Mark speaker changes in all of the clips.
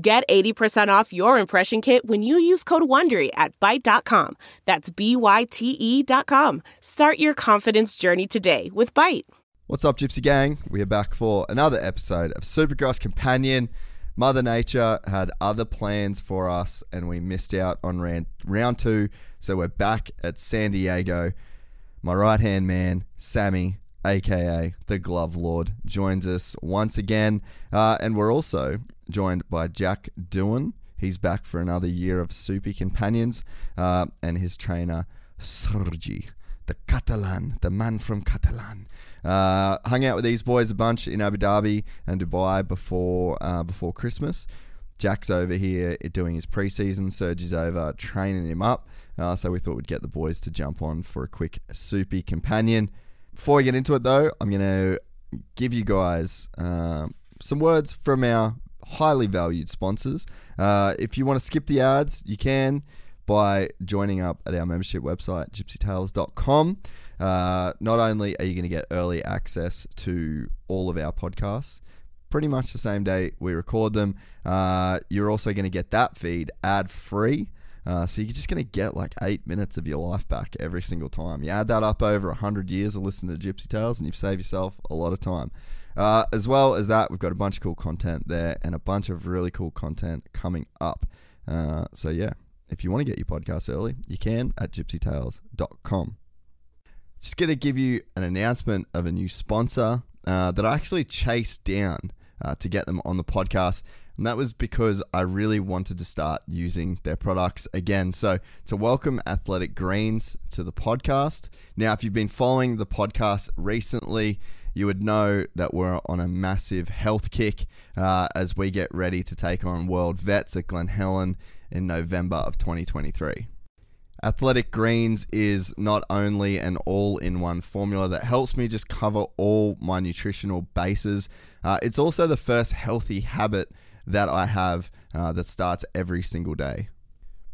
Speaker 1: Get 80% off your impression kit when you use code WONDERY at Byte.com. That's B-Y-T-E E dot com. Start your confidence journey today with Byte.
Speaker 2: What's up, Gypsy Gang? We are back for another episode of Supergrass Companion. Mother Nature had other plans for us, and we missed out on round, round two. So we're back at San Diego. My right hand man, Sammy, aka the Glove Lord, joins us once again. Uh, and we're also joined by Jack Doohan. He's back for another year of Soupy Companions, uh, and his trainer, Sergi, the Catalan, the man from Catalan. Uh, hung out with these boys a bunch in Abu Dhabi and Dubai before uh, before Christmas. Jack's over here doing his preseason. Sergi's over training him up. Uh, so we thought we'd get the boys to jump on for a quick soupy companion. Before we get into it, though, I'm going to give you guys um, some words from our highly valued sponsors. Uh, if you want to skip the ads, you can by joining up at our membership website, gypsytales.com. Uh, not only are you going to get early access to all of our podcasts, pretty much the same day we record them, uh, you're also going to get that feed ad free. Uh, so you're just going to get like eight minutes of your life back every single time. You add that up over 100 years of listening to Gypsy Tales, and you've saved yourself a lot of time. Uh, as well as that, we've got a bunch of cool content there and a bunch of really cool content coming up. Uh, so, yeah, if you want to get your podcast early, you can at gypsytales.com. Just going to give you an announcement of a new sponsor uh, that I actually chased down uh, to get them on the podcast. And that was because I really wanted to start using their products again. So, to welcome Athletic Greens to the podcast. Now, if you've been following the podcast recently, you would know that we're on a massive health kick uh, as we get ready to take on World Vets at Glen Helen in November of 2023. Athletic Greens is not only an all in one formula that helps me just cover all my nutritional bases, uh, it's also the first healthy habit that I have uh, that starts every single day.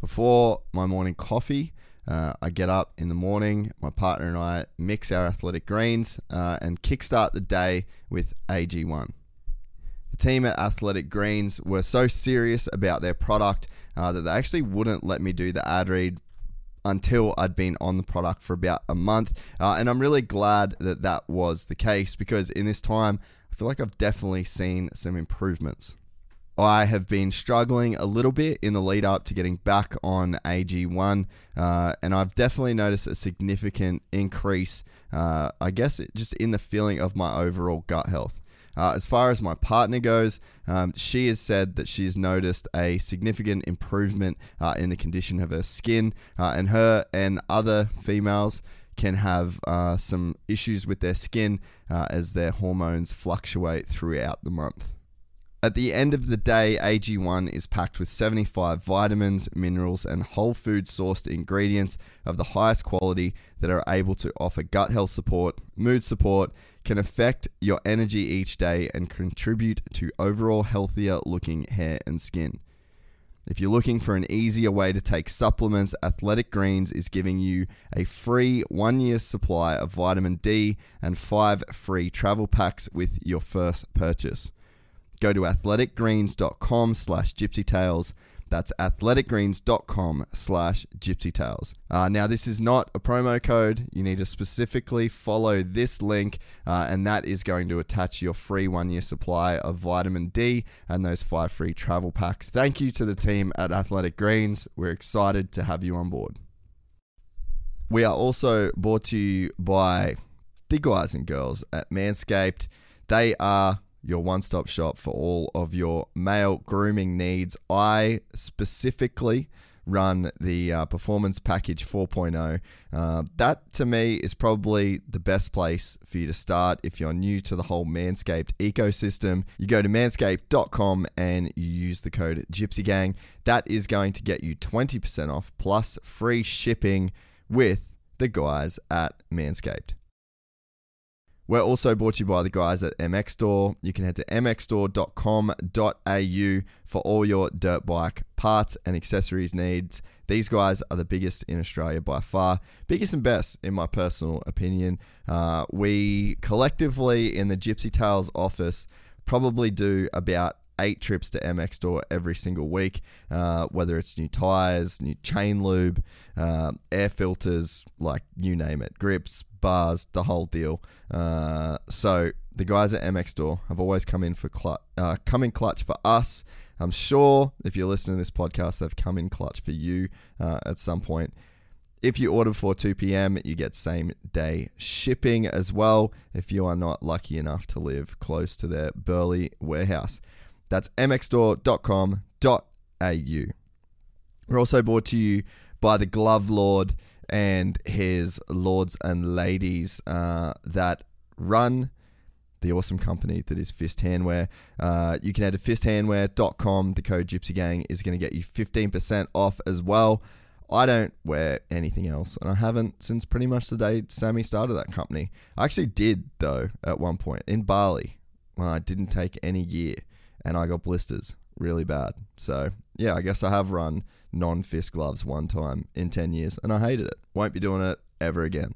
Speaker 2: Before my morning coffee, uh, I get up in the morning, my partner and I mix our athletic greens uh, and kickstart the day with AG1. The team at Athletic Greens were so serious about their product uh, that they actually wouldn't let me do the ad read until I'd been on the product for about a month. Uh, and I'm really glad that that was the case because in this time, I feel like I've definitely seen some improvements. I have been struggling a little bit in the lead up to getting back on AG1, uh, and I've definitely noticed a significant increase, uh, I guess, it- just in the feeling of my overall gut health. Uh, as far as my partner goes, um, she has said that she's noticed a significant improvement uh, in the condition of her skin, uh, and her and other females can have uh, some issues with their skin uh, as their hormones fluctuate throughout the month. At the end of the day, AG1 is packed with 75 vitamins, minerals, and whole food sourced ingredients of the highest quality that are able to offer gut health support, mood support, can affect your energy each day, and contribute to overall healthier looking hair and skin. If you're looking for an easier way to take supplements, Athletic Greens is giving you a free one year supply of vitamin D and five free travel packs with your first purchase go to athleticgreens.com slash gypsytales That's athleticgreens.com slash gypsy tales. Uh, now, this is not a promo code. You need to specifically follow this link, uh, and that is going to attach your free one year supply of vitamin D and those five free travel packs. Thank you to the team at Athletic Greens. We're excited to have you on board. We are also brought to you by the guys and girls at Manscaped. They are your one stop shop for all of your male grooming needs. I specifically run the uh, Performance Package 4.0. Uh, that to me is probably the best place for you to start if you're new to the whole Manscaped ecosystem. You go to manscaped.com and you use the code GypsyGang. That is going to get you 20% off plus free shipping with the guys at Manscaped. We're also brought to you by the guys at MX Store. You can head to mxstore.com.au for all your dirt bike parts and accessories needs. These guys are the biggest in Australia by far, biggest and best in my personal opinion. Uh, we collectively in the Gypsy Tales office probably do about eight trips to MX Store every single week, uh, whether it's new tires, new chain lube, uh, air filters, like you name it, grips, bars, the whole deal. Uh, so the guys at MX Store have always come in for clutch, uh, come in clutch for us. I'm sure if you're listening to this podcast, they've come in clutch for you uh, at some point. If you order before 2 p.m., you get same day shipping as well if you are not lucky enough to live close to their Burley warehouse. That's mxstore.com.au. We're also brought to you by the Glove Lord and his lords and ladies uh, that run the awesome company that is Fist Handwear. Uh, you can head to fisthandwear.com. The code Gypsy Gang is going to get you 15% off as well. I don't wear anything else, and I haven't since pretty much the day Sammy started that company. I actually did, though, at one point in Bali when I didn't take any gear and I got blisters really bad. So, yeah, I guess I have run non fist gloves one time in 10 years and I hated it. Won't be doing it ever again.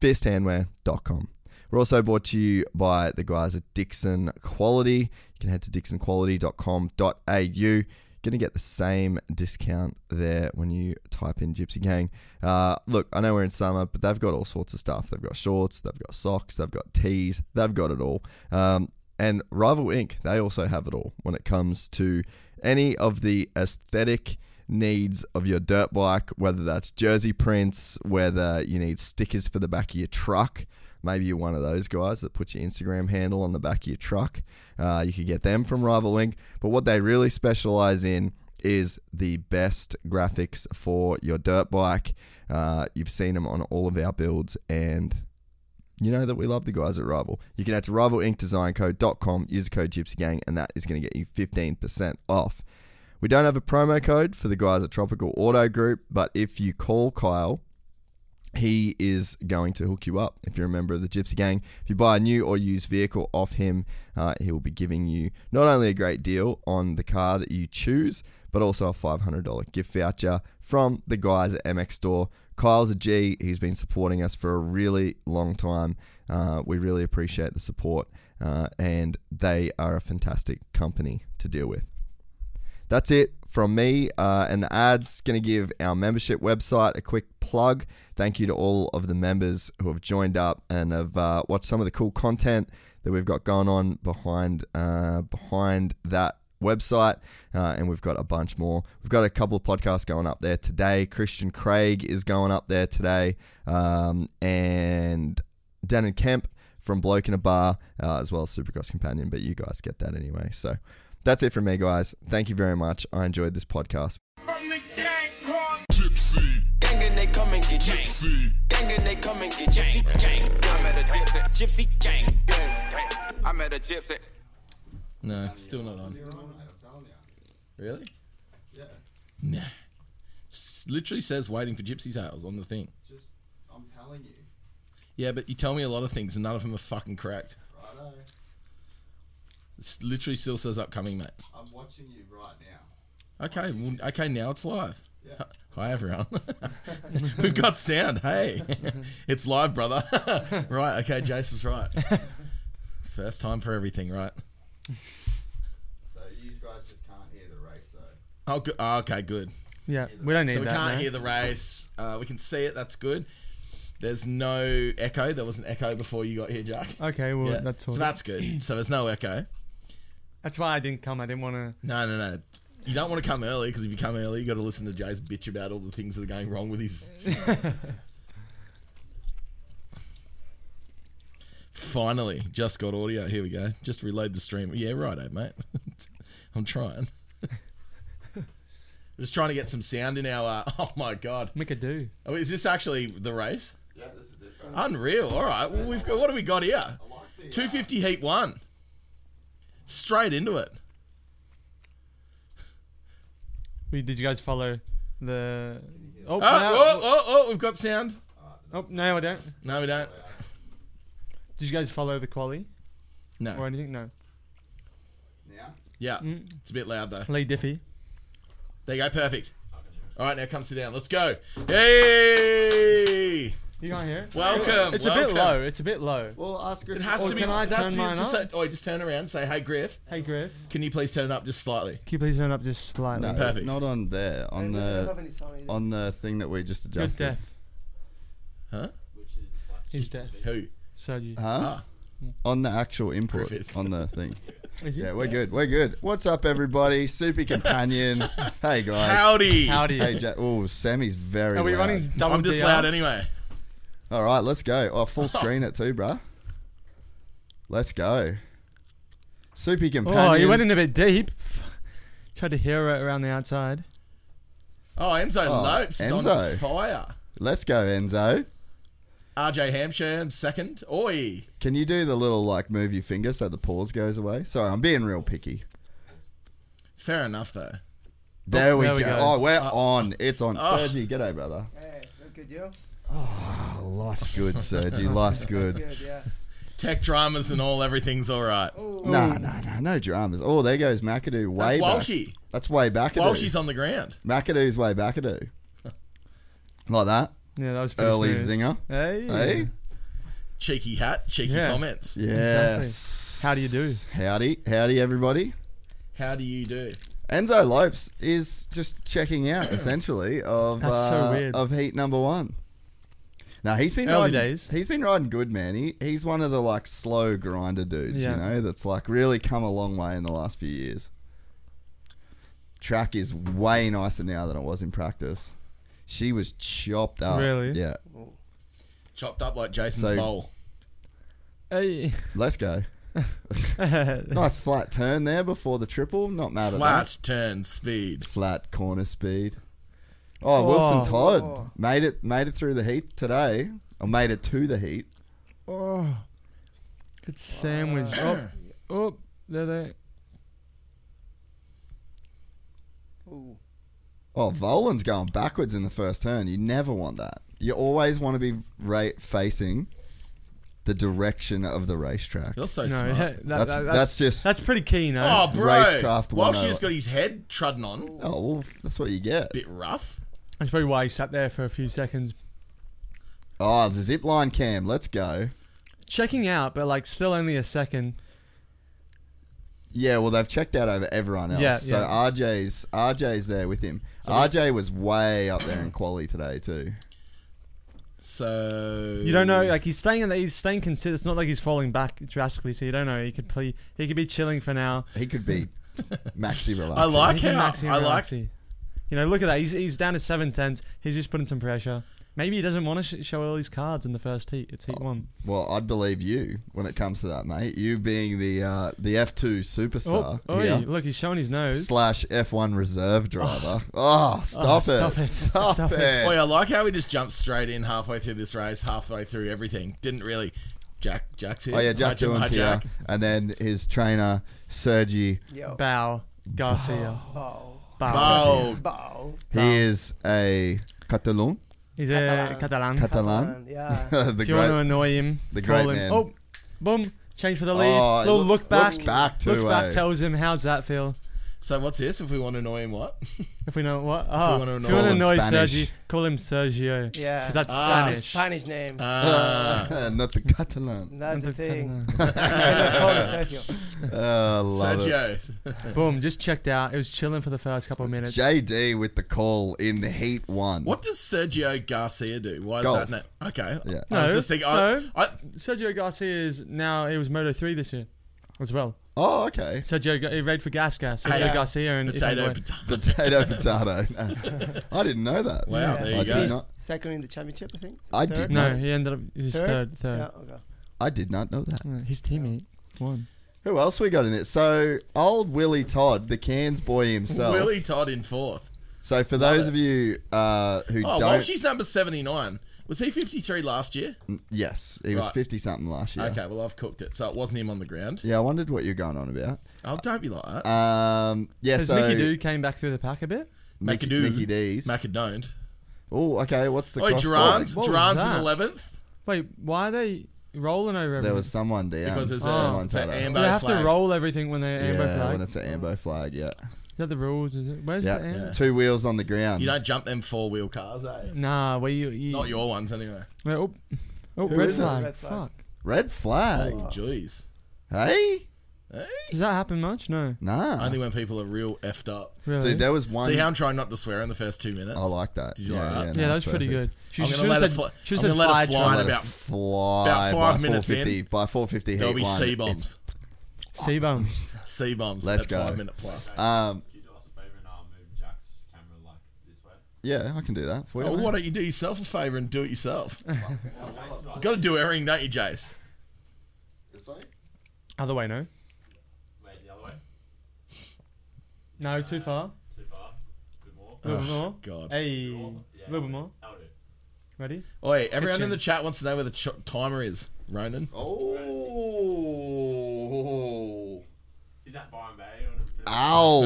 Speaker 2: Fisthandwear.com. We're also brought to you by the guys at Dixon Quality. You can head to dixonquality.com.au. Going to get the same discount there when you type in Gypsy Gang. Uh, look, I know we're in summer, but they've got all sorts of stuff. They've got shorts, they've got socks, they've got tees, they've got it all. Um, and Rival Inc., they also have it all when it comes to any of the aesthetic needs of your dirt bike, whether that's jersey prints, whether you need stickers for the back of your truck. Maybe you're one of those guys that put your Instagram handle on the back of your truck. Uh, you could get them from Rival Inc. But what they really specialize in is the best graphics for your dirt bike. Uh, you've seen them on all of our builds and you know that we love the guys at Rival. You can head to rivalinkdesigncode.com, use code GypsyGang, and that is going to get you 15% off. We don't have a promo code for the guys at Tropical Auto Group, but if you call Kyle, he is going to hook you up if you're a member of the Gypsy Gang. If you buy a new or used vehicle off him, uh, he will be giving you not only a great deal on the car that you choose, but also a $500 gift voucher from the guys at MX Store. Kyle's a G. He's been supporting us for a really long time. Uh, we really appreciate the support, uh, and they are a fantastic company to deal with. That's it from me. Uh, and the ad's going to give our membership website a quick plug. Thank you to all of the members who have joined up and have uh, watched some of the cool content that we've got going on behind uh, behind that website, uh, and we've got a bunch more. We've got a couple of podcasts going up there today. Christian Craig is going up there today, um, and Dan and Kemp from Bloke in a Bar, uh, as well as Supercross Companion. But you guys get that anyway. So that's it from me, guys. Thank you very much. I enjoyed this podcast.
Speaker 3: From the gang called
Speaker 4: Gypsy,
Speaker 3: Gang and they come and get gypsy.
Speaker 4: Gypsy,
Speaker 3: Gang and they come and get gypsy. Gang. I'm at a gypsy. Gypsy. Gang. I'm at a gypsy.
Speaker 5: No, still not on. Really? Yeah. Nah. S- literally says waiting for gypsy tales on the thing.
Speaker 2: I'm telling you.
Speaker 5: Yeah, but you tell me a lot of things and none of them are fucking correct. It literally still says upcoming, mate.
Speaker 2: I'm watching you right now.
Speaker 5: Okay, well, okay, now it's live. Hi everyone. We've got sound. Hey, it's live, brother. right. Okay, Jace was right. First time for everything, right?
Speaker 2: So you guys just can't hear the race, though.
Speaker 5: Oh, good. Oh, okay, good.
Speaker 4: Yeah, we don't need
Speaker 5: So we
Speaker 4: that.
Speaker 5: can't
Speaker 4: no.
Speaker 5: hear the race. Uh, we can see it. That's good. There's no echo. There was an echo before you got here, Jack.
Speaker 4: Okay, well
Speaker 5: Yeah.
Speaker 4: that's all.
Speaker 5: So that's good. So there's no echo.
Speaker 4: that's why I didn't come. I didn't want to.
Speaker 5: No, no, no. You don't want to come early because if you come early, you got to listen to Jay's bitch about all the things that are going wrong with his. system. Finally, just got audio. Here we go. Just reload the stream. Yeah, righto, mate. I'm trying. just trying to get some sound in our. Uh, oh my god.
Speaker 4: Make a do.
Speaker 5: Oh, is this actually the race? Yeah, this is it. Unreal. All right. Well, we've got what have we got here? 250 heat one. Straight into it.
Speaker 4: We, did you guys follow the? Oh,
Speaker 5: Oh,
Speaker 4: no,
Speaker 5: oh, oh, oh, we've got sound.
Speaker 4: oh, no, I don't.
Speaker 5: No, we don't.
Speaker 4: Did you guys follow the quali or mm.
Speaker 5: No.
Speaker 4: anything? No.
Speaker 5: Yeah. It's a bit loud though.
Speaker 4: Lee Diffie.
Speaker 5: There you go. Perfect. All right, now come sit down. Let's go. Hey!
Speaker 4: You can't hear it.
Speaker 5: Welcome.
Speaker 4: It's a
Speaker 5: welcome.
Speaker 4: bit low. It's a bit low.
Speaker 2: Well, ask oh,
Speaker 5: It has
Speaker 4: Or
Speaker 5: to be.
Speaker 4: can I
Speaker 5: it has
Speaker 4: turn
Speaker 5: to be
Speaker 4: mine
Speaker 5: just
Speaker 4: up?
Speaker 5: say- oh, just turn around. and Say, hey, Griff.
Speaker 4: Hey Griff,
Speaker 5: Can you please turn it up just slightly?
Speaker 4: can you please turn it up just slightly?
Speaker 2: No,
Speaker 5: Perfect.
Speaker 2: Not on there. On
Speaker 6: We don't have
Speaker 2: the
Speaker 6: any sound either.
Speaker 2: on the thing that we just
Speaker 4: Good
Speaker 2: adjusted.
Speaker 4: death.
Speaker 5: Huh? Uh,
Speaker 4: He's deaf.
Speaker 5: Who?
Speaker 4: So you.
Speaker 2: Huh? On the actual input
Speaker 5: Ah. Perfect.
Speaker 2: on the thing.
Speaker 4: Is he?
Speaker 2: Yeah, we're good. We're good. What's up, everybody? Super companion. hey guys.
Speaker 5: Howdy.
Speaker 4: Howdy.
Speaker 2: Hey, Jack. Oh, Sammy's very.
Speaker 4: Are we
Speaker 2: loud.
Speaker 4: running double
Speaker 5: I'm just
Speaker 4: DR?
Speaker 5: loud anyway.
Speaker 2: All right, let's go. Oh, full screen it too, bruh. Let's go. Super companion.
Speaker 4: Oh, you went in a bit deep. Tried to hear it around the outside.
Speaker 5: Oh, Enzo
Speaker 2: Oh,
Speaker 5: Lopes is on
Speaker 2: Enzo.
Speaker 5: fire.
Speaker 2: Let's go, Enzo.
Speaker 5: RJ Hampshire second. Oi.
Speaker 2: Can you do the little like move your finger so the pause goes away? Sorry, I'm being real picky.
Speaker 5: Fair enough though.
Speaker 2: There, we,
Speaker 4: there
Speaker 2: go.
Speaker 4: we go. Uh,
Speaker 2: Oh, we're on. It's on.
Speaker 5: Oh.
Speaker 2: Sergi, g'day, brother. Oh,
Speaker 6: Hey, look at you.
Speaker 2: Life's good, Sergi. Life's good.
Speaker 6: Good, yeah.
Speaker 5: Tech dramas and all, everything's all right.
Speaker 2: Nah, nah, nah. No dramas. Oh, there goes McAdoo. Way
Speaker 5: That's
Speaker 2: back.
Speaker 5: Walshy.
Speaker 2: That's way back.
Speaker 5: Walshy's on the ground.
Speaker 2: McAdoo's way back. Like that.
Speaker 4: Yeah, that was pretty
Speaker 2: Early
Speaker 4: smooth.
Speaker 2: zinger.
Speaker 4: Hey.
Speaker 2: Hey.
Speaker 5: Cheeky hat, cheeky
Speaker 4: Yeah.
Speaker 5: comments.
Speaker 2: Yes.
Speaker 4: How do you do?
Speaker 2: Howdy, howdy, everybody.
Speaker 5: How do you do?
Speaker 2: Enzo Lopes is just checking out essentially of
Speaker 4: That's so
Speaker 2: uh,
Speaker 4: weird.
Speaker 2: of heat number one. Now he's been
Speaker 4: Early
Speaker 2: riding,
Speaker 4: days.
Speaker 2: He's been riding good, man. He, he's one of the like slow grinder dudes,
Speaker 4: Yeah.
Speaker 2: you know, that's like really come a long way in the last few years. Track is way nicer now than it was in practice. She was chopped up.
Speaker 4: Really?
Speaker 2: Yeah.
Speaker 5: Chopped up like Jason's
Speaker 2: So-
Speaker 5: bowl.
Speaker 4: Hey.
Speaker 2: Let's go. nice flat turn there before the triple. Not mad at that.
Speaker 5: Flat turn speed.
Speaker 2: flat corner speed. Oh, Wilson
Speaker 4: Oh.
Speaker 2: Todd made it made it through the heat today. Or made it to the heat.
Speaker 4: Oh. Good sandwich. Oh. Oh. There, there.
Speaker 6: Ooh.
Speaker 2: Oh, Volan's going backwards in the first turn. You never want that. You always want to be ra facing the direction of the racetrack.
Speaker 5: You're so
Speaker 4: No,
Speaker 5: smart.
Speaker 4: that- that-
Speaker 2: That's-
Speaker 4: that-
Speaker 2: that's just-
Speaker 4: That's pretty key, no?
Speaker 5: Oh, bro.
Speaker 2: Uh, Racecraft oh. 101.
Speaker 5: Walshy's got his head trodden on.
Speaker 2: Oh, well, that's what you get.
Speaker 5: Bit rough.
Speaker 4: That's probably why he sat there for a few seconds.
Speaker 2: Oh, the zip line cam. Let's go.
Speaker 4: Checking out, but like still only a second.
Speaker 2: Yeah, well, they've checked out over everyone else.
Speaker 4: Yeah,
Speaker 2: so
Speaker 4: yeah.
Speaker 2: RJ's RJ's there with him. RJ was way up there in quality today too.
Speaker 5: So
Speaker 4: You don't know, like he's staying in the, he's staying consistent. It's not like he's falling back drastically, so you don't know. He could play, he could be chilling for now.
Speaker 2: He could be maxi relaxed.
Speaker 5: I like
Speaker 4: He can
Speaker 5: how
Speaker 4: maxi
Speaker 5: I like
Speaker 4: relaxi. You know, look at that. He's, he's down to seven tenths. He's just putting some pressure. Maybe he doesn't want to sh- show all his cards in the first heat. It's heat one.
Speaker 2: Well, I'd believe you when it comes to that, mate. You being the uh, the F two superstar
Speaker 4: Oh, oi,
Speaker 2: here,
Speaker 4: look, he's showing his nose.
Speaker 2: slash F one reserve driver. Oh, stop,
Speaker 4: Oh,
Speaker 2: it.
Speaker 4: stop it.
Speaker 2: Stop,
Speaker 4: Stop
Speaker 2: it!
Speaker 4: it.
Speaker 5: Oh, yeah, I like how we just jumped straight in halfway through this race, halfway through everything. Didn't really. Jack, Jack's here.
Speaker 2: Oh yeah, Jack
Speaker 5: Hi, Jim.
Speaker 2: Doohan's
Speaker 5: Hi,
Speaker 2: here,
Speaker 5: Jack.
Speaker 2: and then his trainer Sergi.
Speaker 6: Yo.
Speaker 4: Bow. Garcia.
Speaker 6: Bow.
Speaker 4: Bow.
Speaker 5: Oh,
Speaker 6: Bow.
Speaker 4: Wow.
Speaker 2: He is a Catalan,
Speaker 4: He's a Catalan.
Speaker 2: Catalan.
Speaker 6: Yeah.
Speaker 2: the
Speaker 4: If you want to
Speaker 2: great.
Speaker 4: annoy him,
Speaker 2: the
Speaker 4: call
Speaker 2: great
Speaker 4: him.
Speaker 2: man.
Speaker 4: Oh, boom. Change for the lead.
Speaker 2: Oh, it
Speaker 4: Little
Speaker 2: loo-
Speaker 4: look back.
Speaker 2: looks back too,
Speaker 4: Looks back,
Speaker 2: eh?
Speaker 4: tells him, how's that feel?
Speaker 5: So what's this? If we want to annoy him, what?
Speaker 4: If we know what? Oh,
Speaker 5: wanna
Speaker 4: if
Speaker 5: know-
Speaker 4: you want to
Speaker 5: Call him
Speaker 4: annoy
Speaker 2: Spanish.
Speaker 4: Sergi, call him Sergio.
Speaker 6: Yeah.
Speaker 4: Because that's
Speaker 5: Ah.
Speaker 4: Spanish.
Speaker 6: Spanish name.
Speaker 5: Uh,
Speaker 2: Not the Catalan.
Speaker 6: That's the
Speaker 4: Don't
Speaker 6: thing.
Speaker 4: fucking know.
Speaker 6: Call it Sergio.
Speaker 2: Uh, love it.
Speaker 5: Sergio.
Speaker 4: Boom, just checked out. It was chilling for the first couple of minutes.
Speaker 2: JD with the call in Heat 1.
Speaker 5: What does Sergio Garcia do? Why is
Speaker 2: Golf.
Speaker 5: that name? Okay.
Speaker 2: Yeah.
Speaker 5: I was
Speaker 4: No,
Speaker 5: just thinking. I,
Speaker 4: no.
Speaker 5: I,
Speaker 4: Sergio Garcia is now, it was Moto 3 this year as well.
Speaker 2: Oh, okay.
Speaker 4: Sergio, Ga- he rode for Gasgas. Sergio
Speaker 5: Hey,
Speaker 4: Garcia and
Speaker 5: potato,
Speaker 4: Ivan Boy.
Speaker 5: potato.
Speaker 2: Potato, potato. No. I didn't know that.
Speaker 5: Wow, there you
Speaker 2: I
Speaker 5: go.
Speaker 2: Did not,
Speaker 6: Second in the championship, I think.
Speaker 2: I
Speaker 6: Third?
Speaker 2: did not.
Speaker 4: No, he ended up, he's third,
Speaker 6: Third?
Speaker 4: third.
Speaker 6: Yeah,
Speaker 5: Oh,
Speaker 6: okay.
Speaker 2: I did not know that.
Speaker 4: Mm, His teammate won.
Speaker 2: Who else we got in it? So, old Willie Todd, the Cairns boy himself.
Speaker 5: Willie Todd in fourth.
Speaker 2: So, for those of you uh, who
Speaker 5: Oh,
Speaker 2: don't.
Speaker 5: well, she's number 79. Was he 53 last year?
Speaker 2: yes, he was
Speaker 5: Right.
Speaker 2: 50 something last year.
Speaker 5: Okay, well, I've cooked it, so it wasn't him on the ground.
Speaker 2: Yeah, I wondered what you're going on about.
Speaker 5: Oh, don't be like that.
Speaker 2: Um, yeah,
Speaker 4: Because
Speaker 2: so.
Speaker 4: Mickey Doo came back through the pack a bit.
Speaker 2: Mickey,
Speaker 5: McAdoo.
Speaker 2: Mickey D's.
Speaker 5: Macadoned.
Speaker 2: oh, okay. What's the Um,
Speaker 5: Oh,
Speaker 2: cross
Speaker 5: Durant.
Speaker 2: flag?
Speaker 4: What was
Speaker 5: Durant's in
Speaker 4: that?
Speaker 5: 11th.
Speaker 4: Wait, why are they rolling over everything?
Speaker 2: There was someone down.
Speaker 5: Because there's a-
Speaker 2: Someone's
Speaker 5: it's
Speaker 2: had
Speaker 5: a
Speaker 2: a-
Speaker 5: amber-
Speaker 4: Oh. you have to
Speaker 5: flag.
Speaker 4: roll everything when they're amber
Speaker 2: Yeah,
Speaker 4: flag.
Speaker 2: when it's an ambo flag, yeah.
Speaker 4: Is that the rules? Is it? Where's
Speaker 2: Yeah.
Speaker 4: the amber?
Speaker 2: Two wheels on the ground.
Speaker 5: You don't jump them four wheel cars, eh?
Speaker 4: Nah, where you? you
Speaker 5: Not your ones, anyway.
Speaker 4: Wait, oh, oh red,
Speaker 2: is it?
Speaker 4: flag.
Speaker 6: Red flag.
Speaker 4: Fuck.
Speaker 2: Red flag.
Speaker 5: Oh, jeez.
Speaker 2: Hey?
Speaker 4: Does that happen much? No.
Speaker 2: Nah.
Speaker 5: Only when people are real effed up.
Speaker 4: Really?
Speaker 2: Dude, there was one.
Speaker 5: See how I'm trying not to swear in the first two minutes?
Speaker 2: I like that.
Speaker 5: Did you
Speaker 2: yeah,
Speaker 5: like that?
Speaker 2: no,
Speaker 4: yeah, that was
Speaker 2: it's
Speaker 4: pretty good.
Speaker 2: perfect.
Speaker 4: She
Speaker 5: I'm
Speaker 4: should
Speaker 5: gonna
Speaker 4: have
Speaker 5: let it
Speaker 4: said,
Speaker 5: fly-
Speaker 4: should
Speaker 5: I'm
Speaker 4: have said
Speaker 5: gonna let
Speaker 4: fly
Speaker 5: it fly.
Speaker 2: Let
Speaker 4: trap.
Speaker 2: it
Speaker 5: about-
Speaker 2: fly
Speaker 5: about five
Speaker 2: by
Speaker 5: minutes in,
Speaker 2: 450, by 450
Speaker 5: There'll
Speaker 2: heat
Speaker 5: be
Speaker 2: one.
Speaker 5: C
Speaker 2: It's-
Speaker 5: bombs.
Speaker 4: Sea bones.
Speaker 5: C bombs.
Speaker 2: Let's
Speaker 5: at
Speaker 2: go.
Speaker 5: Five minute plus.
Speaker 2: Um,
Speaker 7: Could you do us a favour and I'll move Jack's camera like this way?
Speaker 2: yeah, I can do that for you.
Speaker 5: Oh,
Speaker 2: mate.
Speaker 5: why don't you do yourself a favour and do it yourself? Got to do everything, don't you, Jace?
Speaker 4: Other way, no.
Speaker 7: Wait, the other way?
Speaker 4: No, too far.
Speaker 7: Too far? A bit more?
Speaker 4: A little bit more.
Speaker 5: God.
Speaker 4: Hey, a little bit more.
Speaker 7: That'll do.
Speaker 4: Ready?
Speaker 5: Oi, everyone in
Speaker 4: Kitchen.
Speaker 5: the chat wants to know where the ch- timer is. Ronan.
Speaker 2: Oh.
Speaker 7: Is that Byron Bay on a bit of-
Speaker 2: Ow.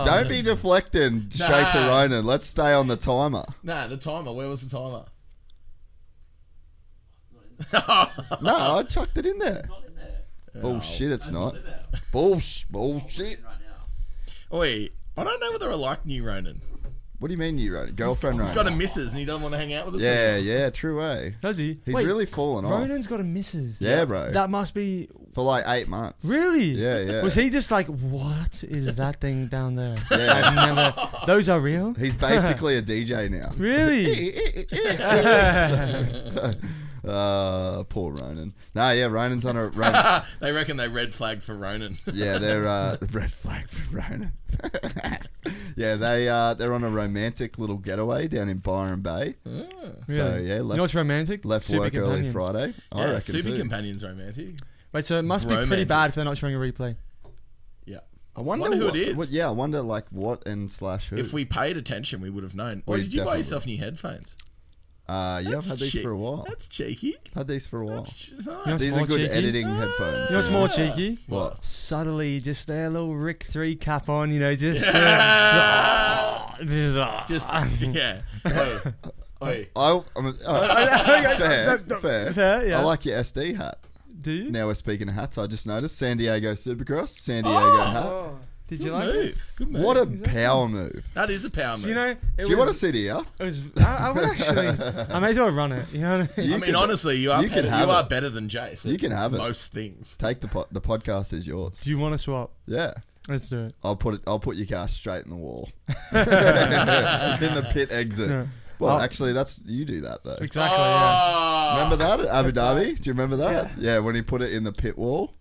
Speaker 4: Oh.
Speaker 2: Don't be deflecting straight to
Speaker 5: Nah.
Speaker 2: Ronan. Let's stay on the timer.
Speaker 5: Nah, the timer. Where was the timer?
Speaker 2: No, I chucked it in there.
Speaker 7: Not in there.
Speaker 2: Bullshit, it's not.
Speaker 7: In there.
Speaker 2: Bullsh, bullshit.
Speaker 7: In right now.
Speaker 5: Oi, I don't know whether I like new Ronan.
Speaker 2: What do you mean you Ronan? Girlfriend
Speaker 5: He's got a
Speaker 2: Ronan?
Speaker 5: missus and he doesn't want to hang out with us.
Speaker 2: Yeah, yeah, true, eh?
Speaker 4: Does he?
Speaker 2: He's
Speaker 4: Wait,
Speaker 2: really fallen off.
Speaker 4: Ronan's got a missus.
Speaker 2: Yeah, bro.
Speaker 4: That must be
Speaker 2: For like eight months.
Speaker 4: really.
Speaker 2: Yeah, yeah.
Speaker 4: Was he just like, what is that thing down there?
Speaker 2: Yeah.
Speaker 4: I've never. Those are real.
Speaker 2: He's basically a DJ now.
Speaker 4: really.
Speaker 2: Uh, poor Ronan. Nah, yeah, Ronan's on a Ronan,
Speaker 5: They reckon they red flagged for Ronan.
Speaker 2: yeah. They're uh, red flag for Ronan. yeah, they uh, they're on a romantic little getaway down in Byron Bay.
Speaker 5: Ah.
Speaker 2: So
Speaker 4: Really?
Speaker 2: yeah,
Speaker 4: you know
Speaker 2: left,
Speaker 4: what's romantic?
Speaker 2: left
Speaker 4: Super
Speaker 2: work early
Speaker 4: Companion.
Speaker 2: Friday. I
Speaker 5: yeah,
Speaker 2: reckon
Speaker 5: super
Speaker 2: too.
Speaker 5: companions romantic.
Speaker 4: Wait, so it must be pretty
Speaker 5: romantic.
Speaker 4: bad if they're not showing a replay.
Speaker 5: Yeah.
Speaker 2: I wonder,
Speaker 5: Wonder who
Speaker 2: what,
Speaker 5: it is.
Speaker 2: what- yeah, I wonder like what and slash who.
Speaker 5: If we paid attention, we would have known. Or
Speaker 2: We
Speaker 5: did you buy
Speaker 2: definitely-
Speaker 5: yourself new headphones?
Speaker 2: uh, yeah, I've
Speaker 5: That's
Speaker 2: had these
Speaker 5: cheek-
Speaker 2: for a while.
Speaker 5: That's cheeky.
Speaker 2: had these for a while.
Speaker 5: That's
Speaker 4: Yeah.
Speaker 5: nice.
Speaker 2: These
Speaker 4: more
Speaker 2: are good
Speaker 4: cheeky.
Speaker 2: editing headphones.
Speaker 4: You know what's more cheeky?
Speaker 2: What?
Speaker 4: Subtly, just their little Rick 3 cap on, you know, just. uh, just- ah.
Speaker 5: Just yeah. Oi, oi.
Speaker 2: I, I'm a, oh, fair, fair.
Speaker 4: Fair, yeah.
Speaker 2: I like your SD hat.
Speaker 4: Do you?
Speaker 2: Now we're speaking of hats. I just noticed San Diego Supercross, San Diego hat.
Speaker 6: Oh,
Speaker 4: Did you
Speaker 5: Good
Speaker 4: like it?
Speaker 5: move. Good move.
Speaker 2: What a power move!
Speaker 5: that is a power move.
Speaker 4: So, you know, it was.
Speaker 2: Do you want to sit here?
Speaker 4: It was I, I would actually. I may as well run it. You know what I mean?
Speaker 2: You
Speaker 5: I mean,
Speaker 2: can-
Speaker 5: honestly, you are
Speaker 2: you can
Speaker 5: better,
Speaker 2: have
Speaker 5: you are
Speaker 2: it.
Speaker 5: better than Jace.
Speaker 2: You
Speaker 5: at
Speaker 2: can have it.
Speaker 5: Most things.
Speaker 2: Take the po- the podcast is yours.
Speaker 4: Do you want to swap?
Speaker 2: Yeah,
Speaker 4: Let's do it.
Speaker 2: I'll put it. I'll put your car straight in the wall, in the pit exit.
Speaker 4: Yeah.
Speaker 2: Well,
Speaker 4: I'll-
Speaker 2: actually, that's you do that though.
Speaker 4: Exactly,
Speaker 5: Oh,
Speaker 2: Remember that at Abu Dhabi? Do you remember that? Yeah, when he put it in the pit wall,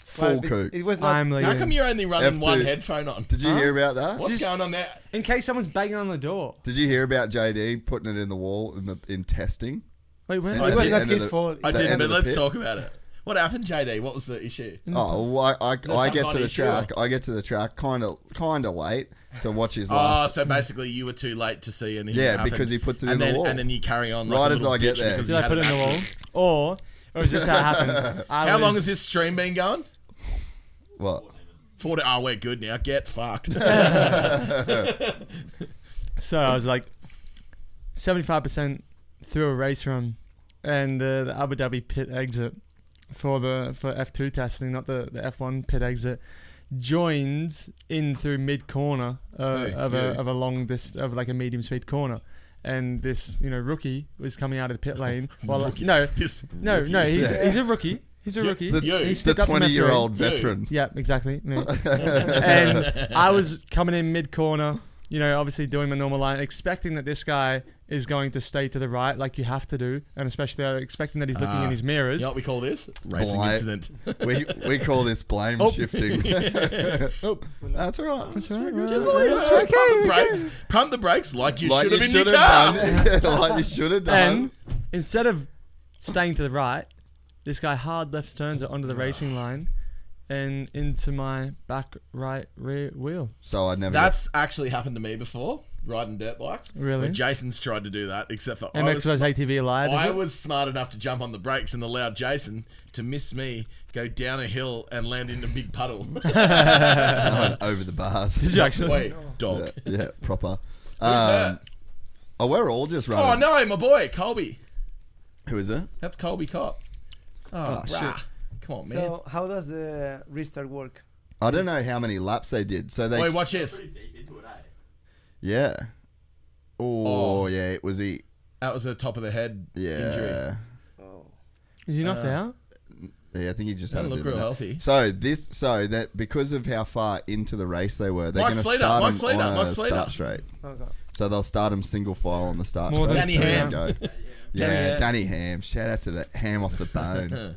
Speaker 2: full
Speaker 6: but
Speaker 2: kook.
Speaker 6: It was
Speaker 4: yeah.
Speaker 6: not.
Speaker 4: I'm leaving.
Speaker 5: how come you're only running
Speaker 2: F2.
Speaker 5: one headphone on?
Speaker 2: Did you hear about that?
Speaker 5: What's
Speaker 4: Just-
Speaker 5: going on there?
Speaker 4: In case someone's banging on the door.
Speaker 2: Did you hear about JD putting it in the wall in the in testing?
Speaker 4: Wait, where?
Speaker 2: At
Speaker 4: wait,
Speaker 2: the
Speaker 6: wasn't
Speaker 2: end of
Speaker 6: his
Speaker 2: the-
Speaker 6: fault.
Speaker 5: I
Speaker 2: the
Speaker 5: didn't,
Speaker 2: end
Speaker 5: but
Speaker 2: of the
Speaker 5: let's
Speaker 2: pit?
Speaker 5: talk about it. What happened, JD? What was the issue?
Speaker 2: Oh, well, I, I, I
Speaker 5: some
Speaker 2: get to
Speaker 5: body
Speaker 2: the
Speaker 5: issue?
Speaker 2: track. I get to the track kind of kind of late to watch his
Speaker 5: Oh,
Speaker 2: last.
Speaker 5: so basically you were too late to see anything.
Speaker 2: Yeah,
Speaker 5: happen.
Speaker 2: because he puts it
Speaker 5: and
Speaker 2: in the
Speaker 5: then,
Speaker 2: wall.
Speaker 5: And then you carry on. Like
Speaker 2: Right
Speaker 5: a
Speaker 2: as
Speaker 5: little
Speaker 2: I get
Speaker 5: bitch
Speaker 2: there.
Speaker 5: because
Speaker 4: Did
Speaker 5: you
Speaker 4: I
Speaker 5: had
Speaker 4: put it
Speaker 5: an
Speaker 4: in the wall?
Speaker 5: accident.
Speaker 4: Or. Or is this how it happened? I
Speaker 5: How long
Speaker 4: was-
Speaker 5: has this stream been going?
Speaker 2: what?
Speaker 5: Forty. Oh, we're good now. Get fucked.
Speaker 4: So I was like, seventy-five percent through a race run, and uh, the Abu Dhabi pit exit for the for F two testing, not the the F one pit exit. joined in through mid corner uh,
Speaker 5: Hey,
Speaker 4: of,
Speaker 5: yeah.
Speaker 4: a, of a long dist of like a medium speed corner. And this, you know, rookie was coming out of the pit lane. While
Speaker 5: Rookie.
Speaker 4: no,
Speaker 5: This
Speaker 4: no,
Speaker 5: rookie.
Speaker 4: no, he's, he's a rookie. He's a rookie.
Speaker 2: The,
Speaker 5: Yo,
Speaker 2: the
Speaker 5: he
Speaker 4: stepped up from
Speaker 2: 20 year
Speaker 4: referee.
Speaker 2: old veteran.
Speaker 4: Yeah, exactly. me. and I was coming in mid corner, you know, obviously doing my normal line, expecting that this guy is going to stay to the right, like you have to do, and especially uh, expecting that he's looking
Speaker 5: Ah,
Speaker 4: in his mirrors.
Speaker 5: You know what we call this? Racing
Speaker 2: Blind.
Speaker 5: incident.
Speaker 2: We, we call this blame
Speaker 4: Oh.
Speaker 2: shifting.
Speaker 4: Oh,
Speaker 2: That's all right. That's all right.
Speaker 5: Just like, pump the brakes. Pump the brakes like you
Speaker 2: Like
Speaker 5: should
Speaker 2: you
Speaker 5: have in your
Speaker 2: should
Speaker 5: car.
Speaker 2: have done. like you should have done.
Speaker 4: and instead of staying to the right, this guy hard left turns it onto the
Speaker 5: Ah.
Speaker 4: racing line and into my back right rear wheel.
Speaker 2: So I never.
Speaker 5: That's actually happened to me before, riding dirt bikes.
Speaker 4: Really?
Speaker 5: When Jason's tried to do that, except for I
Speaker 4: MX
Speaker 5: was,
Speaker 4: was ATV live. is
Speaker 5: I
Speaker 4: it?
Speaker 5: was smart enough to jump on the brakes and allow Jason to miss me, go down a hill and land in a big puddle.
Speaker 2: I went over the bars.
Speaker 4: Did you actually?
Speaker 5: Wait, dog.
Speaker 2: yeah, proper.
Speaker 5: Who's
Speaker 2: Um,
Speaker 5: that?
Speaker 2: oh, we're all just running.
Speaker 5: Oh no, my boy, Colby.
Speaker 2: Who is it?
Speaker 5: That's Colby Cop. Oh,
Speaker 2: Ah, shit.
Speaker 5: rah. Come on, man.
Speaker 6: So how does the restart work?
Speaker 2: I don't know how many laps they did. So they.
Speaker 5: Wait, watch this.
Speaker 7: deep into it, eh?
Speaker 2: Yeah. Oh, yeah. It was he.
Speaker 5: That was a top of the head
Speaker 2: Yeah.
Speaker 5: injury.
Speaker 4: Is you
Speaker 2: Uh.
Speaker 4: knocked out?
Speaker 2: Yeah, I think he just
Speaker 5: Doesn't
Speaker 2: had a
Speaker 5: look
Speaker 2: bit of
Speaker 5: real
Speaker 2: that.
Speaker 5: healthy.
Speaker 2: So this, so that because of how far into the race they were, they're
Speaker 5: Mike
Speaker 2: going to
Speaker 5: Slater,
Speaker 2: start
Speaker 5: Mike
Speaker 2: them
Speaker 5: Slater,
Speaker 2: on a
Speaker 5: Mike Slater.
Speaker 2: start straight.
Speaker 6: Oh god.
Speaker 2: So they'll start them single file on the start
Speaker 4: More
Speaker 2: straight.
Speaker 4: than
Speaker 5: Danny
Speaker 2: There you
Speaker 5: Ham.
Speaker 2: go. Yeah, Danny Ham. Shout out to that ham off the bone.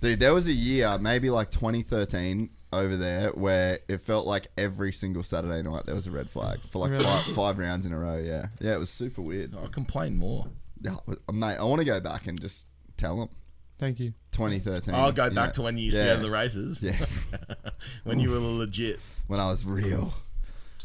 Speaker 2: Dude, there was a year, maybe like 2013 over there, where it felt like every single Saturday night there was a red flag for like five, five rounds in a row. Yeah, yeah, it was super weird.
Speaker 5: I complain more.
Speaker 2: Yeah, uh, mate, I want to go back and just tell them
Speaker 4: Thank you.
Speaker 2: 2013.
Speaker 5: I'll go
Speaker 2: you
Speaker 5: back
Speaker 2: know.
Speaker 5: to when you used to
Speaker 2: Yeah.
Speaker 5: go to the races.
Speaker 2: Yeah,
Speaker 5: When you were legit.
Speaker 2: when I was real.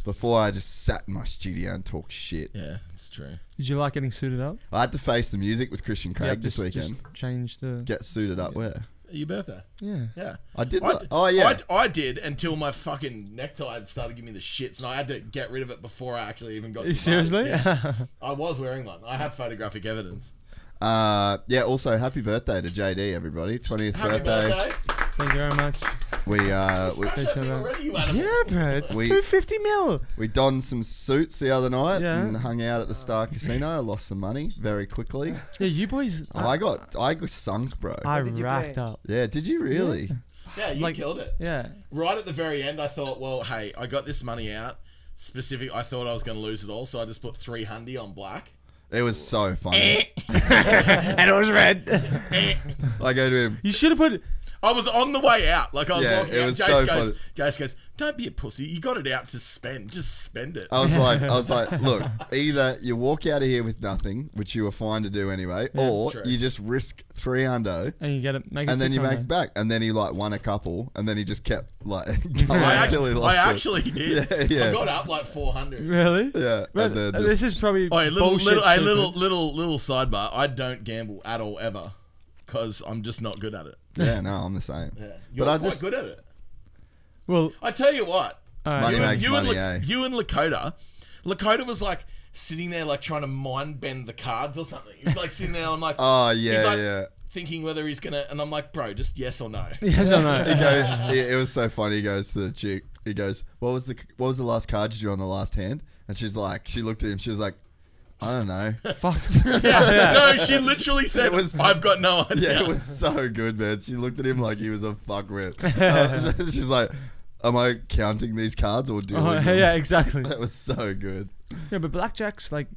Speaker 2: Before I just sat in my studio and talked shit.
Speaker 5: Yeah, it's true.
Speaker 4: Did you like getting suited up?
Speaker 2: I had to face the music with Christian Craig
Speaker 4: Yeah,
Speaker 2: this
Speaker 4: just-
Speaker 2: weekend.
Speaker 4: Just change the.
Speaker 2: Get suited up where?
Speaker 5: Your birthday.
Speaker 4: yeah.
Speaker 5: Yeah.
Speaker 2: I did
Speaker 5: I
Speaker 2: that.
Speaker 5: d-
Speaker 2: Oh, yeah.
Speaker 5: I, I did until my fucking necktie had started giving me the shits, and I had to get rid of it before I actually even got. to the party.
Speaker 4: Seriously?
Speaker 5: Yeah. I was wearing one. I have photographic evidence.
Speaker 2: Uh, yeah. Also, happy birthday to JD, everybody. Twentieth
Speaker 5: Happy
Speaker 2: birthday.
Speaker 5: birthday!
Speaker 4: Thank you very much.
Speaker 2: We uh, we,
Speaker 4: Appreciate
Speaker 5: Happy
Speaker 4: that.
Speaker 5: already, you animal.
Speaker 4: Yeah, bro, it's
Speaker 2: We-
Speaker 4: 250 mil.
Speaker 2: we donned some suits the other night
Speaker 4: Yeah.
Speaker 2: and hung out at the Star Casino. I lost some money very quickly.
Speaker 4: Yeah, you boys,
Speaker 2: I got I got sunk, bro.
Speaker 4: I
Speaker 6: did you
Speaker 4: racked
Speaker 6: play?
Speaker 4: up.
Speaker 2: yeah. Did you really?
Speaker 5: Yeah, you
Speaker 4: Like-
Speaker 5: killed it.
Speaker 4: Yeah.
Speaker 5: Right at the very end, I thought, well, hey, I got this money out. Specific, I thought I was going to lose it all, so I just put three hundy on black.
Speaker 2: It was so
Speaker 5: Eh.
Speaker 2: funny.
Speaker 4: And it was red.
Speaker 2: I go to him.
Speaker 4: You should have put.
Speaker 5: I was on the way out, like I was
Speaker 2: Yeah,
Speaker 5: walking
Speaker 2: it
Speaker 5: out.
Speaker 2: was
Speaker 5: Jace
Speaker 2: so
Speaker 5: goes,
Speaker 2: funny.
Speaker 5: Jace goes, don't be a pussy. You got it out to spend. Just spend it.
Speaker 2: I was like, I was like, look, either you walk out of here with nothing, which you were fine to do anyway, or
Speaker 5: true.
Speaker 2: you just risk three undo.
Speaker 4: And you get it. Make it
Speaker 2: And then you make
Speaker 4: 600.
Speaker 2: back, and then he like won a couple, and then he just kept like going
Speaker 5: I,
Speaker 2: until he
Speaker 5: actually,
Speaker 2: lost
Speaker 5: I
Speaker 2: it.
Speaker 5: actually did.
Speaker 2: Yeah, yeah.
Speaker 5: I got up like 400.
Speaker 4: Really?
Speaker 2: Yeah,
Speaker 4: But
Speaker 2: and then
Speaker 4: uh,
Speaker 2: just-
Speaker 4: this is probably.
Speaker 5: Oh, a little,
Speaker 4: bullshit
Speaker 5: little, a
Speaker 4: secret.
Speaker 5: little, little, little sidebar. I don't gamble at all ever because I'm just not good at it.
Speaker 2: Yeah, no, I'm the same.
Speaker 5: Yeah. You're
Speaker 2: But I
Speaker 5: quite
Speaker 2: just
Speaker 5: good at it.
Speaker 4: Well,
Speaker 5: I tell you what,
Speaker 2: money
Speaker 5: you,
Speaker 2: makes
Speaker 5: and, you,
Speaker 2: money, eh?
Speaker 5: and, La- you and Lakota, Lakota was like sitting there like trying to mind bend the cards or something. He was like sitting there. and I'm like,
Speaker 2: Oh
Speaker 5: he's
Speaker 2: yeah,
Speaker 5: like
Speaker 2: yeah.
Speaker 5: thinking whether he's gonna, and I'm like, bro, just yes or no.
Speaker 4: yes or no?
Speaker 2: He goes, it, it was so funny. He goes to the chick. He goes, "What was the what was the last card you drew on the last hand?" And she's like, she looked at him. She was like, "I don't know."
Speaker 4: Fuck.
Speaker 5: no, she literally said,
Speaker 2: It was-
Speaker 5: I've got no idea.
Speaker 2: Yeah, it was so good, man. She looked at him like he was a fuckwit. Uh, she's like, "Am I counting these cards or dealing?"
Speaker 4: Oh,
Speaker 2: with them?"
Speaker 4: yeah, exactly.
Speaker 2: That was so good.
Speaker 4: Yeah, but blackjack's like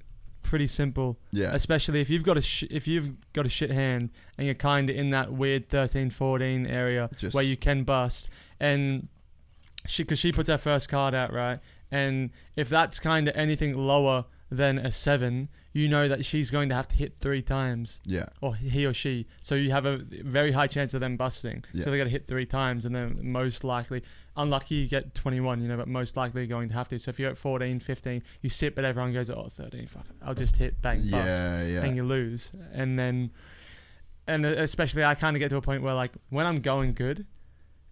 Speaker 4: pretty simple.
Speaker 2: Yeah.
Speaker 4: Especially if you've got a sh- if you've got a shit hand and you're kind of in that weird 13, 14 area
Speaker 2: Just-
Speaker 4: where you can bust and she because she puts her first card out right and if that's kind of anything lower than a seven you know that she's going to have to hit three times
Speaker 2: Yeah.
Speaker 4: or he or she so you have a very high chance of them busting
Speaker 2: Yeah.
Speaker 4: so they got to hit three times and then most likely unlucky you get 21 you know but most likely you're going to have to so if you're at 14 15 you sit but everyone goes oh 13 fuck it, i'll just hit bang bust
Speaker 2: Yeah, yeah.
Speaker 4: and you lose and then and e, especially i kind of get to a point where like when i'm going good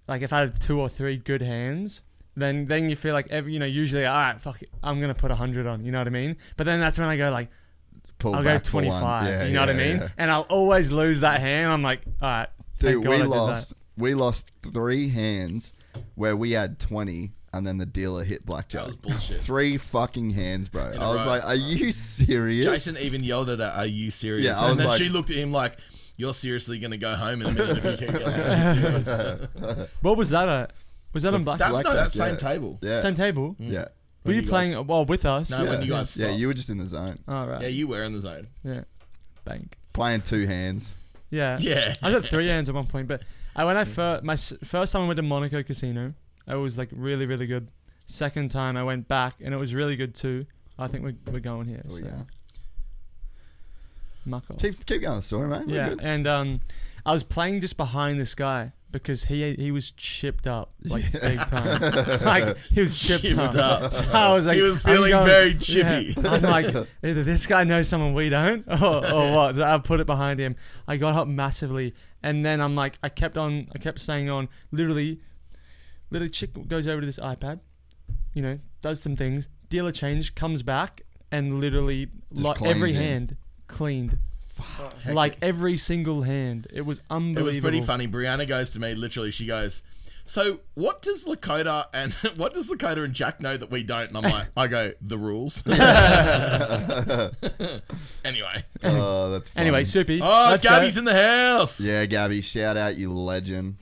Speaker 4: like if I have two or three good hands, then then you feel like every you know usually all right fuck it, I'm gonna put hundred on. You know what I mean? But then that's when I go like
Speaker 2: Pull
Speaker 4: I'll go
Speaker 2: back for one.
Speaker 4: 25.
Speaker 2: Yeah,
Speaker 4: you know what I
Speaker 2: yeah,
Speaker 4: mean?
Speaker 2: yeah.
Speaker 4: And I'll always lose that hand. I'm like all right.
Speaker 2: Dude,
Speaker 4: thank God I
Speaker 2: we
Speaker 4: did that.
Speaker 2: lost. we lost three hands where we had 20 and then the dealer hit blackjack.
Speaker 5: That was bullshit.
Speaker 2: three fucking hands, bro.
Speaker 5: a
Speaker 2: I was
Speaker 5: row.
Speaker 2: like, are you serious?
Speaker 5: Jason even yelled at her, "Are you serious?"
Speaker 2: Yeah, I
Speaker 5: and
Speaker 2: was
Speaker 5: then
Speaker 2: like-
Speaker 5: she looked at him like, "You're seriously gonna go home in a minute if you keep yelling." Are you serious? that's
Speaker 4: What was that at? Was that on Black?
Speaker 2: Black-
Speaker 5: no,
Speaker 2: Blackjack,
Speaker 5: that
Speaker 2: yeah.
Speaker 5: same table.
Speaker 2: Yeah.
Speaker 4: Same table?
Speaker 2: yeah.
Speaker 4: Were you
Speaker 5: you
Speaker 4: playing well with us?
Speaker 5: No, when you guys
Speaker 2: yeah,
Speaker 5: stopped.
Speaker 2: you were just in the zone.
Speaker 4: All right.
Speaker 5: Yeah,
Speaker 4: Yeah.
Speaker 5: you were in the zone.
Speaker 4: Bank.
Speaker 2: Playing two hands.
Speaker 4: Yeah.
Speaker 5: Yeah.
Speaker 4: I was at three hands at one point, but I when I first my s- first time I went to Monaco Casino, it was like really really good. Second time I went back and it was really good too. I think we're, we're going here. so.
Speaker 2: yeah.
Speaker 4: Muck off.
Speaker 2: Keep keep going the story, mate. We're
Speaker 4: yeah,
Speaker 2: good.
Speaker 4: and um, I was playing just behind this guy because he he was chipped up like big time. like he was chipped,
Speaker 5: Chipped
Speaker 4: up.
Speaker 5: up.
Speaker 4: So I was like,
Speaker 5: He was
Speaker 4: I'm
Speaker 5: feeling
Speaker 4: going-
Speaker 5: very
Speaker 4: yeah.
Speaker 5: chippy.
Speaker 4: I'm like, either this guy knows someone we don't, or, or what? So I put it behind him. I got up massively, and then I'm like, I kept on, I kept staying on. Literally, little chick goes over to this iPad, you know, does some things. Dealer change comes back and literally
Speaker 2: Just
Speaker 4: like every
Speaker 2: cleans him.
Speaker 4: hand cleaned like every single hand. It was
Speaker 5: It
Speaker 4: unbelievable.
Speaker 5: was pretty funny. Brianna goes to me, literally, she goes, So what does Lakota and what does Lakota and Jack know that we don't? And I'm like, I go, the rules. anyway.
Speaker 2: Oh, that's funny.
Speaker 4: Anyway, Soupy.
Speaker 5: Oh,
Speaker 4: let's go.
Speaker 5: Gabby's in the house.
Speaker 2: yeah, Gabby, shout out, you legend.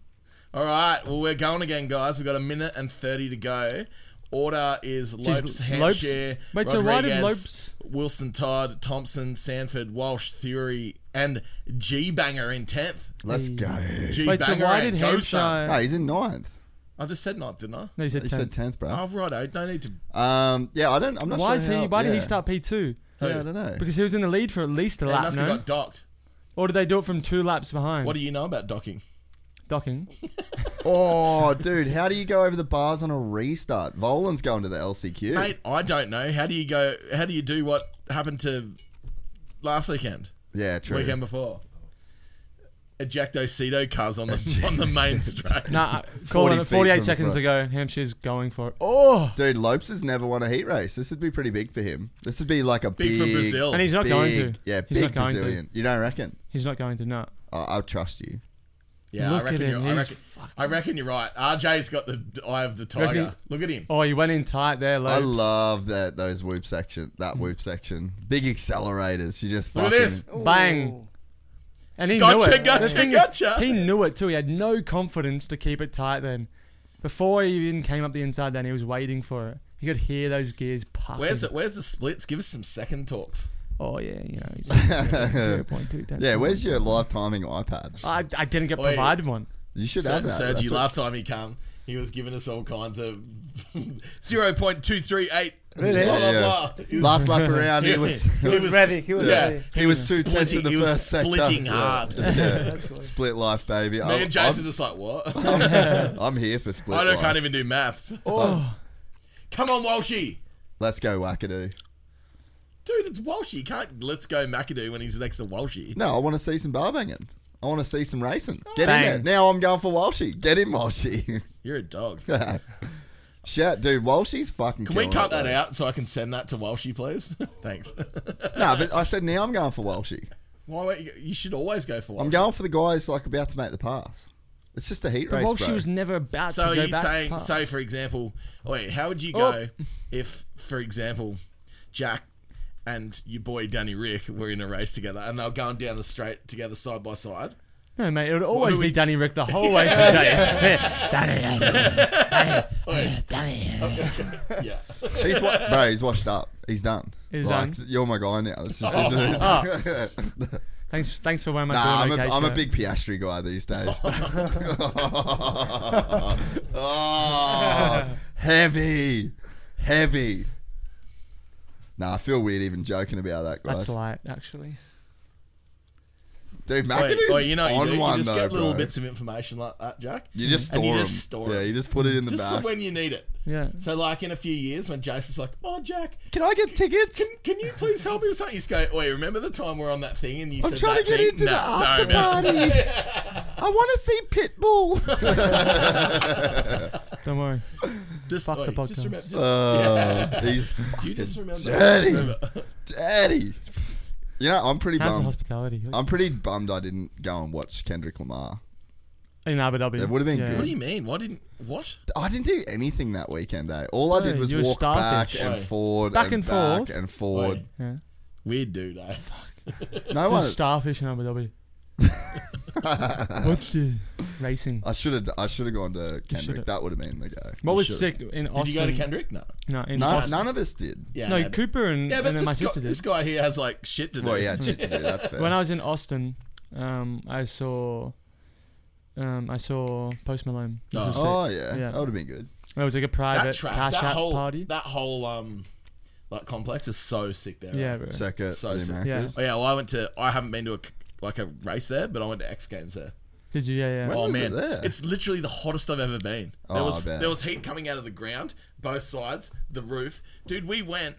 Speaker 5: All right. Well, we're going again, guys. We've got a minute and 30 to go. Order is Lopes,
Speaker 4: Lopes?
Speaker 5: Hampshire,
Speaker 4: Wait, so why did
Speaker 5: Rodriguez,
Speaker 4: Lopes-
Speaker 5: Wilson, Todd, Thompson, Sanford, Walsh, Theory, and G Banger in 10th.
Speaker 2: Let's go.
Speaker 5: G
Speaker 4: Wait, so
Speaker 5: Banger
Speaker 4: why
Speaker 5: and
Speaker 4: did
Speaker 5: Go Son.
Speaker 4: Hampshire?
Speaker 2: Hey, he's in ninth.
Speaker 5: I just said not, didn't I?
Speaker 4: no, he said
Speaker 2: He
Speaker 4: 10.
Speaker 2: said tenth, bro.
Speaker 5: Oh, right. I don't need to.
Speaker 2: Um, yeah, I don't. I'm not
Speaker 4: Oh. Why
Speaker 2: sure.
Speaker 4: is he?
Speaker 2: how-
Speaker 4: Why did
Speaker 2: yeah.
Speaker 4: he start P two?
Speaker 2: Yeah, I don't know.
Speaker 4: Because he was in the lead for at least a
Speaker 5: They
Speaker 4: lap,
Speaker 5: must have
Speaker 4: no?
Speaker 5: got docked.
Speaker 4: Or did they do it from two laps behind?
Speaker 5: What do you know about docking?
Speaker 4: Docking.
Speaker 2: Oh, dude, how do you go over the bars on a restart? Volan's going to the LCQ.
Speaker 5: Mate, I don't know. How do you go? How do you do what happened to last weekend?
Speaker 2: yeah, true.
Speaker 5: Weekend before? Ejecto Cedo cars on the on the main straight.
Speaker 4: Nah,
Speaker 2: 40
Speaker 4: calling
Speaker 2: feet
Speaker 4: it
Speaker 2: from
Speaker 4: 48
Speaker 2: the
Speaker 4: seconds
Speaker 2: front.
Speaker 4: to go. Hampshire's going for it. Oh,
Speaker 2: Dude, Lopes has never won a heat race. This would be pretty big for him. This would be like a big,
Speaker 5: Big for Brazil.
Speaker 4: and he's not going to.
Speaker 2: big- Yeah,
Speaker 4: he's
Speaker 2: big
Speaker 4: not going
Speaker 2: Brazilian.
Speaker 4: to.
Speaker 2: You don't reckon?
Speaker 4: He's not going to. No.
Speaker 2: I I'll trust you.
Speaker 5: yeah,
Speaker 4: Look
Speaker 5: I reckon
Speaker 4: at him.
Speaker 5: you're. I
Speaker 4: He's
Speaker 5: reckon, I reckon you're right. RJ's got the eye of the
Speaker 4: Reckon-
Speaker 5: tiger. Look at him.
Speaker 4: Oh, he went in tight there. Lopes.
Speaker 2: I love that those whoop section.
Speaker 4: Mm.
Speaker 2: That whoop section. Big accelerators. You just
Speaker 5: Look at
Speaker 2: fucking.
Speaker 5: this.
Speaker 4: Bang. And he knew
Speaker 5: Gotcha,
Speaker 4: it.
Speaker 5: gotcha,
Speaker 4: The thing is,
Speaker 5: gotcha.
Speaker 4: He knew it too. He had no confidence to keep it tight then. Before he even came up the inside then, he was waiting for it. He could hear those gears puffing.
Speaker 5: Where's it? Where's the splits? Give us some second talks.
Speaker 4: Oh, yeah, you know, he's 0.2. that's
Speaker 2: Yeah,
Speaker 4: fine.
Speaker 2: where's your live timing iPad?
Speaker 5: Uh,
Speaker 4: I, I didn't get
Speaker 5: Oi.
Speaker 4: provided one.
Speaker 2: You should have
Speaker 5: Ser-
Speaker 2: that.
Speaker 5: Sergi,
Speaker 2: That's what-
Speaker 5: last time he came, he was giving us all kinds of zero point two three eight.
Speaker 2: Yeah,
Speaker 5: Blah, blah,
Speaker 2: yeah.
Speaker 5: blah. He was-
Speaker 2: Last lap around, he
Speaker 5: Yeah.
Speaker 2: was.
Speaker 6: He was ready. He was
Speaker 5: yeah.
Speaker 6: ready.
Speaker 2: He was too
Speaker 5: splitting-
Speaker 2: tense in the
Speaker 5: he was
Speaker 2: first sector.
Speaker 5: splitting
Speaker 2: Yeah.
Speaker 5: hard.
Speaker 2: Yeah.
Speaker 6: That's cool.
Speaker 2: Split life, baby.
Speaker 5: Me
Speaker 2: I'm,
Speaker 5: and Jason
Speaker 2: I'm,
Speaker 5: just like, what?
Speaker 2: I'm here for split
Speaker 5: I
Speaker 2: life.
Speaker 5: don't, can't even do maths.
Speaker 4: Oh,
Speaker 5: Come on, Walshy.
Speaker 2: Let's go wackadoo.
Speaker 5: Dude, it's Walshy. You Can't let's go McAdoo when he's next to Walshy.
Speaker 2: No, I want to see some bar banging. I want to see some racing.
Speaker 5: Oh.
Speaker 2: Get
Speaker 4: Bang.
Speaker 2: in there. Now I'm going for Walshy. Get in, Walshy.
Speaker 5: You're a dog.
Speaker 2: Shout, dude, Walshy's fucking
Speaker 5: Can we cut that out so I can send that to Walshy, please? Thanks.
Speaker 2: No, but I said now I'm going for Walshy.
Speaker 5: Why won't you, you should always go for Walshy.
Speaker 2: I'm going for the guys like about to make the pass. It's just a heat
Speaker 4: but
Speaker 2: race,
Speaker 4: Walsh
Speaker 2: bro.
Speaker 4: was never about
Speaker 5: So
Speaker 4: to go
Speaker 5: he's
Speaker 4: back
Speaker 5: saying,
Speaker 4: past.
Speaker 5: so for example, wait, how would you
Speaker 2: Oh.
Speaker 5: go if, for example, Jack and your boy Danny Rick were in a race together and they were going down the straight together side by side?
Speaker 4: No, mate, it would always
Speaker 5: do we-
Speaker 4: be Danny Rick the whole way through. Danny,
Speaker 5: Yeah.
Speaker 2: He's wa- bro, he's washed up. He's done.
Speaker 4: He's
Speaker 2: like,
Speaker 4: done. Oh. Ah.
Speaker 2: You're my guy now. It's just,
Speaker 4: Thanks, thanks for wearing my
Speaker 2: Nah, I'm
Speaker 4: Bruno
Speaker 2: a,
Speaker 4: K
Speaker 2: I'm a
Speaker 4: shirt.
Speaker 2: big Piastri guy these days. oh, heavy, heavy. Nah, I feel weird even joking about that, guys.
Speaker 4: That's light, actually.
Speaker 2: Dude,
Speaker 5: Wait,
Speaker 2: McAdoo's
Speaker 5: wait, you know, you,
Speaker 2: on
Speaker 5: do, you
Speaker 2: one
Speaker 5: just
Speaker 2: though,
Speaker 5: get little
Speaker 2: bro.
Speaker 5: bits of information like that, Jack.
Speaker 2: you just
Speaker 5: and
Speaker 2: store
Speaker 5: you
Speaker 2: 'em.
Speaker 5: just store
Speaker 2: Yeah,
Speaker 5: it.
Speaker 2: you just put it in the
Speaker 5: Just for
Speaker 2: back.
Speaker 5: when you need it.
Speaker 4: Yeah.
Speaker 5: So, like in a few years, when Jason's like, "Oh, Jack,
Speaker 2: Can I get tickets?
Speaker 5: can, can you please help me with something?" You just go, "Wait, remember the time we are on that thing and you
Speaker 2: I'm
Speaker 5: said
Speaker 2: trying
Speaker 5: that
Speaker 2: to get
Speaker 5: thing?
Speaker 2: into the
Speaker 5: Nah,
Speaker 2: after
Speaker 5: no, man.
Speaker 2: party. I want to see Pitbull.
Speaker 4: Don't worry.
Speaker 5: Just,
Speaker 4: Fuck the
Speaker 5: wait,
Speaker 4: podcast.
Speaker 5: Just remember, just,
Speaker 2: Uh, he's
Speaker 5: you
Speaker 2: fucking
Speaker 5: just remember.
Speaker 2: dirty, dirty. You know, I'm pretty
Speaker 4: How's the
Speaker 2: bummed.
Speaker 4: hospitality?
Speaker 2: I'm pretty bummed I didn't go and watch Kendrick Lamar.
Speaker 4: Are in Abu Dhabi.
Speaker 2: It would've been
Speaker 4: yeah.
Speaker 2: good.
Speaker 5: What do you mean? Why didn't what?
Speaker 2: I didn't do anything that weekend, eh? All I
Speaker 4: No,
Speaker 2: did was
Speaker 4: you were
Speaker 2: walk back
Speaker 4: starfish.
Speaker 2: and
Speaker 5: Oi.
Speaker 2: forward,
Speaker 4: Back
Speaker 2: and,
Speaker 4: and
Speaker 2: back
Speaker 4: forth.
Speaker 2: and forward.
Speaker 4: Yeah.
Speaker 5: Weird dude, eh?
Speaker 2: No one.
Speaker 4: Just starfish in Abu Dhabi. What's the racing?
Speaker 2: I should have. I should have gone to Kendrick.
Speaker 4: should've.
Speaker 2: That would have been the go.
Speaker 4: What
Speaker 2: You
Speaker 4: was
Speaker 2: should've.
Speaker 4: sick in Austin?
Speaker 5: Did you go to Kendrick? No.
Speaker 4: No, in
Speaker 2: No,
Speaker 4: Austin.
Speaker 2: none of us did.
Speaker 5: Yeah.
Speaker 4: No,
Speaker 5: but-
Speaker 4: Cooper and,
Speaker 5: Yeah,
Speaker 4: and
Speaker 5: but
Speaker 4: then my
Speaker 5: this guy,
Speaker 4: sister did.
Speaker 5: this guy here has like shit to do.
Speaker 2: Well, yeah, shit to do. That's fair.
Speaker 4: When I was in Austin, um, I saw, um, I saw Post Malone. This
Speaker 5: Oh.
Speaker 4: was sick.
Speaker 2: oh yeah,
Speaker 4: Yeah.
Speaker 2: that would have been good.
Speaker 4: It was like a
Speaker 5: that
Speaker 4: private
Speaker 5: track,
Speaker 4: cash
Speaker 5: that
Speaker 4: out
Speaker 5: whole
Speaker 4: party.
Speaker 5: that whole um like complex is so sick there.
Speaker 4: yeah,
Speaker 5: right?
Speaker 4: bro.
Speaker 2: Circuit
Speaker 5: So
Speaker 2: for the
Speaker 5: sick.
Speaker 2: Americas.
Speaker 5: Oh yeah, well I went to I haven't been to a c like a race there, but I went to X Games there.
Speaker 4: Did you? Yeah, yeah.
Speaker 2: When
Speaker 5: oh
Speaker 2: was
Speaker 5: man,
Speaker 2: it there?
Speaker 5: it's literally the hottest I've ever been. There
Speaker 2: Oh, I
Speaker 5: was
Speaker 2: bet.
Speaker 5: there was heat coming out of the ground, both sides, the roof. Dude, we went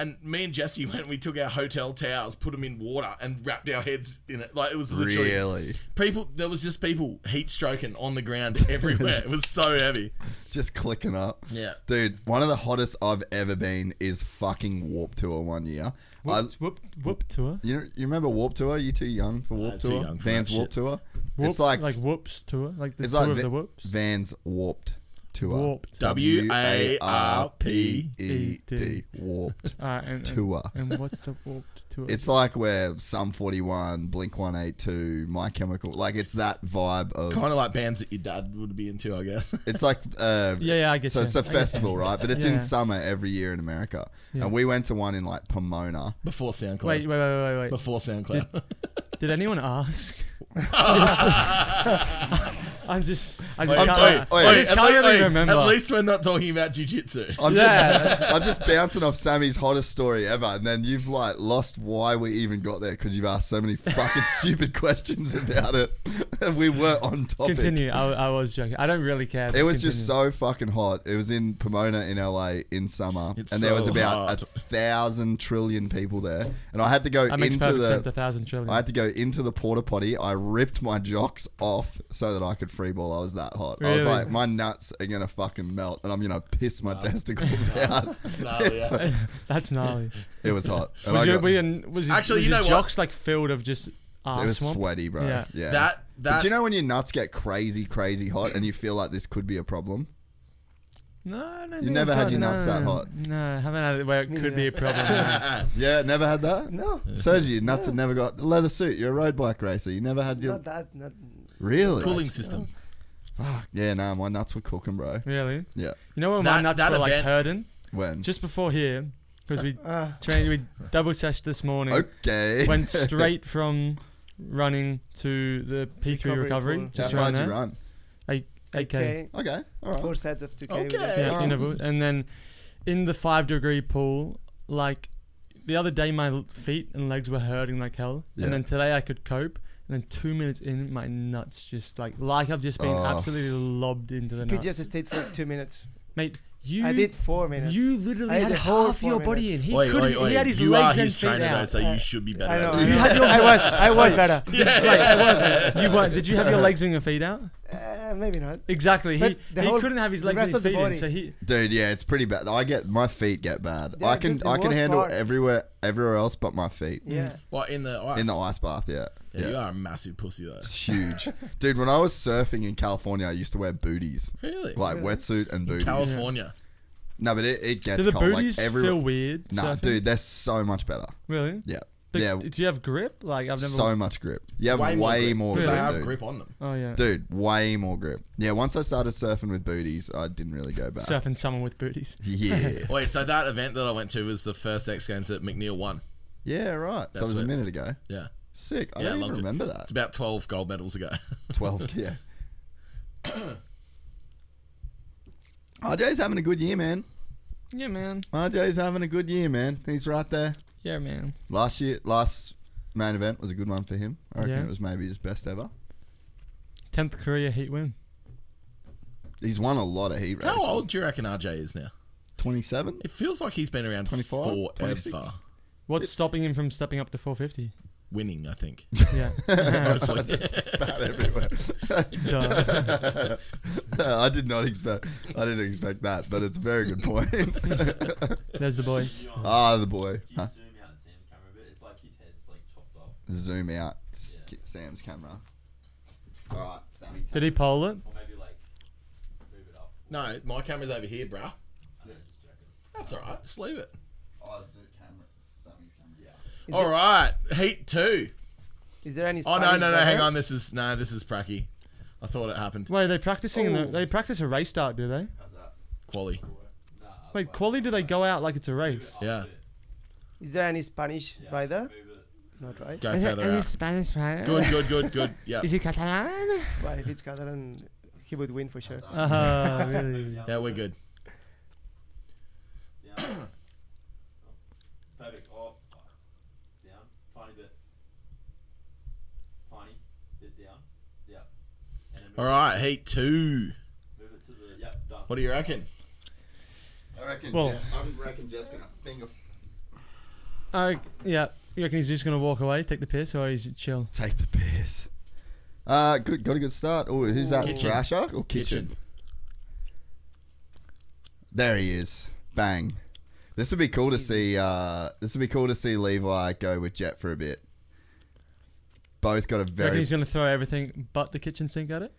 Speaker 5: and me and Jesse went. We took our hotel towels, put them in water, and wrapped our heads in it. Like it was literally
Speaker 2: Really,
Speaker 5: people. There was just people heat stroking on the ground everywhere. it was so heavy.
Speaker 2: just clicking up.
Speaker 5: Yeah.
Speaker 2: dude. One of the hottest I've ever been is fucking Warp Tour one year. I,
Speaker 4: Whoop, whoop, whoop tour.
Speaker 2: you know, you remember Warp Tour? You too young for Warp
Speaker 5: I'm too
Speaker 2: Tour?
Speaker 5: young for
Speaker 2: Vans
Speaker 5: that
Speaker 2: Warp
Speaker 5: shit.
Speaker 2: Tour.
Speaker 4: Whoop,
Speaker 2: it's like,
Speaker 4: whoops tour. Like the
Speaker 2: it's
Speaker 4: tour
Speaker 2: like
Speaker 4: of
Speaker 2: Va-
Speaker 4: the whoops.
Speaker 2: Vans Warped Tour.
Speaker 4: Warped.
Speaker 5: W A R P
Speaker 2: E D
Speaker 4: E D.
Speaker 2: Warped.
Speaker 4: Alright, and, and-
Speaker 2: Tour.
Speaker 4: And, what's the warped tour?
Speaker 2: It's like where Sum 41, Blink 182, My Chemical, like it's that vibe of.
Speaker 5: Kind of like bands that your dad would be into, I guess.
Speaker 2: It's like uh,
Speaker 4: Yeah, yeah, I get
Speaker 2: so
Speaker 4: you.
Speaker 2: it's a
Speaker 4: I get
Speaker 2: festival, right? But it's
Speaker 4: Yeah.
Speaker 2: in summer every year in America,
Speaker 4: Yeah.
Speaker 2: and we went to one in like Pomona.
Speaker 5: Before SoundCloud.
Speaker 4: wait, wait, wait, wait, wait.
Speaker 5: Before SoundCloud.
Speaker 4: Did anyone ask? I'm just, I
Speaker 5: Wait,
Speaker 4: just can't.
Speaker 5: wait,
Speaker 4: I
Speaker 2: wait,
Speaker 4: just
Speaker 5: at
Speaker 4: can't
Speaker 5: least-
Speaker 4: really
Speaker 5: wait,
Speaker 4: remember.
Speaker 5: At least we're not talking about jujitsu.
Speaker 2: I'm
Speaker 4: Yeah,
Speaker 2: just I'm just bouncing off Sammy's hottest story ever, and then you've like lost why we even got there because you've asked so many fucking stupid questions about it, and we were on topic.
Speaker 4: continue. I, I was joking. I don't really care.
Speaker 2: It was just so fucking hot. It was in Pomona in LA in summer,
Speaker 5: It's
Speaker 2: and there was
Speaker 5: so
Speaker 2: about
Speaker 5: hot.
Speaker 2: a thousand trillion people there, and I had to go
Speaker 4: That makes
Speaker 2: into
Speaker 4: perfect sense. A
Speaker 2: the.
Speaker 4: thousand trillion.
Speaker 2: I had to go into the porta potty. I ripped my jocks off so that I could free ball. I was that hot. I was
Speaker 4: Really?
Speaker 2: like, my nuts are gonna fucking melt, and I'm gonna piss my testicles out.
Speaker 5: No, yeah.
Speaker 4: That's gnarly.
Speaker 2: It was hot. And I
Speaker 4: Was your,
Speaker 2: got-
Speaker 4: were your, was your,
Speaker 5: Actually,
Speaker 4: was
Speaker 5: you
Speaker 4: your
Speaker 5: know what?
Speaker 4: jocks like filled of just arse
Speaker 2: It was
Speaker 4: swamp?
Speaker 2: sweaty, bro. Yeah.
Speaker 4: Yeah.
Speaker 5: That
Speaker 2: But
Speaker 5: that
Speaker 2: do you know when your nuts get crazy, crazy hot, and you feel like this could be a problem?
Speaker 4: No, I don't
Speaker 2: You
Speaker 4: think
Speaker 2: never
Speaker 4: I've
Speaker 2: had
Speaker 4: got-
Speaker 2: your
Speaker 4: no,
Speaker 2: nuts that hot.
Speaker 4: No, I haven't had it where it could be a problem. no.
Speaker 2: Yeah, never had that.
Speaker 6: No,
Speaker 2: Sergio, your nuts have never got leather suit. You're a road bike racer. You never had your
Speaker 6: not that. Not,
Speaker 2: really.
Speaker 5: cooling system.
Speaker 2: Yeah, nah, my nuts were cooking, bro.
Speaker 4: Really?
Speaker 2: Yeah,
Speaker 4: You know when
Speaker 5: That-
Speaker 4: my nuts
Speaker 5: that
Speaker 4: were like
Speaker 5: event- Uh,
Speaker 4: hurting?
Speaker 2: when
Speaker 4: Just before here, because we trained, we double seshed this morning.
Speaker 2: Oh, okay
Speaker 4: Went straight from running to the P3 recovery.
Speaker 6: Recovery pool.
Speaker 2: How
Speaker 4: just
Speaker 2: far
Speaker 4: around
Speaker 2: did you
Speaker 4: there.
Speaker 2: run?
Speaker 4: 8K.
Speaker 6: okay.
Speaker 2: Okay, all
Speaker 6: Four
Speaker 2: right.
Speaker 6: sets of
Speaker 4: Oh,
Speaker 6: 2K. with
Speaker 5: Okay.
Speaker 6: a-
Speaker 4: Yeah,
Speaker 2: Um,
Speaker 4: interval. And then in the five degree pool, like the other day, my l- feet and legs were hurting like hell.
Speaker 2: Yeah.
Speaker 4: And then today I could cope. And then two minutes in, my nuts just like like I've just been
Speaker 2: Oh.
Speaker 4: absolutely lobbed into the
Speaker 6: You
Speaker 4: nuts.
Speaker 6: just stayed for two minutes.
Speaker 4: Mate, you
Speaker 6: I did four minutes.
Speaker 4: You literally
Speaker 6: I
Speaker 4: had,
Speaker 6: had whole
Speaker 4: half
Speaker 6: four
Speaker 4: your body in.
Speaker 6: minutes.
Speaker 4: He
Speaker 5: Wait,
Speaker 4: couldn't.
Speaker 5: wait, wait.
Speaker 4: He had his
Speaker 5: you
Speaker 4: legs
Speaker 5: are
Speaker 4: and
Speaker 5: his
Speaker 4: feet
Speaker 5: trainer though,
Speaker 4: out.
Speaker 5: so you should be better.
Speaker 6: I know.
Speaker 5: at
Speaker 6: I,
Speaker 5: this.
Speaker 6: know. I was. I was better.
Speaker 4: you weren't, did you have your legs and your feet out?
Speaker 6: Uh, maybe not.
Speaker 4: Exactly. He,
Speaker 6: But the
Speaker 4: he
Speaker 6: whole-
Speaker 4: couldn't have his
Speaker 6: the
Speaker 4: legs
Speaker 6: rest
Speaker 4: and his
Speaker 6: of the
Speaker 4: feet in.
Speaker 6: body.
Speaker 4: So he
Speaker 2: Dude, yeah, it's pretty bad. I get my feet get bad.
Speaker 6: Yeah,
Speaker 2: I can
Speaker 6: the- the
Speaker 2: I can
Speaker 6: worst
Speaker 2: handle
Speaker 6: part.
Speaker 2: everywhere everywhere else but my feet.
Speaker 6: Yeah.
Speaker 5: What in the ice?
Speaker 2: In the ice bath, yeah.
Speaker 5: Yeah, You are a massive pussy though.
Speaker 2: It's huge. Dude, when I was surfing in California, I used to wear booties.
Speaker 5: Really?
Speaker 2: Like wetsuit and booties.
Speaker 5: California.
Speaker 2: no, but it, it
Speaker 4: do
Speaker 2: gets
Speaker 4: the
Speaker 2: cold.
Speaker 4: booties
Speaker 2: like everywhere.
Speaker 4: feel weird?
Speaker 2: Nah,
Speaker 4: surfing?
Speaker 2: dude, they're so much better.
Speaker 4: Really?
Speaker 2: Yeah.
Speaker 4: But
Speaker 2: yeah.
Speaker 4: Do you have grip? Like I've never.
Speaker 2: So much grip. You have way,
Speaker 5: grip,
Speaker 2: more grip.
Speaker 5: Because they have
Speaker 2: dude.
Speaker 5: grip on them.
Speaker 4: oh yeah.
Speaker 2: Dude, way more grip. Yeah, once I started surfing with booties, I didn't really go back.
Speaker 4: Surfing someone with booties.
Speaker 2: yeah.
Speaker 5: Wait, so that event that I went to was the first X Games that McNeil won.
Speaker 2: yeah, right. so it was a
Speaker 5: it.
Speaker 2: minute ago.
Speaker 5: Yeah.
Speaker 2: Sick. I
Speaker 5: Yeah,
Speaker 2: don't even
Speaker 5: loved it.
Speaker 2: remember
Speaker 5: It's
Speaker 2: that.
Speaker 5: about 12 gold medals ago.
Speaker 2: 12, yeah. RJ's having a good year, man.
Speaker 4: Yeah, man.
Speaker 2: RJ's having a good year, man. He's right there.
Speaker 4: Yeah, man.
Speaker 2: Last year, last main event was a good one for him. I reckon
Speaker 4: Yeah.
Speaker 2: it was maybe his best ever.
Speaker 4: Tenth career heat win.
Speaker 2: He's won a lot of heat races.
Speaker 5: How old do you reckon RJ is now?
Speaker 2: 27?
Speaker 5: It feels like he's been around
Speaker 2: 25,
Speaker 5: forever.
Speaker 2: 26.
Speaker 4: What's stopping him from stepping up to 450?
Speaker 5: Winning, I think.
Speaker 4: Yeah.
Speaker 5: Honestly.
Speaker 2: Spat everywhere.
Speaker 4: Duh.
Speaker 2: I did not expect. I didn't expect that, but it's a very good point.
Speaker 4: There's the boy.
Speaker 2: ah, the boy.
Speaker 7: If you
Speaker 2: Huh?
Speaker 7: zoom out Sam's camera a bit, it's like his head's like chopped off.
Speaker 2: Zoom out. S- Get Sam's camera. All right, Sammy.
Speaker 4: Did he pole it?
Speaker 7: Or maybe like move it up.
Speaker 5: No, my camera's over here, bruh.
Speaker 7: I don't know, just joking.
Speaker 5: That's all right. Just leave it.
Speaker 2: Oh, it's the camera. Sammy's camera. Yeah.
Speaker 5: all right. Heat two.
Speaker 6: Is there any?
Speaker 5: Oh no,
Speaker 6: Spanish
Speaker 5: no, no.
Speaker 6: rapper?
Speaker 5: Hang on. This is no. This is pracky. I thought it happened.
Speaker 4: Wait, are they practicing? In the, they practice a race start, do they?
Speaker 5: Quali.
Speaker 4: Wait, quali? Do they go out like it's a race?
Speaker 5: Yeah.
Speaker 6: Is there any Spanish rider? Not right.
Speaker 5: Go further out.
Speaker 4: Spanish player?
Speaker 5: Good, good, good, good. Yeah.
Speaker 4: he Catalan?
Speaker 6: But if it's Catalan, he would win for sure.
Speaker 4: Uh, really?
Speaker 5: Yeah, we're good.
Speaker 7: Down. Oh, Perfect. Oh, fuck. down. Tiny bit. Tiny bit down. Yeah. And then move,
Speaker 5: All right. Heat two.
Speaker 7: move it to the. Yep. Done.
Speaker 5: What do you reckon?
Speaker 2: I reckon.
Speaker 4: Well-
Speaker 2: Je- I reckon Jeff's gonna finger
Speaker 4: Oh, yeah. You reckon he's just gonna walk away, take the piss, or he's chill?
Speaker 2: take the piss. Uh, good, got a good start. Oh, who's that?
Speaker 5: Kitchen.
Speaker 2: Thrasher or kitchen?
Speaker 5: Kitchen.
Speaker 2: There he is. Bang. This would be cool to see. Uh, this would be cool to see Levi go with Jet for a bit. Both got a
Speaker 4: You reckon
Speaker 2: very.
Speaker 4: he's gonna throw everything but the kitchen sink at it?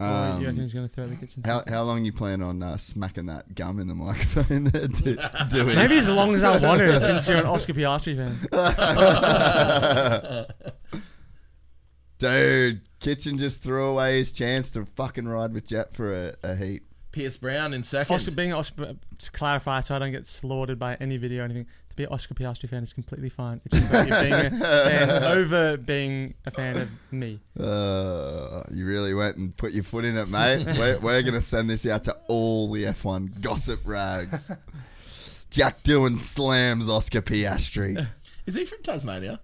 Speaker 4: or you
Speaker 2: Um,
Speaker 4: reckon he's gonna throw the kitchen sink?
Speaker 2: how, how long you plan on uh, smacking that gum in the microphone? there, do, do it.
Speaker 4: Maybe as long as I want to, since you're an Oscar Piastri fan.
Speaker 2: Dude, Kitchen just threw away his chance to fucking ride with Jet for a, a heat.
Speaker 5: Pierce Brown in
Speaker 4: Oscar
Speaker 5: second.
Speaker 4: being Oscar, to clarify, so I don't get slaughtered by any video or anything. To be an Oscar Piastri fan is completely fine. It's just like you're being a fan over being a fan of me.
Speaker 2: Uh, you really went and put your foot in it, mate. we're we're going to send this out to all the F1 gossip rags. Jack Doohan slams Oscar Piastri.
Speaker 5: Is he from Tasmania?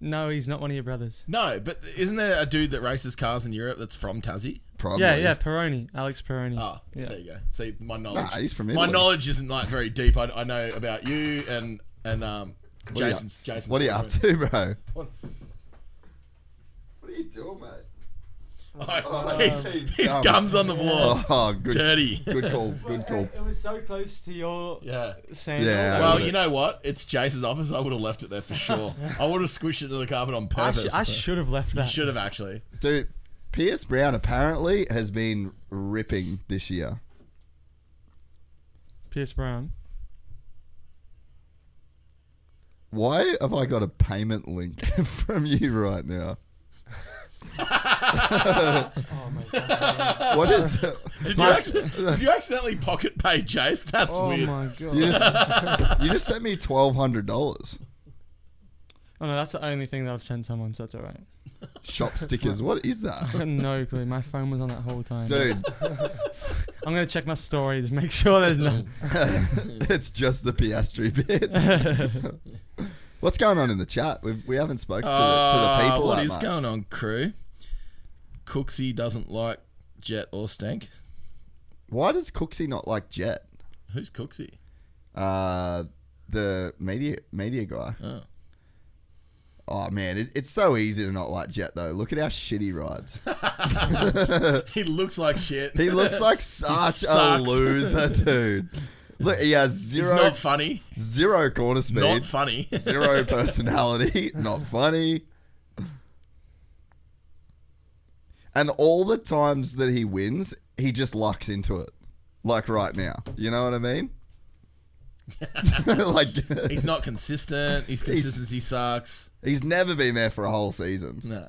Speaker 4: No, he's not one of your brothers.
Speaker 5: No, but isn't there a dude that races cars in Europe that's from Tassie?
Speaker 2: Probably.
Speaker 4: Yeah, yeah, Peroni, Alex Peroni.
Speaker 5: Ah,
Speaker 4: Yeah.
Speaker 5: there you go. See, my knowledge.
Speaker 2: Nah, he's from
Speaker 5: My
Speaker 2: Italy.
Speaker 5: knowledge isn't like very deep. I, I know about you and and um
Speaker 2: are you-
Speaker 5: Jason's Jason's.
Speaker 2: What are you up to, bro?
Speaker 5: What?
Speaker 2: What are you doing, mate?
Speaker 5: Oh, his,
Speaker 2: he's
Speaker 5: his
Speaker 2: dumb.
Speaker 5: gums on the wall.
Speaker 2: Oh, good,
Speaker 5: Dirty.
Speaker 2: good call. Good call.
Speaker 4: was so close to your
Speaker 5: Yeah.
Speaker 4: sandal.
Speaker 2: Yeah.
Speaker 5: Well,
Speaker 2: would've-
Speaker 5: you know what? It's Jason's office. I would have left it there for sure. I would have squished it to the carpet on
Speaker 4: I,
Speaker 5: purpose.
Speaker 4: sh- I should have left that.
Speaker 5: should have actually.
Speaker 2: Dude, Pierce Brown apparently has been ripping this year.
Speaker 4: Pierce Brown.
Speaker 2: Why have I got a payment link from you right now? what is it?
Speaker 5: Did you, acc- did you accidentally pocket pay Jace? That's
Speaker 4: Oh
Speaker 5: weird.
Speaker 4: my god.
Speaker 2: You just, you just sent me twelve hundred dollars.
Speaker 4: Oh no, that's the only thing that I've sent someone, so that's alright.
Speaker 2: Shop stickers. What is
Speaker 4: I
Speaker 2: that,
Speaker 4: got no clue. My phone was on that whole time.
Speaker 2: dude?
Speaker 4: I'm gonna check my story to make sure there's no.
Speaker 2: it's just the Piastri bit. What's going on in the chat? We've, we haven't spoke to, the to the
Speaker 5: Uh,
Speaker 2: people.
Speaker 5: what
Speaker 2: that
Speaker 5: is
Speaker 2: much.
Speaker 5: going on, crew? Cooksey doesn't like Jet or Stank.
Speaker 2: Why does Cooksey not like Jet?
Speaker 5: Who's Cooksey?
Speaker 2: Uh, the media media guy.
Speaker 5: Oh.
Speaker 2: Oh man, it, it's so easy to not like Jet though. Look at how shit he rides.
Speaker 5: He looks like shit.
Speaker 2: He looks like such a
Speaker 5: sucks.
Speaker 2: loser, dude. Look, he has
Speaker 5: He's
Speaker 2: zero
Speaker 5: not funny.
Speaker 2: zero corner speed,
Speaker 5: Not funny.
Speaker 2: zero personality, not funny. And all the times that he wins, he just lucks into it. Like right now. You know what I mean? like
Speaker 5: He's not consistent. His consistency sucks.
Speaker 2: he's never been there for a whole season.
Speaker 5: Nah.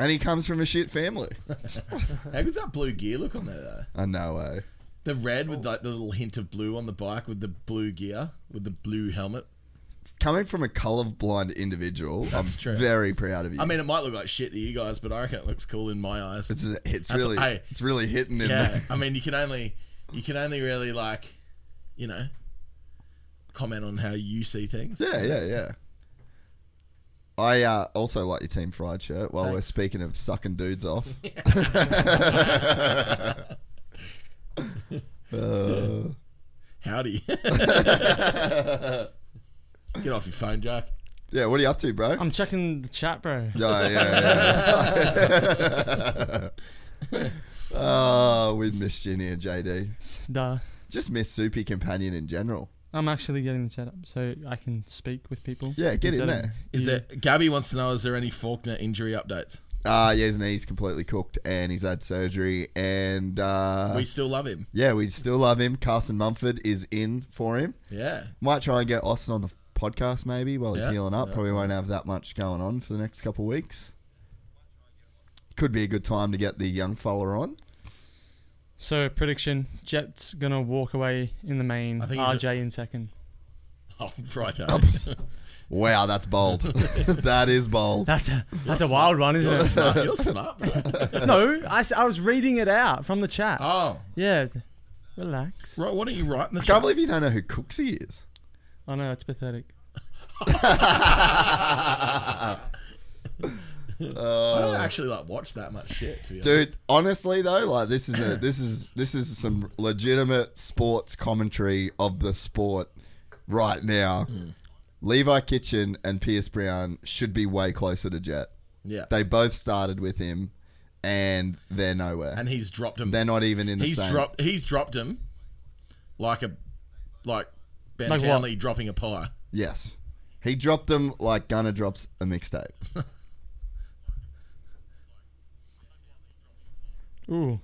Speaker 2: And he comes from a shit family.
Speaker 5: How good's that blue gear look on there though?
Speaker 2: I know, eh?
Speaker 5: The red
Speaker 2: Oh.
Speaker 5: with like the little hint of blue on the bike with the blue gear with the blue helmet.
Speaker 2: Coming from a colorblind individual, I'm
Speaker 5: true.
Speaker 2: very proud of you.
Speaker 5: I mean, it might look like shit to you guys, but I reckon it looks cool in my eyes.
Speaker 2: It's it's
Speaker 5: That's-
Speaker 2: really
Speaker 5: hey.
Speaker 2: it's really hitting in
Speaker 5: yeah.
Speaker 2: there.
Speaker 5: I mean, you can only you can only really like, you know, comment on how you see things.
Speaker 2: Yeah, yeah, yeah. I uh, also like your team fried shirt. While we're
Speaker 5: Thanks.
Speaker 2: speaking of sucking dudes off,
Speaker 5: Howdy. Get off your phone, Jack.
Speaker 2: yeah. What are you up to, bro?
Speaker 4: I'm checking the chat, bro.
Speaker 2: yeah, yeah, yeah. oh, we missed Ginny and JD.
Speaker 4: Duh.
Speaker 2: Just miss Soupy Companion in general.
Speaker 4: I'm actually getting the chat up so I can speak with people.
Speaker 2: Yeah, get in
Speaker 4: instead of
Speaker 2: there.
Speaker 5: Is
Speaker 4: you.
Speaker 5: it? Gabby wants to know: Is there any Faulkner injury updates?
Speaker 2: Uh, yeah, his knee's completely cooked and he's had surgery. And uh,
Speaker 5: we still love him.
Speaker 2: yeah, we still love him. Carson Mumford is in for him.
Speaker 5: Yeah.
Speaker 2: Might try and get Austin on the podcast maybe while he's
Speaker 5: Yeah.
Speaker 2: healing up. Probably won't have that much going on for the next couple of weeks. Could be a good time to get the young fella on.
Speaker 4: So prediction: Jets gonna walk away in the main.
Speaker 5: I think he's a-
Speaker 4: RJ in second.
Speaker 5: Oh, right.
Speaker 2: Wow, that's bold. that is bold.
Speaker 4: That's a that's a wild one,
Speaker 5: You're
Speaker 4: isn't
Speaker 5: smart. You're smart, bro.
Speaker 4: it? no, I, s- I was reading it out from the chat.
Speaker 5: Oh,
Speaker 4: Yeah, th- relax.
Speaker 5: right. Why don't you write in the
Speaker 2: Can't
Speaker 5: chat?
Speaker 2: believe you don't know who Cooksey is.
Speaker 4: I know it's Oh, pathetic.
Speaker 5: I don't
Speaker 2: Oh.
Speaker 5: actually like watch that much shit, to be honest.
Speaker 2: Dude, honestly though, like this is a this is this is some legitimate sports commentary of the sport right now.
Speaker 5: Hmm.
Speaker 2: Levi Kitchen and Pierce Brown should be way closer to Jet.
Speaker 5: Yeah.
Speaker 2: They both started with him and they're nowhere.
Speaker 5: and he's dropped him.
Speaker 2: they're not even in the
Speaker 5: he's
Speaker 2: same.
Speaker 5: dropped. He's dropped him like a like Ben
Speaker 4: Like what?
Speaker 5: Townley dropping a pie.
Speaker 2: yes. He dropped them like Gunner drops a mixtape.
Speaker 4: Ooh,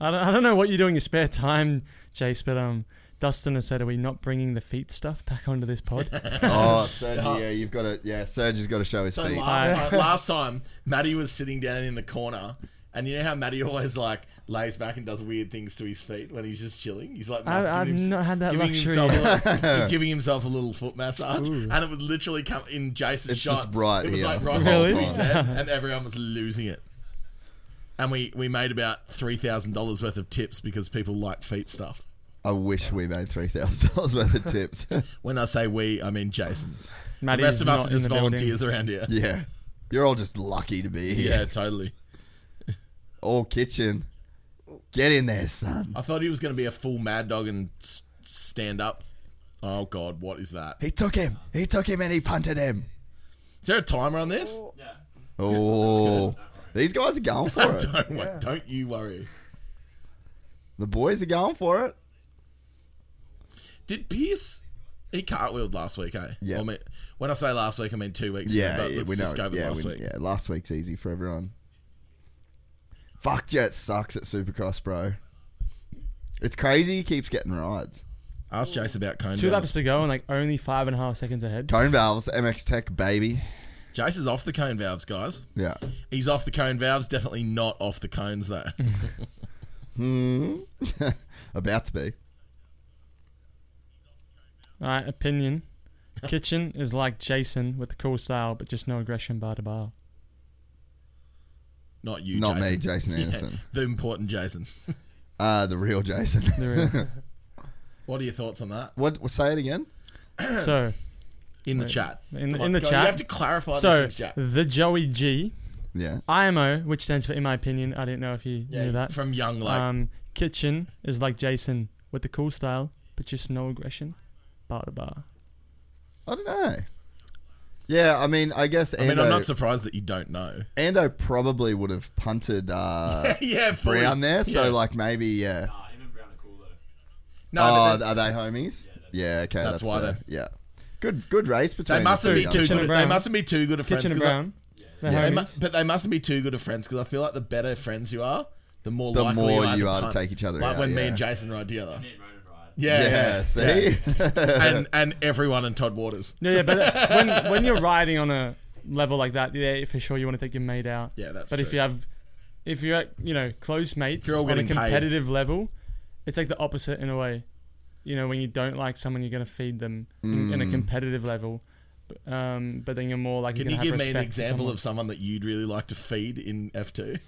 Speaker 4: I don't, I don't know what you do in your spare time, Jace, but um, Dustin has said, are we not bringing the feet stuff back onto this pod?
Speaker 2: oh, Serge, yeah, you've got to yeah, Serge has got to show his
Speaker 5: So
Speaker 2: feet.
Speaker 5: last time, last time, Maddie was sitting down in the corner, and you know how Maddie always like lays back and does weird things to his feet when he's just chilling. He's like,
Speaker 4: I-
Speaker 5: massaging
Speaker 4: I've
Speaker 5: himself-
Speaker 4: not had that
Speaker 5: giving
Speaker 4: luxury
Speaker 5: Himself a little, he's giving himself a little foot massage, and it would literally come in Jason's
Speaker 2: It's
Speaker 5: shot.
Speaker 2: just right
Speaker 5: it was
Speaker 2: here
Speaker 5: like
Speaker 2: the
Speaker 5: right
Speaker 2: whole
Speaker 5: really? to
Speaker 2: time.
Speaker 5: his head, and everyone was losing it. And we we made about three thousand dollars worth of tips because people like feet stuff.
Speaker 2: I wish we made three thousand dollars worth of tips.
Speaker 5: When I say we, I mean Jason.
Speaker 4: Maddie
Speaker 5: the rest
Speaker 4: is
Speaker 5: of us
Speaker 4: not
Speaker 5: are
Speaker 4: in
Speaker 5: just
Speaker 4: the building.
Speaker 5: volunteers around here. Yeah,
Speaker 2: yeah. You're all just lucky to be here.
Speaker 5: totally.
Speaker 2: All kitchen. Get in there, son.
Speaker 5: I thought he was going to be a full mad dog and s- stand up. Oh God, what is that?
Speaker 2: He took him. He took him and he punted him.
Speaker 5: Is there a timer on this?
Speaker 2: Oh, these guys are going for it.
Speaker 5: Don't, wait, don't you worry.
Speaker 2: The boys are going for it.
Speaker 5: Did Pierce? He cartwheeled last week, eh?
Speaker 2: Yeah.
Speaker 5: I mean, when I say last week, I mean two weeks.
Speaker 2: Yeah,
Speaker 5: ago, but
Speaker 2: yeah,
Speaker 5: let's
Speaker 2: we know.
Speaker 5: just go with
Speaker 2: yeah,
Speaker 5: last
Speaker 2: we-
Speaker 5: week.
Speaker 2: yeah, last week's easy for everyone. Fuck Jet sucks at Supercross, bro. It's crazy. He keeps getting rides.
Speaker 5: Ask Jace about cone.
Speaker 4: Two
Speaker 5: valves.
Speaker 4: laps to go and like only five and a half seconds ahead.
Speaker 2: Cone valves, MX Tech, baby.
Speaker 5: Jace is off the cone valves, guys.
Speaker 2: Yeah.
Speaker 5: He's off the cone valves. Definitely not off the cones though.
Speaker 2: About to be.
Speaker 4: All right, opinion. Kitchen is like Jason with the cool style, but just no aggression bar to bar.
Speaker 5: not you,
Speaker 2: Not
Speaker 5: Jason.
Speaker 2: me, Jason Anderson.
Speaker 5: The important Jason.
Speaker 2: Uh, the real Jason.
Speaker 4: There
Speaker 5: What are your thoughts on that?
Speaker 2: what? what- Say it again.
Speaker 4: we go. so
Speaker 5: In the chat. Come
Speaker 4: in, the
Speaker 5: on,
Speaker 4: in the
Speaker 5: go,
Speaker 4: chat,
Speaker 5: You have to clarify
Speaker 4: so
Speaker 5: this in chat.
Speaker 4: the Joey G,
Speaker 2: Yeah.
Speaker 4: IMO, which stands for in my opinion. I didn't know if you
Speaker 5: Yeah,
Speaker 4: knew that.
Speaker 5: From young, like
Speaker 4: um, kitchen is like Jason with the cool style, but just no aggression, bar to bar.
Speaker 2: I don't know. Yeah, I mean, I guess
Speaker 5: I
Speaker 2: Ando,
Speaker 5: mean, I'm not surprised that you don't know.
Speaker 2: Ando probably would have punted uh,
Speaker 5: yeah, fully.
Speaker 2: Brown there, so
Speaker 5: Yeah.
Speaker 2: like maybe yeah.
Speaker 7: Nah, him and Brown are Ah, cool though.
Speaker 5: no,
Speaker 2: oh,
Speaker 5: but they-
Speaker 2: are they homies? Yeah, okay, that's,
Speaker 5: why
Speaker 2: fair.
Speaker 5: then.
Speaker 2: Yeah, good, good race between.
Speaker 5: they
Speaker 2: the
Speaker 5: mustn't
Speaker 2: two
Speaker 5: be
Speaker 2: young
Speaker 5: too
Speaker 2: fellas.
Speaker 4: Kitchen
Speaker 5: good.
Speaker 4: and
Speaker 5: They
Speaker 4: Brown.
Speaker 5: mustn't be too good of friends.
Speaker 4: Kitchen and
Speaker 5: 'cause I-
Speaker 4: Brown. they're
Speaker 2: Yeah.
Speaker 5: they
Speaker 4: homies.
Speaker 5: mu- but they mustn't be too good of friends because I feel like the better friends you are, the more
Speaker 2: The
Speaker 5: likely
Speaker 2: more
Speaker 5: you are,
Speaker 2: you
Speaker 5: to,
Speaker 2: are to
Speaker 5: punt.
Speaker 2: take each other
Speaker 5: Like
Speaker 2: out,
Speaker 5: when me
Speaker 2: yeah.
Speaker 5: and Jason ride together.
Speaker 7: Me and Ronan ride.
Speaker 5: Yeah,
Speaker 2: Yeah, see,
Speaker 5: and and everyone in Todd Waters.
Speaker 4: No, yeah, but uh, when when you're riding on a level like that, yeah, for sure you want to take your mate out.
Speaker 5: Yeah, that's
Speaker 4: But if
Speaker 5: true.
Speaker 4: you have, if you're at, you know close mates
Speaker 5: you're all
Speaker 4: on a
Speaker 5: getting paid.
Speaker 4: competitive level, it's like the opposite in a way. You know, when you don't like someone, you're gonna feed them in, in a competitive level. But, um, but then you're more like
Speaker 5: Mm. Can
Speaker 4: you're
Speaker 5: you
Speaker 4: gonna
Speaker 5: give me an
Speaker 4: have respect for
Speaker 5: example
Speaker 4: someone.
Speaker 5: of someone that you'd really like to feed in F2?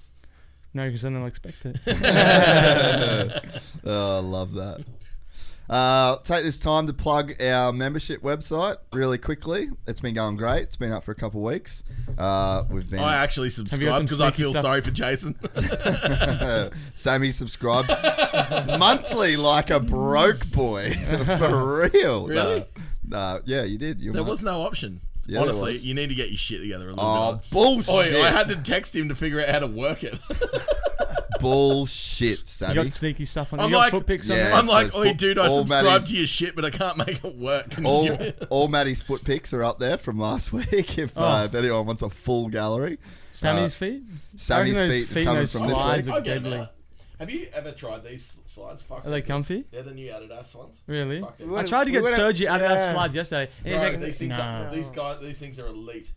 Speaker 4: no, because then they'll expect it.
Speaker 2: oh, I love that. Uh, take this time to plug our membership website really quickly. It's been going great. It's been up for a couple of weeks. Uh, we've been.
Speaker 5: I actually subscribe
Speaker 4: some
Speaker 5: because I
Speaker 4: sneaky
Speaker 5: feel
Speaker 4: stuff?
Speaker 5: sorry for Jason.
Speaker 2: Sammy subscribed monthly like a broke boy for real.
Speaker 5: Really?
Speaker 2: No, no, yeah, you did. You
Speaker 5: there
Speaker 2: won.
Speaker 5: was no option.
Speaker 2: Yeah, there
Speaker 5: Honestly,
Speaker 2: was.
Speaker 5: you need to get your shit together a little
Speaker 2: Oh
Speaker 5: bit.
Speaker 2: bullshit!
Speaker 5: Oi, I had to text him to figure out how to work it.
Speaker 2: bullshit, Sammy.
Speaker 4: You got sneaky stuff on.
Speaker 5: I'm
Speaker 4: You got
Speaker 5: like-
Speaker 4: foot pics on.
Speaker 2: Yeah.
Speaker 4: there?
Speaker 5: I'm like,
Speaker 2: it's
Speaker 5: oi,
Speaker 2: foot-
Speaker 5: dude, I
Speaker 2: all
Speaker 5: subscribe
Speaker 2: Maddie's-
Speaker 5: to your shit, but I can't make it work. Can
Speaker 2: all,
Speaker 5: you-
Speaker 2: all Maddie's foot pics are up there from last week.
Speaker 5: Oh.
Speaker 2: If, uh, if anyone wants a full gallery,
Speaker 4: Sammy's
Speaker 2: Uh,
Speaker 4: feet.
Speaker 2: Sammy's
Speaker 4: I reckon those
Speaker 2: feet is
Speaker 4: feet in
Speaker 2: coming
Speaker 4: those
Speaker 2: from this
Speaker 4: slides
Speaker 2: week.
Speaker 4: Are,
Speaker 5: I'll get
Speaker 4: deadly.
Speaker 5: better. Have you ever tried these slides? Fuck,
Speaker 4: Are they comfy?
Speaker 5: They're the new Adidas ones.
Speaker 4: Really?
Speaker 5: Fuck it.
Speaker 4: I tried to get
Speaker 6: We would've-
Speaker 4: Sergi out of
Speaker 6: yeah.
Speaker 4: that slides yesterday. And he's
Speaker 5: Bro,
Speaker 4: like,
Speaker 5: these things
Speaker 4: "Nah."
Speaker 5: are, these guys these things are elite.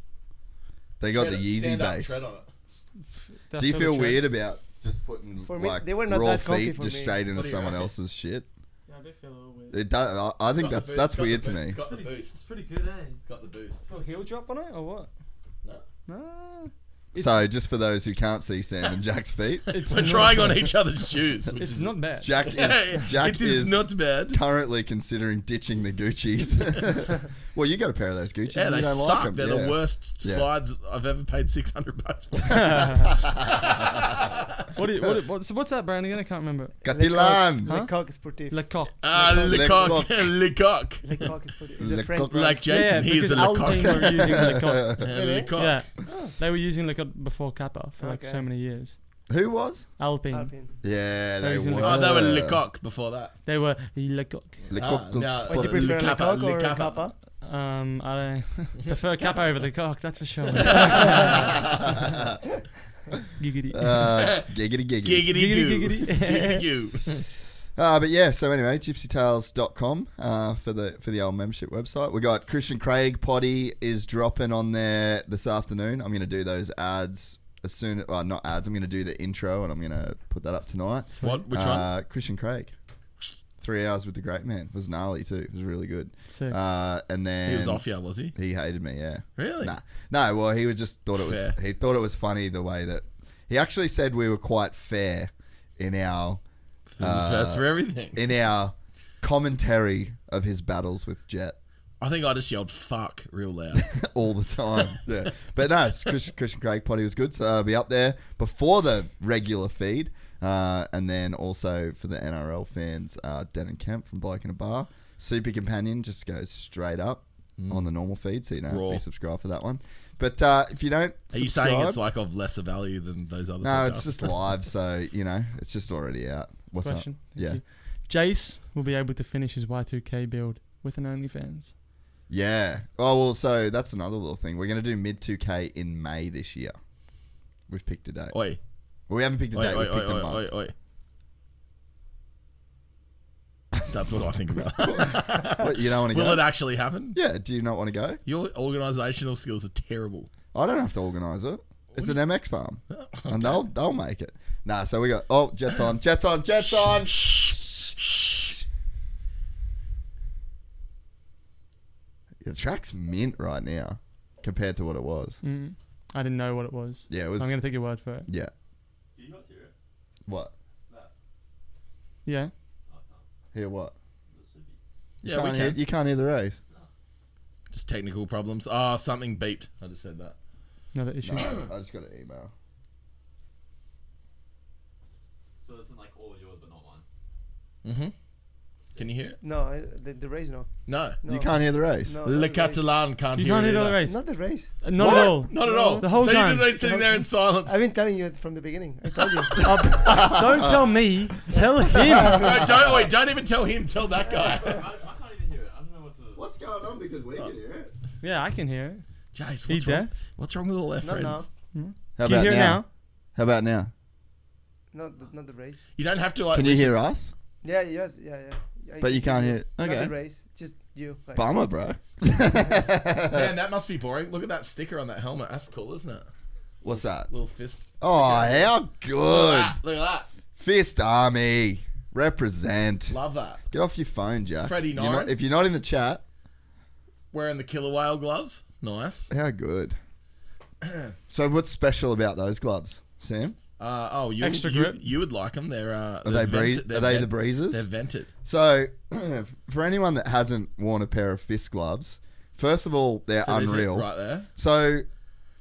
Speaker 2: they got the
Speaker 5: Stand-
Speaker 2: Yeezy
Speaker 5: stand up,
Speaker 2: base.
Speaker 5: tread on it.
Speaker 4: That's
Speaker 2: Do you
Speaker 4: what we
Speaker 2: feel
Speaker 4: tried.
Speaker 2: weird about just putting
Speaker 6: For me,
Speaker 2: like
Speaker 6: they were not
Speaker 2: raw
Speaker 6: that comfy
Speaker 2: feet
Speaker 6: for
Speaker 2: just
Speaker 6: me.
Speaker 2: straight into
Speaker 5: What do you
Speaker 2: someone
Speaker 5: reckon?
Speaker 2: else's shit?
Speaker 4: Yeah, I do feel a little weird.
Speaker 2: It does, I I think
Speaker 5: Got
Speaker 2: that's
Speaker 5: the boost,
Speaker 2: that's
Speaker 5: got the
Speaker 2: weird to
Speaker 5: boost,
Speaker 2: me.
Speaker 5: Got the
Speaker 4: It's
Speaker 5: boost.
Speaker 4: pretty good, eh?
Speaker 5: Got the boost.
Speaker 4: Little heel drop on it or what?
Speaker 5: No.
Speaker 4: No.
Speaker 2: So just for those who can't see Sam and Jack's feet,
Speaker 4: It's
Speaker 5: We're
Speaker 4: not-
Speaker 5: trying on each other's shoes. Which
Speaker 4: It's
Speaker 5: is,
Speaker 4: not bad.
Speaker 2: Jack is Jack
Speaker 5: it is, not bad.
Speaker 2: currently considering ditching the Gucci's. well, you got a pair of those Gucci's.
Speaker 5: Yeah,
Speaker 2: and
Speaker 5: they
Speaker 2: you don't
Speaker 5: suck.
Speaker 2: Like them.
Speaker 5: They're
Speaker 2: yeah.
Speaker 5: the worst
Speaker 2: Yeah.
Speaker 5: slides I've ever paid six hundred bucks for.
Speaker 4: What, do you- what, do- what- so what's that brand again? I can't remember.
Speaker 2: Catalan.
Speaker 4: Huh?
Speaker 6: Lecoq Sportif.
Speaker 4: Lecoq.
Speaker 2: Uh,
Speaker 5: Ah, Lecoq,
Speaker 2: Lecoq.
Speaker 5: Lecoq,
Speaker 6: Lecoq Sportif. It's a French
Speaker 2: Lecoq.
Speaker 6: brand.
Speaker 5: like
Speaker 4: Yeah,
Speaker 5: Jason, he
Speaker 4: because
Speaker 5: is a
Speaker 4: Alpine
Speaker 5: Lecoq.
Speaker 4: were using Lecoq.
Speaker 5: Yeah, Lecoq.
Speaker 4: Yeah, they were using Lecoq before Kappa for like so
Speaker 6: Okay.
Speaker 4: many years.
Speaker 2: Who was?
Speaker 4: Alpine.
Speaker 6: Alpine.
Speaker 2: Yeah, they
Speaker 4: Those in
Speaker 2: were. Uh,
Speaker 4: the-
Speaker 5: Oh, they were Lecoq before that.
Speaker 4: They were Lecoq.
Speaker 2: Lecoq.
Speaker 5: Ah, now-
Speaker 2: Spot-
Speaker 6: Do you prefer
Speaker 5: Lecoq,
Speaker 6: Lecoq or
Speaker 5: Lecoq.
Speaker 6: Kappa?
Speaker 4: Um, I prefer Kappa over Lecoq. That's for sure. Giggity.
Speaker 2: Uh, giggity giggity.
Speaker 5: Giggity goo.
Speaker 4: Giggity,
Speaker 5: Giggity
Speaker 4: giggity.
Speaker 5: goo.
Speaker 2: Uh, but yeah, so anyway, gypsytales.com uh, for the for the old membership website. We got Christian Craig Potty is dropping on there this afternoon. I'm going to do those ads as soon well, not ads. I'm going to do the intro and I'm going to put that up tonight.
Speaker 5: What? Which one?
Speaker 2: Uh, Christian Craig. 3 hours with the great man. Was gnarly too. It was really good.
Speaker 4: Sick.
Speaker 2: Uh, and then
Speaker 5: He was off yeah, was he?
Speaker 2: he hated me, yeah.
Speaker 5: Really?
Speaker 2: Nah. No, well, he would just thought it was
Speaker 5: Fair.
Speaker 2: he thought it was funny the way that he actually said we were quite fair in our
Speaker 5: This is
Speaker 2: Uh,
Speaker 5: a first for everything.
Speaker 2: in our commentary of his battles with Jet
Speaker 5: I think I just yelled "fuck" real loud.
Speaker 2: all the time. yeah. But no, it's Christian, Christian Craig potty was good, so that'll be up there before the regular feed. Uh, and then also for the NRL fans, uh, Dan and Kemp from Bloke in a Bar. Super Companion just goes straight up on the normal feed, so you don't have to
Speaker 5: Mm. Raw.
Speaker 2: be subscribed for that one. But uh, if you don't,
Speaker 5: Are you
Speaker 2: subscribe-
Speaker 5: saying it's like of lesser value than those other?
Speaker 2: no,
Speaker 5: podcasts?
Speaker 2: it's just live, so you know it's just already out. What's
Speaker 4: Question.
Speaker 2: up?
Speaker 4: Thank
Speaker 2: Yeah,
Speaker 4: you. Jace will be able to finish his Y2K build with an OnlyFans.
Speaker 2: yeah. Oh well, so that's another little thing. We're gonna do mid two K in May this year. We've picked a date.
Speaker 5: Oi,
Speaker 2: Well, we haven't picked a
Speaker 5: oi,
Speaker 2: date.
Speaker 5: oi,
Speaker 2: We've
Speaker 5: oi,
Speaker 2: picked a month.
Speaker 5: oi, oi, oi. That's what I think about.
Speaker 2: What, you don't want to
Speaker 5: Will
Speaker 2: go?
Speaker 5: it actually happen?
Speaker 2: yeah. Do you not want to go?
Speaker 5: Your organisational skills are terrible.
Speaker 2: I don't have to organise it. It's an MX farm, and they'll they'll make it. Nah. So we got oh jets on, jets on, jets on. The track's mint right now compared to what it was.
Speaker 5: Mm.
Speaker 4: I didn't know what it was.
Speaker 2: Yeah, it was.
Speaker 4: I'm gonna take your word for it.
Speaker 2: yeah.
Speaker 7: You guys hear it?
Speaker 2: What?
Speaker 4: Yeah.
Speaker 2: Hear what? You
Speaker 5: Yeah, we
Speaker 2: can't hear-
Speaker 5: can.
Speaker 2: you can't hear the race.
Speaker 5: Just technical problems. Ah, something beeped. I just said that.
Speaker 4: Another issue.
Speaker 2: I just got an email.
Speaker 7: So it's in like all yours, but not mine.
Speaker 5: Can you hear it?
Speaker 6: No, I- the, the race, no.
Speaker 5: No.
Speaker 6: no.
Speaker 2: You can't hear the race.
Speaker 6: No,
Speaker 5: Le
Speaker 6: not the race.
Speaker 5: Catalan can't
Speaker 4: You
Speaker 5: hear
Speaker 4: can't
Speaker 5: it
Speaker 4: hear the
Speaker 5: either.
Speaker 4: other race.
Speaker 6: Not the race.
Speaker 4: Uh, Not at all.
Speaker 5: Not at all.
Speaker 4: The whole
Speaker 5: so
Speaker 4: time.
Speaker 5: you just ain't sitting there in silence.
Speaker 6: I've been telling you from the beginning. I told you.
Speaker 4: Don't tell me. Tell him.
Speaker 5: No, don't wait. Don't even tell him. Tell that guy.
Speaker 7: I, I can't even hear it. I don't know what to.
Speaker 2: What's going on? Because we can hear it.
Speaker 4: yeah, I can hear it.
Speaker 5: Jace, what's
Speaker 4: He's
Speaker 5: wrong?
Speaker 4: deaf.
Speaker 5: What's wrong with all our
Speaker 6: Not
Speaker 5: friends?
Speaker 6: now.
Speaker 2: How
Speaker 4: Can you
Speaker 2: about
Speaker 4: hear it
Speaker 2: now?
Speaker 4: now?
Speaker 2: How about now?
Speaker 6: Not the, not the race.
Speaker 5: You don't have to like.
Speaker 2: Can you
Speaker 5: listen-
Speaker 2: hear us?
Speaker 6: Yeah, yes, yeah, yeah. I
Speaker 2: But you can't hear it.
Speaker 6: Not
Speaker 2: Okay.
Speaker 6: the race. Just you. like-
Speaker 2: Bummer, bro.
Speaker 5: Man, that must be boring. Look at that sticker on that helmet. That's cool, isn't it?
Speaker 2: What's that?
Speaker 5: Little fist.
Speaker 2: Oh, how good.
Speaker 5: Ah, look at that.
Speaker 2: Fist Army. Represent.
Speaker 5: Love that.
Speaker 2: Get off your phone, Jack.
Speaker 5: Freddie
Speaker 2: You're
Speaker 5: Nine.
Speaker 2: not- if you're not in the chat,
Speaker 5: Wearing the killer whale gloves. Nice.
Speaker 2: how good. so what's special about those gloves, Sam?
Speaker 5: Uh, oh, you,
Speaker 4: Extra
Speaker 5: you,
Speaker 4: grip.
Speaker 5: you would like them. They're uh,
Speaker 2: Are
Speaker 5: they're
Speaker 2: they breeze-
Speaker 5: vented-
Speaker 2: are they
Speaker 5: they're
Speaker 2: the breezes?
Speaker 5: They're vented.
Speaker 2: So, for anyone that hasn't worn a pair of fist gloves, first of all, they're
Speaker 5: So there's it
Speaker 2: unreal.
Speaker 5: right there.
Speaker 2: So,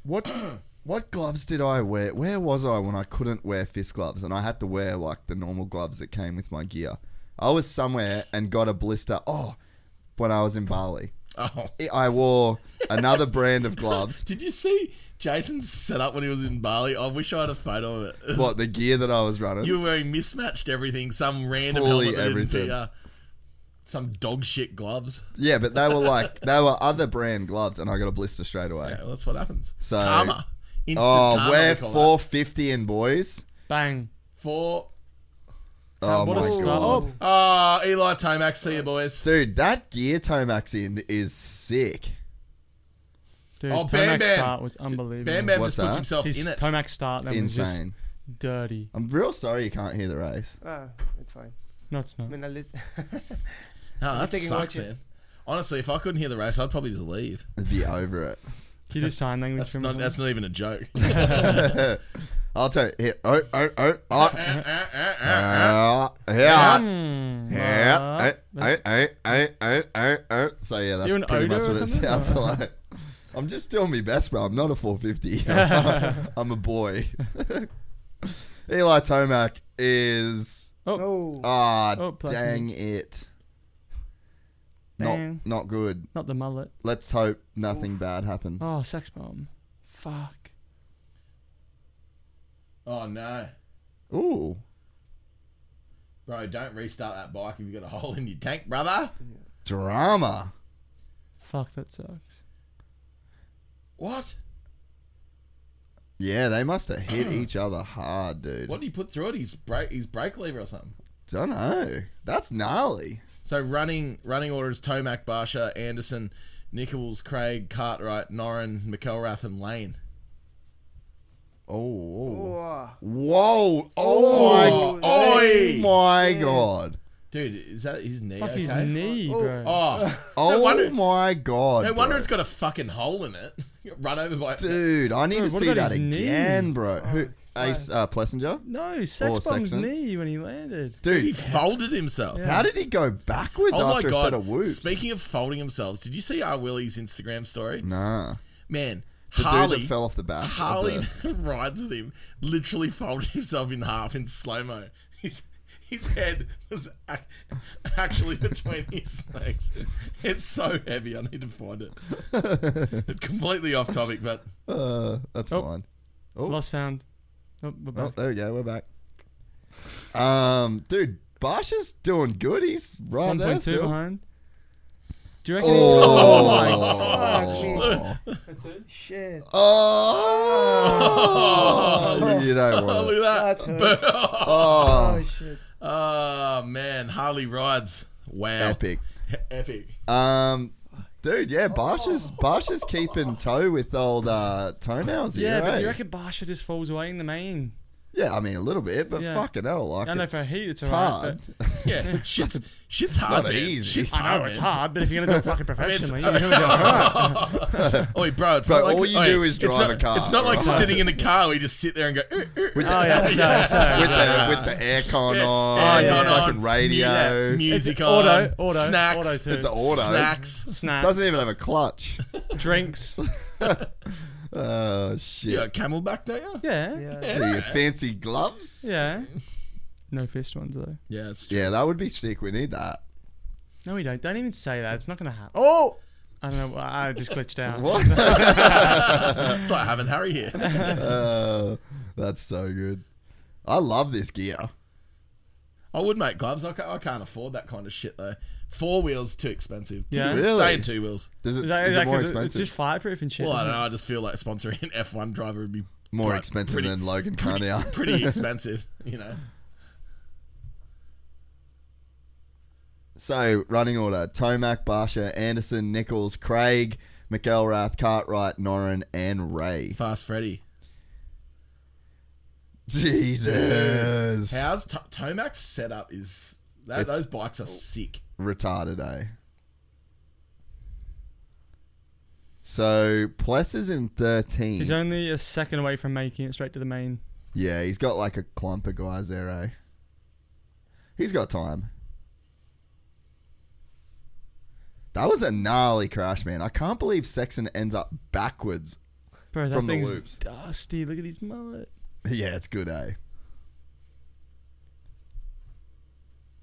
Speaker 2: what what gloves did I wear? Where was I when I couldn't wear fist gloves and I had to wear like the normal gloves that came with my gear? I was somewhere and got a blister. Oh, when I was in Bali,
Speaker 5: Oh.
Speaker 2: I wore another brand of gloves.
Speaker 5: Did you see Jason's setup when he was in Bali? Oh, I wish I had a photo of it.
Speaker 2: What the gear that I was running?
Speaker 5: You were wearing mismatched everything, some random
Speaker 2: Fully
Speaker 5: helmet that
Speaker 2: everything.
Speaker 5: didn't fit you, some dog shit gloves.
Speaker 2: yeah, but they were like they were other brand gloves, and I got a blister straight away.
Speaker 5: Yeah, well, that's what happens.
Speaker 2: So-
Speaker 5: karma. Instant
Speaker 2: oh,
Speaker 5: karma,
Speaker 2: we're
Speaker 5: we call
Speaker 2: four fifty in boys.
Speaker 4: Bang.
Speaker 5: that. Four.
Speaker 2: Oh
Speaker 4: what
Speaker 2: my
Speaker 4: a start.
Speaker 2: god,
Speaker 5: Ah, Eli Tomac, see you boys.
Speaker 2: dude, that gear Tomax in is sick.
Speaker 4: Dude,
Speaker 5: Oh,
Speaker 4: Tomac's
Speaker 5: Bam Bam.
Speaker 4: start was unbelievable.
Speaker 5: Bam Bam
Speaker 2: What's
Speaker 5: just puts
Speaker 2: that?
Speaker 5: himself
Speaker 4: His
Speaker 5: in it.
Speaker 4: Tomac's start that was just
Speaker 2: Insane.
Speaker 4: dirty.
Speaker 2: I'm real sorry you can't hear the
Speaker 4: Oh.
Speaker 2: race.
Speaker 6: Ah, it's fine.
Speaker 4: No, it's not.
Speaker 6: I mean, I listen.
Speaker 5: Ah, that
Speaker 6: taking
Speaker 5: sucks,
Speaker 6: watch it.
Speaker 5: man. Honestly, if I couldn't hear the race, I'd probably just leave.
Speaker 2: I'd be over it.
Speaker 4: Can you do sign language
Speaker 5: That's
Speaker 4: from
Speaker 5: not, that's not even a joke.
Speaker 2: I'll tell you. Here, oh, oh, oh, oh. Uh, yeah. Yeah. Oh, oh, oh, oh, oh, oh. So yeah, that's
Speaker 4: You Uh, an
Speaker 2: pretty much
Speaker 4: odor or
Speaker 2: what it
Speaker 4: something?
Speaker 2: sounds like. I'm just doing my best, bro. I'm not a 450. I'm a boy. Eli Tomac is
Speaker 4: Oh,
Speaker 6: Oh,
Speaker 2: ah
Speaker 4: Oh, plus
Speaker 2: dang it.
Speaker 4: Dang.
Speaker 2: Not not good.
Speaker 4: not the mullet.
Speaker 2: Let's hope nothing bad happened.
Speaker 4: Oh, sex bomb. Fuck.
Speaker 5: oh, no.
Speaker 2: Ooh.
Speaker 5: Bro, don't restart that bike if you've got a hole in your tank, brother.
Speaker 2: Drama.
Speaker 4: Fuck, that sucks.
Speaker 5: What?
Speaker 2: Yeah, they must have hit each other hard, dude.
Speaker 5: What did he put through it? His brake, his brake lever or something.
Speaker 2: Don't know. That's gnarly.
Speaker 5: So running running orders: Tomac, Barsha, Anderson, Nichols, Craig, Cartwright, Norin, McElrath, and Lane.
Speaker 2: Oh. Whoa.
Speaker 6: oh,
Speaker 2: Whoa. Oh,
Speaker 6: Oh,
Speaker 2: my, oh
Speaker 5: oi.
Speaker 2: my god.
Speaker 5: Dude, is that his knee?
Speaker 4: Fuck
Speaker 5: okay?
Speaker 4: his knee, bro.
Speaker 5: Oh,
Speaker 2: Oh
Speaker 5: wonder-
Speaker 2: my god.
Speaker 5: no wonder
Speaker 2: bro.
Speaker 5: it's got a fucking hole in it. Got Run over by.
Speaker 2: Dude, I need
Speaker 4: Bro,
Speaker 2: to
Speaker 4: what
Speaker 2: see
Speaker 4: about
Speaker 2: that
Speaker 4: his knee?
Speaker 2: again, bro. Who Ace uh, Plessinger?
Speaker 4: No, sex
Speaker 2: Or
Speaker 4: bomb's
Speaker 2: Sexton.
Speaker 4: knee when he landed.
Speaker 5: He
Speaker 2: Dude,
Speaker 5: folded himself.
Speaker 2: how did he go backwards
Speaker 5: Oh my
Speaker 2: after a set of
Speaker 5: god!
Speaker 2: whoops?
Speaker 5: Speaking of folding themselves, did you see R. Willie's Instagram story?
Speaker 2: nah.
Speaker 5: Man,
Speaker 2: The
Speaker 5: Harley
Speaker 2: dude that fell off the back. of
Speaker 5: Harley
Speaker 2: the-
Speaker 5: that rides with him literally folded himself in half in slow mo. His, his head was ac- actually between his legs. It's so heavy. I need to find it. It's completely off topic, but
Speaker 2: uh, that's
Speaker 4: Oh.
Speaker 2: fine.
Speaker 4: Lost sound. Oh, we're
Speaker 2: Oh,
Speaker 4: back.
Speaker 2: there we go. We're back. Um, dude, Bosch is doing good. He's right there
Speaker 4: 1.2
Speaker 2: still.
Speaker 4: behind. Do you reckon? Oh
Speaker 2: Oh,
Speaker 6: shit.
Speaker 2: oh. you don't want
Speaker 5: look
Speaker 2: it.
Speaker 5: at
Speaker 6: That
Speaker 5: that.
Speaker 6: hurts.
Speaker 2: Oh,
Speaker 6: Oh, shit.
Speaker 5: Oh man, Harley rides. Wow,
Speaker 2: epic.
Speaker 5: epic.
Speaker 2: Um, dude, yeah, Bosch is Bosch is keeping toe with old uh, toenails here.
Speaker 4: Yeah, but
Speaker 2: eh?
Speaker 4: you reckon Barsha just falls away in the main?
Speaker 2: Yeah, I mean a little bit, but
Speaker 4: Yeah.
Speaker 2: fucking hell, like
Speaker 4: I know
Speaker 2: it's,
Speaker 4: for heat it's
Speaker 2: hard.
Speaker 4: alright,
Speaker 5: Yeah, shit's shit's hard.
Speaker 2: not
Speaker 5: man.
Speaker 2: easy.
Speaker 5: Shit's
Speaker 2: I
Speaker 4: I
Speaker 5: hard.
Speaker 4: know it's
Speaker 5: man.
Speaker 4: hard, but if you're gonna do it fucking professionally,
Speaker 5: I mean,
Speaker 4: you're gonna go.
Speaker 5: Oi, bro, it's
Speaker 2: Bro,
Speaker 5: not like
Speaker 2: all you
Speaker 5: oi,
Speaker 2: do is
Speaker 5: it's
Speaker 2: drive
Speaker 5: not-
Speaker 2: a car,
Speaker 5: It's not like
Speaker 2: right?
Speaker 5: sitting in a car. where you just sit there and go. "Eh, eh, eh."
Speaker 4: Oh yeah, sorry, sorry.
Speaker 2: with the with the aircon on,
Speaker 5: aircon
Speaker 2: the
Speaker 4: on,
Speaker 2: fucking radio.
Speaker 5: Music, Uh, music on.
Speaker 4: auto, auto,
Speaker 5: snacks.
Speaker 4: auto too.
Speaker 2: It's an auto.
Speaker 5: Snacks.
Speaker 4: Snacks,
Speaker 2: Doesn't even have a clutch.
Speaker 4: drinks.
Speaker 2: Oh shit.
Speaker 5: You got camelback, don't you?
Speaker 4: Yeah. yeah,
Speaker 6: Yeah.
Speaker 2: Do you fancy gloves?
Speaker 4: No fist ones though.
Speaker 5: Yeah, it's true.
Speaker 2: Yeah, that would be sick. We need that.
Speaker 4: No, we don't. Don't even say that. It's not gonna happen. Oh, I don't know. I just glitched out.
Speaker 2: What?
Speaker 5: That's like having Harry here.
Speaker 2: Uh, that's so good. I love this gear.
Speaker 5: I would make gloves. I can't, I can't afford that kind of shit though. Four wheels too expensive.
Speaker 4: Yeah.
Speaker 5: Two-
Speaker 2: Really?
Speaker 5: Stay in two wheels.
Speaker 2: Does it,
Speaker 4: Is
Speaker 2: is
Speaker 4: that, is
Speaker 2: it
Speaker 4: that
Speaker 2: more
Speaker 4: 'cause it-
Speaker 2: expensive?
Speaker 4: It's just fireproof and shit.
Speaker 5: Well, I
Speaker 4: isn't
Speaker 5: don't know.
Speaker 4: it?
Speaker 5: I just feel like sponsoring an F1 driver would be
Speaker 2: more
Speaker 5: like,
Speaker 2: expensive
Speaker 5: pretty-
Speaker 2: than Logan Carnow.
Speaker 5: pretty expensive. You know.
Speaker 2: So running order: Tomac, Barsha, Anderson, Nichols, Craig, McElrath, Cartwright, Norrin, and Ray.
Speaker 5: Fast Freddy.
Speaker 2: Jesus,
Speaker 5: How's T- Tomac's setup? Is that,
Speaker 2: It's- Oh.
Speaker 5: those bikes are sick.
Speaker 2: retarded, eh? So Pless is in thirteen.
Speaker 4: He's only a second away from making it straight to the main.
Speaker 2: Yeah, he's got like a clump of guys there, eh? He's got time. That was a gnarly crash, man. I can't believe Sexton ends up backwards.
Speaker 4: Bro, that
Speaker 2: From the
Speaker 4: thing's
Speaker 2: loops.
Speaker 4: dusty. Look at his mullet.
Speaker 2: Yeah, it's good, eh?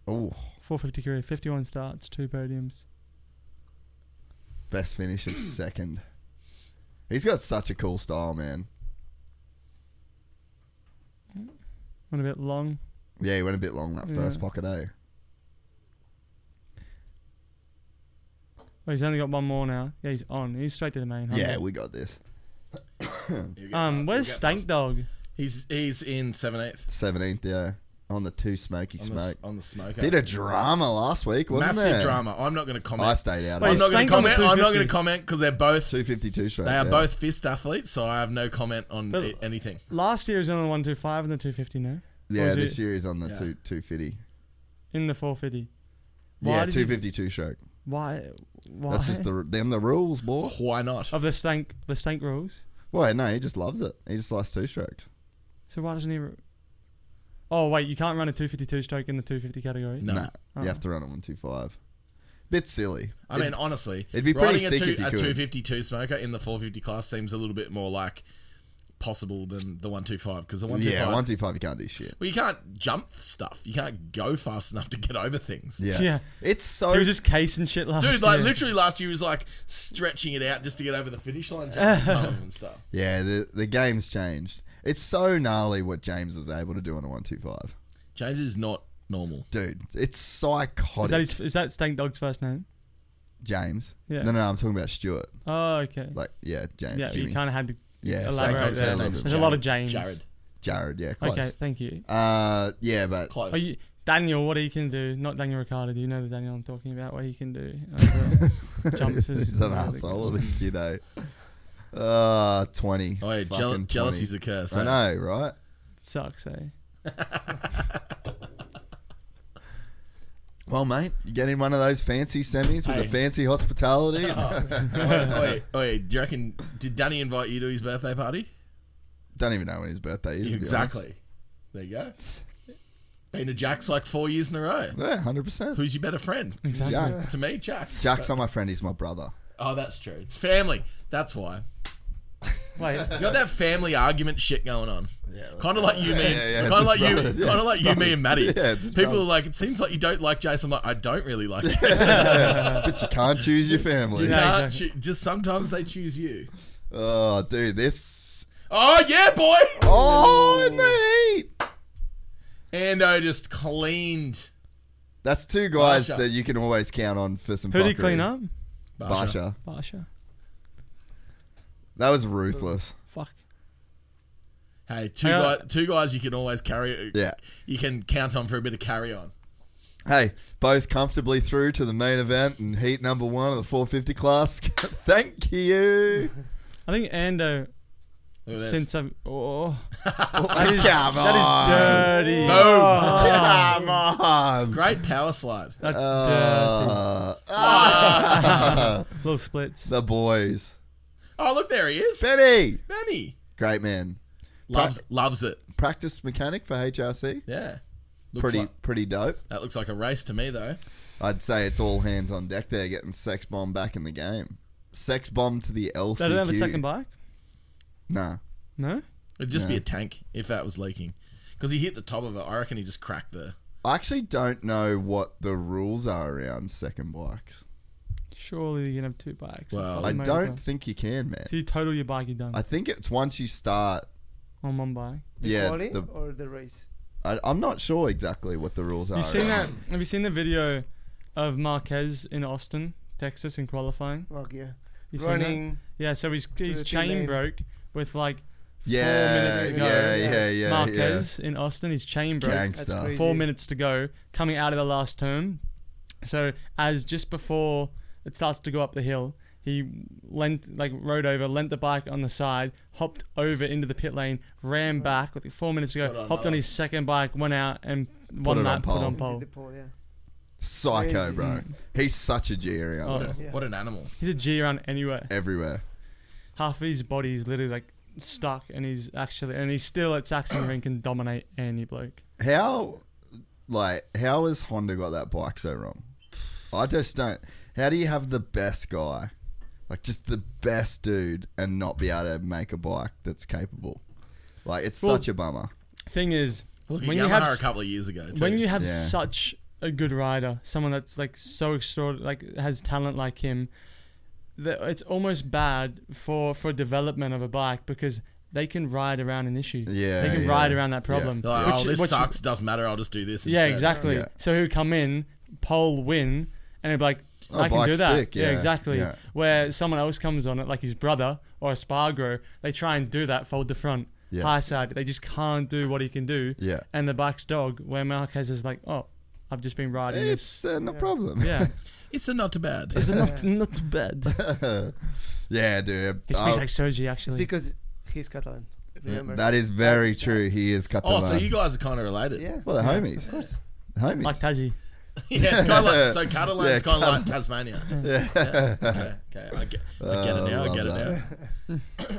Speaker 2: Oh,
Speaker 4: 450 career, 51 starts, two podiums.
Speaker 2: Best finish of second. He's got such a cool style, man.
Speaker 4: Went a bit long.
Speaker 2: Yeah, he went a bit long that first pocket, eh?
Speaker 4: Oh, he's only got one more now. Yeah, he's on. He's straight to the main. huh?
Speaker 2: Yeah, we got this.
Speaker 5: You
Speaker 2: Uh,
Speaker 5: get
Speaker 4: Um,
Speaker 5: past-
Speaker 4: where's
Speaker 5: you get
Speaker 4: Stank
Speaker 5: past-
Speaker 4: Dog?
Speaker 5: He's he's in seven eighth
Speaker 2: 17th, yeah. On the two smoky
Speaker 5: on the,
Speaker 2: smoke.
Speaker 5: on the smoker.
Speaker 2: Bit of drama last week, wasn't
Speaker 5: massive
Speaker 2: there?
Speaker 5: drama. I'm not going to comment.
Speaker 2: I stayed out.
Speaker 4: Wait,
Speaker 2: of
Speaker 5: I'm
Speaker 2: it.
Speaker 5: not going
Speaker 4: Stank
Speaker 5: to
Speaker 4: on the
Speaker 5: comment. I'm not going
Speaker 4: 250.
Speaker 5: to comment because they're both
Speaker 2: 252 straight.
Speaker 5: they are
Speaker 2: yeah.
Speaker 5: both fist athletes, so I have no comment on
Speaker 4: But-
Speaker 5: i- anything.
Speaker 4: Last year he was on the 125 and the 250, no? Or
Speaker 2: Yeah,
Speaker 4: was
Speaker 2: this
Speaker 4: it
Speaker 2: year he's on the
Speaker 5: Yeah.
Speaker 2: two 250.
Speaker 4: In the 450. Why
Speaker 2: Yeah,
Speaker 4: did he-
Speaker 2: 252 stroke.
Speaker 4: Why? Why?
Speaker 2: That's just the them the rules, boy.
Speaker 5: Why not?
Speaker 4: Of the Stank, the Stank rules.
Speaker 2: Wait, no, he just loves it. He just likes two strokes.
Speaker 4: So why doesn't he. ru- Oh, wait, you can't run a 252 stroke in the 250 category?
Speaker 5: No.
Speaker 2: Nah, you have to run a 125. Bit silly.
Speaker 5: I mean, honestly,
Speaker 2: it'd be pretty
Speaker 5: riding
Speaker 2: sick
Speaker 5: a, two,
Speaker 2: if you
Speaker 5: a
Speaker 2: could.
Speaker 5: 252 smoker in the 450 class seems a little bit more like possible than the 125 because the 125
Speaker 2: yeah, 125 you can't do shit.
Speaker 5: well, you can't jump stuff. You can't go fast enough to get over things.
Speaker 2: Yeah.
Speaker 4: Yeah.
Speaker 2: It's so
Speaker 4: He was just casing shit last
Speaker 5: Dude, like
Speaker 4: year.
Speaker 5: literally last year he was like stretching it out just to get over the finish line jumping time and stuff.
Speaker 2: Yeah, the the game's changed. It's so gnarly what James was able to do on a 125.
Speaker 5: James is not normal.
Speaker 2: Dude, it's
Speaker 4: Is that,
Speaker 2: psychotic.
Speaker 4: his, is that Stank Dog's first name?
Speaker 2: James.
Speaker 4: Yeah.
Speaker 2: No, no, I'm talking about Stuart.
Speaker 4: Oh, okay.
Speaker 2: Like, yeah, James.
Speaker 4: yeah,
Speaker 2: Jimmy.
Speaker 4: you kind of had to
Speaker 2: Yeah, Stank
Speaker 4: elaborate
Speaker 2: Dog's
Speaker 4: there.
Speaker 2: first name is
Speaker 4: There's a lot of
Speaker 5: Jared.
Speaker 4: James.
Speaker 5: Jared.
Speaker 2: Jared, yeah, close.
Speaker 4: Okay, thank you.
Speaker 2: Uh, yeah, but
Speaker 5: Close.
Speaker 4: Are you Daniel, what he can do, not Daniel Ricciardo, do you know the Daniel I'm talking about? What he can do. over jumps is
Speaker 2: he's an
Speaker 4: really
Speaker 2: asshole
Speaker 4: good.
Speaker 2: of a kiddo. Uh, 20.
Speaker 5: Oh, yeah, jeal-
Speaker 2: Fucking 20.
Speaker 5: jealousy's a curse.
Speaker 2: I
Speaker 5: eh?
Speaker 2: know, right?
Speaker 4: Sucks, eh?
Speaker 2: Well, mate, you get in one of those fancy semis with the
Speaker 5: Hey. Oh.
Speaker 2: fancy hospitality.
Speaker 5: Oi, oi, oi, do you reckon? Did Danny invite you to his birthday party?
Speaker 2: Don't even know when his birthday is. to be
Speaker 5: Exactly. There you go. Been to Jack's like four years in a row.
Speaker 2: honest. Yeah, hundred percent.
Speaker 5: Who's your better friend?
Speaker 4: Exactly.
Speaker 2: Jack.
Speaker 5: To me, Jack's.
Speaker 2: Jack's not my friend. He's my brother.
Speaker 5: Oh, that's true. It's family. That's why.
Speaker 4: Wait,
Speaker 5: You got that family argument shit going on. Yeah, kind of like you, me,
Speaker 2: yeah, yeah,
Speaker 5: and
Speaker 2: it's
Speaker 5: kind of
Speaker 2: his
Speaker 5: like you,
Speaker 2: brother. Yeah,
Speaker 5: kind of
Speaker 2: it's
Speaker 5: like you, me,
Speaker 2: brothers.
Speaker 5: and Maddie.
Speaker 2: Yeah, it's his
Speaker 5: People
Speaker 2: brother.
Speaker 5: are like, it seems like you don't like Jason. I'm like, I don't really like Jason.
Speaker 2: but you can't choose your family.
Speaker 4: Yeah.
Speaker 5: Nah,
Speaker 4: exactly.
Speaker 5: choo- just sometimes they choose you.
Speaker 2: Oh, dude, this.
Speaker 5: Oh yeah, boy.
Speaker 2: Oh, in the heat.
Speaker 5: Ando just cleaned
Speaker 2: That's two guys
Speaker 5: Barsha.
Speaker 2: that you can always count on for some.
Speaker 4: who did he
Speaker 2: fuckery.
Speaker 4: clean up?
Speaker 2: Barsha.
Speaker 5: Barsha.
Speaker 4: Barsha.
Speaker 2: That was ruthless.
Speaker 4: Fuck.
Speaker 5: Hey, two
Speaker 4: Hang on.
Speaker 5: guys, two guys you can always carry. uh,
Speaker 2: Yeah.
Speaker 5: you can count on for a bit of carry on.
Speaker 2: Hey, both comfortably through to the main event and heat number one of the 450 class. Thank you.
Speaker 4: I think Ando,
Speaker 5: Look at this.
Speaker 4: since I've. Oh,
Speaker 2: That is, Come on.
Speaker 4: that is dirty.
Speaker 2: Come on.
Speaker 5: Great power slide.
Speaker 4: That's
Speaker 2: Uh,
Speaker 4: dirty. Little splits.
Speaker 2: the boys.
Speaker 5: Oh, look, there he is.
Speaker 2: Benny.
Speaker 5: Benny.
Speaker 2: Great man.
Speaker 5: Loves loves it.
Speaker 2: Practice mechanic for HRC.
Speaker 5: Yeah. Looks
Speaker 2: Pretty
Speaker 5: like-
Speaker 2: pretty dope.
Speaker 5: that looks like a race to me, though.
Speaker 2: I'd say it's all hands on deck there getting sex bomb back in the game. Sex bomb to the LCQ.
Speaker 4: They don't have a second bike?
Speaker 2: Nah.
Speaker 4: No?
Speaker 5: It'd just be a tank if that was leaking. Because he hit the top of it. I reckon he just cracked the.
Speaker 2: I actually don't know what the rules are around second bikes.
Speaker 4: Surely you can have two bikes.
Speaker 5: Well,
Speaker 4: Fuck
Speaker 2: I
Speaker 4: the motor
Speaker 2: don't
Speaker 4: car.
Speaker 2: think you can, man.
Speaker 4: So you total your bike, you're done.
Speaker 2: I think it's once you start.
Speaker 4: on one bike.
Speaker 2: Yeah,
Speaker 6: Quali
Speaker 2: the,
Speaker 6: or the race?
Speaker 2: I, I'm not sure exactly what the rules are.
Speaker 4: You seen that? Have you seen the video of Marquez in Austin, Texas, in qualifying?
Speaker 6: Okay.
Speaker 4: You seen that?
Speaker 6: Running.
Speaker 4: Yeah, so his his
Speaker 6: the
Speaker 4: chain
Speaker 6: lane.
Speaker 4: broke with like
Speaker 2: Yeah,
Speaker 4: four minutes to go.
Speaker 2: yeah, yeah, yeah,
Speaker 4: Marquez in Austin, his chain broke.
Speaker 2: Gang
Speaker 6: That's
Speaker 2: stuff.
Speaker 6: crazy.
Speaker 4: Four minutes to go, coming out of the last turn. So as just before it starts to go up the hill, he lent like rode over, lent the bike on the side, hopped over into the pit lane, ran back with four minutes to go, hopped on his second bike, went out and
Speaker 2: it
Speaker 4: one
Speaker 2: on
Speaker 4: lap put
Speaker 2: pole.
Speaker 4: on
Speaker 6: Did
Speaker 4: pole.
Speaker 6: the pole, yeah.
Speaker 2: Psycho,
Speaker 6: Crazy.
Speaker 2: bro. He's such a G around
Speaker 4: Oh,
Speaker 2: there.
Speaker 6: Yeah.
Speaker 5: What an animal.
Speaker 4: He's a G around anywhere.
Speaker 2: Everywhere.
Speaker 4: half of his body is literally like stuck and he's actually and he's still at Saxon Ring can dominate any bloke.
Speaker 2: How, like, how has Honda got that bike so wrong? I just don't. How do you have the best guy, like, just the best dude, and not be able to make a bike that's capable? Like, it's
Speaker 4: Well,
Speaker 2: such a bummer.
Speaker 4: Thing is,
Speaker 5: Look at
Speaker 4: when
Speaker 5: Yamaha
Speaker 4: you have
Speaker 5: a couple of years ago. Too.
Speaker 4: when you have
Speaker 2: Yeah.
Speaker 4: such a good rider, someone that's like so extraordinary, like has talent like him, that it's almost bad for for development of a bike because they can ride around an issue.
Speaker 2: Yeah,
Speaker 4: they can
Speaker 2: yeah.
Speaker 4: ride around that problem.
Speaker 5: They're like,
Speaker 4: Which-
Speaker 5: oh, this
Speaker 4: which-
Speaker 5: sucks. Doesn't matter. I'll just do this.
Speaker 4: Yeah,
Speaker 5: instead."
Speaker 4: exactly.
Speaker 2: Yeah.
Speaker 4: So who come in, pole win, and they'd be like,
Speaker 2: Oh,
Speaker 4: I can do
Speaker 2: bike's
Speaker 4: that.
Speaker 2: sick,
Speaker 4: yeah.
Speaker 2: yeah,
Speaker 4: exactly.
Speaker 2: yeah.
Speaker 4: Where someone else comes on it, like his brother or Spargo, they try and do that, fold the front,
Speaker 2: Yeah.
Speaker 4: high side. They just can't do what he can do.
Speaker 2: Yeah.
Speaker 4: And the bike's dog, where Marquez is like, oh, I've just been riding this.
Speaker 2: It's uh, no problem.
Speaker 4: Yeah.
Speaker 5: It's a not too bad.
Speaker 4: Is it not not bad?
Speaker 2: yeah, dude.
Speaker 4: He
Speaker 2: Oh,
Speaker 4: speaks like Sergi, actually.
Speaker 6: because he's Catalan. Remember?
Speaker 2: that is very true. He is Catalan.
Speaker 5: oh, so you guys are kind of related.
Speaker 6: yeah.
Speaker 2: Well, they're homies. Of course. Homies.
Speaker 4: like Tassie.
Speaker 5: yeah. It's kind of like so Catalan's
Speaker 2: Yeah,
Speaker 5: kind of like Tasmania. Yeah. Okay. Okay. I get, I get it now. I get it
Speaker 2: Uh, love
Speaker 5: now.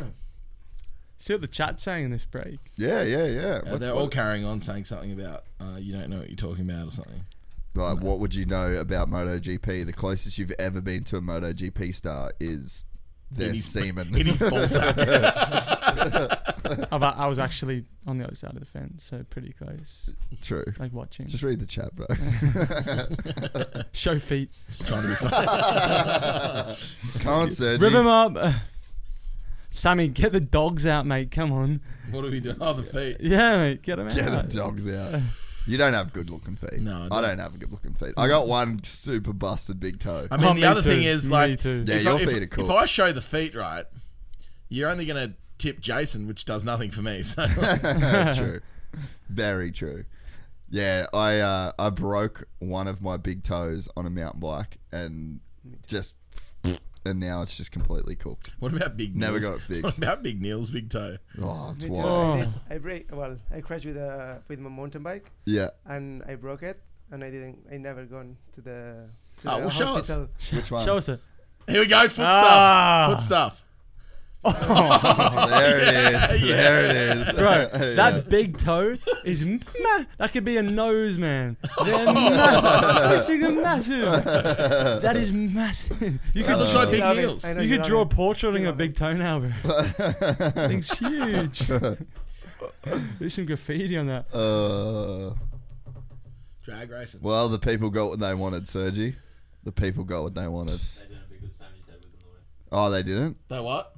Speaker 4: See what the chat's saying in this break.
Speaker 2: yeah, yeah, yeah.
Speaker 5: Uh,
Speaker 2: What's-
Speaker 5: they're all
Speaker 2: what,
Speaker 5: carrying on saying something about uh, you don't know what you're talking about or something.
Speaker 2: like, what would you know about MotoGP? The closest you've ever been to a MotoGP star is their
Speaker 5: his-
Speaker 2: semen.
Speaker 5: In his ballsack.
Speaker 4: I've, I was actually on the other side of the fence, so pretty close.
Speaker 2: True.
Speaker 4: Like watching.
Speaker 2: Just read the chat, bro.
Speaker 4: Show feet.
Speaker 5: Just trying to be funny.
Speaker 2: Can't Sergi.
Speaker 4: Rip him up. Sammy, get the dogs out, mate. Come on.
Speaker 5: What are we doing? Oh, the feet.
Speaker 4: Yeah, mate, get them out.
Speaker 2: Get the dogs out. You don't have good looking feet.
Speaker 5: No, I
Speaker 2: I
Speaker 5: don't.
Speaker 2: don't have good looking feet. I got one super busted big toe.
Speaker 5: I mean,
Speaker 4: Oh,
Speaker 5: the
Speaker 4: me
Speaker 5: other thing
Speaker 4: too.
Speaker 5: is
Speaker 4: Me
Speaker 5: like,
Speaker 4: too.
Speaker 2: Yeah,
Speaker 5: if
Speaker 2: your
Speaker 5: I, if-
Speaker 2: feet are cool.
Speaker 5: If I show the feet right, you're only gonna tip Jason, which does nothing for me. So
Speaker 2: true. Very true. Yeah, I uh, I broke one of my big toes on a mountain bike and just and now it's just completely cooked.
Speaker 5: what about Big?
Speaker 2: Never
Speaker 5: Neil's?
Speaker 2: got it fixed.
Speaker 5: What about Big Neil's big toe?
Speaker 2: Oh, it's
Speaker 6: Me too.
Speaker 2: wild.
Speaker 6: I, did-
Speaker 4: Oh.
Speaker 6: I break. Well, I crashed with a with my mountain bike
Speaker 2: Yeah.
Speaker 6: and I broke it and I didn't. I never gone to the. To
Speaker 5: Oh,
Speaker 6: the
Speaker 5: well, show us.
Speaker 6: hospital.
Speaker 2: Which one?
Speaker 4: Show us it.
Speaker 5: Here we go. Foot stuff.
Speaker 4: Ah.
Speaker 5: Foot stuff.
Speaker 2: There it is.
Speaker 5: Yeah,
Speaker 2: There it is.
Speaker 4: Bro, that
Speaker 2: Yeah.
Speaker 4: big toe is ma- that could be a nose, man. They're massive. These things are massive. That is massive. You could
Speaker 5: It looks like Big
Speaker 6: Love it.
Speaker 5: Neil's.
Speaker 6: I know
Speaker 4: you could
Speaker 6: love
Speaker 4: draw a
Speaker 6: it.
Speaker 4: portrait on a
Speaker 6: love
Speaker 4: big toe now, bro. Thing's huge. There's some graffiti on that.
Speaker 2: Uh,
Speaker 5: Drag racing.
Speaker 2: well, the people got what they wanted, Sergi. The people got what they wanted.
Speaker 7: They didn't because Sammy's head was in the way.
Speaker 2: Oh, they didn't.
Speaker 5: They what?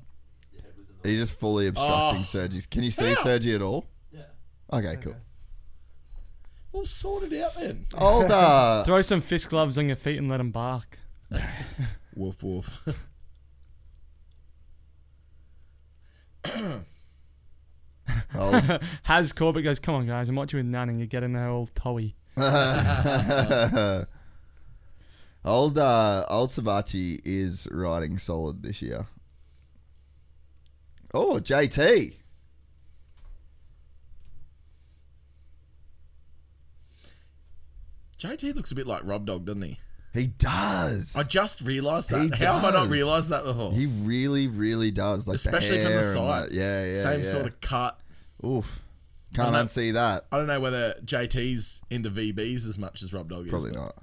Speaker 7: Your head was in the way.
Speaker 2: He's just fully obstructing
Speaker 5: Oh.
Speaker 2: Sergi's. Can you see
Speaker 5: How?
Speaker 2: Sergi at all?
Speaker 7: Yeah.
Speaker 2: Okay, cool.
Speaker 5: We'll sort it out then.
Speaker 2: Older.
Speaker 4: Throw some fist gloves on your feet and let them bark.
Speaker 5: Woof woof.
Speaker 2: Old.
Speaker 4: Has Corbett goes, come on guys, I'm watching with Nan and you're getting her all toey.
Speaker 2: Old uh, old Savachi is riding solid this year. Oh, JT.
Speaker 5: JT looks a bit like Rob Dog, doesn't he?
Speaker 2: He does.
Speaker 5: I just realised
Speaker 2: He
Speaker 5: that. How have I
Speaker 2: does.
Speaker 5: not realised that before?
Speaker 2: he really, really does. Like
Speaker 5: Especially
Speaker 2: the
Speaker 5: from
Speaker 2: hair
Speaker 5: the
Speaker 2: and
Speaker 5: side.
Speaker 2: that- Yeah, yeah.
Speaker 5: Same
Speaker 2: yeah.
Speaker 5: sort of cut.
Speaker 2: Oof. Can't
Speaker 5: No, no.
Speaker 2: unsee that.
Speaker 5: I don't know whether JT's into VBs as much as Rob Dog is.
Speaker 2: Probably
Speaker 5: but-
Speaker 2: not.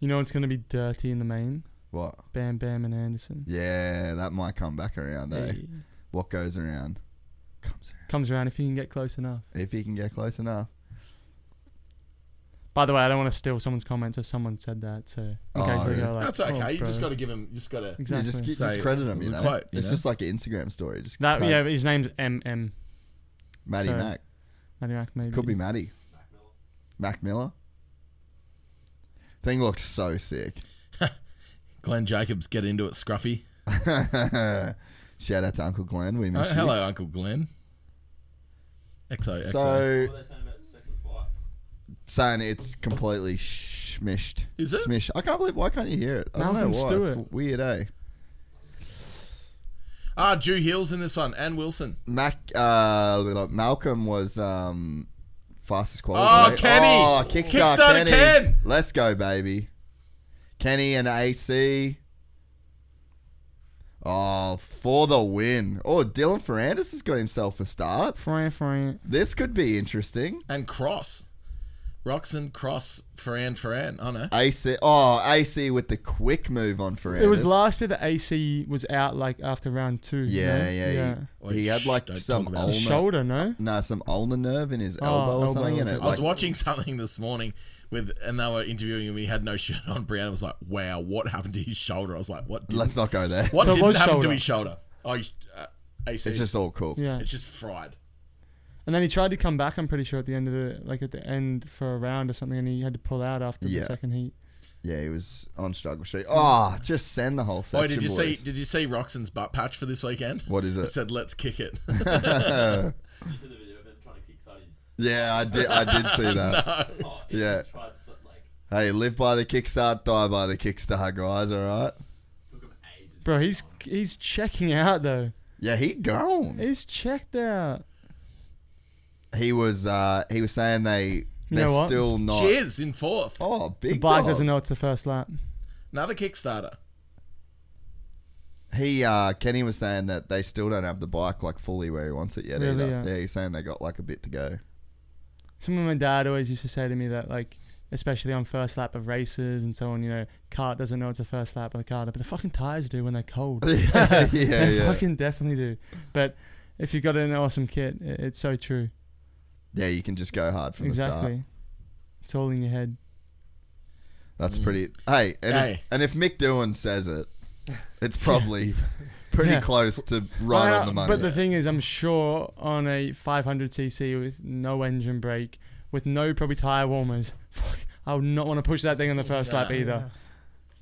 Speaker 4: You know it's gonna be dirty in the main?
Speaker 2: What?
Speaker 4: Bam Bam and Anderson.
Speaker 2: Yeah, that might come back around, eh?
Speaker 4: Hey.
Speaker 2: What goes around comes around.
Speaker 4: Comes around if you can get close enough.
Speaker 2: If he can get close enough.
Speaker 4: By the way, I don't want to steal someone's comments or someone said that, so in
Speaker 2: Oh,
Speaker 4: case they
Speaker 2: really?
Speaker 4: go like,
Speaker 5: That's okay.
Speaker 4: "Oh,
Speaker 5: you just got
Speaker 4: bro."
Speaker 5: to give him. You just got to.
Speaker 4: Exactly.
Speaker 2: You just, you
Speaker 5: Say
Speaker 2: just credit him, you
Speaker 5: the
Speaker 2: know?
Speaker 5: quote, you
Speaker 2: it's
Speaker 5: know?
Speaker 2: just like an Instagram story. Just
Speaker 4: that
Speaker 2: tag
Speaker 4: yeah, his name's MM.
Speaker 2: Matty
Speaker 4: so-
Speaker 2: Mac.
Speaker 4: Matty Mac maybe.
Speaker 2: Could be Matty. Mac Miller. Thing looked so sick.
Speaker 5: Glenn Jacobs, get into it, Scruffy.
Speaker 2: Shout out to Uncle Glenn. We
Speaker 5: Oh,
Speaker 2: miss you.
Speaker 5: hello, Uncle Glenn. XO, XO.
Speaker 2: So
Speaker 7: What are they saying about Sexton's bike?
Speaker 2: saying it's completely smished.
Speaker 5: Is it?
Speaker 2: Smished. I can't believe. Why can't you hear it? I don't
Speaker 4: Malcolm
Speaker 2: know why.
Speaker 4: Stewart.
Speaker 2: It's weird, eh?
Speaker 5: ah, Drew Hill's in this one, and Wilson.
Speaker 2: Mac. Uh, little- Malcolm was um, fastest
Speaker 5: Oh,
Speaker 2: qualifier.
Speaker 5: Kenny!
Speaker 2: Oh, Kickstarter,
Speaker 5: Kickstarter
Speaker 2: Kenny.
Speaker 5: Ken!
Speaker 2: Let's go, baby. Kenny and AC. Oh, for the win. Oh, Dylan Ferrandis has got himself a start.
Speaker 4: Fry, fry.
Speaker 2: This could be interesting.
Speaker 5: and Cross. Roxon Cross Ferran Ferran. Oh no.
Speaker 2: AC. Oh, AC with the quick move on Ferrandis.
Speaker 4: It was last year that AC was out like after round two. you
Speaker 2: Yeah,
Speaker 4: know?
Speaker 2: yeah, yeah. He, he had like
Speaker 5: Don't talk
Speaker 2: some
Speaker 5: about
Speaker 2: ulnar,
Speaker 5: it.
Speaker 4: Shoulder, no?
Speaker 2: no, some ulnar nerve in his elbow or
Speaker 4: Oh, elbow
Speaker 2: something,
Speaker 4: or
Speaker 2: and it
Speaker 4: something.
Speaker 5: I was
Speaker 2: like
Speaker 5: watching something this morning with, and they were interviewing him. He had no shirt on. Brianna was like, "Wow, what happened to his shoulder?" I was like, "What? Did,
Speaker 2: let's not go there.
Speaker 5: what
Speaker 4: So it
Speaker 5: didn't
Speaker 4: was
Speaker 5: happen
Speaker 4: shoulder.
Speaker 5: to his shoulder?" Oh, he's- uh, AC.
Speaker 2: It's just all cool.
Speaker 4: Yeah.
Speaker 5: it's just fried.
Speaker 4: And then he tried to come back, I'm pretty sure, at the end of the like at the end for a round or something and he had to pull out after
Speaker 2: Yeah.
Speaker 4: the second heat.
Speaker 2: Yeah, he was on struggle sheet. Oh, just send the whole section.
Speaker 5: Oh, did you see?
Speaker 2: boys.
Speaker 5: Did you see Roxon's butt patch for this weekend?
Speaker 2: What is it?
Speaker 5: It said, "Let's kick it."
Speaker 7: You see the video of him trying to kickstart his.
Speaker 2: Yeah, I did. I did see that.
Speaker 7: Oh,
Speaker 2: Yeah.
Speaker 7: He tried so, like
Speaker 2: Hey, live by the kickstart, die by the kickstart, guys. All right.
Speaker 7: took him ages.
Speaker 4: Bro, he's he's checking out though.
Speaker 2: Yeah, he gone.
Speaker 4: He's checked out.
Speaker 2: He was. Uh, he was saying they. They're
Speaker 4: know what?
Speaker 2: still not.
Speaker 5: Cheers in fourth.
Speaker 2: Oh, big
Speaker 4: The bike
Speaker 2: dog.
Speaker 4: doesn't know it's the first lap.
Speaker 5: Another Kickstarter.
Speaker 2: He uh, Kenny was saying that they still don't have the bike like fully where he wants it yet
Speaker 4: Really,
Speaker 2: either.
Speaker 4: yeah.
Speaker 2: Yeah, he's saying they got like a bit to go.
Speaker 4: Someone my dad always used to say to me that like especially on first lap of races and so on, you know, cart doesn't know it's the first lap of the cart, but the fucking tires do when they're cold.
Speaker 2: yeah, yeah,
Speaker 4: they
Speaker 2: yeah.
Speaker 4: fucking definitely do. But if you've got an awesome kit, i- it's so true.
Speaker 2: Yeah, you can just go hard from the start.
Speaker 4: exactly. It's all in your head.
Speaker 2: That's
Speaker 4: Mm.
Speaker 2: pretty. Hey, and, If,
Speaker 5: Hey.
Speaker 2: and if Mick Doohan says it, it's probably pretty
Speaker 4: Yeah.
Speaker 2: close to right
Speaker 4: Well,
Speaker 2: on the money.
Speaker 4: But the thing is, I'm sure on a 500cc with no engine brake, with no probably tire warmers, fuck, I would not want to push that thing on the first lap either.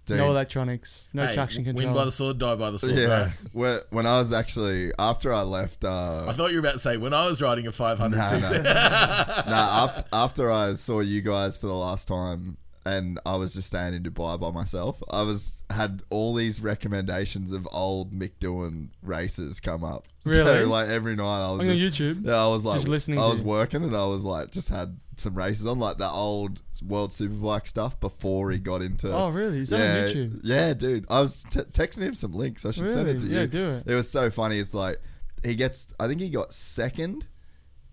Speaker 2: Dude.
Speaker 4: No electronics, no
Speaker 5: Hey,
Speaker 4: traction
Speaker 5: win
Speaker 4: control.
Speaker 5: by the sword, die by the sword.
Speaker 2: yeah,
Speaker 5: right?
Speaker 2: when- when I was actually after I left, uh,
Speaker 5: I thought you were about to say when I was riding a 500
Speaker 2: Nah,
Speaker 5: cc.
Speaker 2: nah, after, after I saw you guys for the last time, and I was just staying in Dubai by myself, I was had all these recommendations of old Mick Doohan races come up.
Speaker 4: Really?
Speaker 2: So like every night I was
Speaker 4: On your
Speaker 2: just,
Speaker 4: YouTube?
Speaker 2: Yeah, I was like
Speaker 4: Just listening
Speaker 2: I
Speaker 4: to
Speaker 2: was
Speaker 4: you.
Speaker 2: working and I was like just had some races on like the old World Superbike stuff before he got into.
Speaker 4: Oh, really? Is that
Speaker 2: yeah,
Speaker 4: on YouTube?
Speaker 2: Yeah, dude. I was t- texting him some links. I should send it to
Speaker 4: Really?
Speaker 2: you.
Speaker 4: Yeah, do it.
Speaker 2: It was so funny. It's like he gets. I think he got second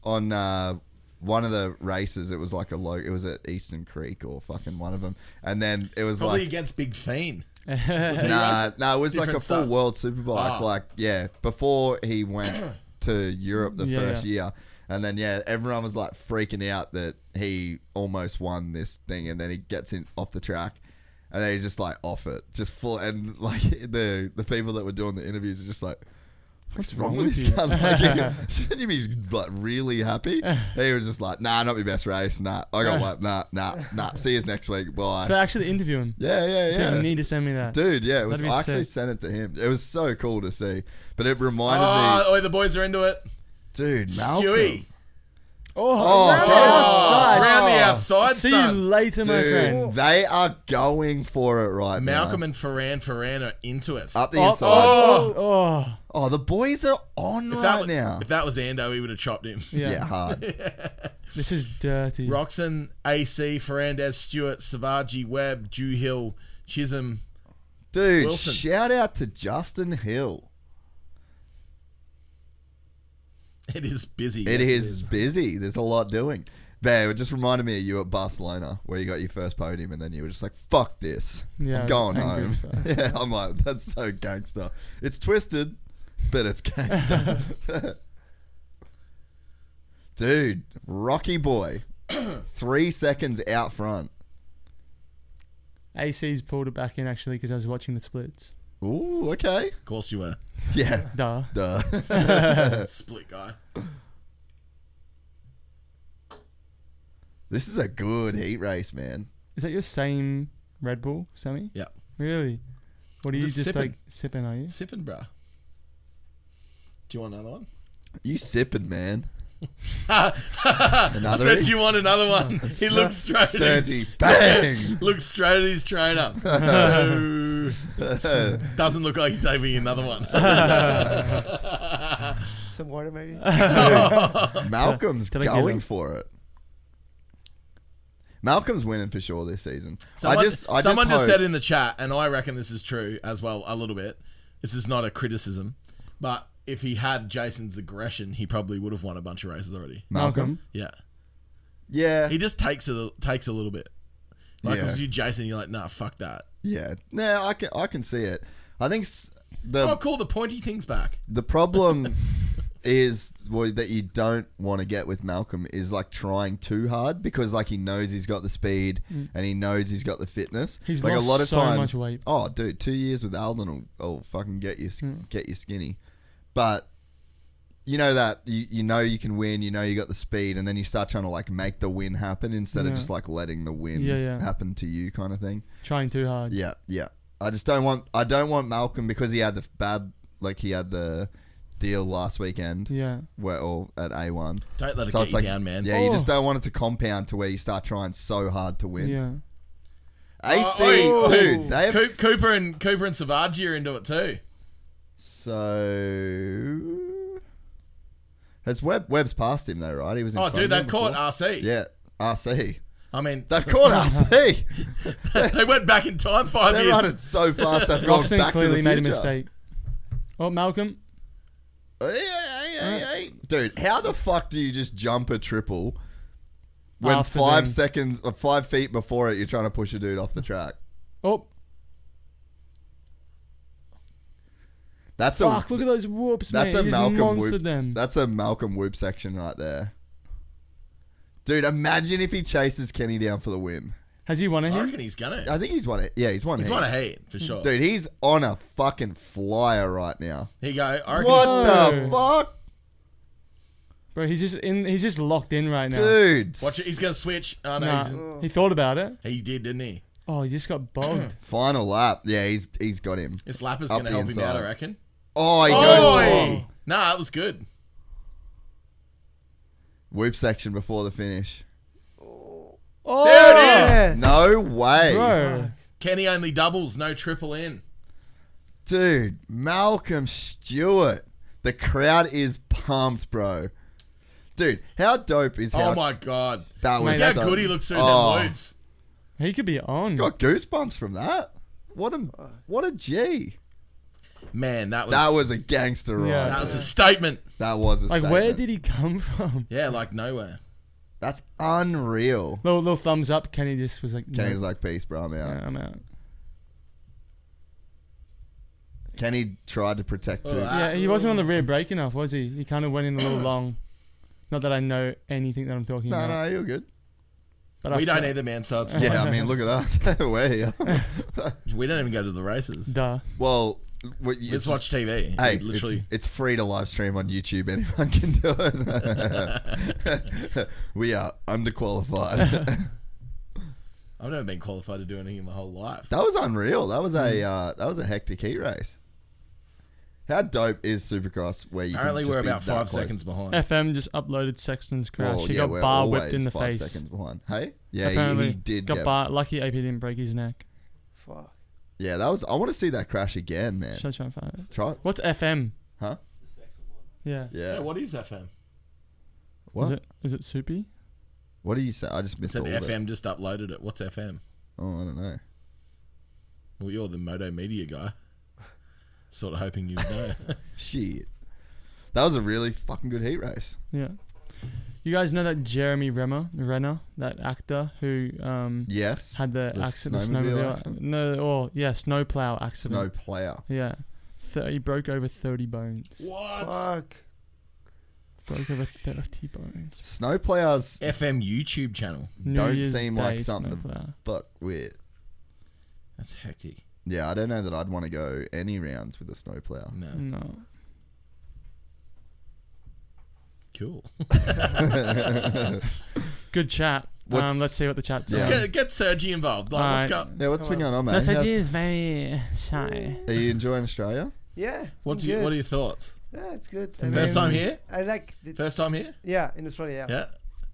Speaker 2: on uh, one of the races. It was like a low. It was at Eastern Creek or fucking one of them. And then it was
Speaker 5: Probably
Speaker 2: like
Speaker 5: against Big Fiend.
Speaker 2: Nah, nah, it was like a
Speaker 5: Different
Speaker 2: full
Speaker 5: stuff.
Speaker 2: world superbike.
Speaker 5: Ah.
Speaker 2: Like, yeah, before he went to Europe the
Speaker 4: Yeah,
Speaker 2: first
Speaker 4: yeah.
Speaker 2: year. And then, yeah, everyone was like freaking out that he almost won this thing. And then he gets in off the track. And then he's just like off it, just full, and like the the people that were doing the interviews are just like, "What's wrong with this
Speaker 4: you?"
Speaker 2: guy? Like, shouldn't you be like really happy?" He was just like, "Nah, not my best race. Nah, I got wiped. Nah, nah, nah. See you next week. Bye."
Speaker 4: so actually interview him.
Speaker 2: yeah, yeah,
Speaker 4: Dude,
Speaker 2: yeah.
Speaker 4: you need to send me that.
Speaker 2: Dude, yeah, it was.
Speaker 4: That'd be
Speaker 2: I actually
Speaker 4: sick.
Speaker 2: sent it to him. It was so cool to see, but it reminded
Speaker 5: Oh,
Speaker 2: me,
Speaker 5: oh, the boys are into it.
Speaker 2: dude, Malcolm.
Speaker 5: Stewie.
Speaker 4: Oh,
Speaker 2: Oh,
Speaker 5: Oh, round the outside,
Speaker 4: see
Speaker 5: son.
Speaker 4: you later, my
Speaker 2: dude,
Speaker 4: friend.
Speaker 2: they are going for it right
Speaker 5: Malcolm
Speaker 2: now.
Speaker 5: and Ferran Ferran are into it.
Speaker 2: up the
Speaker 4: Oh,
Speaker 2: inside. Oh,
Speaker 4: oh, oh,
Speaker 2: the boys are on
Speaker 5: if,
Speaker 2: right
Speaker 5: that was,
Speaker 2: now.
Speaker 5: if that was Ando, he would have chopped him.
Speaker 4: yeah.
Speaker 2: yeah. hard.
Speaker 4: This is dirty.
Speaker 5: Roxon, AC, Ferrandez, Stewart, Savaji, Webb, Dewhill, Chisholm.
Speaker 2: Dude,
Speaker 5: Wilson.
Speaker 2: shout out to Justin Hill.
Speaker 5: It is busy.
Speaker 2: It
Speaker 5: Yes,
Speaker 2: is busy. There's a lot doing. Man, it just reminded me of you at Barcelona where you got your first podium and then you were just like, fuck this.
Speaker 4: Yeah, I
Speaker 2: I'm
Speaker 4: was
Speaker 2: going
Speaker 4: angry
Speaker 2: home.
Speaker 4: as
Speaker 2: Yeah, I'm like, that's so gangster. It's twisted, but it's gangster. Dude, Rocky Boy, three seconds out front.
Speaker 4: AC's pulled it back in actually because I was watching the splits.
Speaker 2: Ooh, okay.
Speaker 5: Of course you were.
Speaker 2: Yeah,
Speaker 4: Duh.
Speaker 2: duh. Uh,
Speaker 5: Split guy.
Speaker 2: this is a good heat race, man.
Speaker 4: Is that your same Red Bull, Sammy?
Speaker 5: Yeah.
Speaker 4: Really? What are you
Speaker 5: Just
Speaker 4: just
Speaker 5: sipping.
Speaker 4: like sipping? Are you?
Speaker 5: Sipping, bruh. Do you want another one?
Speaker 2: You sipping, man. Another
Speaker 5: I said,
Speaker 2: heat?
Speaker 5: do you want another one? he looks straight at
Speaker 2: Sergi, bang!
Speaker 5: looks straight at his trainer. so doesn't look like he's having another one.
Speaker 6: Some water, maybe.
Speaker 2: Malcolm's
Speaker 4: Can I get
Speaker 2: going
Speaker 4: him?
Speaker 2: for it. Malcolm's winning for sure this season.
Speaker 5: Someone,
Speaker 2: I just, I
Speaker 5: someone just,
Speaker 2: just, hope-
Speaker 5: said in the chat, and I reckon this is true as well a little bit. This is not a criticism, but if he had Jason's aggression, he probably would have won a bunch of races already.
Speaker 2: Malcolm.
Speaker 5: Yeah,
Speaker 2: Yeah.
Speaker 5: He just takes it a- takes a little bit. Like
Speaker 2: Yeah.
Speaker 5: 'cause you Jason, you're like, nah, fuck that.
Speaker 2: Yeah. No, I can I can see it. I think s- the
Speaker 5: Oh, cool, the pointy thing's back.
Speaker 2: the problem is well, that you don't want to get with Malcolm is like trying too hard because like he knows he's got the speed and he knows he's got the fitness.
Speaker 4: Mm. He's
Speaker 2: like
Speaker 4: lost
Speaker 2: a lot of
Speaker 4: so
Speaker 2: times.
Speaker 4: much weight.
Speaker 2: Oh, dude, two years with Alden will, will fucking get you s-
Speaker 4: Mm.
Speaker 2: get you skinny, but. You know that you, you know you can win. You know you got the speed, and then you start trying to like make the win happen instead of
Speaker 4: Yeah.
Speaker 2: just like letting the win
Speaker 4: Yeah, yeah.
Speaker 2: happen to you, kind of thing.
Speaker 4: Trying too hard.
Speaker 2: Yeah, yeah. I just don't want I don't want Malcolm because he had the bad like he had the deal last weekend.
Speaker 4: Yeah.
Speaker 2: Where or at A one.
Speaker 5: Don't let it get you down, man.
Speaker 2: Yeah, you just
Speaker 4: Oh.
Speaker 2: don't want it to compound to where you start trying so hard to win.
Speaker 4: Yeah.
Speaker 2: AC,
Speaker 5: Oh, oi,
Speaker 2: dude, they have
Speaker 5: Coop, Cooper and Cooper and Savaji are into it too.
Speaker 2: so. Has Webb Webb's passed him though, right? He was. In
Speaker 5: Oh,
Speaker 2: front
Speaker 5: dude,
Speaker 2: of him
Speaker 5: they've caught
Speaker 2: before.
Speaker 5: RC.
Speaker 2: Yeah, RC.
Speaker 5: I mean,
Speaker 2: They've caught RC.
Speaker 5: they went back in time 5
Speaker 2: They're
Speaker 5: years.
Speaker 2: running so fast. They've gone
Speaker 4: Roxon
Speaker 2: back to the
Speaker 4: clearly
Speaker 2: future.
Speaker 4: made a mistake. Oh, Malcolm.
Speaker 2: Hey, hey, hey, hey. Dude, how the fuck do you just jump a triple when
Speaker 4: After
Speaker 2: five
Speaker 4: them.
Speaker 2: seconds or five feet before it you're trying to push a dude off the track?
Speaker 4: Oh,
Speaker 2: That's a
Speaker 4: fuck! Look at those whoops,
Speaker 2: that's
Speaker 4: mate.
Speaker 2: a
Speaker 4: He just
Speaker 2: Malcolm
Speaker 4: monstered
Speaker 2: whoop.
Speaker 4: them.
Speaker 2: That's a Malcolm whoop section right there. Dude, imagine if he chases Kenny down for the win.
Speaker 4: Has he won a
Speaker 5: I
Speaker 4: hit?
Speaker 5: reckon he's gonna.
Speaker 2: I think he's won it. Yeah, he's won
Speaker 5: He's
Speaker 2: it.
Speaker 5: won a heat for sure.
Speaker 2: Dude, he's on a fucking flyer right now.
Speaker 5: Here you go. I reckon
Speaker 2: What
Speaker 5: he's-
Speaker 2: the fuck?
Speaker 4: Bro, he's just in. He's just locked in right now.
Speaker 2: Dude.
Speaker 5: Watch it. He's gonna switch. Oh, no, he's-
Speaker 4: Nah, he thought about it.
Speaker 5: he did, didn't he?
Speaker 4: Oh, he just got bogged.
Speaker 2: Final lap. Yeah, he's he's got him.
Speaker 5: His lapper's
Speaker 2: Up
Speaker 5: gonna
Speaker 2: the
Speaker 5: help him out.
Speaker 2: inside.
Speaker 5: I reckon.
Speaker 2: Oh, he goes.
Speaker 5: Oi! Nah, it was good.
Speaker 2: Whoop section before the finish.
Speaker 4: oh,
Speaker 5: There it is.
Speaker 2: No way.
Speaker 4: bro.
Speaker 5: Kenny only doubles, no triple in.
Speaker 2: Dude, Malcolm Stewart. The crowd is pumped, bro. Dude, how dope is how
Speaker 5: Oh my god.
Speaker 2: that was?
Speaker 4: Mate,
Speaker 5: Look
Speaker 4: that's
Speaker 5: how
Speaker 2: so-
Speaker 5: good he looks through
Speaker 2: Oh,
Speaker 5: them loops.
Speaker 4: He could be on.
Speaker 2: Got goosebumps from that. What a what a G.
Speaker 5: Man, that was
Speaker 2: That was a gangster ride.
Speaker 4: Yeah.
Speaker 5: that
Speaker 2: That,
Speaker 5: was a statement.
Speaker 2: was a
Speaker 4: Like,
Speaker 2: statement.
Speaker 4: where did he come from?
Speaker 5: Yeah, like nowhere.
Speaker 2: That's unreal.
Speaker 4: Little, little thumbs up. Kenny just was like, no,
Speaker 2: Kenny's like, peace, bro. I'm out.
Speaker 4: yeah, I'm out.
Speaker 2: Kenny tried to protect
Speaker 5: Oh,
Speaker 2: him.
Speaker 5: that-
Speaker 4: Yeah, he wasn't on the rear brake enough, was he? He kind of went in a little long. Not that I know anything that I'm talking
Speaker 2: no,
Speaker 4: about.
Speaker 2: no, you're good.
Speaker 4: but I
Speaker 5: we don't
Speaker 4: felt-
Speaker 5: either, man. So it's fine.
Speaker 2: Yeah, I mean, look at that. We're here.
Speaker 5: we don't even go to the races.
Speaker 4: Duh.
Speaker 2: Well, what, you
Speaker 5: Let's
Speaker 2: just-
Speaker 5: watch TV.
Speaker 2: Hey,
Speaker 5: Hey, literally.
Speaker 2: It's, it's free to live stream on YouTube. Anyone can do it. we are underqualified.
Speaker 5: I've never been qualified to do anything in my whole life.
Speaker 2: that was unreal. That was
Speaker 5: Hmm.
Speaker 2: a uh, that was a hectic heat race. How dope is Supercross? Where you
Speaker 5: Apparently,
Speaker 2: can just
Speaker 5: we're
Speaker 2: be
Speaker 5: about
Speaker 2: that
Speaker 5: five
Speaker 2: close?
Speaker 5: seconds behind.
Speaker 4: FM just uploaded Sexton's crash.
Speaker 2: Well,
Speaker 4: he
Speaker 2: yeah,
Speaker 4: got
Speaker 2: we're
Speaker 4: bar whipped in
Speaker 2: always
Speaker 4: the
Speaker 2: five
Speaker 4: face.
Speaker 2: Seconds behind. Hey, yeah, he,
Speaker 4: Apparently,
Speaker 2: he did
Speaker 4: got
Speaker 2: get.
Speaker 4: bar. Lucky AP didn't break his neck.
Speaker 6: Fuck.
Speaker 2: Yeah, that was. I want to see that crash again, man.
Speaker 4: Should I try and find it?
Speaker 2: Try,
Speaker 4: What's FM?
Speaker 2: huh?
Speaker 4: Yeah.
Speaker 2: Yeah.
Speaker 5: Yeah,
Speaker 2: what,
Speaker 5: what is FM?
Speaker 4: Is
Speaker 2: what?
Speaker 4: it is it Soupy?
Speaker 2: do you say? I just
Speaker 5: It
Speaker 2: missed
Speaker 5: said
Speaker 2: all of it.
Speaker 5: FM just uploaded it. What's FM?
Speaker 2: Oh, I don't know.
Speaker 5: Well, you're the Moto Media guy. Sort of hoping you know.
Speaker 2: Shit, that was a really fucking good heat race.
Speaker 4: Yeah. You guys know that Jeremy Renner, Renner, that actor who um
Speaker 2: Yes.
Speaker 4: had the, accident, the
Speaker 2: snowmobile
Speaker 4: snowmobile,
Speaker 2: accident?
Speaker 4: no, or yeah, snowplow accident.
Speaker 2: Snow player.
Speaker 4: Yeah. Th- he broke over 30 bones.
Speaker 5: what?
Speaker 6: Fuck.
Speaker 4: Broke over 30 bones.
Speaker 2: Snow players
Speaker 5: FM YouTube channel.
Speaker 4: New
Speaker 2: don't
Speaker 4: Year's
Speaker 2: seem
Speaker 4: Day
Speaker 2: like something to
Speaker 4: snowplow.
Speaker 2: fuck with.
Speaker 5: That's hectic.
Speaker 2: Yeah, I don't know that I'd want to go any rounds with a snow plow.
Speaker 5: No.
Speaker 4: No.
Speaker 5: Cool.
Speaker 4: Good chat.
Speaker 2: What's-
Speaker 4: um, let's see what the chat
Speaker 2: Yeah.
Speaker 4: says.
Speaker 5: Get, get Sergi involved. Like, let's go.
Speaker 4: Alright.
Speaker 2: Yeah, what's been going on, mate?
Speaker 4: This
Speaker 2: How's-
Speaker 4: Oh, idea is very shy.
Speaker 2: are you enjoying Australia?
Speaker 6: Yeah.
Speaker 5: What's
Speaker 6: good.
Speaker 5: your, what are your thoughts?
Speaker 6: Yeah, it's good. I
Speaker 5: First
Speaker 6: mean,
Speaker 5: time here?
Speaker 6: I like. The,
Speaker 5: First time here?
Speaker 6: yeah, in Australia. Yeah.
Speaker 5: Yeah.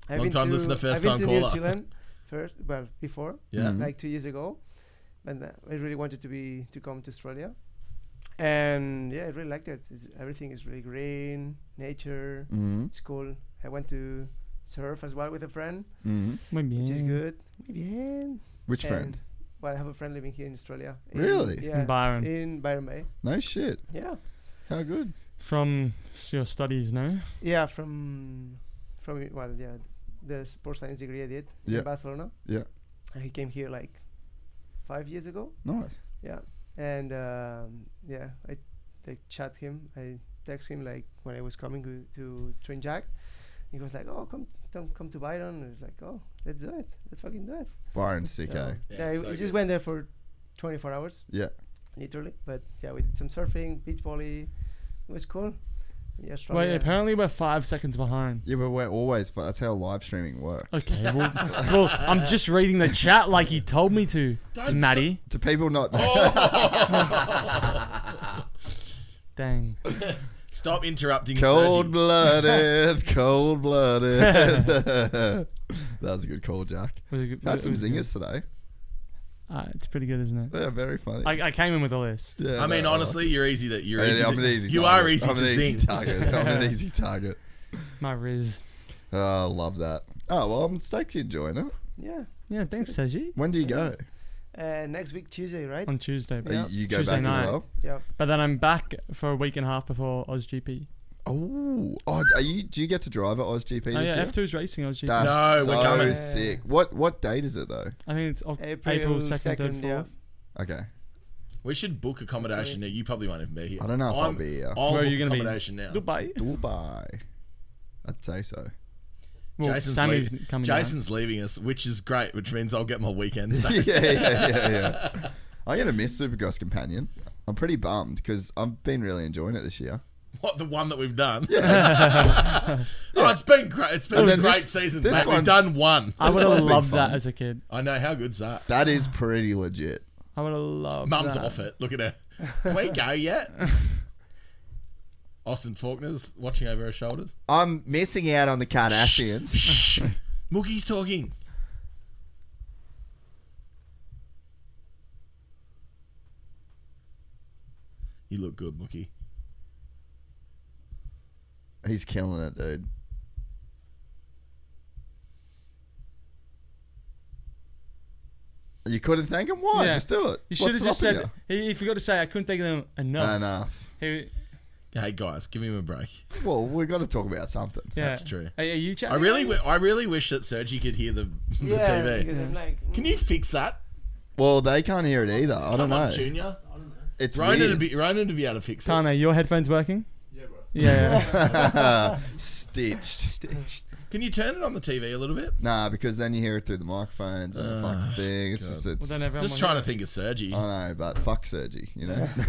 Speaker 6: I've
Speaker 5: Long
Speaker 6: been
Speaker 5: time listener,
Speaker 6: to-
Speaker 5: first
Speaker 6: I've been
Speaker 5: time
Speaker 6: to New
Speaker 5: caller.
Speaker 6: Zealand, first, well, before,
Speaker 5: Yeah.
Speaker 6: like two years ago, and uh, I really wanted to be to come to Australia, and yeah, I really liked it. It's, everything is really green, nature,
Speaker 2: Mm-hmm.
Speaker 6: it's cool. I went to surf as well with a friend,
Speaker 2: Mm-hmm.
Speaker 4: Maybe.
Speaker 6: which is
Speaker 5: Mm.
Speaker 6: good. Maybe and
Speaker 2: Which friend?
Speaker 6: Well, I have a friend living here in Australia. in-
Speaker 2: Really?
Speaker 6: Yeah.
Speaker 4: In Byron.
Speaker 6: In Byron Bay.
Speaker 2: No shit.
Speaker 6: Yeah.
Speaker 2: How good?
Speaker 4: From your studies, no?
Speaker 6: Yeah, from from well, yeah, the sports science degree I did
Speaker 2: Yeah.
Speaker 6: in Barcelona.
Speaker 2: Yeah.
Speaker 6: And he came here like five years ago.
Speaker 2: Nice.
Speaker 6: Yeah. And um, yeah, I like chat him. I text him like when I was coming to, to train Jack. He was like, "Oh, come, come, come to Byron." I was like, "Oh, let's do it. Let's fucking do it."
Speaker 2: Byron Sicko.
Speaker 6: So,
Speaker 5: Yeah,
Speaker 6: yeah,
Speaker 5: it's
Speaker 6: I-
Speaker 5: so
Speaker 6: I
Speaker 5: good.
Speaker 6: just went there for 24 hours,
Speaker 2: Yeah.
Speaker 6: literally. But yeah, we did some surfing, beach volley. It was cool. Oh, Yeah,
Speaker 4: Wait,
Speaker 6: Australia-
Speaker 4: apparently we're five seconds behind.
Speaker 2: Yeah, but we're always. fu- That's how live streaming works.
Speaker 4: Okay, well, well, I'm just reading the chat like you told me to,
Speaker 5: Don't
Speaker 4: Maddie.
Speaker 2: Do people not know?
Speaker 4: Oh!
Speaker 2: Mm.
Speaker 4: Dang.
Speaker 5: Stop interrupting.
Speaker 2: cold
Speaker 5: Sergi.
Speaker 2: blooded, cold blooded. that was a good call, Jack.
Speaker 4: Was it good-
Speaker 2: Had some
Speaker 4: was it
Speaker 2: zingers today.
Speaker 4: good? Uh, it's pretty good, isn't it?
Speaker 2: Yeah, very funny.
Speaker 4: I, I came in with a list.
Speaker 2: yeah,
Speaker 5: I mean,
Speaker 2: no,
Speaker 5: honestly, you're easy to. You're
Speaker 2: I-
Speaker 5: easy
Speaker 2: I'm
Speaker 5: to-
Speaker 2: an easy.
Speaker 5: You
Speaker 2: target.
Speaker 5: are easy
Speaker 2: I'm
Speaker 5: to
Speaker 2: an easy
Speaker 5: zing.
Speaker 2: target. I'm an easy target.
Speaker 4: My Riz.
Speaker 2: Oh, love that. Oh well, I'm stoked you're enjoying it.
Speaker 6: Yeah.
Speaker 4: Yeah, thanks, Saji.
Speaker 2: When do you go?
Speaker 6: Uh, next week, Tuesday, right?
Speaker 4: On Tuesday,
Speaker 2: Uh,
Speaker 4: bro.
Speaker 2: You go
Speaker 4: Tuesday
Speaker 2: back
Speaker 4: night.
Speaker 2: as well.
Speaker 6: Yeah.
Speaker 4: But then I'm back for a week and a half before OzGP.
Speaker 2: Oh, oh, are you? Do you get to drive at OzGP this
Speaker 4: Oh yeah,
Speaker 2: year?
Speaker 4: F2's racing OzGP.
Speaker 2: That's
Speaker 5: No,
Speaker 2: so
Speaker 5: we're coming.
Speaker 2: sick. What what date is it though?
Speaker 4: I think it's Oc-
Speaker 6: April
Speaker 4: April, 2nd, 3rd,
Speaker 6: 2nd, yeah.
Speaker 4: 4th.
Speaker 2: Okay,
Speaker 5: We should book accommodation now. You probably won't even be here.
Speaker 2: I don't know if I'll
Speaker 5: I'm-
Speaker 2: be here.
Speaker 5: I'll
Speaker 4: Where are
Speaker 5: book
Speaker 4: you gonna be?
Speaker 5: accommodation now.
Speaker 4: Goodbye.
Speaker 2: Dubai. I'd say so.
Speaker 4: Well,
Speaker 5: Jason's,
Speaker 4: Sammy's
Speaker 5: leaving.
Speaker 4: coming down.
Speaker 5: Jason's leaving us, which is great, which means I'll get my weekends back.
Speaker 2: yeah, yeah, yeah, yeah. I'm gonna miss Supergrass Companion. I'm pretty bummed because I've been really enjoying it this year.
Speaker 5: What the one that we've done? oh, it's been great. It's been
Speaker 2: And
Speaker 5: a
Speaker 2: then
Speaker 5: great
Speaker 2: this-
Speaker 5: season.
Speaker 2: this
Speaker 5: mate. We've
Speaker 2: one's-
Speaker 5: done one.
Speaker 4: I
Speaker 2: This
Speaker 4: would have
Speaker 2: one's been
Speaker 4: loved that
Speaker 2: fun.
Speaker 4: as a kid.
Speaker 5: I know how good's that.
Speaker 2: That is pretty legit.
Speaker 4: I would have loved
Speaker 5: Mum's
Speaker 4: that.
Speaker 5: off it. Look at her. Can we go yet? Austin Faulkner's watching over her shoulders.
Speaker 2: I'm missing out on the Kardashians.
Speaker 5: Shh. Mookie's talking. You look good, Mookie.
Speaker 2: He's killing it, dude. You couldn't thank him? Why?
Speaker 4: Yeah.
Speaker 2: Just do it.
Speaker 4: You
Speaker 2: What's
Speaker 4: should have just
Speaker 2: stopping
Speaker 4: said. He, he forgot to say I couldn't take them
Speaker 2: you?
Speaker 4: enough.
Speaker 2: Enough.
Speaker 4: He-
Speaker 5: Hey guys, give him a break.
Speaker 2: Well, we've got to talk about something.
Speaker 4: yeah.
Speaker 5: That's true.
Speaker 4: Are, are you
Speaker 5: I
Speaker 4: chatting?
Speaker 5: really, wi- I really wish that Sergi could hear the, the
Speaker 6: Yeah.
Speaker 5: TV.
Speaker 6: because I'm like,
Speaker 5: Can you fix that?
Speaker 2: Well, they can't hear it either. I don't
Speaker 5: Come on,
Speaker 2: know.
Speaker 5: Junior.
Speaker 2: It's
Speaker 5: Ronan
Speaker 2: weird.
Speaker 5: would be, Ronan would be able to fix it.
Speaker 4: Tane, your headphones working? Yeah, bro. Yeah.
Speaker 2: stitched.
Speaker 5: Can you turn it on the TV a little bit?
Speaker 2: Nah, because then you hear it through the microphones and it fucks the thing. It's just it's.
Speaker 4: well, then everyone
Speaker 5: Just trying to think of Sergi.
Speaker 4: Uh,
Speaker 2: I know, but fuck Sergi, you know.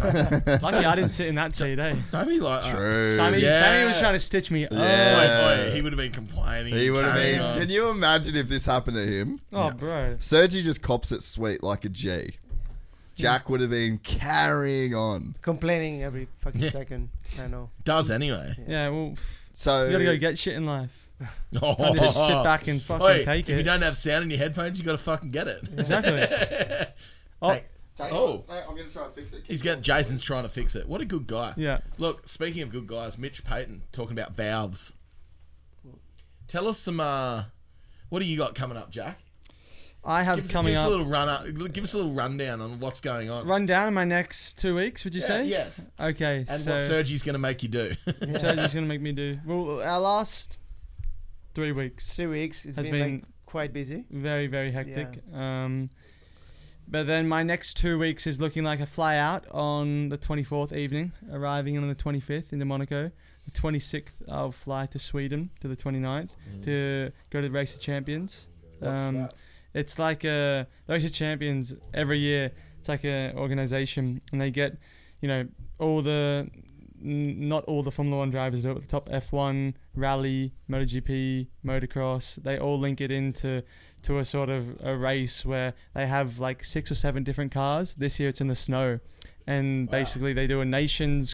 Speaker 4: Lucky I didn't sit in that seat, eh?
Speaker 5: Don't be like uh, that.
Speaker 2: True.
Speaker 4: Sammy,
Speaker 5: Yeah.
Speaker 4: Sammy was trying to stitch me. up.
Speaker 2: Yeah.
Speaker 5: Oi, oi, he would have been complaining. uh,
Speaker 2: He would have
Speaker 5: carrying
Speaker 2: been.
Speaker 5: on.
Speaker 2: Can you imagine if this happened to him?
Speaker 4: Oh, bro.
Speaker 2: Sergi just cops it sweet like a G. Jack would have been carrying on.
Speaker 6: complaining every fucking second. I know.
Speaker 5: Does anyway.
Speaker 4: Yeah, well, pff,
Speaker 2: So
Speaker 4: you gotta go get shit in life.
Speaker 5: Oh.
Speaker 4: Can't just sit back and fucking
Speaker 5: Oi,
Speaker 4: take
Speaker 5: If you
Speaker 4: it.
Speaker 5: don't have sound in your headphones, you got to fucking get it.
Speaker 4: Exactly. Oh,
Speaker 5: Hey,
Speaker 2: Take-
Speaker 5: Oh.
Speaker 2: Mate, I'm gonna try and fix it.
Speaker 5: He's got Jason's trying to fix it. What a good guy.
Speaker 4: Yeah.
Speaker 5: Look, speaking of good guys, Mitch Payton talking about valves. Tell us some. Uh, what do you got coming up, Jack?
Speaker 4: I have
Speaker 5: Give us,
Speaker 4: coming
Speaker 5: give us
Speaker 4: up.
Speaker 5: a little run up. Give us a little rundown on what's going on.
Speaker 4: Run down in my next two weeks, would you
Speaker 5: Yeah,
Speaker 4: say?
Speaker 5: yes.
Speaker 4: Okay.
Speaker 5: And
Speaker 4: so,
Speaker 5: what Sergi's going to make you do?
Speaker 4: Sergi's gonna make me do. Well, our last three weeks.
Speaker 6: Three weeks. It's
Speaker 4: Has
Speaker 6: been, like
Speaker 4: been-
Speaker 6: quite busy.
Speaker 4: very very hectic. Um, but then my next two weeks is looking like a fly out on the 24th evening, arriving on the 25th into Monaco. The 26th I'll fly to Sweden to the 29th to go to the Race of Champions.
Speaker 5: Mm.
Speaker 4: Um,
Speaker 5: What's that?
Speaker 4: It's like a the Race of Champions every year. It's like a organization, and they get you know all the n- not all the Formula One drivers do it, but the top F1, rally, MotoGP, motocross, they all link it into to a sort of a race where they have like six or seven different cars. This year it's in the snow. And basically, they do a Nations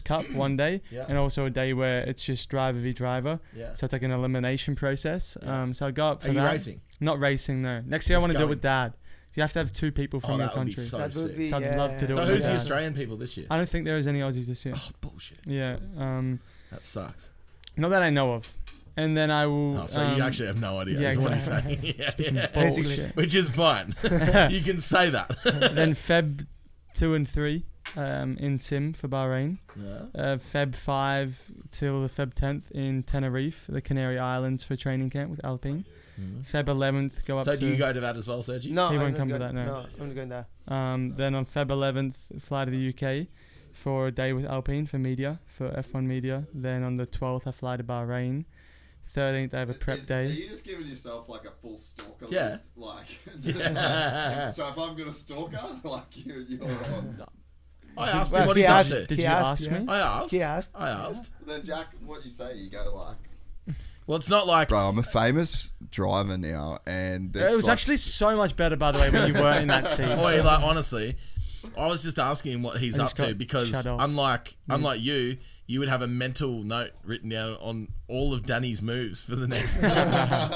Speaker 4: Cup one day,
Speaker 5: Yeah.
Speaker 4: and also a day where it's just driver v driver.
Speaker 5: Yeah.
Speaker 4: So it's like an elimination process. Um, so I go up for
Speaker 5: Are you
Speaker 4: that.
Speaker 5: racing?
Speaker 4: Not racing, no. Next year I
Speaker 5: Just
Speaker 4: want to do it
Speaker 5: going.
Speaker 4: with dad. You have to have two people from
Speaker 5: oh,
Speaker 4: your
Speaker 5: that would be
Speaker 4: country.
Speaker 5: so
Speaker 6: That would
Speaker 5: sick.
Speaker 6: be.
Speaker 4: So I'd love to
Speaker 6: yeah.
Speaker 4: do
Speaker 5: so
Speaker 4: it.
Speaker 5: who's
Speaker 4: Yeah.
Speaker 5: the Australian people this year?
Speaker 4: I don't think there is any Aussies this year.
Speaker 5: Oh, bullshit.
Speaker 4: Yeah. Um,
Speaker 5: That sucks.
Speaker 4: not that I know of. And then I will.
Speaker 5: Oh, so
Speaker 4: um,
Speaker 5: you actually have no idea.
Speaker 4: yeah,
Speaker 5: is what he's saying. Yeah, yeah.
Speaker 4: Bullshit.
Speaker 5: Which is fine. you can say that.
Speaker 4: then Feb two and three um, in Sim for Bahrain.
Speaker 5: Yeah.
Speaker 4: Uh, Feb five till the Feb tenth in Tenerife, the Canary Islands for training camp with Alpine. Feb 11th, go up
Speaker 5: Mm-hmm. So
Speaker 4: to.
Speaker 5: do you go to that as well, Sergi?
Speaker 6: No,
Speaker 4: He
Speaker 6: I'm
Speaker 4: won't
Speaker 6: not
Speaker 4: come to
Speaker 6: going-
Speaker 4: that, no.
Speaker 6: No, I'm not going there.
Speaker 4: Um, then on Feb 11th, fly to the UK for a day with Alpine for media, for F1 media. Then on the 12th, I fly to Bahrain. 13th, I have a prep
Speaker 2: Is- Are
Speaker 4: day.
Speaker 2: you just giving yourself like a full stalker
Speaker 5: Yeah.
Speaker 2: list? Like, just
Speaker 5: Yeah.
Speaker 2: like- so if I'm gonna stalker, like you, you're on.
Speaker 5: I asked
Speaker 6: Well,
Speaker 5: him what
Speaker 6: he
Speaker 5: he's up
Speaker 6: asked-
Speaker 5: to.
Speaker 4: Did
Speaker 6: He
Speaker 4: you
Speaker 6: asked,
Speaker 4: ask
Speaker 6: yeah.
Speaker 4: me?
Speaker 5: I asked.
Speaker 6: He asked.
Speaker 5: I asked.
Speaker 2: Then Jack, what you say? You go like,
Speaker 5: Well, it's not like
Speaker 2: bro, I'm a famous driver now, and
Speaker 4: It was actually so much better, by the way, when you were in that seat.
Speaker 5: Oi, oh, like honestly, I was just asking him what he's
Speaker 4: I
Speaker 5: up
Speaker 4: just
Speaker 5: to
Speaker 4: got
Speaker 5: because
Speaker 4: shut off. Mm.
Speaker 5: unlike unlike you, you would have a mental note written down on all of Danny's moves for the next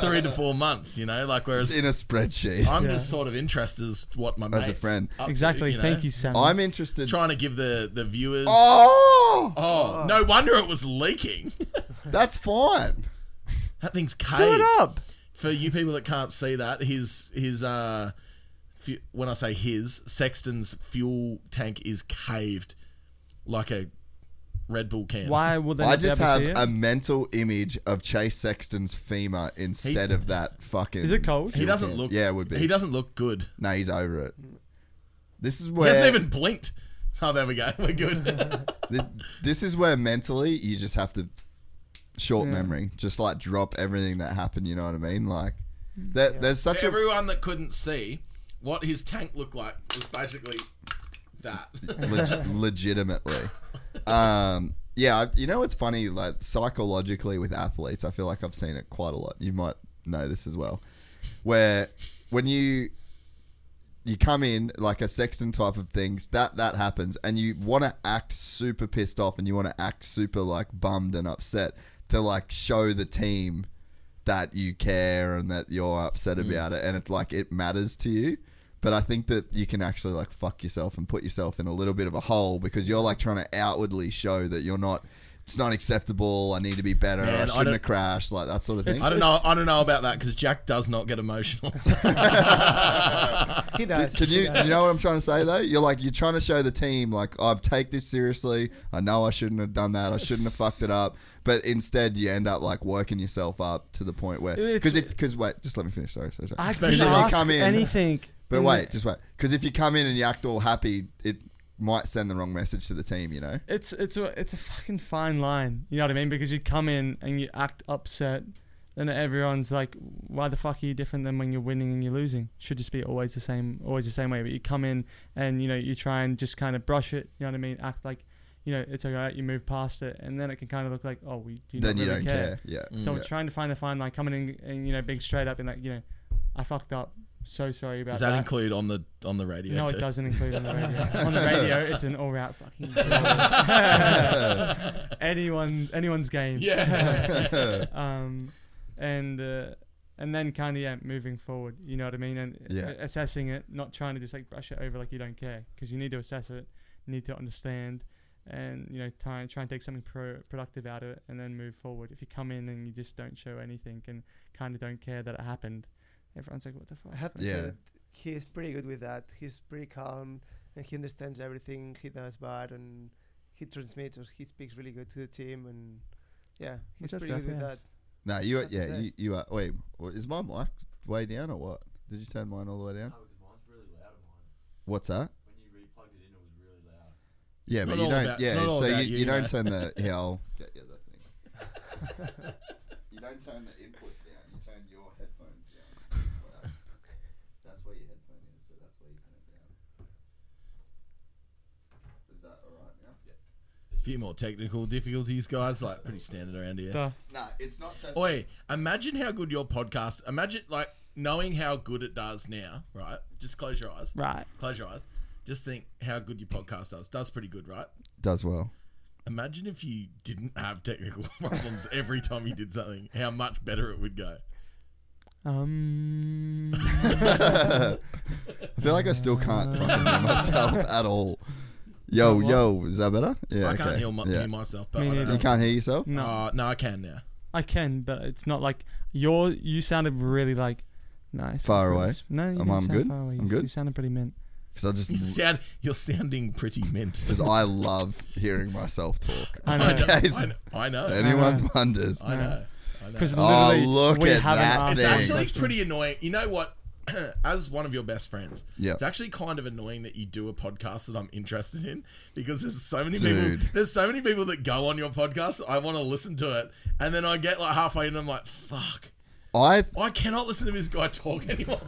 Speaker 5: three to four months. You know, like whereas
Speaker 2: in a spreadsheet.
Speaker 5: I'm
Speaker 4: Yeah.
Speaker 5: just sort of interested as what my
Speaker 2: As a
Speaker 5: mate's
Speaker 2: friend.
Speaker 5: up to,
Speaker 4: Exactly.
Speaker 5: you know?
Speaker 4: Thank you, Sam.
Speaker 2: I'm interested.
Speaker 5: Trying to give the the viewers. Oh,
Speaker 2: oh,
Speaker 5: no wonder it was leaking.
Speaker 2: that's fine.
Speaker 5: that thing's caved.
Speaker 6: Fill it up.
Speaker 5: for you people that can't see that, his his uh, fu- when I say his Sexton's fuel tank is caved like a Red Bull can.
Speaker 4: Why will they
Speaker 2: I
Speaker 4: not be
Speaker 2: just
Speaker 4: able to
Speaker 2: have um,
Speaker 4: see it?
Speaker 2: a mental image of Chase Sexton's femur instead of that fucking.
Speaker 4: Is it cold?
Speaker 5: He doesn't look.
Speaker 2: Yeah, it would be.
Speaker 5: He doesn't look good.
Speaker 2: No, he's over it. This is
Speaker 5: He
Speaker 2: where
Speaker 5: hasn't even blinked. Oh, there we go. We're good.
Speaker 2: thi- this is where mentally you just have to short memory, just like drop everything that happened. You know what I mean? Like
Speaker 4: Mm.
Speaker 2: there, there's such a
Speaker 5: Everyone that couldn't see what his tank looked like was basically that.
Speaker 2: leg- legitimately. Um, yeah, I- you know what's funny? Like psychologically with athletes, I feel like I've seen it quite a lot. You might know this as well, where when you you come in like a Sexton type of things that that happens, and you want to act super pissed off, and you want to act super like bummed and upset to like show the team that you care and that you're upset
Speaker 5: Mm.
Speaker 2: about it and it's like it matters to you but i think that you can actually like fuck yourself and put yourself in a little bit of a hole because you're like trying to outwardly show that you're not it's not acceptable i need to be better
Speaker 5: Man, I
Speaker 2: i shouldn't
Speaker 5: don't-
Speaker 2: have crashed like that sort of thing
Speaker 5: I don't know. I don't know about that because Jack does not get emotional.
Speaker 6: He does.
Speaker 2: can you
Speaker 6: He does.
Speaker 2: you know what i'm trying to say though you're like you're trying to show the team like i've take this seriously i know i shouldn't have done that i shouldn't have fucked it up but instead you end up like working yourself up to the point where because
Speaker 4: It's-
Speaker 2: if because wait just let me finish sorry sorry, sorry.
Speaker 4: I can
Speaker 5: Especially if you
Speaker 4: ask
Speaker 2: come in-
Speaker 4: anything.
Speaker 2: But
Speaker 4: in
Speaker 2: wait, just wait. Because if you come in and you act all happy, it might send the wrong message to the team, you know?
Speaker 4: it's it's a it's a fucking fine line. You know what I mean? Because you come in and you act upset, then everyone's like, "Why the fuck are you different than when you're winning and you're losing? Should just be always the same, always the same way." But you come in and you know you try and just kind of brush it. You know what I mean? Act like you know it's alright. You move past it, and then it can kind of look like, "Oh, we do
Speaker 2: Then
Speaker 4: not
Speaker 2: you
Speaker 4: really
Speaker 2: don't care. Yeah. Mm.
Speaker 4: So
Speaker 2: yeah.
Speaker 4: we're trying to find a fine line, coming in and you know being straight up and like you know, I fucked up. So sorry about
Speaker 5: Does that include on the on the radio?
Speaker 4: no,
Speaker 5: too?
Speaker 4: it doesn't include on the radio. on the radio, it's an all-round fucking. Anyone, anyone's game.
Speaker 5: Yeah.
Speaker 4: Um, and uh, and then kind of yeah, moving forward. You know what I mean? And
Speaker 2: Yeah.
Speaker 4: a- assessing it, not trying to just like brush it over like you don't care, because you need to assess it, need to understand, and you know try and try and take something pro- productive out of it, and then move forward. If you come in and you just don't show anything and kind of don't care that it happened, everyone's like, what the fuck?
Speaker 6: I have to
Speaker 2: Yeah.
Speaker 6: say that he's pretty good with that. He's pretty calm and he understands everything he does bad and he transmits or he speaks really good to the team and yeah, he's
Speaker 4: Muchas
Speaker 6: pretty good with that.
Speaker 4: gracias.
Speaker 2: No, you are,
Speaker 6: Have to
Speaker 2: yeah,
Speaker 6: say.
Speaker 2: you, you are. Wait, is my mic way down or what? Did you turn mine all the way down?
Speaker 7: No, because mine's really loud of mine.
Speaker 2: What's that?
Speaker 7: When you replugged it in, it was really loud.
Speaker 2: Yeah,
Speaker 5: It's
Speaker 2: but
Speaker 5: not
Speaker 2: you
Speaker 5: all
Speaker 2: don't.
Speaker 5: about-
Speaker 2: yeah,
Speaker 5: it's not all
Speaker 2: so you,
Speaker 5: about
Speaker 2: you,
Speaker 5: you,
Speaker 2: don't
Speaker 5: mate.
Speaker 2: turn the. Yeah, I'll get you that thing. you don't turn the inputs down. You turn your headphones down. That's where your headphone is, so that's where you turn it down. Is that alright now?
Speaker 5: few more technical difficulties, guys. Like pretty standard around here.
Speaker 4: Duh.
Speaker 2: No, it's not. So
Speaker 5: Oi, imagine how good your podcast. Imagine like knowing how good it does now, right? Just close your eyes.
Speaker 4: Right.
Speaker 5: Close your eyes. Just think how good your podcast does. Does pretty good, right?
Speaker 2: does well.
Speaker 5: Imagine if you didn't have technical problems every time you did something. How much better it would go.
Speaker 4: Um.
Speaker 2: I feel like I still can't fucking hear myself at all. Yo, yo, is that better? Yeah,
Speaker 5: I can't
Speaker 2: okay.
Speaker 5: hear, my,
Speaker 2: yeah.
Speaker 5: hear myself, but I
Speaker 4: Me
Speaker 5: don't
Speaker 4: neither.
Speaker 2: You
Speaker 5: know.
Speaker 2: can't hear yourself.
Speaker 4: No.
Speaker 5: Uh, no, I can now.
Speaker 4: I can, but it's not like your. You sounded really like nice.
Speaker 2: Far away?
Speaker 4: No, you
Speaker 2: Am
Speaker 4: didn't
Speaker 2: I'm
Speaker 4: sound
Speaker 2: good?
Speaker 4: far away.
Speaker 2: I'm
Speaker 4: You-
Speaker 2: good?
Speaker 4: You sounded pretty mint.
Speaker 2: Because I
Speaker 5: You
Speaker 2: just
Speaker 5: sound, you're sounding pretty mint.
Speaker 2: because I love hearing myself talk.
Speaker 4: I know.
Speaker 5: I know.
Speaker 2: Guys.
Speaker 5: I know. I know.
Speaker 2: Anyone wonders?
Speaker 5: I know. I
Speaker 4: Because
Speaker 2: Oh,
Speaker 4: literally,
Speaker 2: look
Speaker 4: we
Speaker 2: at
Speaker 4: haven't
Speaker 2: that
Speaker 4: asked
Speaker 5: It's
Speaker 2: thing.
Speaker 5: actually pretty annoying. You know what? As one of your best friends,
Speaker 2: Yeah.
Speaker 5: it's actually kind of annoying that you do a podcast that I'm interested in because there's so many people.
Speaker 2: Dude.
Speaker 5: There's so many people that go on your podcast. I want to listen to it, and then I get like halfway in, and I'm like, "Fuck,
Speaker 2: I
Speaker 5: I cannot listen to this guy talk anymore."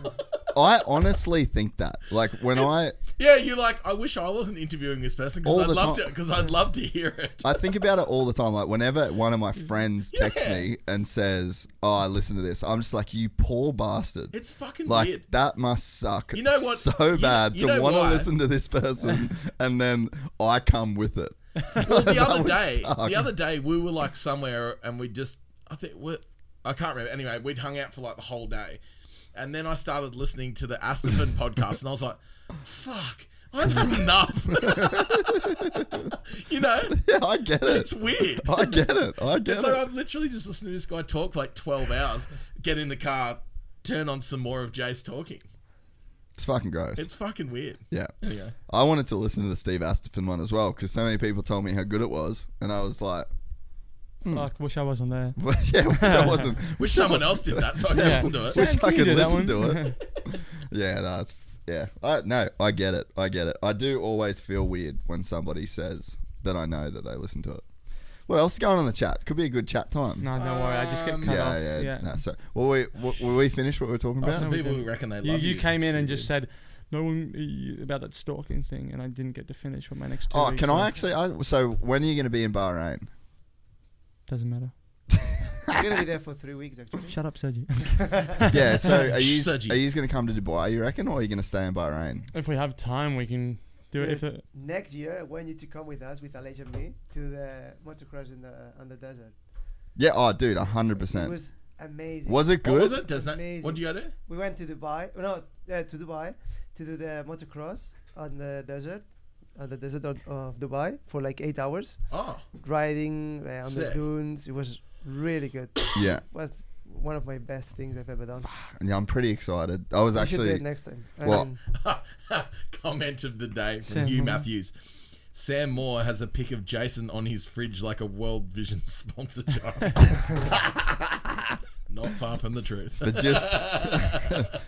Speaker 2: I honestly think that. Like when I
Speaker 5: yeah, you're like, "I wish I wasn't interviewing this person
Speaker 2: All
Speaker 5: because
Speaker 2: the
Speaker 5: I'd love
Speaker 2: time.
Speaker 5: to because I'd love to hear it."
Speaker 2: I think about it all the time. Like whenever one of my friends texts me and says, "Oh, I listen to this," I'm just like, "You poor bastard."
Speaker 5: It's fucking
Speaker 2: like
Speaker 5: weird.
Speaker 2: that must suck.
Speaker 5: You know what?
Speaker 2: So
Speaker 5: You-
Speaker 2: bad
Speaker 5: you
Speaker 2: to
Speaker 5: know
Speaker 2: want to
Speaker 5: why?
Speaker 2: listen to this person, and then I come with it.
Speaker 5: Well, the other
Speaker 2: would
Speaker 5: day,
Speaker 2: suck.
Speaker 5: the other day we were like somewhere, and we just I think we I can't remember. Anyway, we'd hung out for like the whole day, and then I started listening to the Astafin podcast, and I was like, "Fuck, I've had enough." you know,
Speaker 2: Yeah, I get it.
Speaker 5: it's weird.
Speaker 2: I get it. I get
Speaker 5: It's
Speaker 2: it.
Speaker 5: like I've literally just listened to this guy talk for like twelve hours. Get in the car, turn on some more of Jay's talking.
Speaker 2: it's fucking gross.
Speaker 5: It's fucking weird.
Speaker 2: yeah. I wanted to listen to the Steve Astafin one as well because so many people told me how good it was, and I was like,
Speaker 4: Fuck, wish I wasn't there.
Speaker 2: "Yeah, wish I wasn't."
Speaker 5: Wish someone else did that so I could listen to it.
Speaker 4: Sam,
Speaker 2: wish I
Speaker 4: can you
Speaker 2: could
Speaker 4: do that
Speaker 2: listen to
Speaker 4: one?
Speaker 2: it. yeah, that's yeah. I, no, I get it. I get it. I do always feel weird when somebody says that I know that they listen to it. What else is going on in the chat? Could be a good chat time.
Speaker 4: No, don't worry. I just get cut
Speaker 2: yeah,
Speaker 4: off.
Speaker 2: yeah,
Speaker 4: Yeah,
Speaker 2: No, so, well, we were were we finished what we were talking about?
Speaker 4: so-
Speaker 5: Some
Speaker 4: we
Speaker 5: people
Speaker 4: did.
Speaker 5: who reckon they
Speaker 4: You,
Speaker 5: love you.
Speaker 4: you came in and just said no one you- about that stalking thing, and I didn't get to finish with my next. two
Speaker 2: oh,
Speaker 4: weeks
Speaker 2: can
Speaker 4: were.
Speaker 2: I actually? I, so when are you going to be in Bahrain?
Speaker 4: Doesn't matter.
Speaker 6: I'm gonna be there for three weeks actually.
Speaker 4: Shut up, Sergi.
Speaker 2: Yeah. So are you
Speaker 5: Sergi.
Speaker 2: are you going to come to Dubai? You reckon, or are you going to stay in Bahrain?
Speaker 4: if we have time, we can do it. If the,
Speaker 6: Next year, I want you to come with us with Alej and me to the motocross in the on the desert.
Speaker 2: Yeah. Oh, dude, hundred
Speaker 6: It
Speaker 2: percent.
Speaker 6: was amazing.
Speaker 2: Was it good?
Speaker 5: What was it? Does that?
Speaker 6: Amazing.
Speaker 5: What do you go to?
Speaker 6: We went to Dubai. No, uh, to Dubai to do the motocross on the desert, on the desert of, of Dubai for like eight hours,
Speaker 5: Oh,
Speaker 6: riding uh, on the
Speaker 5: Sick.
Speaker 6: dunes. It was really good.
Speaker 2: Yeah.
Speaker 6: was one of my best things I've ever done.
Speaker 2: Yeah, I'm pretty excited. I was
Speaker 6: We should do it
Speaker 2: actually.
Speaker 6: next time.
Speaker 2: Well-
Speaker 6: mean,
Speaker 5: comment of the day from
Speaker 4: Sam
Speaker 5: Hugh
Speaker 4: Moore.
Speaker 5: Matthews. Sam Moore has a pic of Jason on his fridge like a World Vision sponsor child. Not far from the truth.
Speaker 2: for just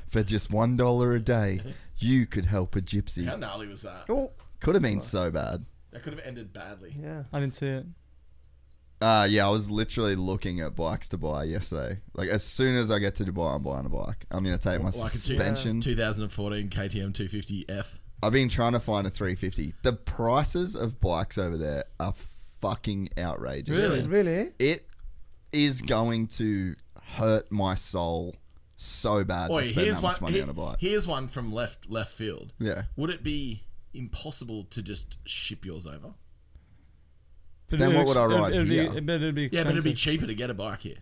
Speaker 2: for just one dollar a day, you could help a gypsy.
Speaker 5: How gnarly was that?
Speaker 6: oh,
Speaker 2: Could have been so bad.
Speaker 5: That could have ended badly.
Speaker 6: yeah.
Speaker 4: I didn't see it.
Speaker 2: Uh yeah, I was literally looking at bikes to buy yesterday. Like as soon as I get to Dubai, I'm buying a bike. I'm gonna take my
Speaker 5: Like a two-
Speaker 2: suspension.
Speaker 5: 2014 KTM 250F.
Speaker 2: I've been trying to find a 350. The prices of bikes over there are fucking outrageous.
Speaker 5: Really?
Speaker 2: man.
Speaker 6: Really?
Speaker 2: It is going to hurt my soul so bad
Speaker 5: Oi,
Speaker 2: to spend
Speaker 5: here's
Speaker 2: that
Speaker 5: one.
Speaker 2: much money
Speaker 5: here-
Speaker 2: on a bike.
Speaker 5: Here's one from left left field.
Speaker 2: Yeah.
Speaker 5: Would it be impossible to just ship yours over?
Speaker 4: But
Speaker 2: then
Speaker 4: it'd
Speaker 2: what would I
Speaker 4: ex-
Speaker 2: ride
Speaker 4: It'd, it'd
Speaker 2: here?
Speaker 4: Be, but it'd be
Speaker 5: Yeah,
Speaker 4: expensive.
Speaker 5: but it'd be cheaper to get a bike here.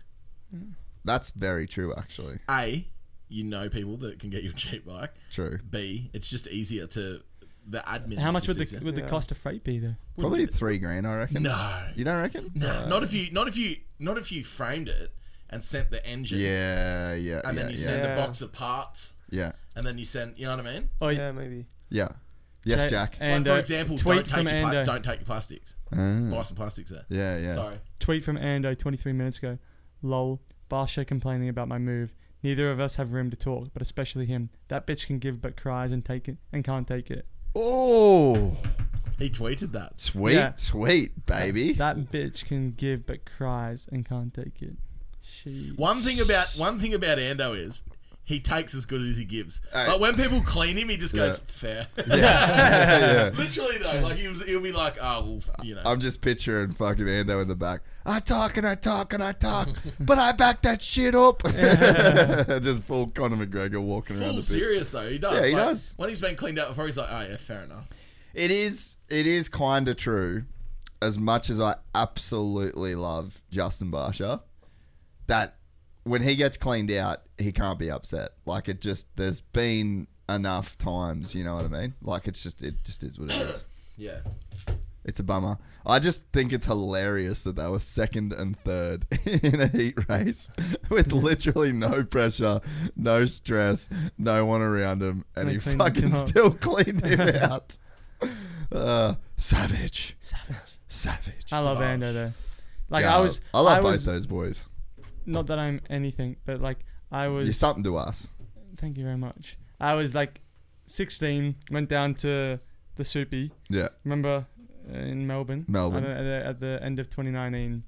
Speaker 2: That's very true actually.
Speaker 5: A, you know people that can get you a cheap bike.
Speaker 2: True.
Speaker 5: B, it's just easier to the admin.
Speaker 4: How
Speaker 5: is
Speaker 4: much would
Speaker 5: just
Speaker 4: the
Speaker 5: easier.
Speaker 4: would the cost of freight be though?
Speaker 2: Probably three grand, I reckon.
Speaker 5: no,
Speaker 2: You don't reckon?
Speaker 5: no, not if you, not if you, not if you framed it and sent the engine.
Speaker 2: Yeah, yeah,
Speaker 5: and
Speaker 2: yeah,
Speaker 5: then you
Speaker 2: yeah,
Speaker 5: send
Speaker 6: Yeah.
Speaker 5: a box of parts,
Speaker 2: yeah,
Speaker 5: and then you send. You know what I mean?
Speaker 4: Oh
Speaker 6: Yeah, maybe.
Speaker 2: yeah. Yes, Jack.
Speaker 5: like
Speaker 4: And
Speaker 5: for
Speaker 4: uh,
Speaker 5: example,
Speaker 4: tweet
Speaker 5: don't
Speaker 4: from
Speaker 5: take your pla-
Speaker 4: Ando.
Speaker 5: don't take your plastics. Buy some plastics there.
Speaker 2: Ah. yeah, yeah.
Speaker 5: Sorry.
Speaker 4: Tweet from Ando 23 minutes ago. Lol, Barsha complaining about my move. Neither of us have room to talk, but especially him. That bitch can give but cries and take it and can't take it.
Speaker 2: Oh,
Speaker 5: He tweeted that.
Speaker 2: sweet,
Speaker 4: Yeah.
Speaker 2: sweet, baby.
Speaker 4: That bitch can give but cries and can't take it. She.
Speaker 5: One thing about one thing about Ando is he takes as good as he gives.
Speaker 2: Hey.
Speaker 5: Like when people clean him, he just goes fair.
Speaker 2: yeah.
Speaker 5: Literally though, like he was, he'll be like, oh, well, f- you know,
Speaker 2: I'm just picturing fucking Ando in the back. I talk and I talk and I talk, but I back that shit up. just full Conor McGregor walking around. the
Speaker 5: full
Speaker 2: pits.
Speaker 5: serious though. He does.
Speaker 2: Yeah, he
Speaker 5: Like,
Speaker 2: does.
Speaker 5: When he's been cleaned out before, he's like, oh yeah, fair enough.
Speaker 2: It is. It is kind of true. As much as I absolutely love Justin Barsha, that when he gets cleaned out, he can't be upset. Like it just there's been enough times. You know what I mean? Like it's just it just is what it is.
Speaker 5: Yeah.
Speaker 2: It's a bummer. I just think it's hilarious that they were second and third in a heat race with literally no pressure, no stress, no one around him, and
Speaker 4: They
Speaker 2: he
Speaker 4: cleaned him
Speaker 2: fucking
Speaker 4: up.
Speaker 2: still cleaned him out. Uh, savage,
Speaker 4: Savage.
Speaker 2: savage.
Speaker 4: I love Ando though. Like
Speaker 2: Yeah,
Speaker 4: I was.
Speaker 2: I love both
Speaker 4: was,
Speaker 2: those boys.
Speaker 4: not that I'm anything, but like I was.
Speaker 2: You're something to us.
Speaker 4: Thank you very much. I was like 16, went down to the Soupy.
Speaker 2: Yeah.
Speaker 4: Remember uh, in Melbourne?
Speaker 2: Melbourne.
Speaker 4: I don't- At the, at the end of 2019.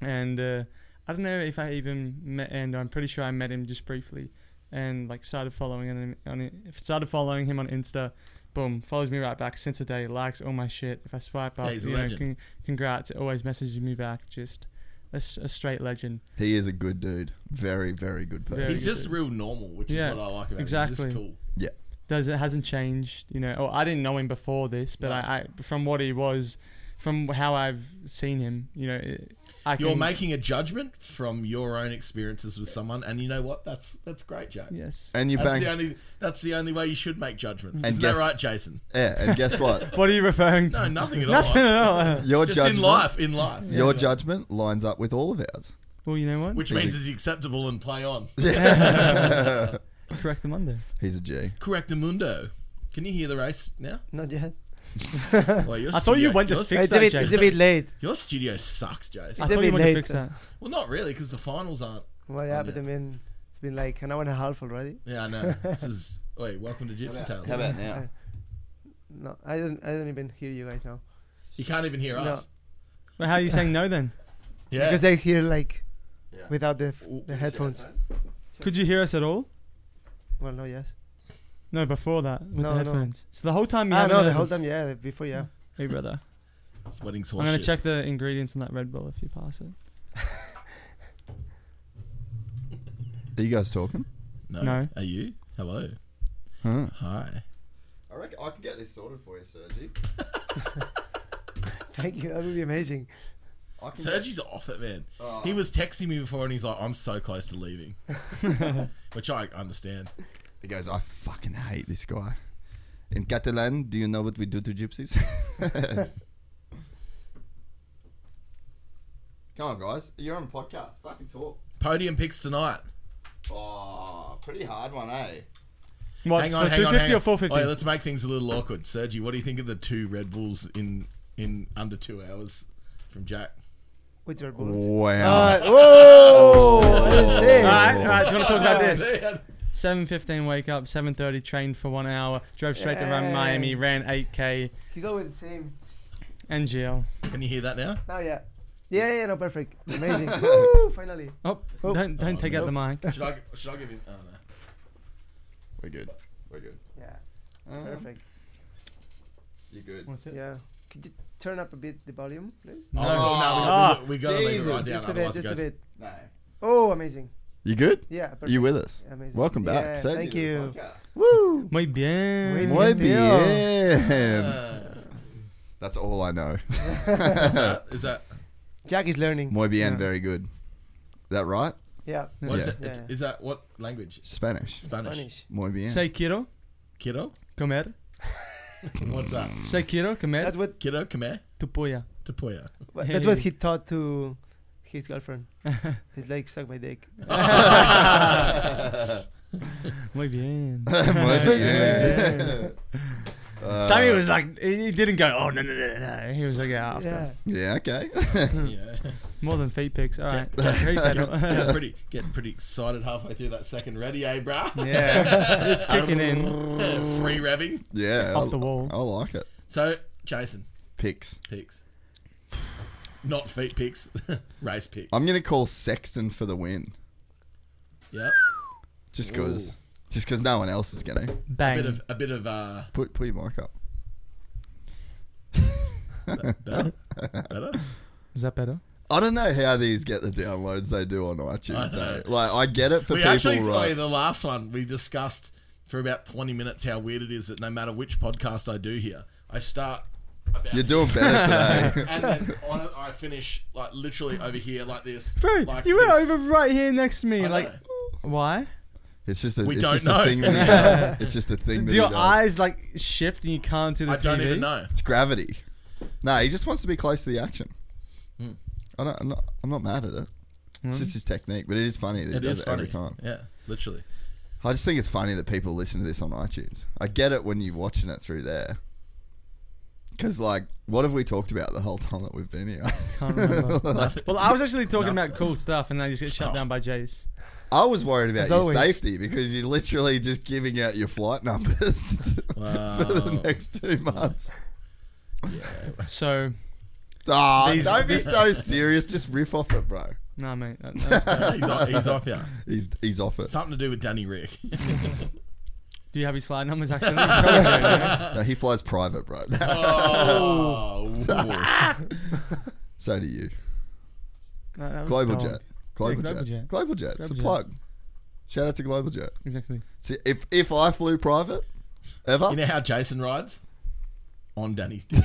Speaker 4: And uh, I don't know if I even met, and I'm pretty sure I met him just briefly and like started following him on it. Started following him on Insta. Boom, follows me right back since the day, likes all my shit. If I swipe up,
Speaker 5: he's a
Speaker 4: you know,
Speaker 5: legend.
Speaker 4: con- congrats, always messages me back. Just a, s- a straight legend.
Speaker 2: He is a good dude. Very, very good person.
Speaker 4: Very
Speaker 5: He's
Speaker 4: good
Speaker 5: just real normal, which
Speaker 4: Yeah,
Speaker 5: is what I like about him. He's
Speaker 4: exactly.
Speaker 5: just cool.
Speaker 2: Yeah.
Speaker 4: does it hasn't changed you know or i didn't know him before this but I, I from what he was from how i've seen him you know it, i can
Speaker 5: You're making a judgment from your own experiences with someone, and you know what? That's that's great, Jack.
Speaker 4: yes
Speaker 2: And you
Speaker 5: That's
Speaker 2: bang.
Speaker 5: the only that's the only way you should make judgments.
Speaker 2: And
Speaker 5: Isn't
Speaker 2: guess-
Speaker 5: that right, Jason?
Speaker 2: yeah, and guess what?
Speaker 4: what are you referring to
Speaker 5: No, nothing at
Speaker 4: nothing
Speaker 5: all.
Speaker 4: at all
Speaker 2: Your
Speaker 5: Just
Speaker 2: judgment.
Speaker 5: in life, in life.
Speaker 2: Your judgment lines up with all of ours.
Speaker 4: well you know what
Speaker 5: Which means it's acceptable and play on.
Speaker 4: correct the monday
Speaker 2: He's a G.
Speaker 5: Correctamundo. Can you hear the race now?
Speaker 6: Not yet.
Speaker 5: Well, your
Speaker 4: I thought
Speaker 5: studio-
Speaker 4: you went to
Speaker 5: your,
Speaker 4: fix-
Speaker 6: It's a
Speaker 4: that,
Speaker 6: bit.
Speaker 4: Jake.
Speaker 6: It's a bit late.
Speaker 5: Your studio sucks, Jason.
Speaker 4: i
Speaker 6: It's a
Speaker 4: thought you
Speaker 6: bit
Speaker 4: wanted to
Speaker 6: late.
Speaker 4: fix that
Speaker 5: Well, not really, because the finals aren't.
Speaker 6: Well, yeah, but I mean, it's been like an hour and a half already.
Speaker 5: Yeah, I know. This is. Wait, welcome to Gypsy Tales.
Speaker 2: now?
Speaker 6: No, I don't. I don't even hear you guys now.
Speaker 5: You can't even hear
Speaker 6: No.
Speaker 5: us.
Speaker 4: well, how are you saying no then
Speaker 5: Yeah.
Speaker 6: Because I hear like without the, f- the headphones.
Speaker 4: could you hear us at all
Speaker 6: Well, no, yes.
Speaker 4: no before that with
Speaker 6: No,
Speaker 4: the
Speaker 6: no.
Speaker 4: headphones so the whole time you
Speaker 6: Ah,
Speaker 4: haven't
Speaker 6: no,
Speaker 4: heard
Speaker 6: the
Speaker 4: us.
Speaker 6: whole time, yeah, before, yeah.
Speaker 4: hey brother
Speaker 5: This wedding's
Speaker 4: i'm gonna
Speaker 5: horseshit.
Speaker 4: check the ingredients in that red bull if you pass it
Speaker 2: Are you guys talking?
Speaker 5: No.
Speaker 4: No.
Speaker 5: Are you? Hello. Hi.
Speaker 2: I reckon I can get this sorted for you, Sergi.
Speaker 6: Thank you, that would be amazing.
Speaker 2: I can
Speaker 5: Sergi's off it, man.
Speaker 6: Oh.
Speaker 5: He was texting me before, and he's like, "I'm so close to leaving," which I understand.
Speaker 2: He goes, I fucking hate this guy. In Catalan, do you know what we do to gypsies? Come on, guys. You're on a podcast. Fucking talk.
Speaker 5: Podium picks tonight.
Speaker 2: Oh, pretty hard one, eh?
Speaker 4: what
Speaker 5: Hang on,
Speaker 4: for
Speaker 5: hang on,
Speaker 4: 250
Speaker 5: hang on.
Speaker 4: or 450
Speaker 5: Wait, let's make things a little awkward. Sergi, what do you think of the two Red Bulls in in under two hours from Jack?
Speaker 6: With your bull.
Speaker 2: Wow.
Speaker 6: whoa! I didn't say.
Speaker 4: all right, all right. Do you want to talk about this?
Speaker 5: Man,
Speaker 4: Seven fifteen, wake up. Seven thirty, trained for one hour. Drove straight to around
Speaker 6: Yay.
Speaker 4: Miami. Ran eight k.
Speaker 6: You go with the same.
Speaker 4: NGL.
Speaker 5: Can you hear that now?
Speaker 6: Now, yeah. Yeah, yeah, no, perfect. Amazing. Woo, finally.
Speaker 4: Oh, don't don't take out the mic.
Speaker 5: Should I should I give him? Oh no.
Speaker 2: We're good. We're good. Um,
Speaker 6: Yeah, perfect.
Speaker 2: You're good.
Speaker 6: Yeah. Could you turn up a bit the volume, please?
Speaker 5: Oh, no, we, we, we gotta leave it right down.
Speaker 6: Just a bit,
Speaker 5: otherwise
Speaker 6: just
Speaker 5: it
Speaker 6: a
Speaker 5: goes.
Speaker 6: bit.
Speaker 2: No.
Speaker 6: Oh, amazing.
Speaker 2: You good?
Speaker 6: Yeah, perfect.
Speaker 2: You with us?
Speaker 6: Amazing.
Speaker 2: Welcome back.
Speaker 6: Yeah,
Speaker 2: Sergi
Speaker 6: thank
Speaker 2: to the
Speaker 6: you.
Speaker 2: podcast.
Speaker 6: Woo!
Speaker 4: Muy bien.
Speaker 2: Muy
Speaker 6: Good deal.
Speaker 2: bien. That's all I know.
Speaker 5: Uh, is that
Speaker 6: Jack is learning.
Speaker 2: Muy bien, very good. That right?
Speaker 6: Yeah.
Speaker 5: what is
Speaker 2: Yeah.
Speaker 5: it? It's-
Speaker 6: Yeah.
Speaker 5: Is that what language?
Speaker 2: Spanish.
Speaker 5: Spanish.
Speaker 6: Spanish.
Speaker 2: Muy bien.
Speaker 4: Say quiero
Speaker 5: Kiddo.
Speaker 4: comer.
Speaker 5: What's that?
Speaker 4: Say quiero comer
Speaker 6: That's what
Speaker 5: Kiddo, come here.
Speaker 4: tu polla.
Speaker 5: Tapoya.
Speaker 6: Well, That's what he taught to his girlfriend. He's like, suck my dick.
Speaker 4: Muy bien.
Speaker 2: Muy bien. Uh,
Speaker 4: Sammy was like, he didn't go. Oh no no no no, no. He was like, yeah, after.
Speaker 6: Yeah.
Speaker 2: Yeah, okay.
Speaker 5: Yeah.
Speaker 4: More than feet pics. All right. Resettle.
Speaker 5: Getting pretty, getting pretty excited halfway through that second ready, eh, brah?
Speaker 4: yeah, it's kicking in
Speaker 5: Free revving.
Speaker 2: yeah.
Speaker 4: off
Speaker 2: I-
Speaker 4: the wall.
Speaker 2: I like it.
Speaker 5: So, Jason,
Speaker 2: Picks.
Speaker 5: picks. Not feet picks, race picks.
Speaker 2: I'm gonna call Sexton for the win,
Speaker 5: yeah.
Speaker 2: just cause, just cause no one else is gonna.
Speaker 5: A bit
Speaker 4: Bang.
Speaker 5: of a bit of uh
Speaker 2: Put put your mic up.
Speaker 5: better. better?
Speaker 4: Is that better?
Speaker 2: I don't know how these get the downloads they do on iTunes. eh? Like I get it for
Speaker 5: We
Speaker 2: people,
Speaker 5: actually sorry,
Speaker 2: right?
Speaker 5: the last one we discussed for about twenty minutes how weird it is that no matter which podcast I do here, I start about
Speaker 2: You're doing better today.
Speaker 5: and then on it, I finish like literally over here like this.
Speaker 4: Bro,
Speaker 5: like
Speaker 4: you were
Speaker 5: this.
Speaker 4: over right here next to me.
Speaker 5: I
Speaker 4: like, why?
Speaker 2: It's just a,
Speaker 5: We
Speaker 2: it's
Speaker 5: don't
Speaker 2: just
Speaker 5: know.
Speaker 2: a thing that he does. It's just a thing that
Speaker 4: Do
Speaker 2: he
Speaker 4: your
Speaker 2: does.
Speaker 4: eyes like shift and you can't see the
Speaker 5: I
Speaker 4: TV?
Speaker 5: don't even know.
Speaker 2: It's gravity. No, he just wants to be close to the action.
Speaker 5: Hmm.
Speaker 2: I don't. I'm not. I'm not mad at it. It's just his technique, but it is funny that he
Speaker 5: It
Speaker 2: does
Speaker 5: is
Speaker 2: it
Speaker 5: funny.
Speaker 2: every time.
Speaker 5: Yeah, literally.
Speaker 2: I just think it's funny that people listen to this on iTunes. I get it when you're watching it through there. Because, like, what have we talked about the whole time that we've been here?
Speaker 4: Can't remember. well, I was actually talking about cool stuff, and then I just get shut down by Jace.
Speaker 2: I was worried about
Speaker 6: As
Speaker 2: your
Speaker 6: always.
Speaker 2: safety because you're literally just giving out your flight numbers for the
Speaker 5: Wow.
Speaker 2: next two months.
Speaker 4: So,
Speaker 2: Ah,
Speaker 4: These-
Speaker 2: don't be so serious. Just riff off it, bro.
Speaker 4: no, mate. That, that was bad.
Speaker 5: he's, off, he's off here.
Speaker 2: He's he's off it.
Speaker 5: Something to do with Danny Rick.
Speaker 4: Do you have his flight numbers actually? Probably don't, yeah.
Speaker 2: No, he flies private, bro.
Speaker 5: oh,
Speaker 2: so do you.
Speaker 4: No, that was
Speaker 2: Global
Speaker 4: dog.
Speaker 2: Jet. Global,
Speaker 4: Global
Speaker 2: Jet.
Speaker 4: Jet.
Speaker 2: Global Jet. It's a
Speaker 4: Global Jet.
Speaker 2: plug. Shout out to Global Jet.
Speaker 4: Exactly.
Speaker 2: See, if if I flew private, ever,
Speaker 5: you know how Jason rides on Danny's dick.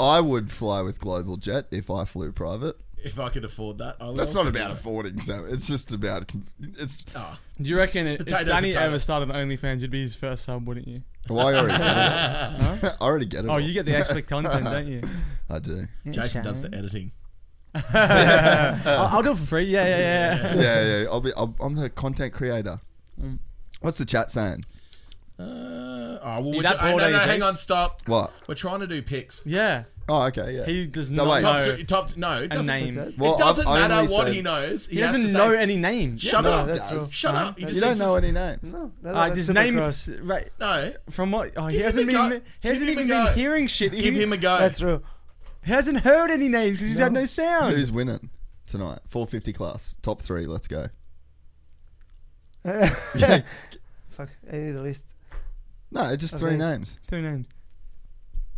Speaker 2: I would fly with Global Jet if I flew private.
Speaker 5: if I could afford that, I would.
Speaker 2: That's
Speaker 5: also
Speaker 2: not about
Speaker 5: do
Speaker 2: affording, Sam. It's just about it's.
Speaker 5: that. Oh,
Speaker 4: Do you reckon it, if
Speaker 5: Potato,
Speaker 4: Danny
Speaker 5: potato.
Speaker 4: ever started OnlyFans, you'd be his first sub, wouldn't you?
Speaker 2: Well, Oh, I already get it. I already get it.
Speaker 4: Oh,
Speaker 2: all.
Speaker 4: you get the extra content, don't you?
Speaker 2: I do.
Speaker 5: Jason does the editing.
Speaker 4: I'll, I'll do it for free. Yeah, yeah, yeah.
Speaker 2: yeah, yeah. I'll be. I'll, I'm the content creator.
Speaker 4: Mm.
Speaker 2: What's the chat saying?
Speaker 5: Uh, oh, well,
Speaker 4: You
Speaker 5: we're ju-
Speaker 4: that
Speaker 5: oh,
Speaker 4: bored,
Speaker 5: no,
Speaker 4: are
Speaker 5: no,
Speaker 4: you,
Speaker 5: hang
Speaker 4: Jace?
Speaker 5: on, stop.
Speaker 2: What?
Speaker 5: We're trying to do picks.
Speaker 4: Yeah,
Speaker 2: Oh, okay, yeah.
Speaker 4: he does
Speaker 2: No,
Speaker 4: not
Speaker 2: wait.
Speaker 4: know
Speaker 5: Top two- top, no, it
Speaker 4: a
Speaker 5: doesn't,
Speaker 4: name.
Speaker 6: That's-
Speaker 2: Well,
Speaker 5: it doesn't
Speaker 2: I've
Speaker 5: matter
Speaker 2: only
Speaker 5: what
Speaker 2: said-
Speaker 5: he knows. He,
Speaker 4: He
Speaker 5: has to
Speaker 4: doesn't know
Speaker 5: say-
Speaker 4: any names.
Speaker 5: Shut
Speaker 2: No,
Speaker 5: up.
Speaker 2: that's
Speaker 6: true.
Speaker 5: Shut up. He
Speaker 6: No,
Speaker 5: just
Speaker 2: You don't
Speaker 5: says
Speaker 2: know
Speaker 5: it's-
Speaker 2: any names.
Speaker 6: No, no,
Speaker 4: Uh,
Speaker 6: that's
Speaker 4: this
Speaker 6: super
Speaker 4: name
Speaker 6: gross.
Speaker 4: right
Speaker 5: No.
Speaker 4: from what? Oh, he
Speaker 5: Give him
Speaker 4: hasn't
Speaker 5: a
Speaker 4: even
Speaker 5: go.
Speaker 4: been, he
Speaker 5: Give
Speaker 4: hasn't
Speaker 5: him a
Speaker 4: even
Speaker 5: go.
Speaker 4: been hearing shit. He,
Speaker 5: Give him a go.
Speaker 6: That's true.
Speaker 4: he hasn't heard any names because he's had no sound.
Speaker 2: Who's winning tonight? 450 class, top three. Let's go.
Speaker 6: Fuck, I need a list.
Speaker 2: No, it's just three
Speaker 6: Okay.
Speaker 2: names.
Speaker 4: Three names.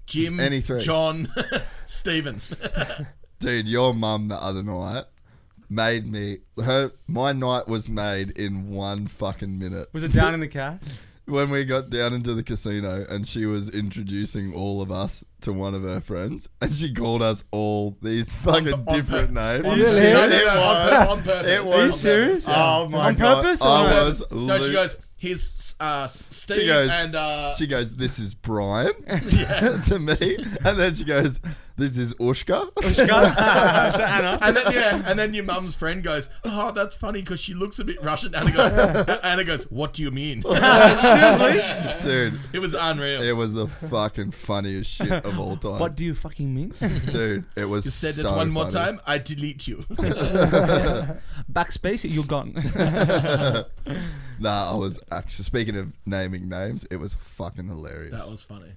Speaker 5: Jim,
Speaker 2: Any three.
Speaker 5: John, Stephen.
Speaker 2: Dude, your mum the other night made me her my night was made in one fucking minute
Speaker 4: Was it down in the car?
Speaker 2: when we got down into the casino and she was introducing all of us to one of her friends and she called us all these fucking different names
Speaker 5: On-
Speaker 2: It
Speaker 5: no, no, no,
Speaker 2: was-
Speaker 5: on pur- on purpose.
Speaker 2: it
Speaker 5: On
Speaker 2: was
Speaker 5: purpose.
Speaker 4: serious?
Speaker 5: Yeah.
Speaker 2: oh my
Speaker 4: On
Speaker 2: god
Speaker 4: purpose or
Speaker 2: i
Speaker 4: not?
Speaker 2: was
Speaker 5: No, she
Speaker 2: lo-
Speaker 5: goes, here's uh, Steve
Speaker 2: She goes,
Speaker 5: and uh,
Speaker 2: she goes, this is Brian to me. And then she goes, this is Ushka.
Speaker 4: to Anna.
Speaker 5: and then yeah, and then your mum's friend goes, "Oh, that's funny because she looks a bit Russian." Anna goes, "Anna goes, what do you mean?"
Speaker 4: Seriously?
Speaker 2: Dude,
Speaker 5: it was unreal.
Speaker 2: it was the fucking funniest shit of all time.
Speaker 4: What do you fucking mean?
Speaker 2: Dude, it was
Speaker 5: you said
Speaker 2: so
Speaker 5: it one more
Speaker 2: funny.
Speaker 5: time, I delete you.
Speaker 4: Backspace, you're gone.
Speaker 2: Nah, I was actually speaking of naming names. It was fucking hilarious.
Speaker 5: that was funny.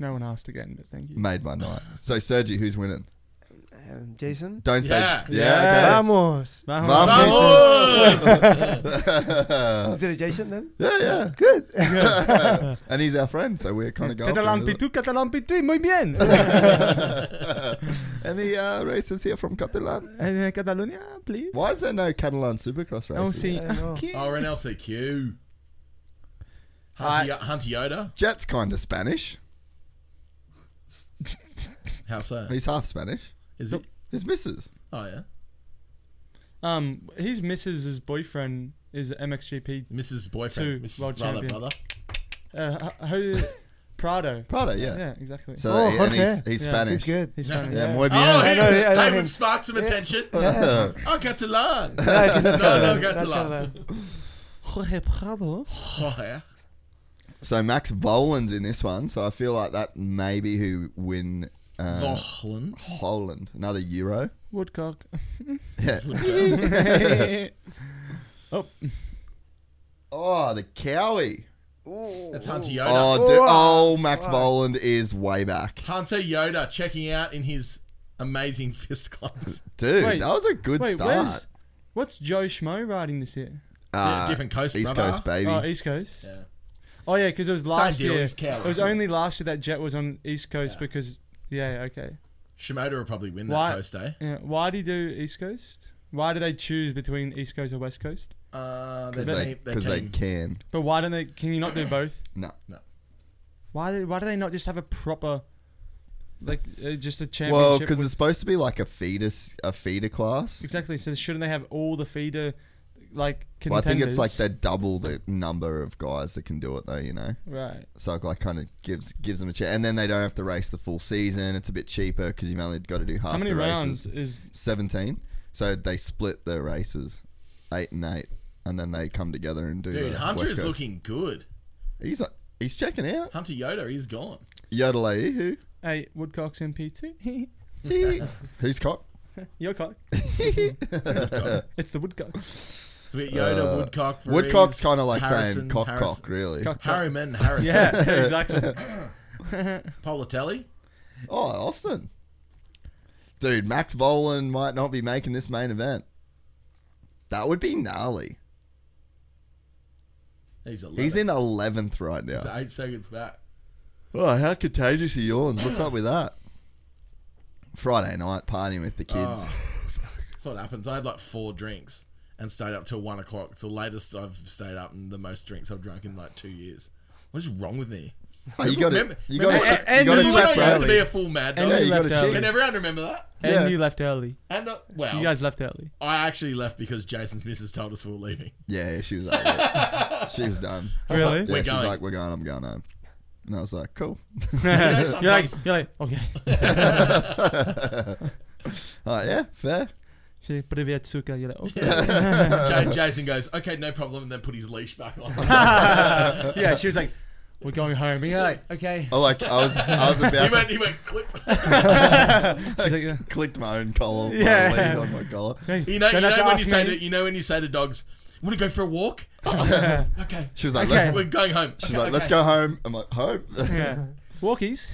Speaker 4: no one asked again, but thank you.
Speaker 2: Made my night. So, Sergi, who's winning?
Speaker 6: Um, Jason.
Speaker 2: Don't
Speaker 5: Yeah.
Speaker 2: say. Yeah.
Speaker 6: Vamos.
Speaker 2: Vamos.
Speaker 5: Vamos!
Speaker 2: Uh,
Speaker 6: Is there a Jason then?
Speaker 2: Yeah. Yeah.
Speaker 6: Good.
Speaker 2: Yeah. and he's our friend, so we're kind of going.
Speaker 4: Eh, Catalan
Speaker 2: for it.
Speaker 4: P2, Catalan P3, muy bien.
Speaker 2: Any uh, races here from Catalan?
Speaker 4: Uh, Catalonia, please. Ah,
Speaker 2: Why is there no Catalan Supercross races?
Speaker 4: Don't see.
Speaker 6: I know.
Speaker 4: Okay.
Speaker 5: oh, we're in LCQ.
Speaker 4: Hi.
Speaker 5: Hunter, Hunter Yoda?
Speaker 2: Jet's kind of Spanish.
Speaker 5: How so?
Speaker 2: He's half Spanish.
Speaker 5: Is it?
Speaker 2: His missus.
Speaker 5: Oh yeah.
Speaker 4: Um, his missus's boyfriend is MXGP.
Speaker 5: Mrs. Boyfriend,
Speaker 4: Two
Speaker 5: Mrs.
Speaker 4: world
Speaker 5: brother,
Speaker 4: champion.
Speaker 5: brother.
Speaker 4: Uh, who? Prado.
Speaker 2: Prada, yeah.
Speaker 4: Yeah, exactly.
Speaker 2: So
Speaker 6: Oh,
Speaker 2: and he's,
Speaker 6: okay.
Speaker 2: he's
Speaker 4: Yeah.
Speaker 2: Spanish.
Speaker 6: It's good.
Speaker 4: He's Spanish.
Speaker 2: Yeah, muy bien.
Speaker 5: Oh, hey,
Speaker 6: know- I know
Speaker 5: hey,
Speaker 6: him.
Speaker 5: we've sparked some attention.
Speaker 2: Yeah.
Speaker 5: Oh, Catalan.
Speaker 6: no, no,
Speaker 5: no, Catalan.
Speaker 4: Jorge Prado.
Speaker 5: Oh, yeah.
Speaker 2: So Max Volan's in this one, so I feel like that may be who win
Speaker 5: Oh,
Speaker 2: uh,
Speaker 5: Vochland.
Speaker 2: Holland. Another Euro.
Speaker 4: Woodcock.
Speaker 2: Yeah. Oh, the Cowie.
Speaker 5: That's Hunter Yoda.
Speaker 2: Oh, dude. oh Max Voland is way back.
Speaker 5: Hunter Yoda checking out in his amazing fist clubs.
Speaker 2: Dude,
Speaker 4: Wait,
Speaker 2: that was a good
Speaker 4: Wait,
Speaker 2: start.
Speaker 4: where's what's Joe Schmo riding this year?
Speaker 2: Uh,
Speaker 5: different coast,
Speaker 2: East
Speaker 5: brother.
Speaker 2: Coast, baby.
Speaker 4: Oh, East Coast.
Speaker 5: Yeah.
Speaker 4: Oh yeah, because it was last
Speaker 5: deal,
Speaker 4: year.
Speaker 5: he's coward.
Speaker 4: It was only last year that Jet was on East Coast because yeah, okay.
Speaker 5: Shimoda will probably win that
Speaker 4: Why-
Speaker 5: coast, eh?
Speaker 4: Yeah. Why do you do East Coast? Why do they choose between East Coast or West Coast?
Speaker 5: Uh, their
Speaker 2: Because they,
Speaker 5: team- their
Speaker 2: 'cause they
Speaker 5: team.
Speaker 2: can.
Speaker 4: But why don't they? Can you not do both?
Speaker 2: No.
Speaker 4: Why? do- Why do they not just have a proper, like, uh, just a championship?
Speaker 2: Well, because
Speaker 4: with-
Speaker 2: it's supposed to be like a fetus, a feeder class.
Speaker 4: exactly. So shouldn't they have all the feeder, like contenders?
Speaker 2: Well, I think it's like they double the number of guys that can do it, though. You know.
Speaker 4: Right.
Speaker 2: so it like kind of gives gives them a chance, and then they don't have to race the full season. It's a bit cheaper because you've only got to do half.
Speaker 4: How many
Speaker 2: the
Speaker 4: rounds
Speaker 2: Races.
Speaker 4: is?
Speaker 2: Seventeen. So they split the races, eight and eight, and then they come together and do.
Speaker 5: Dude,
Speaker 2: the
Speaker 5: Hunter
Speaker 2: West
Speaker 5: is
Speaker 2: Coast.
Speaker 5: looking good.
Speaker 2: He's he's checking out.
Speaker 5: Hunter Yoda, he's gone.
Speaker 2: Yodel ae hoo.
Speaker 4: Hey, Woodcock's MP2.
Speaker 2: Hee. Who's cock?
Speaker 4: Your cock. it's the Woodcock.
Speaker 5: So we get Yoda, Woodcock, Varese,
Speaker 2: Uh, Woodcock's kind of like
Speaker 5: Harrison,
Speaker 2: saying cock
Speaker 5: Harris-
Speaker 2: cock, really.
Speaker 4: Cock, cock.
Speaker 5: Harry Men Harris,
Speaker 4: Yeah, exactly.
Speaker 5: Politelli.
Speaker 2: Oh, Austin. Dude, Max Volan might not be making this main event. That would be gnarly.
Speaker 5: He's a
Speaker 2: He's in 11th right now.
Speaker 5: eight seconds back.
Speaker 2: Oh, how contagious are yawns? What's up with that? Friday night, partying with the kids.
Speaker 5: Oh. That's what happens. I had like four drinks and stayed up till one o'clock. It's the latest I've stayed up and the most drinks I've drunk in like two years. What is wrong with me?
Speaker 2: Oh, you got to,
Speaker 5: Remember-
Speaker 2: you got
Speaker 4: remember-
Speaker 2: to, you
Speaker 4: and
Speaker 2: got
Speaker 4: the
Speaker 2: to
Speaker 5: Remember
Speaker 4: you
Speaker 5: when I
Speaker 4: left
Speaker 2: check
Speaker 5: used to
Speaker 4: early.
Speaker 5: be
Speaker 2: that.
Speaker 5: a full mad dog.
Speaker 4: And
Speaker 2: Yeah,
Speaker 4: you
Speaker 2: Oh, you gotta
Speaker 4: left
Speaker 2: check.
Speaker 4: early.
Speaker 5: Can everyone remember that?
Speaker 4: And
Speaker 2: Yeah.
Speaker 4: you left early.
Speaker 5: And uh, well,
Speaker 4: You guys left early.
Speaker 5: I actually left because Jason's missus told us we were leaving.
Speaker 2: Yeah, she was like, yeah. she was done. I was
Speaker 4: Really?
Speaker 2: Like, yeah,
Speaker 5: We're
Speaker 2: she was
Speaker 5: going.
Speaker 2: like, we're going, I'm going home. And I was like, cool.
Speaker 4: you're like, you're like, okay.
Speaker 2: Oh, yeah, fair.
Speaker 4: She привет, сука. You're like, okay.
Speaker 5: Ja- Jason goes, okay, no problem, and then put his leash back on.
Speaker 4: yeah, she was like, we're going home. And you're like, okay.
Speaker 2: I like, I was, I was
Speaker 5: he
Speaker 2: about to
Speaker 5: went, he went clip.
Speaker 4: She's like, yeah.
Speaker 2: clicked my own collar,
Speaker 4: Yeah.
Speaker 2: my lead on my collar.
Speaker 5: You know, you
Speaker 4: Don't have to
Speaker 5: know when
Speaker 4: ask
Speaker 5: you say
Speaker 4: me.
Speaker 5: to, you know when you say to dogs, want to go for a walk? okay,
Speaker 2: She was like,
Speaker 4: Okay.
Speaker 2: "Let-
Speaker 5: we're going home.
Speaker 2: she's like, let's go home. I'm like, home.
Speaker 4: yeah. Walkies.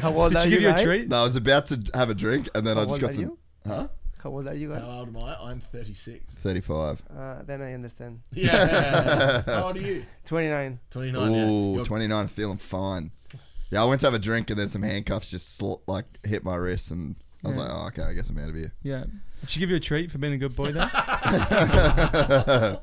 Speaker 6: How old
Speaker 4: Did
Speaker 6: are
Speaker 4: she give you a
Speaker 6: guys?
Speaker 4: treat?
Speaker 2: no, I was about to have a drink, and then I
Speaker 6: How
Speaker 2: just
Speaker 6: old
Speaker 2: got
Speaker 6: are
Speaker 2: some.
Speaker 6: you?
Speaker 2: Huh?
Speaker 6: How old are you guys?
Speaker 5: How old am I? I'm 36.
Speaker 2: 35.
Speaker 6: Uh, then I understand.
Speaker 5: Yeah. How old are you?
Speaker 6: 29.
Speaker 5: 29. yeah.
Speaker 2: Ooh,
Speaker 5: You're-
Speaker 2: 29, feeling fine. Yeah, I went to have a drink, and then some handcuffs just sl- like hit my wrist, and I was like, oh, okay, I guess I'm out of here.
Speaker 4: Yeah. Did she give you a treat for being a good boy then?
Speaker 5: Little-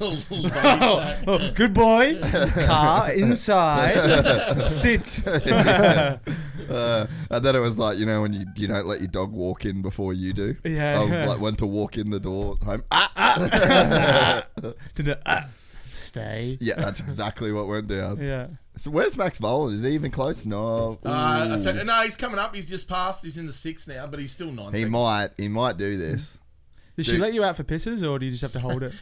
Speaker 5: little doggy snack.
Speaker 4: oh, good boy.
Speaker 6: Ah,
Speaker 4: Car inside. Sit.
Speaker 2: Uh, and then it was like, you know, when you, you don't let your dog walk in before you do.
Speaker 4: Yeah.
Speaker 2: I was like, went to walk in the door at home. Ah, ah.
Speaker 4: Did the, ah, stay.
Speaker 2: Yeah, that's exactly what went down.
Speaker 4: Yeah.
Speaker 2: So where's Max Volan? Is he even close? No. Mm.
Speaker 5: Uh, I
Speaker 2: Ooh.
Speaker 5: tell- no, he's coming up. He's just passed. He's in the six now, but he's still nine.
Speaker 2: he
Speaker 5: seconds.
Speaker 2: might. He might do this.
Speaker 4: Did she
Speaker 2: Dude.
Speaker 4: let you out for pisses or do you just have to hold it?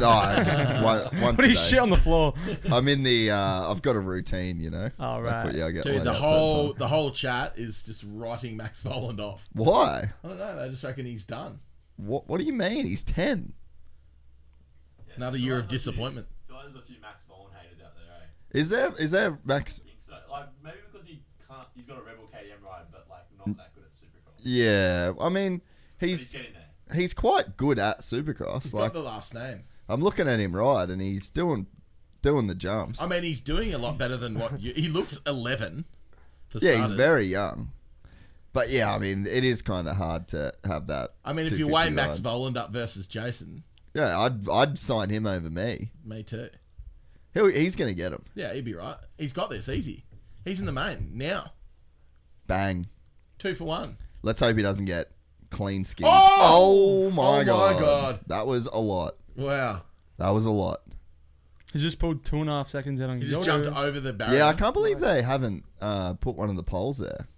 Speaker 2: No, Oh, I just one, once
Speaker 4: What
Speaker 2: a
Speaker 4: do you
Speaker 2: day.
Speaker 4: shit on the floor?
Speaker 2: I'm in the. Uh, I've got a routine, you know.
Speaker 4: Oh,
Speaker 2: Like,
Speaker 4: right.
Speaker 2: yeah, I get
Speaker 5: Dude,
Speaker 2: laid
Speaker 5: the
Speaker 2: out
Speaker 5: whole
Speaker 2: certain time.
Speaker 5: the whole chat is just writing Max Voland off.
Speaker 2: Why?
Speaker 5: I don't know. They just reckon he's done.
Speaker 2: What? What do you mean? He's ten.
Speaker 5: Another year of disappointment.
Speaker 7: I feel like there's a few Max Bowen haters out there, eh?
Speaker 2: Is there? Is there Max?
Speaker 7: think so. Like maybe because he can't, he's got a Rebel KDM ride, but like not that good at Supercross.
Speaker 2: Yeah. I mean,
Speaker 7: But he's
Speaker 2: he's
Speaker 7: getting there.
Speaker 2: he's quite good at Supercross.
Speaker 5: He's
Speaker 2: like
Speaker 5: got the last name.
Speaker 2: I'm looking at him ride, and he's doing doing the jumps.
Speaker 5: I mean, he's doing a lot better than what you, he looks. Eleven. For
Speaker 2: yeah, he's
Speaker 5: starters.
Speaker 2: very young. But yeah, I mean, it is kind of hard to have that.
Speaker 5: I mean, if you weigh
Speaker 2: 250
Speaker 5: Max
Speaker 2: ride.
Speaker 5: Voland up versus Jason,
Speaker 2: yeah, I'd I'd sign him over me.
Speaker 5: me too.
Speaker 2: He'll, he's gonna get him.
Speaker 5: Yeah, he'd be right. He's got this easy. He's in the main now.
Speaker 2: Bang.
Speaker 5: Two for one.
Speaker 2: Let's hope he doesn't get clean skinned.
Speaker 5: Oh!
Speaker 2: Oh, my,
Speaker 5: Oh my
Speaker 2: god.
Speaker 5: God.
Speaker 2: That was a lot.
Speaker 5: Wow.
Speaker 2: That was a lot.
Speaker 4: He just pulled two and a half seconds out on
Speaker 5: He just
Speaker 4: Yoda.
Speaker 5: jumped over the barrier.
Speaker 2: Yeah, I can't believe they haven't uh, put one of the poles there.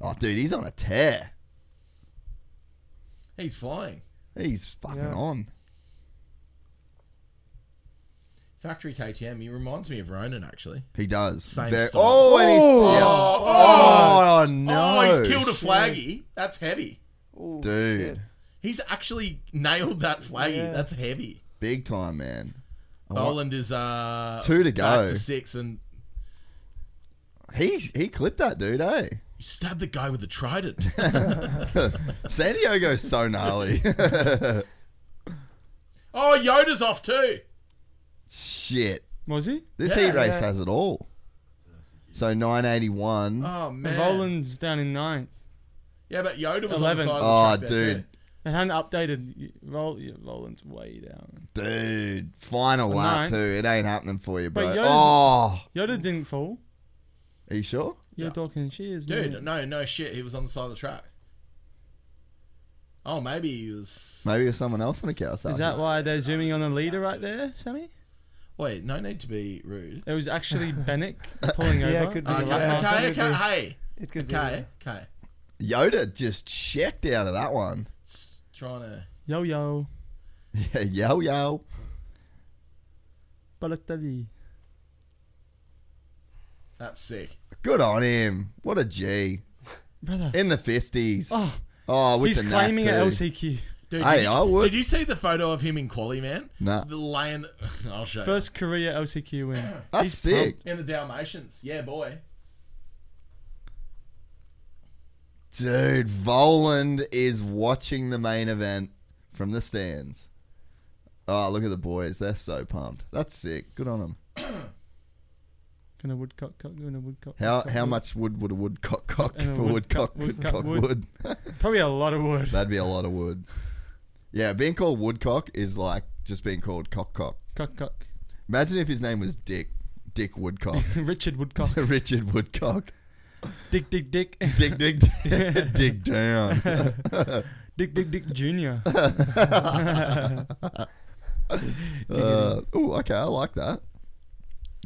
Speaker 2: Oh, dude, he's on a tear.
Speaker 5: He's flying.
Speaker 2: He's fucking
Speaker 6: Yeah.
Speaker 2: on.
Speaker 5: Factory KTM. He reminds me of Ronan actually.
Speaker 2: He does.
Speaker 5: Same
Speaker 2: Very-
Speaker 5: style.
Speaker 2: oh, and he's. yeah.
Speaker 5: Oh,
Speaker 2: Oh, no.
Speaker 5: Oh, he's killed a flaggy. That's heavy.
Speaker 6: Ooh,
Speaker 2: Dude,
Speaker 5: He's actually nailed that flaggy.
Speaker 6: Yeah.
Speaker 5: That's heavy.
Speaker 2: big time, man.
Speaker 5: Boland is uh
Speaker 2: Two to
Speaker 5: back
Speaker 2: go.
Speaker 5: to six, and
Speaker 2: He he clipped that dude, eh?
Speaker 5: he stabbed the guy with the trident.
Speaker 2: San Diego's so gnarly.
Speaker 5: oh, Yoda's off too.
Speaker 2: Shit.
Speaker 4: Was he?
Speaker 2: This
Speaker 5: Yeah,
Speaker 2: heat race
Speaker 6: yeah.
Speaker 2: has it all. So 981.
Speaker 5: Oh man.
Speaker 4: Volan's down in ninth.
Speaker 5: Yeah, but Yoda was
Speaker 4: Eleven.
Speaker 5: on the side
Speaker 2: Oh,
Speaker 5: of the track there,
Speaker 2: dude.
Speaker 5: too.
Speaker 4: They hadn't updated. Vol- yeah, Volan's way down.
Speaker 2: Dude, final lap
Speaker 4: ninth.
Speaker 2: too. It ain't happening for you, bro.
Speaker 4: Wait, Yoda's-
Speaker 2: Oh,
Speaker 4: Yoda didn't fall.
Speaker 2: are you sure?
Speaker 4: You're talking cheers,
Speaker 6: Mm.
Speaker 5: Dude, no, no shit. He was on the side of the track. Oh, maybe he was.
Speaker 2: Maybe there's someone else in the cow
Speaker 4: Is that why they're zooming on the leader right there, Sammy?
Speaker 5: Wait, no need to be rude.
Speaker 4: It was actually Bennett pulling over.
Speaker 6: Yeah, it could be.
Speaker 4: There's a
Speaker 6: the
Speaker 5: Okay,
Speaker 4: lap
Speaker 6: last
Speaker 4: mark.
Speaker 5: okay,
Speaker 6: one. It could
Speaker 5: okay.
Speaker 6: be-
Speaker 5: Hey,
Speaker 6: It could
Speaker 5: okay, okay.
Speaker 2: Yoda just checked out of that one.
Speaker 5: It's trying to.
Speaker 4: Yo yo,
Speaker 2: Yeah, yo yo.
Speaker 4: Balotelli.
Speaker 5: That's sick.
Speaker 2: Good on him. What a G.
Speaker 4: Brother.
Speaker 2: In the fisties. Oh,
Speaker 4: Oh.
Speaker 2: with
Speaker 4: He's
Speaker 2: the nat
Speaker 4: claiming
Speaker 2: too.
Speaker 4: at LCQ.
Speaker 5: Dude,
Speaker 2: Hey,
Speaker 5: did, you-
Speaker 2: I would.
Speaker 5: Did you see the photo of him in Quali, man?
Speaker 2: Nah.
Speaker 5: The laying. I'll show you.
Speaker 4: First career LCQ win.
Speaker 2: That's
Speaker 4: He's
Speaker 2: sick.
Speaker 5: In the Dalmatians. Yeah, boy.
Speaker 2: Dude, Voland is watching the main event from the stands. Oh, look at the boys. They're so pumped. That's sick. Good on them.
Speaker 4: Gonna woodcock, cock, gonna woodcock.
Speaker 2: How
Speaker 4: cock,
Speaker 2: how
Speaker 4: wood.
Speaker 2: much wood would a woodcock cock
Speaker 4: And a
Speaker 2: for woodcock
Speaker 4: woodcock-
Speaker 2: woodcock
Speaker 4: woodcock
Speaker 2: wood?
Speaker 4: wood. Probably a lot of wood.
Speaker 2: That'd be a lot of wood. Yeah, being called woodcock is like just being called cock cock.
Speaker 4: Cock, cock.
Speaker 2: Imagine if his name was Dick. Dick Woodcock.
Speaker 4: Richard Woodcock.
Speaker 2: Richard Woodcock.
Speaker 4: Dick, Dick, Dick.
Speaker 2: Dig dig dig, dig down.
Speaker 4: Dick, Dick, Dick Junior.
Speaker 2: Uh, oh, okay, I like that.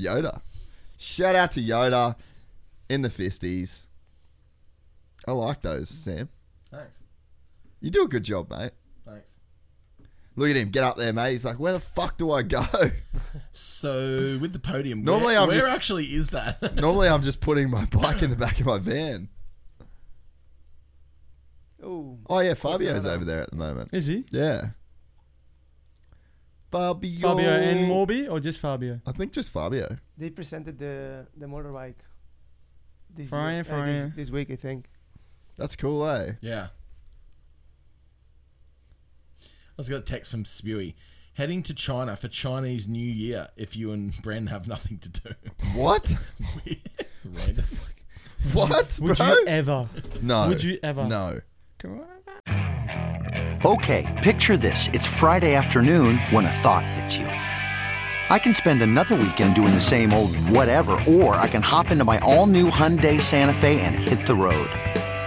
Speaker 2: Yoda. Shout out to Yoda in the fisties. I like those, Sam.
Speaker 5: Thanks.
Speaker 2: You do a good job, mate.
Speaker 5: Thanks.
Speaker 2: Look at him, get up there, mate. He's like, where the fuck do I go?
Speaker 5: So with the podium,
Speaker 2: Normally
Speaker 5: where,
Speaker 2: I'm
Speaker 5: where
Speaker 2: just-
Speaker 5: actually is that?
Speaker 2: Normally, I'm just putting my bike in the back of my van.
Speaker 8: Oh,
Speaker 2: Oh yeah, Fabio's over there at the moment.
Speaker 4: Is he?
Speaker 2: Yeah. Fabio.
Speaker 4: Fabio and Morbi, or just Fabio?
Speaker 2: I think just Fabio.
Speaker 8: they presented the the motorbike. This,
Speaker 4: Fire,
Speaker 8: week- uh,
Speaker 4: fire.
Speaker 8: this, this week, I think.
Speaker 2: That's cool, eh?
Speaker 5: yeah. I just got a text from Spewy. Heading to China for Chinese New Year if you and Bren have nothing to do.
Speaker 2: What?
Speaker 5: What the fuck?
Speaker 2: What,
Speaker 4: Would
Speaker 2: bro?
Speaker 4: you ever?
Speaker 2: no.
Speaker 4: would you ever?
Speaker 2: No.
Speaker 4: Come on.
Speaker 6: Okay, picture this. It's Friday afternoon when a thought hits you. I can spend another weekend doing the same old whatever, or I can hop into my all new Hyundai Santa Fe and hit the road.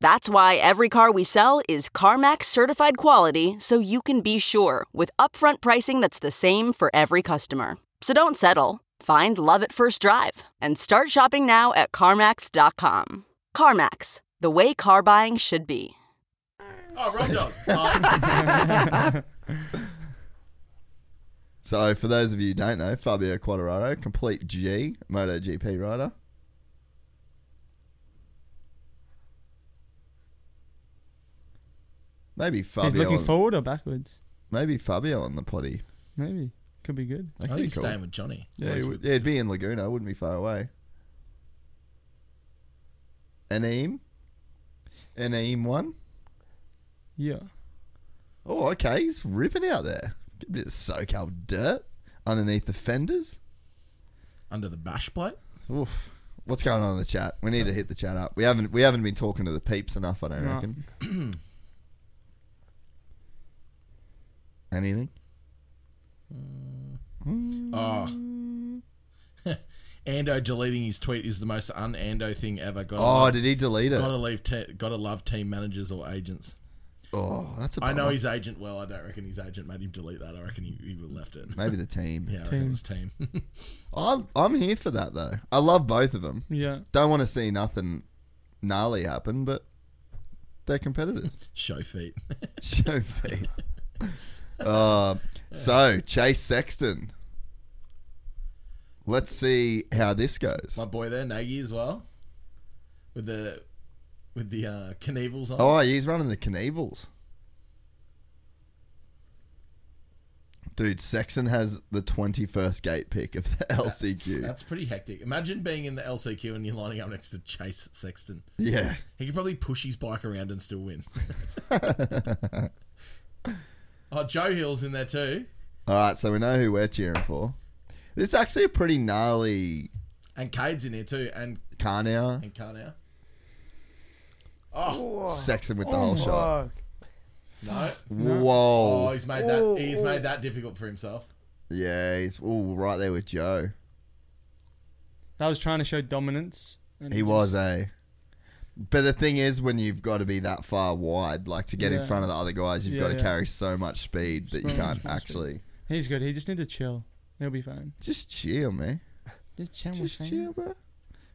Speaker 1: That's why every car we sell is CarMax certified quality so you can be sure with upfront pricing that's the same for every customer. So don't settle. Find love at first drive and start shopping now at CarMax.com. CarMax, the way car buying should be.
Speaker 5: Oh, wrong dog. Oh,
Speaker 2: So, for those of you who don't know, Fabio Quadraro, complete G, MotoGP rider. Maybe Fabio.
Speaker 4: He's looking
Speaker 2: on,
Speaker 4: forward or backwards?
Speaker 2: Maybe Fabio on the potty.
Speaker 4: Maybe could be good.
Speaker 2: That could
Speaker 5: I think
Speaker 2: be
Speaker 5: he's
Speaker 2: cool.
Speaker 5: staying with Johnny.
Speaker 2: Yeah,
Speaker 5: Always
Speaker 2: it would,
Speaker 5: with-
Speaker 2: yeah, it'd be in Laguna. It wouldn't be far away. Anaim? Anaim one?
Speaker 4: Yeah.
Speaker 2: Oh, okay. He's ripping out there. Get a bit of SoCal dirt underneath the fenders.
Speaker 5: under the bash plate.
Speaker 2: Oof. What's going on in the chat? We need to hit the chat up. We haven't we haven't been talking to the peeps enough, I don't
Speaker 4: No.
Speaker 2: reckon. Anything?
Speaker 5: Oh. Ando deleting his tweet is the most un-Ando thing ever. Gotta
Speaker 2: Oh,
Speaker 5: love,
Speaker 2: did he delete
Speaker 5: gotta
Speaker 2: it?
Speaker 5: leave. Te- gotta love team managers or agents.
Speaker 2: Oh, that's a
Speaker 5: I know
Speaker 2: bummer.
Speaker 5: his agent well. I don't reckon his agent made him delete that. I reckon he, he would have left it.
Speaker 2: Maybe the team.
Speaker 5: Yeah, I reckon it was team.
Speaker 2: I, I'm here for that though. I love both of them.
Speaker 4: Yeah.
Speaker 2: Don't want to see nothing gnarly happen, but they're competitors.
Speaker 5: Show feet.
Speaker 2: Show feet. Uh, so Chase Sexton. Let's see how this goes.
Speaker 5: My boy there, Nagy as well, with the with the uh, Knievels on.
Speaker 2: Oh, he's running the Knievels. Dude, Sexton has the 21st gate pick of the LCQ.
Speaker 5: That's pretty hectic. Imagine being in the LCQ and you're lining up next to Chase Sexton.
Speaker 2: yeah.
Speaker 5: He could probably push his bike around and still win. oh, Joe Hill's in there too.
Speaker 2: All right, so we know who we're cheering for. This is actually a pretty gnarly
Speaker 5: And Cade's in there too. And,
Speaker 2: car now.
Speaker 5: and Carnow. Oh,
Speaker 2: Sexton with the whole shot.
Speaker 8: Fuck.
Speaker 5: no. Oh,
Speaker 2: Whoa.
Speaker 5: he's made that he's made that difficult for himself.
Speaker 2: Yeah, he's ooh, right there with Joe.
Speaker 4: That was trying to show dominance. And
Speaker 2: He
Speaker 4: just-
Speaker 2: was a. But the thing is, when you've got to be that far wide, like to get in
Speaker 4: Yeah.
Speaker 2: front of the other guys, you've
Speaker 4: Yeah,
Speaker 2: got to
Speaker 4: yeah.
Speaker 2: carry so much speed that you
Speaker 4: So
Speaker 2: can't
Speaker 4: much speed.
Speaker 2: actually
Speaker 4: He's good. He just need to chill. He'll be fine.
Speaker 2: just chill, man.
Speaker 4: Just chill. my
Speaker 2: Just
Speaker 4: friend.
Speaker 2: chill, bro.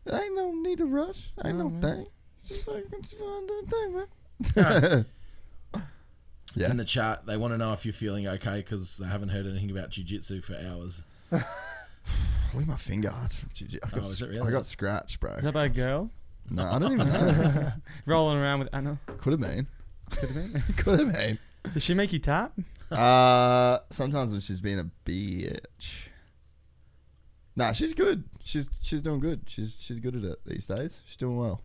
Speaker 2: Ain't no need to rush. Ain't no,
Speaker 4: No, man.
Speaker 2: thing. Just fucking just fucking do the thing, man. Yeah.
Speaker 5: In the chat, they want to know if you're feeling okay because they haven't heard anything about jujitsu for hours.
Speaker 2: Look at my finger. That's from jiu I got,
Speaker 5: Oh, is it
Speaker 2: sc- I
Speaker 5: really?
Speaker 2: got scratched, bro.
Speaker 4: Is that by a girl?
Speaker 2: No, I don't even know.
Speaker 4: Rolling around with Anna.
Speaker 2: Could have been.
Speaker 4: Could have been.
Speaker 2: Could have been.
Speaker 4: Does she make you tap?
Speaker 2: Uh, sometimes when she's being a bitch. Nah, she's good. She's she's doing good. She's she's good at it these days. She's doing well.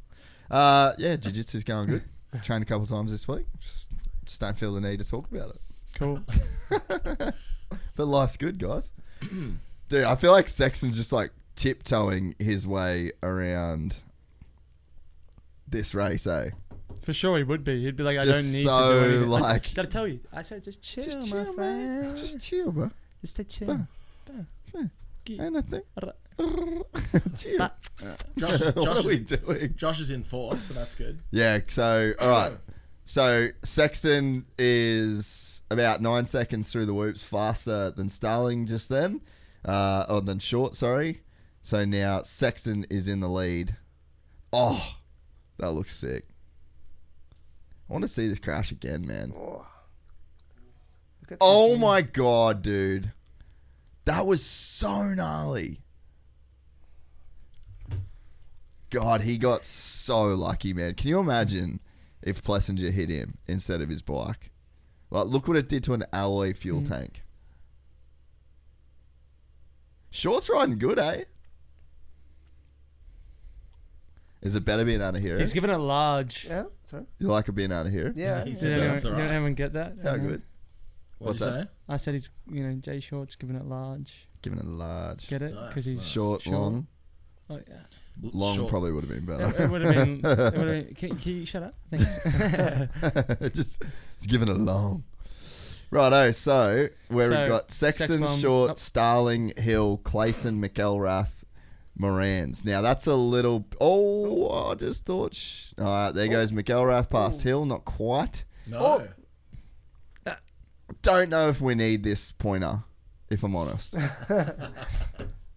Speaker 2: Uh, yeah, jiu jitsu's going good. Trained a couple times this week. Just, just don't feel the need to talk about it.
Speaker 4: Cool.
Speaker 2: But life's good, guys. Dude, I feel like Sexton's just like tiptoeing his way around this race, eh?
Speaker 4: For sure, he would be. He'd be like, I
Speaker 2: Just
Speaker 4: don't need
Speaker 2: so,
Speaker 4: to do anything. I-
Speaker 2: like-
Speaker 4: gotta tell you, I said, just chill,
Speaker 2: Just
Speaker 4: my
Speaker 2: chill,
Speaker 4: friend.
Speaker 2: man. Just chill, bro.
Speaker 4: Just to chill.
Speaker 2: Bah.
Speaker 4: Bah.
Speaker 2: Bah.
Speaker 4: Gi-
Speaker 2: Ain't nothing.
Speaker 4: Bah.
Speaker 2: Chill.
Speaker 4: Bah.
Speaker 5: Josh,
Speaker 2: what
Speaker 5: Josh,
Speaker 2: are we
Speaker 5: is,
Speaker 2: doing?
Speaker 5: Josh is in fourth, so that's good.
Speaker 2: Yeah, so all right. So Sexton is about nine seconds through the whoops faster than Starling just then, uh, or than Short. Sorry. So now Sexton is in the lead. Oh, that looks sick. I want to see this crash again, man.
Speaker 6: Oh. Look at
Speaker 2: Oh
Speaker 6: this.
Speaker 2: my god, dude, that was so gnarly. God, he got so lucky, man. Can you imagine if Plessinger hit him instead of his bike? Like, look what it did to an alloy
Speaker 6: Hmm.
Speaker 2: fuel tank. Short's riding good, eh? Is it better being out of here?
Speaker 4: He's giving it large.
Speaker 6: Yeah, sorry.
Speaker 2: you like it being out of here?
Speaker 6: Yeah, Mm-hmm.
Speaker 5: He's
Speaker 4: Did
Speaker 5: in
Speaker 4: anyone,
Speaker 5: that's all
Speaker 4: did
Speaker 5: right.
Speaker 4: anyone get that?
Speaker 2: How
Speaker 4: No.
Speaker 2: good?
Speaker 5: What'd
Speaker 2: What's
Speaker 5: you
Speaker 2: that?
Speaker 5: say?
Speaker 4: I said he's, you know, Jay Short's giving it large.
Speaker 2: Giving it a large.
Speaker 4: Get it?
Speaker 5: Nice,
Speaker 4: Because he's
Speaker 5: nice.
Speaker 2: Short, long.
Speaker 4: Oh, yeah.
Speaker 5: L-
Speaker 2: Long
Speaker 5: short.
Speaker 2: probably would have been better.
Speaker 4: It would have been. It would have been. Can, can you shut up? Thanks.
Speaker 2: just it's given a long. Righto, so where
Speaker 4: So,
Speaker 2: we've got Sexton,
Speaker 4: Sexton,
Speaker 2: Short,
Speaker 4: up.
Speaker 2: Starling, Hill, Clayson, McElrath, Morans. Now that's a little. Oh, I just thought. Sh- All right,
Speaker 4: Oh.
Speaker 2: there goes McElrath past Hill. Not quite.
Speaker 5: No.
Speaker 2: Oh, Don't know if we need this pointer, if I'm honest.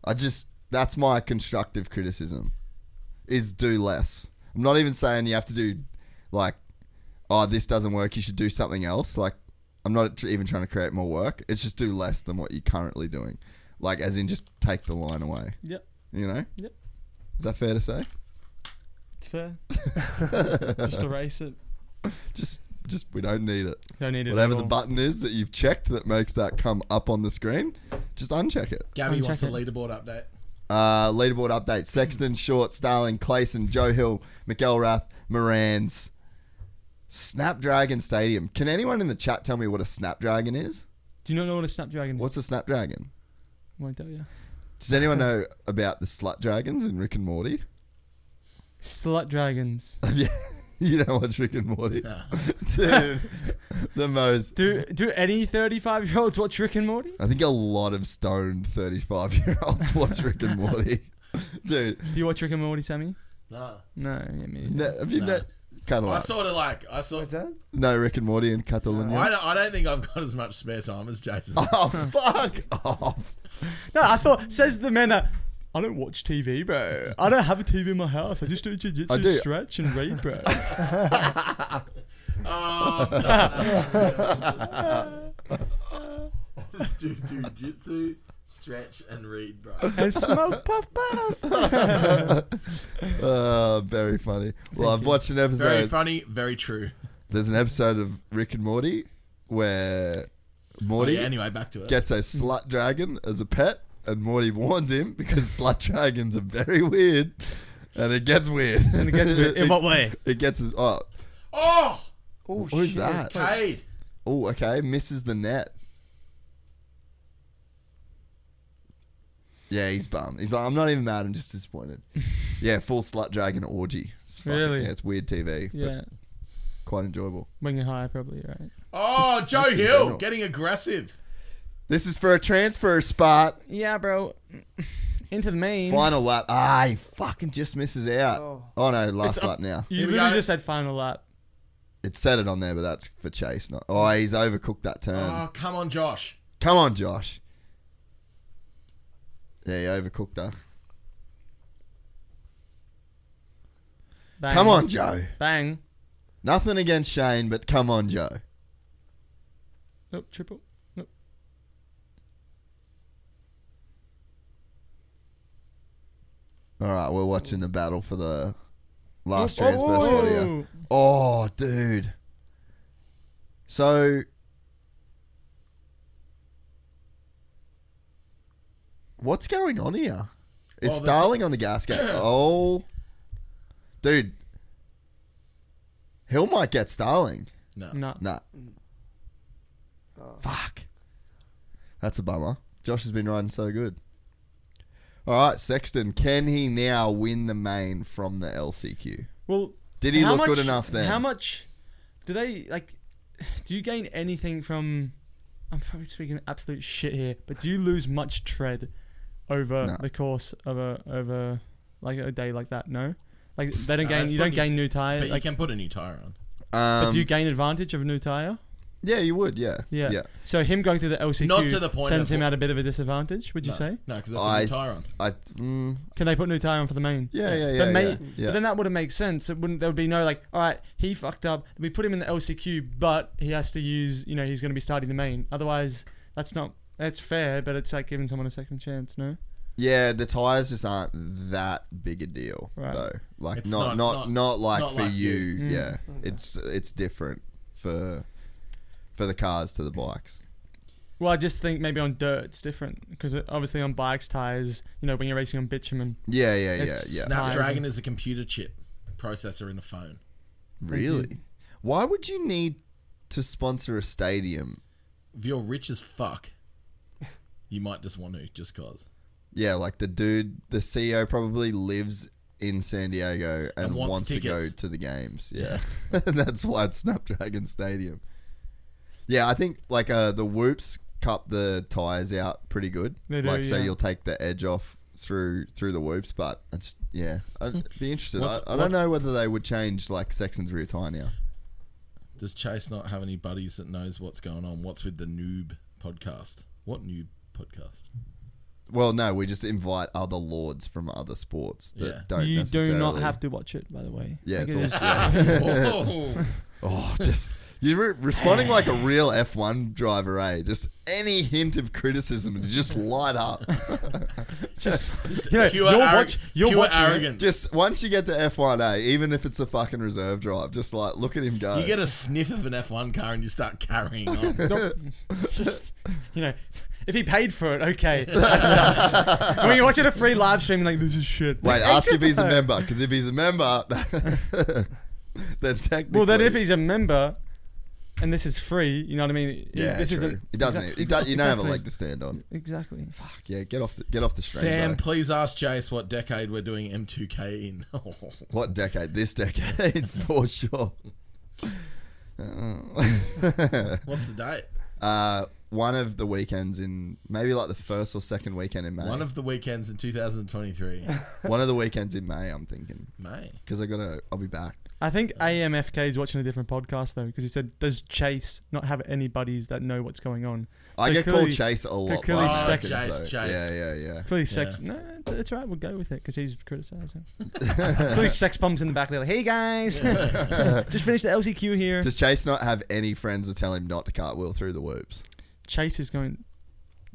Speaker 2: I just that's my constructive criticism. Is do less. I'm not even saying you have to do like oh this doesn't work, you should do something else. Like I'm not tr- even trying to create more work. It's just do less than what you're currently doing. Like as in just take the line away,
Speaker 4: yep.
Speaker 2: you know?
Speaker 4: Yep.
Speaker 2: Is that fair to say?
Speaker 4: It's fair. Just erase it.
Speaker 2: Just just we don't need it.
Speaker 4: Don't need it.
Speaker 2: Whatever
Speaker 4: at
Speaker 2: the
Speaker 4: all.
Speaker 2: button is that you've checked that makes that come up on the screen, just uncheck it.
Speaker 5: Gabby
Speaker 4: Uncheck
Speaker 5: wants a
Speaker 4: it.
Speaker 5: leaderboard update.
Speaker 2: Uh, leaderboard update: Sexton, Short, Starling, Clayson, Joe Hill, McElrath, Morans. Snapdragon Stadium. Can anyone in the chat tell me what a Snapdragon is?
Speaker 4: Do you not know what a snapdragon? is?
Speaker 2: What's a Snapdragon?
Speaker 4: Won't tell you.
Speaker 2: Does anyone know about the Slut Dragons in Rick and Morty?
Speaker 4: Slut dragons.
Speaker 2: Yeah, you don't watch Rick and Morty, dude. The most.
Speaker 4: Do do any thirty-five-year-olds watch Rick and Morty?
Speaker 2: I think a lot of stoned thirty-five-year-olds watch Rick and Morty, dude.
Speaker 4: Do you watch Rick and Morty, Sammy?
Speaker 5: No.
Speaker 4: No, yeah, me. neither.
Speaker 2: Ne- have you ne- kind of
Speaker 5: I
Speaker 2: like
Speaker 5: sort of like I sort.
Speaker 6: What's that?
Speaker 2: no Rick and Morty and Catalonia?
Speaker 5: I don't, I don't think I've got as much spare time as Jason.
Speaker 2: Oh fuck off!
Speaker 4: No, I thought says the man that I don't watch TV, bro. I don't have a TV in my house. I just do
Speaker 2: I
Speaker 4: jiu-jitsu,
Speaker 2: do.
Speaker 4: stretch, and read, bro.
Speaker 2: Oh,
Speaker 5: Just do jujitsu, stretch, and read, bro.
Speaker 4: and smoke puff puff.
Speaker 2: Uh, very funny. Well, I've watched an
Speaker 5: Very
Speaker 2: episode.
Speaker 5: funny, very true.
Speaker 2: There's an episode of Rick and Morty where
Speaker 5: But
Speaker 4: Oh,
Speaker 2: Morty
Speaker 5: yeah, anyway, back to it.
Speaker 2: gets a slut dragon as a pet, and Morty warns him because slut dragons are very weird, and it gets weird.
Speaker 4: and it gets weird. In what way?
Speaker 2: It gets as oh,
Speaker 5: oh,
Speaker 6: Oh,
Speaker 2: who's
Speaker 6: shit.
Speaker 2: that?
Speaker 5: Cade.
Speaker 2: Oh, okay, misses the net. Yeah, he's bummed. He's like, I'm not even mad. I'm just disappointed. yeah, full slut dragon orgy. It's fucking,
Speaker 4: Really?
Speaker 2: Yeah, it's weird TV, but
Speaker 4: Yeah,
Speaker 2: quite enjoyable.
Speaker 4: when you're high, probably right.
Speaker 5: Oh, Joe
Speaker 2: in
Speaker 5: Hill
Speaker 2: general.
Speaker 5: getting aggressive.
Speaker 2: This is for a transfer spot.
Speaker 4: Yeah, bro. into the main.
Speaker 2: Final lap. Ah, he fucking just misses out. Oh,
Speaker 6: Oh.
Speaker 2: no, last
Speaker 4: It's-
Speaker 2: lap now.
Speaker 4: You
Speaker 5: Here we
Speaker 4: literally
Speaker 5: go.
Speaker 4: just said final lap.
Speaker 2: It said it on there, but that's for Chase. Not. Oh, he's overcooked that turn.
Speaker 4: Ah.
Speaker 5: Oh, come on, Josh.
Speaker 2: Come on, Josh. Yeah, he overcooked that.
Speaker 4: Bang.
Speaker 2: Come on, Joe.
Speaker 4: Bang.
Speaker 2: Nothing against Shane, but come on, Joe.
Speaker 4: Nope, triple. Nope.
Speaker 2: All right, we're watching the battle for the last
Speaker 4: Oh, oh,
Speaker 2: transverse
Speaker 4: oh.
Speaker 2: audio. Oh, dude. So. What's going on here? Is
Speaker 5: Oh, the-
Speaker 2: Starling on the gas gate? Oh. Dude. Hill might get Starling.
Speaker 5: No.
Speaker 4: No.
Speaker 2: Nah. Mm. Fuck. That's a bummer. Josh has been riding so good. All right, Sexton, can he now win the main from the LCQ?
Speaker 4: Well,
Speaker 2: Did he
Speaker 4: how
Speaker 2: look good
Speaker 4: much-
Speaker 2: enough then?
Speaker 4: How much do they like? Do you gain anything from? I'm probably speaking absolute shit here, but do you lose much tread over
Speaker 2: No.
Speaker 4: the course of a over like a day like that? No, like they don't
Speaker 5: No,
Speaker 4: gain.
Speaker 5: that's
Speaker 4: You don't
Speaker 5: probably-
Speaker 4: gain new tire.
Speaker 5: But you
Speaker 4: like,
Speaker 5: can put a new tire on.
Speaker 4: but
Speaker 2: Um,
Speaker 4: do you gain advantage of a new tire?
Speaker 2: yeah, you would. Yeah.
Speaker 4: Yeah. So him going through the LCQ
Speaker 5: Not to the point
Speaker 4: sends
Speaker 5: of-
Speaker 4: him at a bit of a disadvantage. Would you
Speaker 5: No.
Speaker 4: say?
Speaker 5: No, because I put a
Speaker 2: I.
Speaker 5: new tire on.
Speaker 2: I. Mm,
Speaker 4: Can they put new tire on for the main?
Speaker 2: yeah. Yeah. Yeah.
Speaker 4: But, may-
Speaker 2: yeah, yeah.
Speaker 4: but then that would have made sense. It wouldn't. There would be no like, all right, he fucked up. We put him in the LCQ, but he has to use. You know, he's going to be starting the main. Otherwise, that's not. That's fair, but it's like giving someone a second chance. No.
Speaker 2: Yeah, the tires just aren't that big a deal
Speaker 4: Right.
Speaker 2: though. Like
Speaker 5: It's
Speaker 2: not,
Speaker 5: not-
Speaker 2: not not
Speaker 5: not-
Speaker 2: like
Speaker 5: not
Speaker 2: for
Speaker 5: like
Speaker 2: you.
Speaker 5: you. Mm.
Speaker 2: Yeah,
Speaker 4: Mm.
Speaker 2: it's it's different for for the cars to the bikes.
Speaker 4: Well, I just think maybe on dirt it's different because obviously on bikes tires, you know, when you're racing on bitumen,
Speaker 2: Yeah, yeah, yeah,
Speaker 4: It's
Speaker 2: yeah.
Speaker 4: not-
Speaker 5: Snapdragon is a computer chip processor in a phone.
Speaker 2: really? Why would you need to sponsor a stadium?
Speaker 5: If you're rich as fuck, you might just want to, just cause.
Speaker 2: Yeah, like the dude, the CEO probably lives in San Diego and,
Speaker 5: And wants
Speaker 2: wants, to go
Speaker 5: tickets.
Speaker 2: to the games. Yeah, that's why it's Snapdragon Stadium. Yeah, I think like uh, the Whoops cut the tires out pretty good.
Speaker 4: They do,
Speaker 2: like, so
Speaker 4: yeah.
Speaker 2: you'll take the edge off through through the Whoops, but I just yeah, I'd be interested. I,
Speaker 5: Hmm. What's-
Speaker 2: I don't
Speaker 5: what's-
Speaker 2: know whether they would change like Sexton's rear tire now.
Speaker 5: Does Chase not have any buddies that knows what's going on? What's with the noob podcast? What noob podcast?
Speaker 2: Well, no, we just invite other lords from other sports that
Speaker 5: Yeah.
Speaker 2: don't.
Speaker 4: you do not
Speaker 2: necessarily-
Speaker 4: have to watch it. By the way,
Speaker 2: Yeah,
Speaker 4: Like,
Speaker 2: it's
Speaker 4: it
Speaker 2: all
Speaker 4: is-
Speaker 5: Whoa.
Speaker 2: Oh, just you're re- responding like a real F1 driver, eh? Just any hint of criticism, you just light up.
Speaker 4: just,
Speaker 5: Just
Speaker 4: you know,
Speaker 5: pure
Speaker 4: you're,
Speaker 5: arro-
Speaker 4: watch, you're
Speaker 5: pure
Speaker 4: watching it.
Speaker 5: arrogance.
Speaker 2: just once you get to F1, eh? Even if it's a fucking reserve drive, just like look at him go.
Speaker 5: you get a sniff of an F1 car and you start carrying on.
Speaker 4: Nope. It's just, you know, if he paid for it, okay. That sucks. when you're watching a free live stream, you're like, this is shit.
Speaker 2: Wait, ask if he's a
Speaker 4: No.
Speaker 2: member, because if he's a member, then technically.
Speaker 4: Well, then if he's a member and this is free, you know what I mean?
Speaker 2: yeah,
Speaker 4: this
Speaker 2: true.
Speaker 4: isn't.
Speaker 2: It doesn't.
Speaker 4: Exactly.
Speaker 2: It do, you don't have a
Speaker 4: Exactly.
Speaker 2: leg to stand on.
Speaker 4: Exactly.
Speaker 2: Fuck yeah, get off the get off the stream.
Speaker 5: Sam,
Speaker 2: bro.
Speaker 5: please ask Chase what decade we're doing M2K in.
Speaker 2: What decade? This decade for sure.
Speaker 5: What's the date?
Speaker 2: Uh, one of the weekends in maybe like the first or second weekend in May.
Speaker 5: One of the weekends in 2023.
Speaker 2: One of the weekends in May, I'm thinking,
Speaker 5: May.
Speaker 2: because I gotta, I'll be back.
Speaker 4: I think AMFK is watching a different podcast, though, because he said, does Chase not have any buddies that know what's going on?
Speaker 2: I
Speaker 4: So
Speaker 2: get
Speaker 4: clearly-
Speaker 2: called Chase a lot.
Speaker 4: clearly
Speaker 2: last
Speaker 4: sex-
Speaker 2: second,
Speaker 5: Chase, Chase.
Speaker 2: Yeah, yeah, yeah.
Speaker 4: Clearly, sex. No, it's all right. We'll go with it because he's criticizing. clearly, sex pumps in the back. They're like, "Hey guys, just finished the LCQ here."
Speaker 2: Does Chase not have any friends that tell him not to cartwheel through the whoops?
Speaker 4: Chase is going.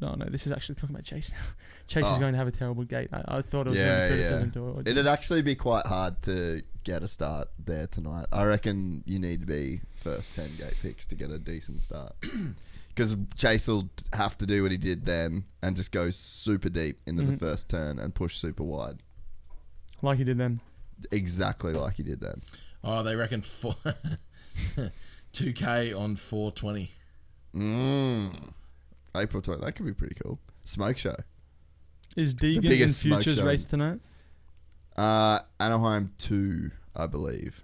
Speaker 4: No, no, this is actually talking about Chase now. Chase
Speaker 2: Oh.
Speaker 4: is going to have a terrible gate. I, I thought it was
Speaker 2: Yeah,
Speaker 4: going to be criticism
Speaker 2: yeah.
Speaker 4: to it.
Speaker 2: It'd actually be quite hard to get a start there tonight. I reckon you need to be first ten gate picks to get a decent start, because Chase will have to do what he did then and just go super deep into
Speaker 4: Mm-hmm.
Speaker 2: the first turn and push super wide,
Speaker 4: like he did then.
Speaker 2: exactly like he did then.
Speaker 5: Oh, they reckon four, 2K on 420.
Speaker 2: Mm. April 20th. That could be pretty cool. Smoke show.
Speaker 4: Is Deegan in
Speaker 2: biggest smoke
Speaker 4: Futures
Speaker 2: show.
Speaker 4: race tonight?
Speaker 2: Uh, Anaheim 2, I believe.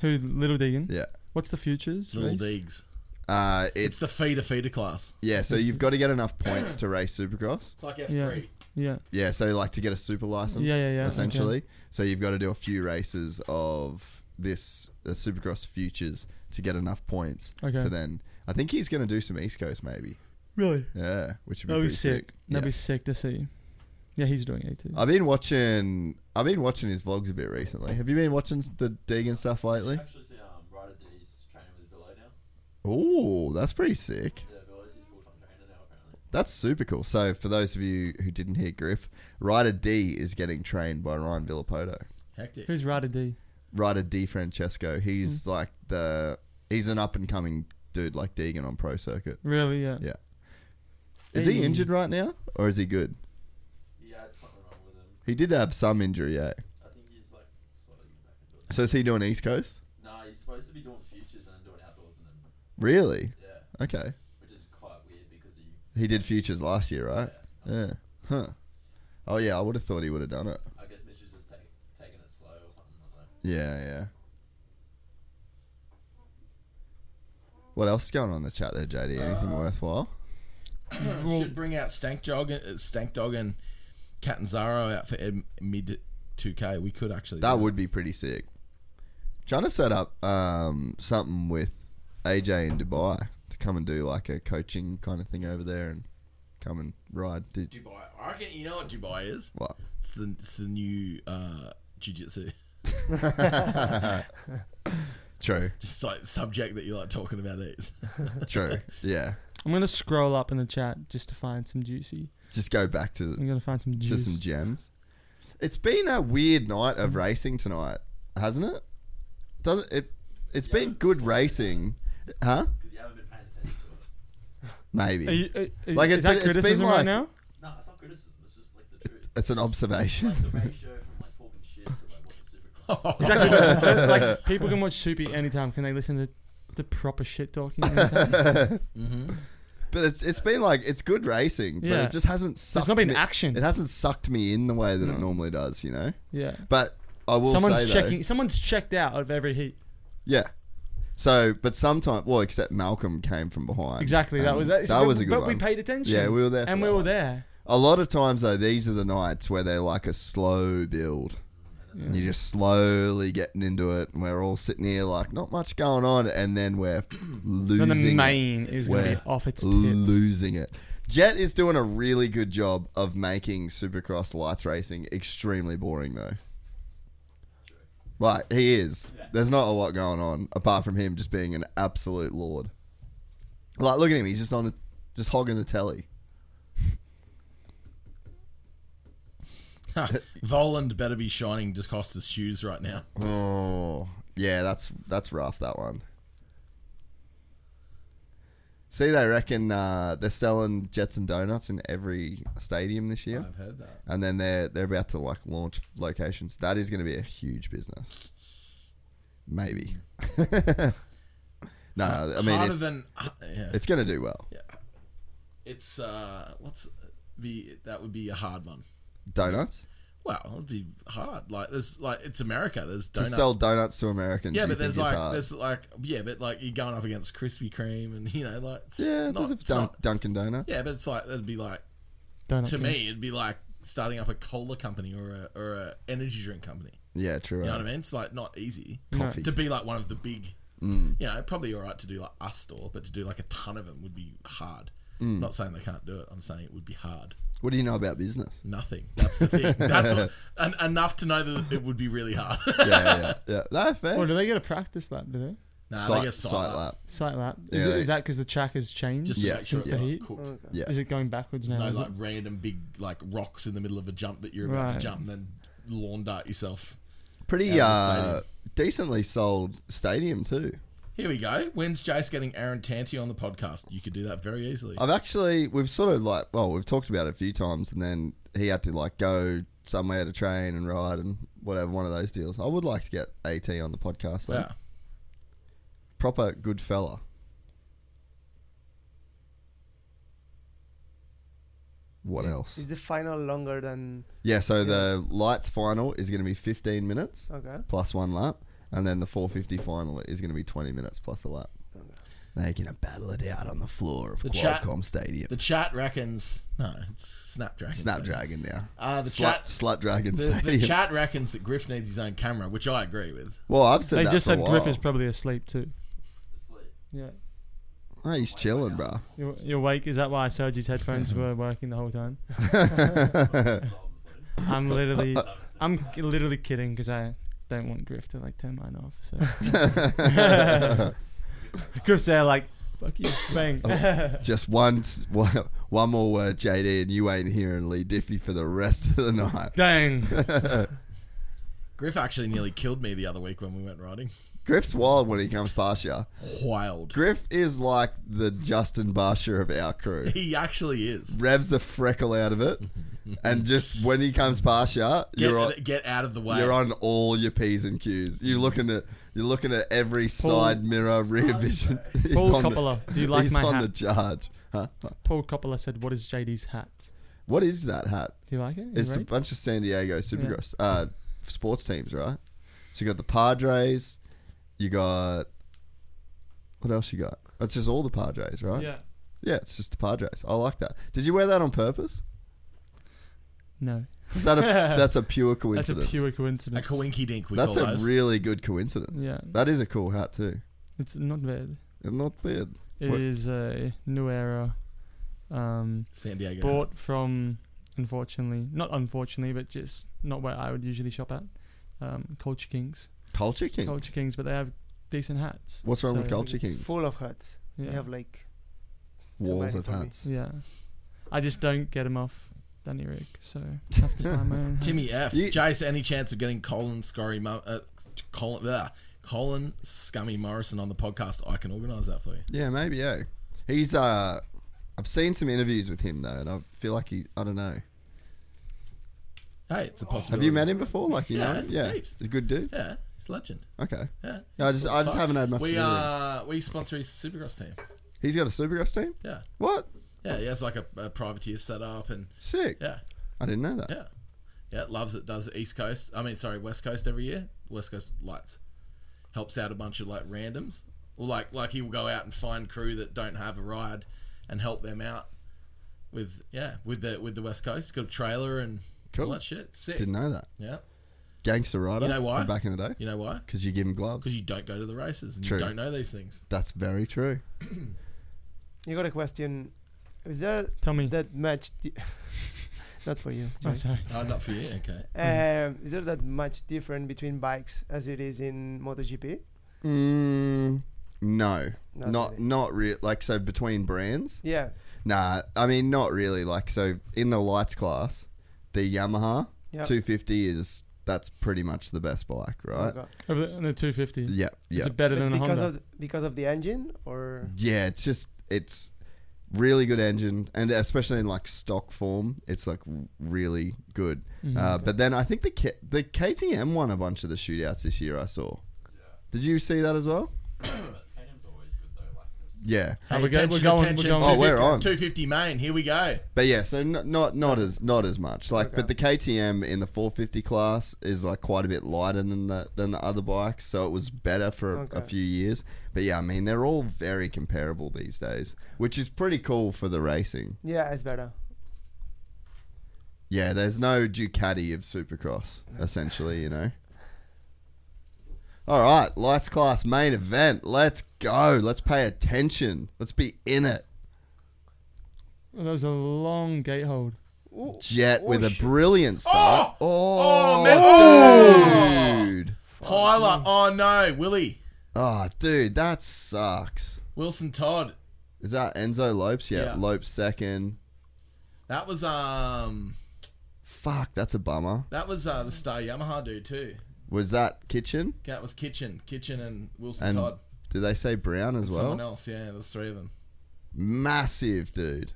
Speaker 4: Who, Little Deegan?
Speaker 2: Yeah.
Speaker 4: What's the Futures
Speaker 5: Little
Speaker 4: race?
Speaker 5: Deegs.
Speaker 2: Uh,
Speaker 5: It's,
Speaker 2: it's,
Speaker 5: the feeder feeder class.
Speaker 2: Yeah, so you've got to get enough points to race Supercross.
Speaker 5: It's like F3.
Speaker 4: Yeah. Yeah.
Speaker 2: Yeah, so like to get a super license,
Speaker 4: Yeah, yeah, yeah,
Speaker 2: essentially. So you've got to do a few races of this uh, Supercross Futures to get enough points
Speaker 4: Okay.
Speaker 2: to then. I think he's going to do some East Coast maybe.
Speaker 4: Really?
Speaker 2: Yeah, which would be
Speaker 4: That'd
Speaker 2: pretty
Speaker 4: be sick. That'd
Speaker 2: Yeah.
Speaker 4: be sick to see. Yeah, he's doing it too.
Speaker 2: I've been watching. I've been watching his vlogs a bit recently. Have you been watching the Deegan stuff lately?
Speaker 7: Actually, see, um, Ryder D's training with Billo now.
Speaker 2: Oh, that's pretty sick.
Speaker 7: Yeah, Billo's his full time trainer now, apparently.
Speaker 2: That's super cool. So, for those of you who didn't hear Griff, Ryder D is getting trained by Ryan Villapoto.
Speaker 5: Hectic.
Speaker 4: Who's Ryder D?
Speaker 2: Ryder D Francesco, he's like the he's an up and coming dude like Deegan on pro circuit.
Speaker 4: Really? Yeah.
Speaker 2: Yeah. Is
Speaker 4: Hey.
Speaker 2: he injured right now or is he good?
Speaker 7: He had something wrong with him.
Speaker 2: He did have some injury, yeah.
Speaker 7: I think he's like slowly getting back into it.
Speaker 2: So is he doing East Coast?
Speaker 7: Nah, he's supposed to be doing futures and then doing outdoors and then
Speaker 2: Really?
Speaker 7: yeah,
Speaker 2: Okay.
Speaker 7: which is quite weird because he.
Speaker 2: He did futures last year, right? Yeah. Huh. Oh yeah, I would have thought he would have done it.
Speaker 7: I guess Mitch is just take, taking it slow or something. I don't know.
Speaker 2: Yeah, yeah. What else is going on in the chat there, JD? Anything worthwhile?
Speaker 5: Oh, Should bring out Stank Dog, and- uh, Stank Dog, and Catanzaro out for ed- mid 2K. We could actually.
Speaker 2: That
Speaker 5: do
Speaker 2: would be pretty sick. Trying to set up um, something with AJ in Dubai to come and do like a coaching kind of thing over there and come and ride. Did you?
Speaker 5: Dubai. I reckon you know what Dubai is.
Speaker 2: What?
Speaker 5: It's the it's the new uh, jiu jitsu.
Speaker 2: True,
Speaker 5: Just like subject that you like talking about these.
Speaker 2: true. yeah.
Speaker 4: I'm gonna scroll up in the chat just to find some juicy.
Speaker 2: Just go back to
Speaker 4: I'm
Speaker 2: the,
Speaker 4: gonna find some
Speaker 2: to
Speaker 4: juice.
Speaker 2: some gems. It's been a weird night of racing tonight, hasn't it? Does it? it it's been good racing, huh?
Speaker 7: Because you haven't been paying attention to it.
Speaker 2: Maybe
Speaker 4: Are you, are, are-
Speaker 2: Like,
Speaker 4: is
Speaker 2: it's
Speaker 4: that
Speaker 2: been- it's been
Speaker 4: criticism
Speaker 2: like-
Speaker 4: right now?
Speaker 7: No, it's not criticism. It's just like the truth.
Speaker 2: it's an observation.
Speaker 7: Like the ratio from like talking shit to like watching Supercross.
Speaker 4: Exactly. but- but, like people can watch Soupy anytime. Can they listen to the proper shit talking? Anytime?
Speaker 2: But it's it's been like it's good racing, but
Speaker 4: Yeah.
Speaker 2: it just hasn't sucked.
Speaker 4: not been
Speaker 2: me-
Speaker 4: action.
Speaker 2: It hasn't sucked me in the way that it normally does, you know.
Speaker 4: yeah.
Speaker 2: But I will say
Speaker 4: Someone's
Speaker 2: though-
Speaker 4: checking. Someone's checked out of every heat.
Speaker 2: yeah. So, but sometimes, well, except Malcolm came from behind.
Speaker 4: Exactly. That
Speaker 2: And
Speaker 4: was that,
Speaker 2: that was a good
Speaker 4: But
Speaker 2: one.
Speaker 4: we paid attention.
Speaker 2: Yeah, we were there. for
Speaker 4: And
Speaker 2: that
Speaker 4: we were
Speaker 2: one.
Speaker 4: there.
Speaker 2: A lot of times though, these are the nights where they're like a slow build. You're just slowly getting into it, and we're all sitting here like not much going on, and then we're losing.
Speaker 4: Then the
Speaker 2: it.
Speaker 4: main is gonna
Speaker 2: We're
Speaker 4: be off its tip.
Speaker 2: losing it. Jet is doing a really good job of making Supercross lights racing extremely boring, though. Like he is. There's not a lot going on apart from him just being an absolute lord. Like, look at him. He's just on the, just hogging the telly.
Speaker 5: Voland better be shining DaCosta's shoes right now.
Speaker 2: Oh, yeah. That's that's rough. That one. See, they reckon uh, they're selling Jets and Donuts in every stadium this year.
Speaker 5: I've heard that.
Speaker 2: and then they're they're about to like launch locations. That is going to be a huge business. Maybe. no, I mean
Speaker 5: Harder
Speaker 2: it's,
Speaker 5: than uh, yeah.
Speaker 2: it's going to do well.
Speaker 5: It's uh, what's the that would be a hard one.
Speaker 2: Donuts
Speaker 5: Well, it'd be hard. Like there's like it's America. There's
Speaker 2: to
Speaker 5: donut.
Speaker 2: sell donuts to Americans.
Speaker 5: yeah,
Speaker 2: you
Speaker 5: but
Speaker 2: think
Speaker 5: there's
Speaker 2: is
Speaker 5: like
Speaker 2: hard.
Speaker 5: there's like yeah, but like you're going up against Krispy Kreme and you know like it's
Speaker 2: yeah,
Speaker 5: not,
Speaker 2: there's a
Speaker 5: it's
Speaker 2: dun-
Speaker 5: not-
Speaker 2: Dunkin' Donut.
Speaker 5: yeah, but it's like it'd be like
Speaker 4: Donut
Speaker 5: to
Speaker 4: King.
Speaker 5: me it'd be like starting up a cola company or a or a energy drink company.
Speaker 2: Yeah, true.
Speaker 5: You know
Speaker 2: right.
Speaker 5: what I mean? It's like not easy
Speaker 2: Coffee.
Speaker 5: to be like one of the big.
Speaker 4: Mm.
Speaker 5: You know, probably all right to do like us store, but to do like a ton of them would be hard.
Speaker 4: Mm.
Speaker 5: I'm not saying they can't do it. I'm saying it would be hard.
Speaker 2: What do you know about business?
Speaker 5: Nothing. That's the thing. That's what, en- enough to know that it would be really hard.
Speaker 2: Yeah, yeah, yeah. No, fair.
Speaker 4: Well, do they get a practice lap? Do they?
Speaker 5: nah,
Speaker 2: Site-
Speaker 5: they get
Speaker 2: site
Speaker 5: site lap,
Speaker 2: lap.
Speaker 4: Site lap. Is,
Speaker 2: Yeah,
Speaker 4: it-
Speaker 2: they-
Speaker 4: is that because the track has changed?
Speaker 5: just to
Speaker 2: Yeah.
Speaker 5: make sure
Speaker 4: Since
Speaker 5: it's
Speaker 4: the
Speaker 5: like
Speaker 4: heat?
Speaker 5: cooked.
Speaker 2: Yeah.
Speaker 4: Is it going backwards now?
Speaker 5: No
Speaker 4: is
Speaker 5: like
Speaker 4: it?
Speaker 5: random big like rocks in the middle of a jump that you're about to
Speaker 4: Right.
Speaker 5: jump and then lawn dart yourself.
Speaker 2: Pretty
Speaker 5: Yeah,
Speaker 2: uh,
Speaker 5: stadium.
Speaker 2: decently sold stadium too.
Speaker 5: Here we go. When's Jace getting Aaron Tanti on the podcast? You could do that very easily.
Speaker 2: I've actually we've sort of like well we've talked about it a few times and then he had to like go somewhere to train and ride and whatever one of those deals. I would like to get AT on the podcast though.
Speaker 5: yeah.
Speaker 2: Proper good fella. What else?
Speaker 6: Is the final longer than
Speaker 2: Yeah, so the lights final is going to be 15 minutes
Speaker 6: okay?
Speaker 2: plus one lap and then the 450 final is going to be 20 minutes plus a lap. They're going to battle it out on the floor of
Speaker 5: The chat-
Speaker 2: Qualcomm Stadium.
Speaker 5: The chat reckons no, it's Snapdragon.
Speaker 2: Snapdragon now.
Speaker 5: Uh, the
Speaker 2: slut,
Speaker 5: chat-
Speaker 2: slut Dragon
Speaker 5: The, the
Speaker 2: Stadium.
Speaker 5: chat reckons that Griff needs his own camera, which I agree with.
Speaker 2: well, I've said
Speaker 4: They
Speaker 2: that
Speaker 4: just
Speaker 2: for
Speaker 4: said
Speaker 2: a while.
Speaker 4: Griff is probably asleep too. Yeah.
Speaker 2: Oh, he's chilling, bro.
Speaker 4: You're, you're awake. Is that why Sergi's headphones were working the whole time? I'm literally, I'm k- literally kidding because I don't want Griff to like turn mine off. So Griff's there like, fuck you, bang.
Speaker 2: Oh. Just one, s- one, one more word, JD, and you ain't hearing Lee Diffie for the rest of the night.
Speaker 4: Dang.
Speaker 5: Griff actually nearly killed me the other week when we went riding.
Speaker 2: Griff's wild when he comes past you.
Speaker 5: Wild.
Speaker 2: Griff is like the Justin Barsher of our crew.
Speaker 5: He actually is.
Speaker 2: Revs the freckle out of it, and just when he comes past you,
Speaker 5: Get,
Speaker 2: you're on,
Speaker 5: get out of the way.
Speaker 2: you're on all your p's and q's. You're looking at you're looking at every side mirror, rear vision. He's
Speaker 4: Paul
Speaker 2: on the-
Speaker 4: Coppola, do you like
Speaker 2: he's
Speaker 4: my
Speaker 2: on
Speaker 4: hat?
Speaker 2: the charge. Huh?
Speaker 4: Paul Coppola said, "What is JD's hat?
Speaker 2: What is that hat?
Speaker 4: Do you like it? You
Speaker 2: It's a
Speaker 4: ready?
Speaker 2: bunch of San Diego Supercross uh, sports teams, right? So you got the Padres, you got what else you got? That's just all the Padres, right?
Speaker 4: yeah.
Speaker 2: Yeah, it's just the Padres. I like that. Did you wear that on purpose?
Speaker 4: No,
Speaker 2: Is that a, that's a pure
Speaker 4: that's a
Speaker 2: coincidence.
Speaker 4: pure
Speaker 5: a
Speaker 4: coincidence.
Speaker 5: coinky dink. We
Speaker 2: That's
Speaker 5: call
Speaker 2: a
Speaker 5: those.
Speaker 2: really good coincidence.
Speaker 4: Yeah.
Speaker 2: That is a cool hat too.
Speaker 4: It's not bad.
Speaker 2: And not bad.
Speaker 4: It is
Speaker 2: What-
Speaker 4: a new era. Um,
Speaker 5: San Diego.
Speaker 4: bought from unfortunately not unfortunately but just not where i would usually shop at um, culture kings
Speaker 2: Culture King.
Speaker 4: culture kings but they have decent hats
Speaker 2: What's wrong with
Speaker 4: So-
Speaker 2: Culture King?
Speaker 6: Full of hats.
Speaker 4: yeah,
Speaker 6: They have like
Speaker 2: Walls
Speaker 6: Tomato
Speaker 2: of
Speaker 6: for me.
Speaker 2: hats.
Speaker 4: yeah i just don't get them off danny rick so I have to buy my own hat.
Speaker 5: Timmy F.
Speaker 2: You-
Speaker 5: Jace, any chance of getting Colin Scurry, Mo- uh, Colin, uh, Colin Scummy Morrison on the podcast? I can organise that for you.
Speaker 2: Yeah, maybe, yeah. He's uh I've seen some interviews with him though, and I feel like he I don't know.
Speaker 5: Hey, it's a
Speaker 2: Have
Speaker 5: possibility.
Speaker 2: you met him before? Like you
Speaker 5: Yeah,
Speaker 2: know him? Yeah.
Speaker 5: heaps.
Speaker 2: He's a good dude.
Speaker 5: Yeah, he's a legend.
Speaker 2: Okay.
Speaker 5: Yeah,
Speaker 2: Yeah, I just I just haven't had much to
Speaker 5: we
Speaker 2: do with him.
Speaker 5: uh, we sponsor his Supercross team.
Speaker 2: He's got a Supercross team?
Speaker 5: Yeah,
Speaker 2: What?
Speaker 5: yeah, he has like a, a privateer set up, and
Speaker 2: Sick.
Speaker 5: yeah,
Speaker 2: I didn't know that.
Speaker 5: yeah, yeah, loves it. Does East Coast? I mean, sorry, West Coast every year. West Coast lights helps out a bunch of like randoms, or like like he will go out and find crew that don't have a ride and help them out with yeah with the with the West Coast. Got a trailer and
Speaker 2: Cool.
Speaker 5: all that shit. Sick.
Speaker 2: Didn't know that.
Speaker 5: Yeah,
Speaker 2: Gangster rider.
Speaker 5: you know why?
Speaker 2: From back in the day.
Speaker 5: You know why?
Speaker 2: Because you give him gloves.
Speaker 5: Because you don't go to the races and
Speaker 2: True.
Speaker 5: you don't know these things.
Speaker 2: That's very true.
Speaker 6: You got a question? Is there
Speaker 4: tell me
Speaker 6: that much? Di- not for you.
Speaker 4: oh,
Speaker 6: Joey.
Speaker 4: sorry
Speaker 5: Oh, not for you. Okay.
Speaker 6: Um, is there that much different between bikes as it is in MotoGP?
Speaker 2: Mm, no.
Speaker 6: Not
Speaker 2: not
Speaker 6: really.
Speaker 2: not real like so between brands.
Speaker 6: Yeah,
Speaker 2: Nah, I mean not really. Like so in the lights class, the Yamaha
Speaker 6: Yep.
Speaker 2: 250 is that's pretty much the best bike, right?
Speaker 6: Okay.
Speaker 4: over the, on the 250
Speaker 2: Yeah, yeah.
Speaker 4: it's better than a
Speaker 6: because
Speaker 4: honda
Speaker 6: of th- because of the engine or
Speaker 2: Yeah, it's just it's really good engine, and especially in like stock form, it's like w- really good.
Speaker 4: Mm-hmm.
Speaker 2: Uh, but then I think the K- the KTM won a bunch of the shootouts this year. I saw. Did you see that as well? Yeah,
Speaker 4: Oh, we're go- we're going- we're going-
Speaker 2: Oh, we're
Speaker 5: 250
Speaker 2: on.
Speaker 5: 250 main. Here we go.
Speaker 2: but yeah, so not not, not as not as much. Like, but the KTM in the 450 class is like quite a bit lighter than the than the other bikes, so it was better for a, a
Speaker 6: Okay.
Speaker 2: few years. But yeah, I mean they're all very comparable these days, which is pretty cool for the racing.
Speaker 6: yeah, it's better.
Speaker 2: Yeah, there's no Ducati of Supercross, essentially, you know. All right, lights class main event. Let's go. Let's pay attention. Let's be in it.
Speaker 4: oh, that was a long gate hold
Speaker 2: Jet with a brilliant start. Oh,
Speaker 5: Oh, man.
Speaker 2: dude.
Speaker 5: Tyler. Oh, no. Willie.
Speaker 2: Oh, dude, that sucks.
Speaker 5: Wilson Todd.
Speaker 2: Is that Enzo Lopes? Yeah,
Speaker 5: Yeah.
Speaker 2: Lopes second.
Speaker 5: That was um.
Speaker 2: Fuck, that's a bummer.
Speaker 5: That was uh, the star Yamaha dude too.
Speaker 2: Was that Kitchen?
Speaker 5: That was Kitchen, Kitchen, and Wilson
Speaker 2: And
Speaker 5: Todd.
Speaker 2: did they say Brown as well?
Speaker 5: Someone else. Yeah, there's three of them.
Speaker 2: Massive, dude.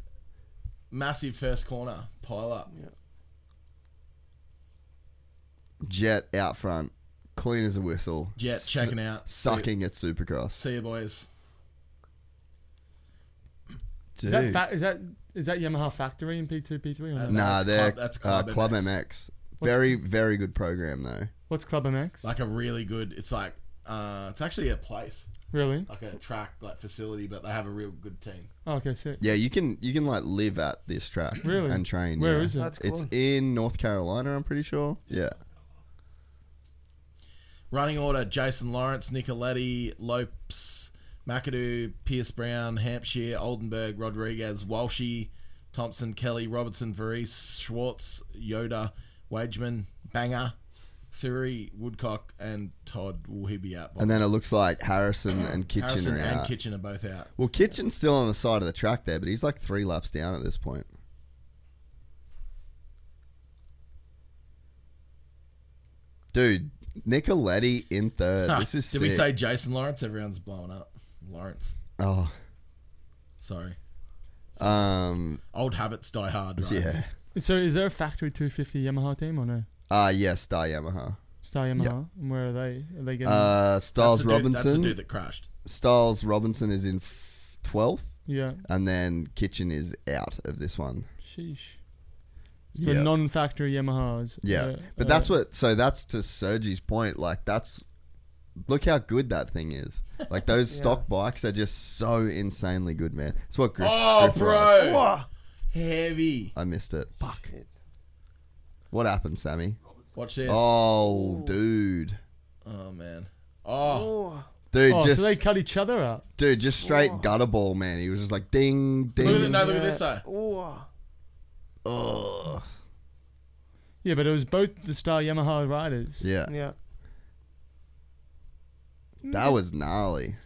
Speaker 5: Massive first corner pile up.
Speaker 2: Jet out front, clean as a whistle.
Speaker 5: Jet
Speaker 2: Su-
Speaker 5: checking out.
Speaker 2: sucking at Supercross.
Speaker 5: See you boys.
Speaker 2: Dude.
Speaker 4: is that, fa- is that is that yamaha factory in p2 p3 or no?
Speaker 2: nah,
Speaker 5: That's
Speaker 2: they're
Speaker 5: Club- that's
Speaker 2: Club,
Speaker 5: Club
Speaker 2: uh, Club MX.
Speaker 5: MX.
Speaker 2: Very, very good program though.
Speaker 4: what's club mx
Speaker 5: Like a really good. It's like Uh, it's actually a place,
Speaker 4: Really?
Speaker 5: like a track, like facility, but they have a real good team.
Speaker 4: Oh, okay, sick.
Speaker 2: Yeah, you can you can like live at this track
Speaker 4: Really?
Speaker 2: and train.
Speaker 4: Where
Speaker 2: Where is
Speaker 4: is it?
Speaker 6: That's cool.
Speaker 2: It's in North Carolina, I'm pretty sure. Yeah.
Speaker 5: Running order: Jason Lawrence, Nicoletti, Lopes, McAdoo, Pierce Brown, Hampshire, Oldenburg, Rodriguez, Walshy, Thompson, Kelly, Robertson, Varese, Schwartz, Yoda, Wageman, Banger, Theory, Woodcock, and Todd will he be out? by-
Speaker 2: And then it looks like Harrison and Kitchen
Speaker 5: Harrison
Speaker 2: are
Speaker 5: and
Speaker 2: out.
Speaker 5: Kitchen are both out.
Speaker 2: well, Kitchen's still on the side of the track there, but he's like three laps down at this point. Dude, Nicoletti in third.
Speaker 5: Ah,
Speaker 2: this is
Speaker 5: Did we
Speaker 2: sick.
Speaker 5: say Jason Lawrence? Everyone's blowing up. Lawrence.
Speaker 2: Oh,
Speaker 5: Sorry.
Speaker 2: um,
Speaker 5: Old habits die hard, right?
Speaker 2: yeah.
Speaker 4: So is there a factory 250 Yamaha team or no?
Speaker 2: Ah, yeah, Star Yamaha.
Speaker 4: Star Yamaha. And where are they? Are they getting?
Speaker 2: Uh,
Speaker 5: That's
Speaker 2: Styles
Speaker 5: the dude- that's the
Speaker 2: Robinson.
Speaker 5: dude that crashed.
Speaker 2: Styles Robinson is in f- 12th,
Speaker 4: yeah.
Speaker 2: and then Kitchen is out of this one.
Speaker 4: Sheesh. It's the
Speaker 2: Yeah.
Speaker 4: non-factory Yamahas.
Speaker 2: Yeah.
Speaker 4: Uh,
Speaker 2: but
Speaker 4: uh,
Speaker 2: that's what, so that's to Sergi's point. Like, that's, look how good that thing is. Like, those stock bikes are just so insanely good, man. It's what Griff.
Speaker 5: Oh,
Speaker 2: Griff rides.
Speaker 5: bro. Heavy.
Speaker 2: I missed it. Fuck. What happened, Sammy?
Speaker 5: Watch this. Oh,
Speaker 2: Oh, dude.
Speaker 5: man. Oh,
Speaker 6: Oh,
Speaker 2: Dude,
Speaker 4: Oh,
Speaker 2: just
Speaker 4: so they cut each other up.
Speaker 2: dude, just straight gutter ball, man. He was just like ding, ding.
Speaker 5: look at, the, no, look at this though.
Speaker 6: oh.
Speaker 2: Ugh.
Speaker 4: Yeah, but it was both the Star Yamaha riders.
Speaker 2: Yeah,
Speaker 6: Yeah.
Speaker 2: that was gnarly.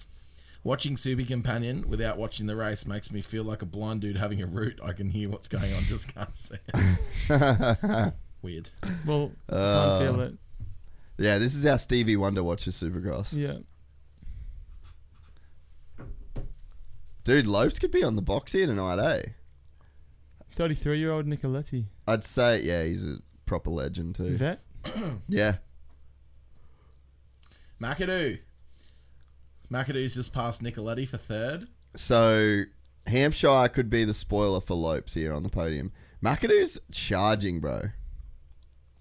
Speaker 5: Watching Subi Companion without watching the race makes me feel like a blind dude having a root. I can hear what's going on, just can't see it. Weird.
Speaker 4: Well, can't
Speaker 2: Uh,
Speaker 4: feel it.
Speaker 2: Yeah, this is how Stevie Wonder watches Supercross.
Speaker 4: Yeah.
Speaker 2: Dude, Lopes could be on the box here tonight, eh?
Speaker 4: 33-year-old Nicoletti.
Speaker 2: I'd say, yeah, he's a proper legend too.
Speaker 4: Vet.
Speaker 2: Yeah.
Speaker 5: McAdoo. McAdoo's just passed Nicoletti for third.
Speaker 2: So Hampshire could be the spoiler for Lopes here on the podium. McAdoo's charging, bro.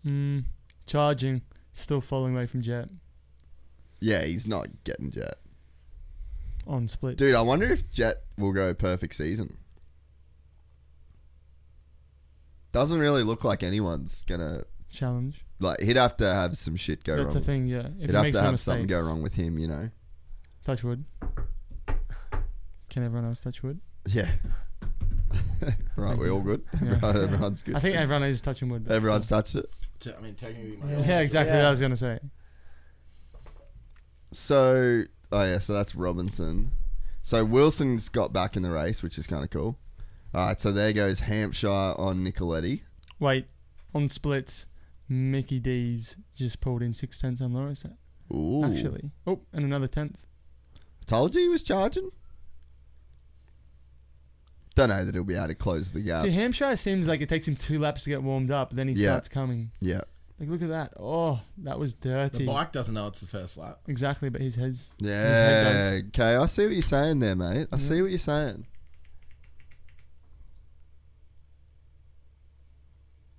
Speaker 4: Mm, charging. Still falling away from Jet.
Speaker 2: Yeah, he's not getting Jet.
Speaker 4: On split.
Speaker 2: Dude, I wonder if Jet will go perfect season. Doesn't really look like anyone's gonna
Speaker 4: Challenge.
Speaker 2: like. He'd have to have some shit go
Speaker 4: That's
Speaker 2: wrong.
Speaker 4: the thing, yeah. If
Speaker 2: He'd
Speaker 4: he
Speaker 2: have
Speaker 4: makes
Speaker 2: to
Speaker 4: no
Speaker 2: have
Speaker 4: mistakes,
Speaker 2: something go wrong with him, you know.
Speaker 4: Touch wood. Can everyone else touch wood?
Speaker 2: Yeah. right, we're all good.
Speaker 4: Yeah.
Speaker 2: Everyone's good.
Speaker 4: I think everyone is touching wood. but
Speaker 2: Everyone's touched it.
Speaker 5: T- I mean, technically,
Speaker 4: still.
Speaker 5: my
Speaker 4: Yeah, exactly. what
Speaker 6: Yeah.
Speaker 4: I was gonna say.
Speaker 2: So, oh yeah, so that's Robinson. So Wilson's got back in the race, which is kind of cool. All right, so there goes Hampshire on Nicoletti.
Speaker 4: Wait, on splits, Mickey D's just pulled in six tenths on Loris.
Speaker 2: Ooh,
Speaker 4: Actually, oh, and another tenth.
Speaker 2: told you he was charging. Don't know that he'll be able to close the gap.
Speaker 4: See, Hampshire seems like it takes him two laps to get warmed up, then he
Speaker 2: Uh, Yeah.
Speaker 4: starts coming.
Speaker 2: Yeah,
Speaker 4: Like, look at that. Oh, that was
Speaker 5: The
Speaker 4: dirty.
Speaker 5: bike doesn't know it's the first lap.
Speaker 4: Exactly, but his head's His
Speaker 2: yeah.
Speaker 4: head
Speaker 2: Okay, I see what you're saying there, mate. I see what you're saying.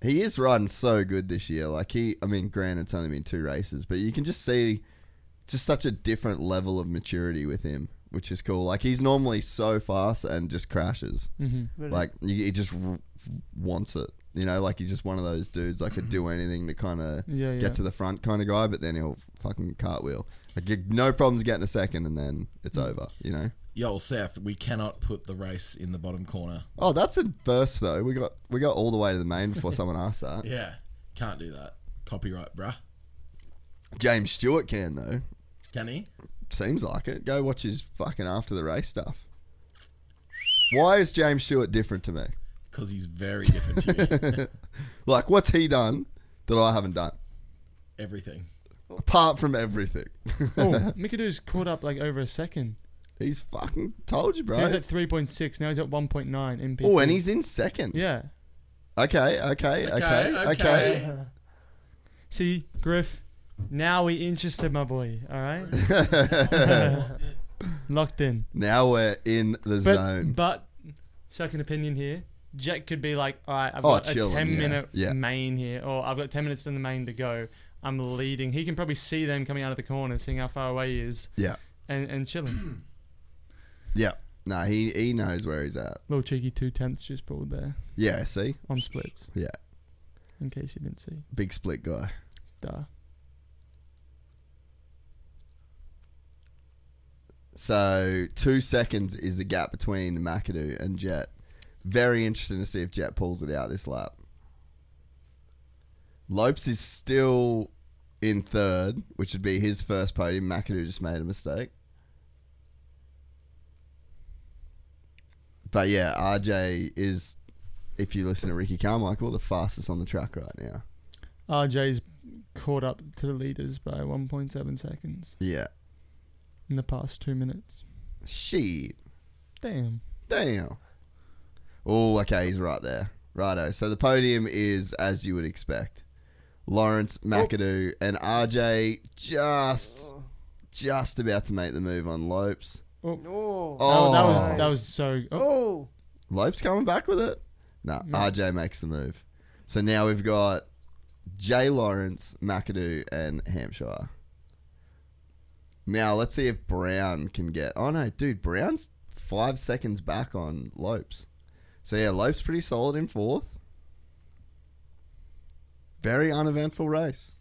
Speaker 2: He is riding so good this year. Like he, I mean, granted, it's only been two races, but you can just see just such a different level of maturity with him, which is cool. Like he's normally so fast and just crashes.
Speaker 4: Mm-hmm.
Speaker 6: Really?
Speaker 2: Like you- he just r- wants it. You know, like he's just one of those dudes that could do anything to kind of
Speaker 4: Yeah, yeah.
Speaker 2: get to the front kind of guy, but then he'll fucking cartwheel. Like you- no problems getting a second, and then it's
Speaker 4: Mm.
Speaker 2: over. You know.
Speaker 5: Yo, Seth, we cannot put the race in the bottom corner.
Speaker 2: Oh, that's in first though. We got we got all the way to the main before someone asked that.
Speaker 5: Yeah, can't do that. Copyright, bruh.
Speaker 2: James Stewart can though.
Speaker 5: Can he?
Speaker 2: Seems like it. Go watch his fucking after the race stuff. Why is James Stewart different to me?
Speaker 5: Because he's very different to you.
Speaker 2: Like, what's he done that I haven't done?
Speaker 5: Everything.
Speaker 2: Apart from everything.
Speaker 4: oh, Mikadoo's caught up like over a second.
Speaker 2: he's fucking told you,
Speaker 4: He was
Speaker 2: bro.
Speaker 4: at 3.6, now he's at 1.9 MP.
Speaker 2: Oh, and he's in second.
Speaker 4: Yeah.
Speaker 2: Okay, okay, okay, okay.
Speaker 5: okay.
Speaker 4: See, Griff, now we interested, my boy. All right? Locked in.
Speaker 2: Now we're in the
Speaker 4: But,
Speaker 2: zone.
Speaker 4: but, second opinion here. Jet could be like, all right, I've
Speaker 2: Oh,
Speaker 4: got a
Speaker 2: chilling,
Speaker 4: 10
Speaker 2: yeah,
Speaker 4: minute
Speaker 2: yeah.
Speaker 4: main here, or I've got 10 minutes in the main to go. I'm leading. He can probably see them coming out of the corner, seeing how far away he is,
Speaker 2: Yeah.
Speaker 4: and and chilling.
Speaker 2: Yeah. No, he, he knows where he's at.
Speaker 4: Little cheeky two tenths just pulled there
Speaker 2: Yeah, see?
Speaker 4: on splits,
Speaker 2: Yeah.
Speaker 4: in case you didn't see.
Speaker 2: Big split guy.
Speaker 4: Duh.
Speaker 2: So two seconds is the gap between McAdoo and Jet. Very interesting to see if Jet pulls it out this lap. Lopes is still in third, which would be his first podium. McAdoo just made a mistake. But yeah, RJ is, if you listen to Ricky Carmichael, the fastest on the track right now.
Speaker 4: RJ's caught up to the leaders by 1.7 seconds
Speaker 2: Yeah.
Speaker 4: in the past two minutes.
Speaker 2: Shit.
Speaker 4: Damn.
Speaker 2: Damn. Oh, okay, he's right there. Righto. So the podium is as you would expect. Lawrence, McAdoo, and RJ just just about to make the move on Lopes.
Speaker 6: No.
Speaker 4: Oh,
Speaker 2: Oh,
Speaker 4: that was that was so. Oh,
Speaker 6: Oh.
Speaker 2: Lopes coming back with it? Nah, RJ makes the move. So now we've got Jay Lawrence, McAdoo, and Hampshire. Now let's see if Brown can get. Oh no, dude, Brown's five seconds back on Lopes. So yeah, Lopes pretty solid in fourth. Very uneventful race.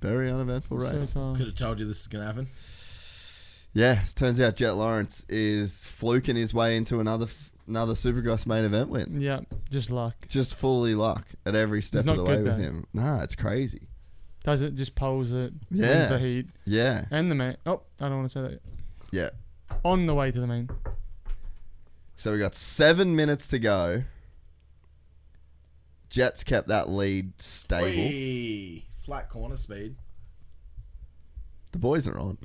Speaker 2: Very uneventful race.
Speaker 4: so far.
Speaker 5: Could have told you this is gonna happen.
Speaker 2: Yeah, it turns out Jet Lawrence is fluking his way into another f- another Supercross main event win
Speaker 4: Yeah, just luck.
Speaker 2: just fully luck at every step
Speaker 4: It's
Speaker 2: of
Speaker 4: not
Speaker 2: the way
Speaker 4: good,
Speaker 2: with
Speaker 4: though.
Speaker 2: him. Nah, it's crazy.
Speaker 4: Does it just poles it?
Speaker 2: Yeah.
Speaker 4: wins the heat
Speaker 2: Yeah,
Speaker 4: and the main. Oh, I don't want to say that. Yet.
Speaker 2: yeah.
Speaker 4: On the way to the main.
Speaker 2: So we got seven minutes to go. Jets kept that lead stable.
Speaker 5: Whee! Flat corner speed.
Speaker 2: The boys are on.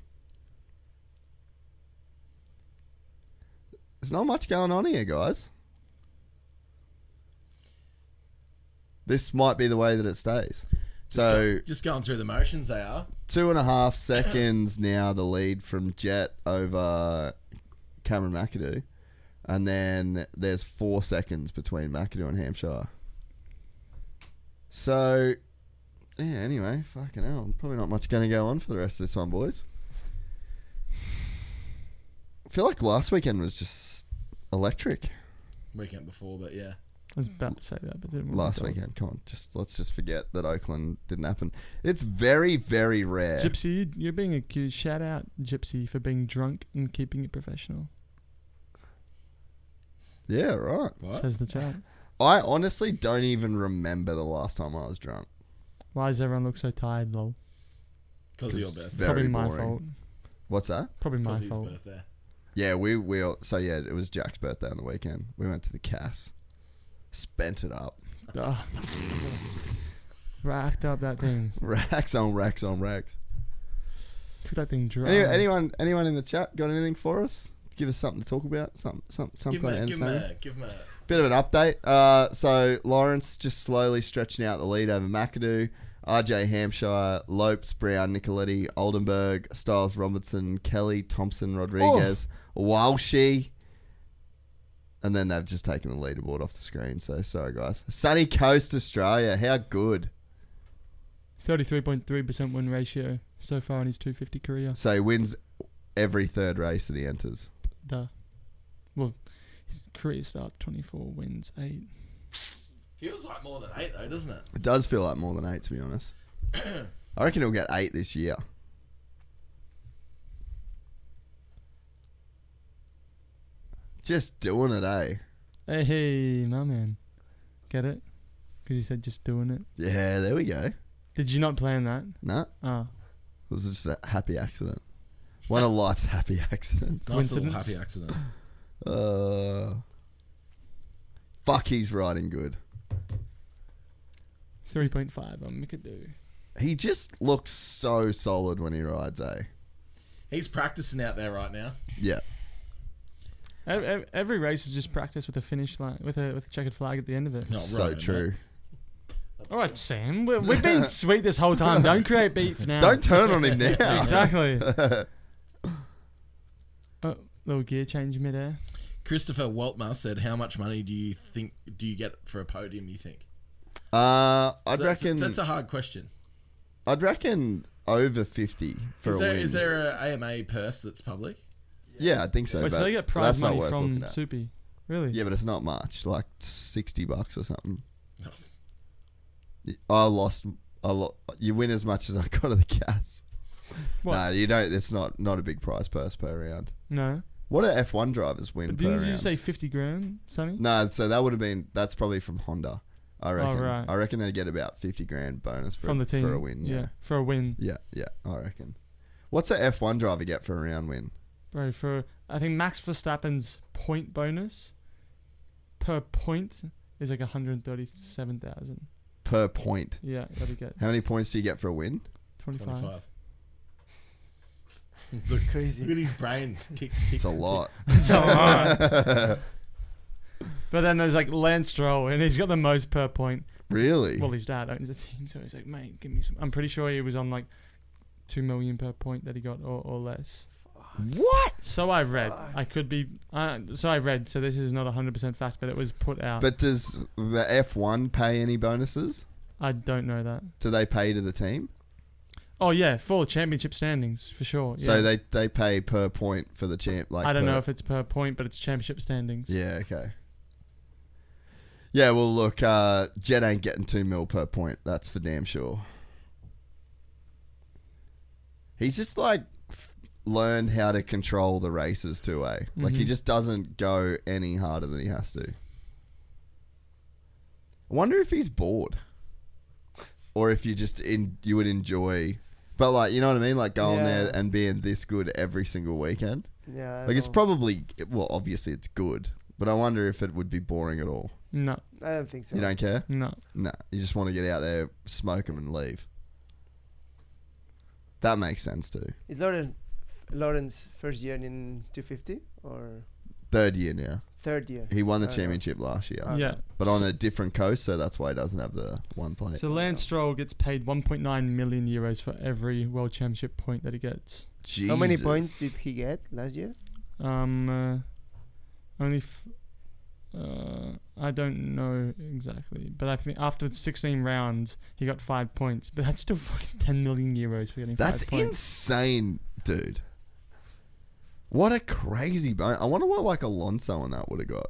Speaker 2: There's not much going on here, guys. This might be the way that it stays. So
Speaker 5: Just going through the motions they are.
Speaker 2: two and a half seconds now the lead from Jet over Cameron McAdoo. And then there's four seconds between McAdoo and Hampshire. So, yeah, anyway, fucking hell. Probably not much going to go on for the rest of this one, boys. I feel like last weekend was just electric.
Speaker 5: Weekend before, but yeah.
Speaker 4: I was about to say that, but didn't. want to
Speaker 2: Last
Speaker 4: do it.
Speaker 2: weekend, come on, just let's just forget that Oakland didn't happen. It's very, very rare.
Speaker 4: Gypsy, you- you're being accused. Shout out Gypsy for being drunk and keeping it professional.
Speaker 2: Yeah, right.
Speaker 5: What?
Speaker 4: Says the chart.
Speaker 2: I honestly don't even remember the last time I was drunk.
Speaker 4: Why does everyone look so tired, lol?
Speaker 5: Because of your
Speaker 2: It's
Speaker 5: birthday.
Speaker 2: very
Speaker 4: Probably my
Speaker 2: boring.
Speaker 4: fault.
Speaker 2: What's that?
Speaker 4: Probably my
Speaker 5: Because his
Speaker 4: fault.
Speaker 5: birthday.
Speaker 2: Yeah, we we all- so yeah, it was Jack's birthday on the weekend. We went to the Cass, spent it up,
Speaker 4: Ugh. Racked up that thing.
Speaker 2: racks on racks on racks.
Speaker 4: Took that thing dry.
Speaker 2: Any, anyone anyone in the chat got anything for us? Give us something to talk about. Some some some
Speaker 5: Give
Speaker 2: kind
Speaker 5: me,
Speaker 2: of
Speaker 5: give
Speaker 2: entertainment?
Speaker 5: me, give me.
Speaker 2: Bit of an update. Uh, so Lawrence just slowly stretching out the lead over McAdoo, RJ Hampshire, Lopes, Brown, Nicoletti, Oldenburg, Styles, Robertson, Kelly, Thompson, Rodriguez, Walshy. And then they've just taken the leaderboard off the screen. So sorry, guys. Sunny Coast, Australia. How good.
Speaker 4: 33.3% win ratio so far in his 250 career.
Speaker 2: So he wins every third race that he enters.
Speaker 4: Duh. Well, his career start 24 wins, 8.
Speaker 5: Feels like more than eight though, doesn't it?
Speaker 2: It does feel like more than eight, to be honest. I reckon he'll get eight this year. Just doing it, eh?
Speaker 4: Hey, hey, my man. Get it? Because he said just doing it.
Speaker 2: Yeah, there we go.
Speaker 4: Did you not plan that?
Speaker 2: Nah, it
Speaker 4: Ah,
Speaker 2: was just a happy accident. One of life's happy accidents.
Speaker 5: Nice little
Speaker 4: Coincidence?
Speaker 5: happy accident.
Speaker 2: Uh, fuck, he's riding good.
Speaker 4: 3.5 on McAdoo.
Speaker 2: He just looks so solid when he rides, eh?
Speaker 5: He's practicing out there right now.
Speaker 2: Yeah.
Speaker 4: Ev- ev- Every race is just practice with a finish line, with a with a checkered flag at the end of it.
Speaker 5: No,
Speaker 2: so
Speaker 5: right,
Speaker 2: true.
Speaker 5: mate.
Speaker 4: All right, Sam, we we've been sweet this whole time. Don't create beef now.
Speaker 2: Don't turn on him now.
Speaker 4: exactly. oh, little gear change midair.
Speaker 5: Christopher Waltmer said, "How much money do you think do you get for a podium? You think?"
Speaker 2: Uh, I'd
Speaker 5: So that's,
Speaker 2: reckon.
Speaker 5: that's a hard question.
Speaker 2: I'd reckon over 50 for
Speaker 5: Is
Speaker 2: a
Speaker 5: there,
Speaker 2: win.
Speaker 5: is there a AMA purse that's public?
Speaker 2: yeah, I think so.
Speaker 4: Wait,
Speaker 2: but
Speaker 4: so they get
Speaker 2: that's
Speaker 4: prize
Speaker 2: not
Speaker 4: money
Speaker 2: worth
Speaker 4: from
Speaker 2: looking at.
Speaker 4: Soupy. Really?
Speaker 2: Yeah, but it's not much, like 60 bucks or something.
Speaker 5: Oh,
Speaker 2: I lost a lot. You win as much as I got of the gas.
Speaker 4: What?
Speaker 2: Nah, you don't. It's not not a big prize purse per round.
Speaker 4: No.
Speaker 2: What do F one drivers win
Speaker 4: But
Speaker 2: per
Speaker 4: didn't you
Speaker 2: round?
Speaker 4: say 50 grand, Sonny?
Speaker 2: no, so that would have been that's probably from Honda. I reckon.
Speaker 4: Oh, right.
Speaker 2: I reckon they get about fifty grand bonus for
Speaker 4: From the team.
Speaker 2: for a win. Yeah,
Speaker 4: For a win.
Speaker 2: yeah, yeah. I reckon. What's a F one driver get for a round win?
Speaker 4: Bro, for I think Max Verstappen's point bonus per point is like 137,000.
Speaker 2: Per point.
Speaker 4: Yeah, that'd get
Speaker 2: How many points do you get for a win?
Speaker 4: 25.
Speaker 5: 25. Look,
Speaker 6: Crazy.
Speaker 5: Look at his brain. Tick, tick,
Speaker 2: It's a lot.
Speaker 4: So, alright. But then there's like Lance Stroll, and he's got the most per point.
Speaker 2: really?
Speaker 4: Well, his dad owns the team, so he's like, mate, give me some. I'm pretty sure he was on like two million per point that he got, or, or less.
Speaker 2: what?
Speaker 4: So I read. I could be. Uh, so I read. So this is not 100% fact, but it was put out.
Speaker 2: But does the F one pay any bonuses?
Speaker 4: I don't know that.
Speaker 2: Do they pay to the team?
Speaker 4: Oh yeah, for championship standings for sure. Yeah.
Speaker 2: So they they pay per point for the champ. Like
Speaker 4: I don't
Speaker 2: per-
Speaker 4: know if it's per point, but it's championship standings.
Speaker 2: Yeah, okay. Yeah, well, look, uh, Jet ain't getting two mil per point. That's for damn sure. He's just like f- learned how to control the races too, eh? Like he just doesn't go any harder than he has to. I wonder if he's bored, or if you just in you would enjoy, but like you know what I mean, like going
Speaker 6: Yeah.
Speaker 2: there and being this good every single weekend.
Speaker 6: Yeah. I
Speaker 2: Like it's
Speaker 6: know.
Speaker 2: probably well, obviously it's good, but I wonder if it would be boring at all.
Speaker 4: No,
Speaker 6: I don't think so.
Speaker 2: You don't care?
Speaker 4: no.
Speaker 2: No, you just want to get out there, smoke 'em and leave. That makes sense too.
Speaker 6: Is Lauren Lauren's first year in 250 or
Speaker 2: Third year now,
Speaker 6: third year?
Speaker 2: he won the
Speaker 6: Oh, yeah.
Speaker 2: championship last year,
Speaker 4: Yeah.
Speaker 2: but on a different coast, so that's why he doesn't have the one plate.
Speaker 4: So Lance Stroll gets paid 1.9 million euros for every world championship point that he gets.
Speaker 2: Jesus.
Speaker 6: How many points did he get last year?
Speaker 4: Um, uh, only. F- uh, I don't know exactly, but I think after 16 rounds, he got five points. But that's still fucking 10 million euros for getting
Speaker 2: That's
Speaker 4: five points.
Speaker 2: insane, dude. What a crazy bone! I wonder what like Alonso and that would have got.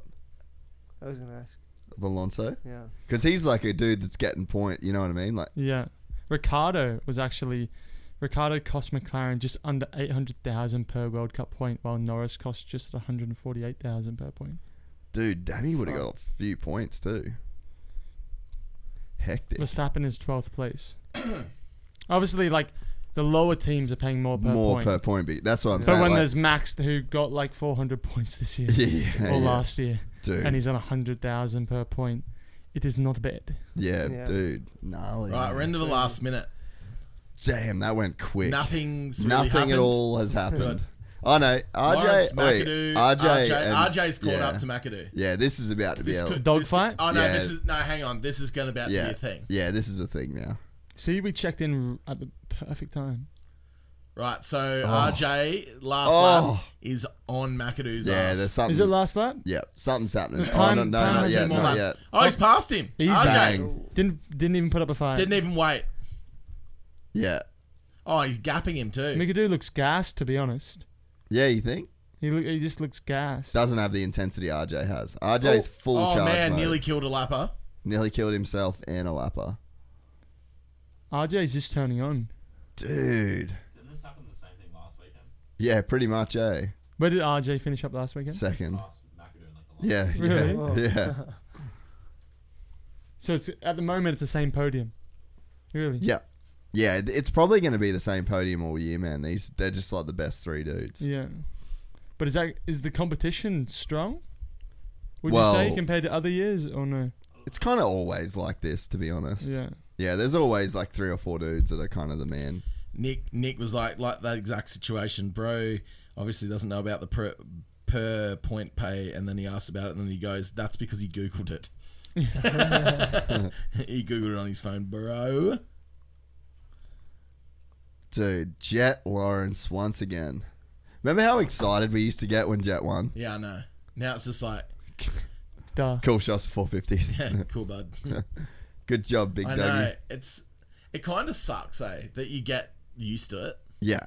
Speaker 6: I was gonna ask.
Speaker 2: Of Alonso,
Speaker 6: Yeah.
Speaker 2: because he's like a dude that's getting point. You know what I mean? Like
Speaker 4: Yeah, Ricardo was actually. Ricardo cost McLaren just under 800,000 per World Cup point, while Norris cost just 148,000 per point.
Speaker 2: Dude, Danny would have got a few points too. Hectic.
Speaker 4: Verstappen is 12th place. Obviously, like the lower teams are paying more per
Speaker 2: More
Speaker 4: point.
Speaker 2: per point beat. That's what I'm
Speaker 4: so
Speaker 2: saying.
Speaker 4: when
Speaker 2: like-
Speaker 4: there's Max who got like 400 points this year
Speaker 2: Yeah, yeah,
Speaker 4: or
Speaker 2: yeah.
Speaker 4: last year,
Speaker 2: Dude.
Speaker 4: and he's on 100,000 per point, it is not bad.
Speaker 2: yeah,
Speaker 6: Yeah.
Speaker 2: dude, gnarly.
Speaker 5: Right, we're into the last minute.
Speaker 2: Damn, that went quick.
Speaker 5: Nothing's really
Speaker 2: Nothing
Speaker 5: happened.
Speaker 2: at all has happened. I know.
Speaker 5: Lawrence
Speaker 2: RJ, wait,
Speaker 5: McAdoo,
Speaker 2: RJ,
Speaker 5: RJ,
Speaker 2: and-
Speaker 5: RJ's caught
Speaker 2: yeah.
Speaker 5: up to McAdoo.
Speaker 2: Yeah, this is about to be.
Speaker 5: This
Speaker 2: a-
Speaker 5: could-
Speaker 4: Dog
Speaker 5: this-
Speaker 4: fight?
Speaker 5: Oh no,
Speaker 2: Yeah.
Speaker 5: this is no. Hang on, this is going about
Speaker 2: yeah,
Speaker 5: to be a thing.
Speaker 2: yeah, this is a thing now.
Speaker 4: See, we checked in r- at the perfect time.
Speaker 5: Right, so RJ last
Speaker 2: Oh.
Speaker 5: lap is on McAdoo's
Speaker 2: Yeah,
Speaker 5: ass.
Speaker 2: there's something.
Speaker 4: Is it last lap?
Speaker 2: Yeah, something's happening.
Speaker 4: The
Speaker 2: oh, no,
Speaker 4: time-
Speaker 2: no,
Speaker 4: time
Speaker 2: not
Speaker 4: has
Speaker 2: yet,
Speaker 4: been
Speaker 5: More
Speaker 2: not
Speaker 5: laps.
Speaker 2: yet.
Speaker 5: Oh, he's passed him.
Speaker 4: Easy.
Speaker 5: RJ
Speaker 2: Bang.
Speaker 4: Didn't didn't even put up a fight.
Speaker 5: didn't e-, even wait.
Speaker 2: Yeah,
Speaker 5: Oh, he's gapping him too.
Speaker 4: Mikadu looks gassed, to be honest.
Speaker 2: yeah. You think
Speaker 4: He look, he just looks gassed.
Speaker 2: doesn't have the intensity RJ has? RJ's full
Speaker 5: oh
Speaker 2: charge.
Speaker 5: man,
Speaker 2: mode.
Speaker 5: nearly killed a lapper.
Speaker 2: Nearly killed himself and a lapper.
Speaker 4: RJ's just turning on.
Speaker 2: Dude.
Speaker 7: Didn't this happen the same thing last weekend?
Speaker 2: Yeah, pretty much, eh?
Speaker 4: Where did RJ finish up last weekend?
Speaker 2: Second.
Speaker 7: Last McAdoo in like the last.
Speaker 2: Yeah.
Speaker 4: Really?
Speaker 2: Yeah. Yeah.
Speaker 4: So it's at the moment it's the same podium. Really?
Speaker 2: yeah. Yeah, it- it's probably going to be the same podium all year, man. These they're just like the best three dudes.
Speaker 4: Yeah. But is that is the competition strong? Would
Speaker 2: Well-
Speaker 4: you say compared to other years or no?
Speaker 2: It's kind of always like this, to be honest.
Speaker 4: Yeah.
Speaker 2: Yeah, there's always like three or four dudes that are kind of the man.
Speaker 5: Nick Nick was like like that exact situation, bro. Obviously doesn't know about the per, per point pay, and then he asks about it, and then he goes, "That's because he googled it." he googled it on his phone, bro.
Speaker 2: Dude, Jet Lawrence once again. Remember how excited we used to get when Jet won?
Speaker 5: Yeah, I know. Now it's just like,
Speaker 4: Duh.
Speaker 2: Cool shots for 450s.
Speaker 5: yeah, cool, bud.
Speaker 2: Good job, Big
Speaker 5: I know.
Speaker 2: Dougie.
Speaker 5: It's It kind of sucks, eh? That you get used to it.
Speaker 2: Yeah.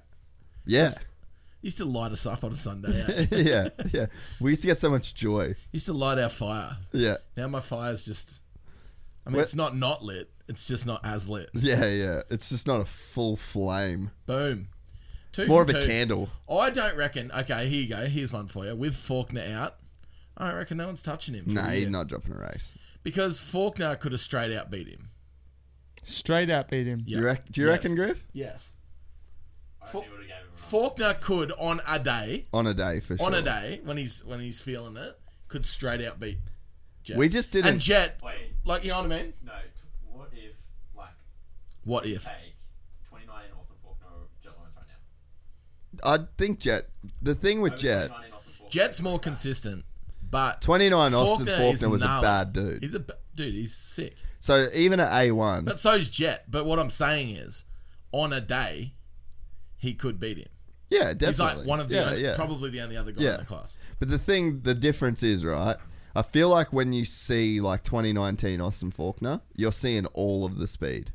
Speaker 2: Yeah.
Speaker 5: You used to light us up on a Sunday. Eh?
Speaker 2: yeah. Yeah. We used to get so much joy.
Speaker 5: used to light our fire.
Speaker 2: Yeah.
Speaker 5: Now my fire's just. I mean,
Speaker 2: Well-
Speaker 5: it's not not lit. It's just not as lit.
Speaker 2: Yeah. Yeah. It's just not a full flame.
Speaker 5: Boom. Two
Speaker 2: It's more of
Speaker 5: from
Speaker 2: a
Speaker 5: two.
Speaker 2: candle.
Speaker 5: I don't reckon. Okay, here you go. Here's one for you. With Faulkner out, I don't reckon no one's touching him. for
Speaker 2: Nah,
Speaker 5: a
Speaker 2: he's
Speaker 5: year.
Speaker 2: not dropping a race.
Speaker 5: Because Faulkner could have straight out beat him.
Speaker 4: Straight out beat him.
Speaker 2: Do you, rec- do you
Speaker 5: Yes.
Speaker 2: reckon, Griff?
Speaker 5: Yes. Fa- Faulkner could on a day,
Speaker 2: On a day for sure.
Speaker 5: on a day when he's when he's feeling it, could straight out beat. Jet.
Speaker 2: We just didn't-
Speaker 5: And Jet,
Speaker 7: Wait.
Speaker 5: like you know what I mean?
Speaker 7: No, t- what if, like,
Speaker 5: What if?
Speaker 7: take 2019 Austin Faulkner or Jet Lawrence right now?
Speaker 2: I think Jet. The thing with Jet,
Speaker 7: 2019 Austin Faulkner.
Speaker 5: Jet's more consistent, but
Speaker 2: 29 Austin
Speaker 5: is
Speaker 2: Faulkner was a
Speaker 5: gnarly.
Speaker 2: bad dude.
Speaker 5: He's a ba- dude. He's sick.
Speaker 2: so even at A1,
Speaker 5: But so's Jet. But what I'm saying is, on a day, he could beat him.
Speaker 2: yeah, definitely.
Speaker 5: He's like one of the
Speaker 2: yeah,
Speaker 5: only,
Speaker 2: yeah.
Speaker 5: probably the only other guy
Speaker 2: Yeah.
Speaker 5: in the class.
Speaker 2: But the thing, the difference is right. I feel like when you see like 2019 Austin Faulkner, you're seeing all of the speed.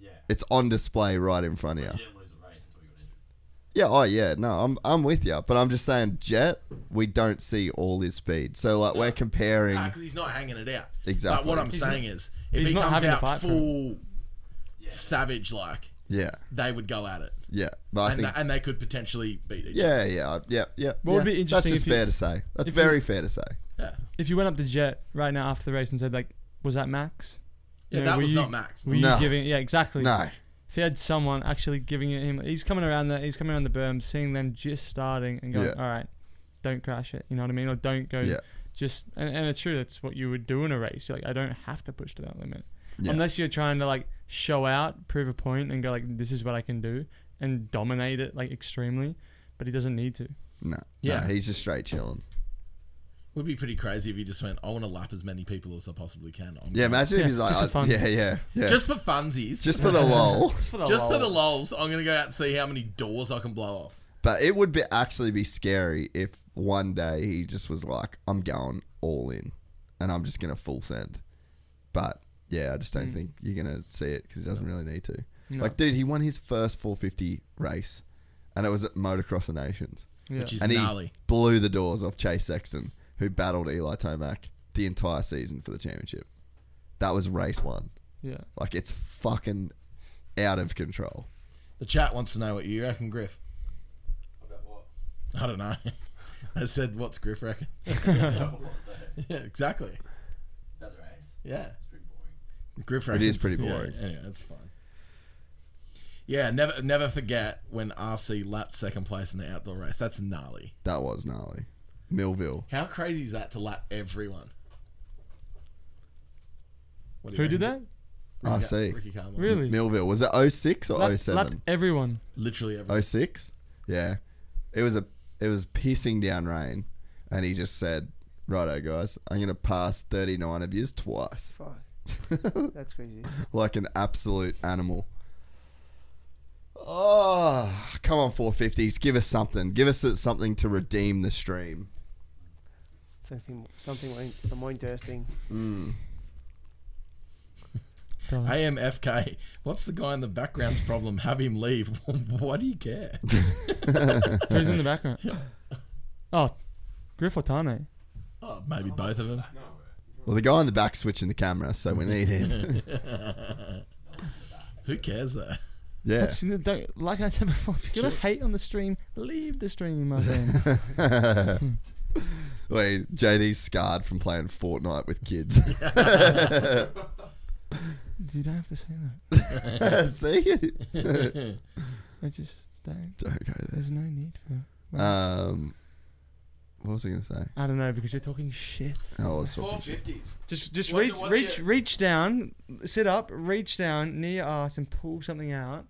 Speaker 7: Yeah.
Speaker 2: It's on display right in front of
Speaker 7: You
Speaker 2: you.
Speaker 7: didn't lose a race until you got injured.
Speaker 2: Yeah. Oh yeah. No, I'm I'm with you. But I'm just saying, Jet, we don't see all his speed. So like we're comparing.
Speaker 5: because he's not hanging it out.
Speaker 2: Exactly.
Speaker 5: But what I'm
Speaker 2: He's
Speaker 5: saying is, if
Speaker 4: he's
Speaker 5: he
Speaker 4: not
Speaker 5: comes
Speaker 4: having to
Speaker 5: out
Speaker 4: fight for
Speaker 5: full savage like,
Speaker 2: Yeah.
Speaker 5: they would go at it,
Speaker 2: Yeah. But I
Speaker 5: and,
Speaker 2: think.
Speaker 5: they, and they could potentially beat each other.
Speaker 2: yeah, yeah, yeah, yeah.
Speaker 4: What would
Speaker 2: yeah.
Speaker 4: be interesting
Speaker 2: That's just
Speaker 4: if you-
Speaker 2: fair to say. That's
Speaker 4: if you-
Speaker 2: very fair to say.
Speaker 4: If you went up to Jet right now after the race and said like, "Was that Max?"
Speaker 5: Yeah,
Speaker 4: You know,
Speaker 5: that
Speaker 4: were
Speaker 5: was
Speaker 4: you-
Speaker 5: not Max.
Speaker 4: Were you
Speaker 2: No.
Speaker 4: giving? Yeah, exactly.
Speaker 2: No.
Speaker 4: If he had someone actually giving it him, he's coming around the he's coming around the berm, seeing them just starting and going,
Speaker 2: Yeah.
Speaker 4: "All right, don't crash it." You know what I mean? Or don't go.
Speaker 2: Yeah.
Speaker 4: Just and, and it's true. That's what you would do in a race. You're like, I don't have to push to that limit, unless you're trying to like show out, prove a point, and go like, "This is what I can do," and dominate it like extremely. But he doesn't need to.
Speaker 2: No.
Speaker 5: Yeah.
Speaker 2: No, he's just straight chilling.
Speaker 5: Would be pretty crazy if he just went. I want to lap as many people as I possibly can. I'm
Speaker 2: Yeah,
Speaker 5: gonna-
Speaker 2: imagine
Speaker 4: Yeah,
Speaker 2: if he's like,
Speaker 4: just for
Speaker 2: "Oh,
Speaker 4: fun.
Speaker 2: yeah, yeah, yeah. Just,
Speaker 5: Just for funsies.
Speaker 2: just for the lol.
Speaker 4: Just for the
Speaker 5: Just for the lols, I'm gonna go out and see how many doors I can blow off.
Speaker 2: But it would be actually be scary if one day he just was like, I'm going all in and I'm just going to full send. But yeah, I just don't think you're going to see it because he doesn't really need to. Like, dude, he won his first 450 race and it was at Motocross of Nations.
Speaker 5: Which is
Speaker 2: and he
Speaker 5: gnarly.
Speaker 2: blew the doors off Chase Sexton, who battled Eli Tomac the entire season for the championship. That was race one.
Speaker 4: Yeah.
Speaker 2: Like, it's fucking out of control.
Speaker 5: The chat wants to know what you reckon, Griff.
Speaker 7: About what?
Speaker 5: I don't know. I said, "What's Griff reckon?" yeah, exactly.
Speaker 7: About the race?
Speaker 5: Yeah,
Speaker 7: It's pretty boring.
Speaker 5: Griff
Speaker 2: It is
Speaker 5: reckons.
Speaker 2: pretty
Speaker 5: yeah,
Speaker 2: boring.
Speaker 5: anyway, that's fine. Yeah, never never forget when RC lapped second place in the outdoor race. That's gnarly.
Speaker 2: That was gnarly. Millville.
Speaker 5: How crazy is that to lap everyone? What do you
Speaker 4: Who did
Speaker 5: reckon?
Speaker 4: that?
Speaker 2: I
Speaker 5: Ricky-
Speaker 2: see.
Speaker 5: Ricky Carmichael.
Speaker 4: Really?
Speaker 2: Millville. Was it 06 or
Speaker 4: Lap-
Speaker 2: 07?
Speaker 4: lapped everyone.
Speaker 5: Literally everyone.
Speaker 2: 06? Yeah. It was a it was pissing down rain and he just said, Righto guys, I'm gonna pass thirty nine of yous twice.
Speaker 6: Fuck. That's crazy.
Speaker 2: Like an absolute animal. Oh come on four fifties, give us something. Give us something to redeem the stream.
Speaker 6: Something, something more, in- more interesting.
Speaker 5: AMFK. What's the guy in the background's problem? Have him leave. Why do you care?
Speaker 4: Who's in the background? Oh, Griff or Tane?
Speaker 5: Oh, maybe both of them.
Speaker 2: Well the guy on the back switching the camera, so we need him.
Speaker 5: Who cares though?
Speaker 2: yeah.
Speaker 4: What's in the- don't- like I said before, if you're gonna hate on the stream, leave the stream, my friend.
Speaker 2: Wait, JD's scarred from playing Fortnite with kids.
Speaker 4: you don't have to say that.
Speaker 2: See?
Speaker 4: I just don't.
Speaker 2: Don't go there.
Speaker 4: There's no need for. it.
Speaker 2: Um, what was I going to say?
Speaker 4: I don't know because you're talking shit.
Speaker 2: Oh, I was talking shit.
Speaker 5: fifties.
Speaker 4: Just, just
Speaker 5: What's
Speaker 4: reach,
Speaker 5: it- what's
Speaker 4: reach,
Speaker 5: it?
Speaker 4: reach down, sit up, reach down near your ass, and pull something out,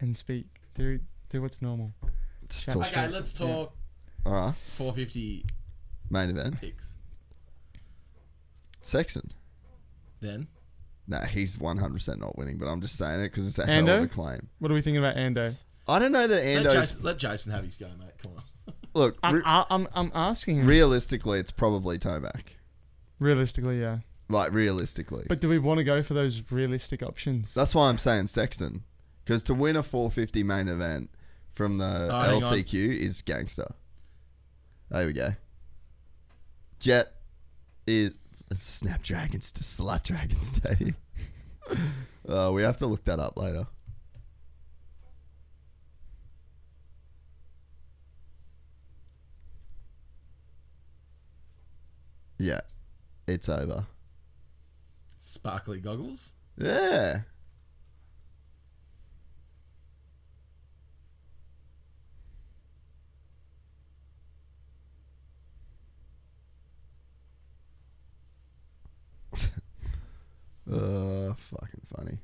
Speaker 4: and speak through, through what's normal.
Speaker 2: Just talk
Speaker 5: Okay,
Speaker 2: shit.
Speaker 5: let's talk
Speaker 2: All right,
Speaker 5: four fifty
Speaker 2: main event.
Speaker 5: picks.
Speaker 2: Sexton.
Speaker 5: Then
Speaker 2: No, he's 100% not winning, but I'm just saying it because it's a hell of
Speaker 4: Ando?
Speaker 2: a claim.
Speaker 4: What are we thinking about Ando?
Speaker 2: I don't know that
Speaker 5: let
Speaker 2: Ando's.
Speaker 5: Jason, let Jason have his go, mate. Come on.
Speaker 2: Look,
Speaker 4: I'm,
Speaker 2: re-
Speaker 4: I, I'm, I'm asking. him.
Speaker 2: realistically, it's probably Tomac.
Speaker 4: Realistically, yeah.
Speaker 2: like realistically.
Speaker 4: But do we want to go for those realistic options?
Speaker 2: That's why I'm saying Sexton, because to win a 450 main event from the
Speaker 5: Oh, hang on.
Speaker 2: LCQ is gangster. There we go. Jet is Snapdragons to Slut Dragon Stadium. uh, we have to look that up later. Yeah, it's over.
Speaker 5: Sparkly goggles.
Speaker 2: Yeah. uh, fucking funny.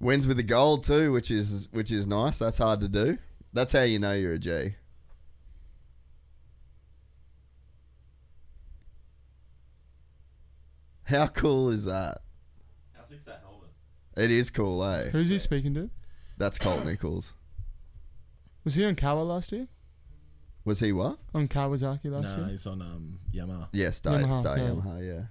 Speaker 2: Wins with the gold too, which is which is nice. That's hard to do. That's how you know you're a G. How cool is that?
Speaker 7: How sick's that helmet?
Speaker 2: It is cool, eh?
Speaker 4: Who's he speaking to?
Speaker 2: That's Colt Nichols.
Speaker 4: Was he on Kawa last year?
Speaker 2: Was he what?
Speaker 4: On Kawasaki
Speaker 2: Oh,
Speaker 5: No,
Speaker 4: last year?
Speaker 5: he's on um Yamaha.
Speaker 2: Yeah, Star Yamaha,
Speaker 4: Yamaha,
Speaker 2: Star
Speaker 4: yeah.
Speaker 2: Yamaha, yeah.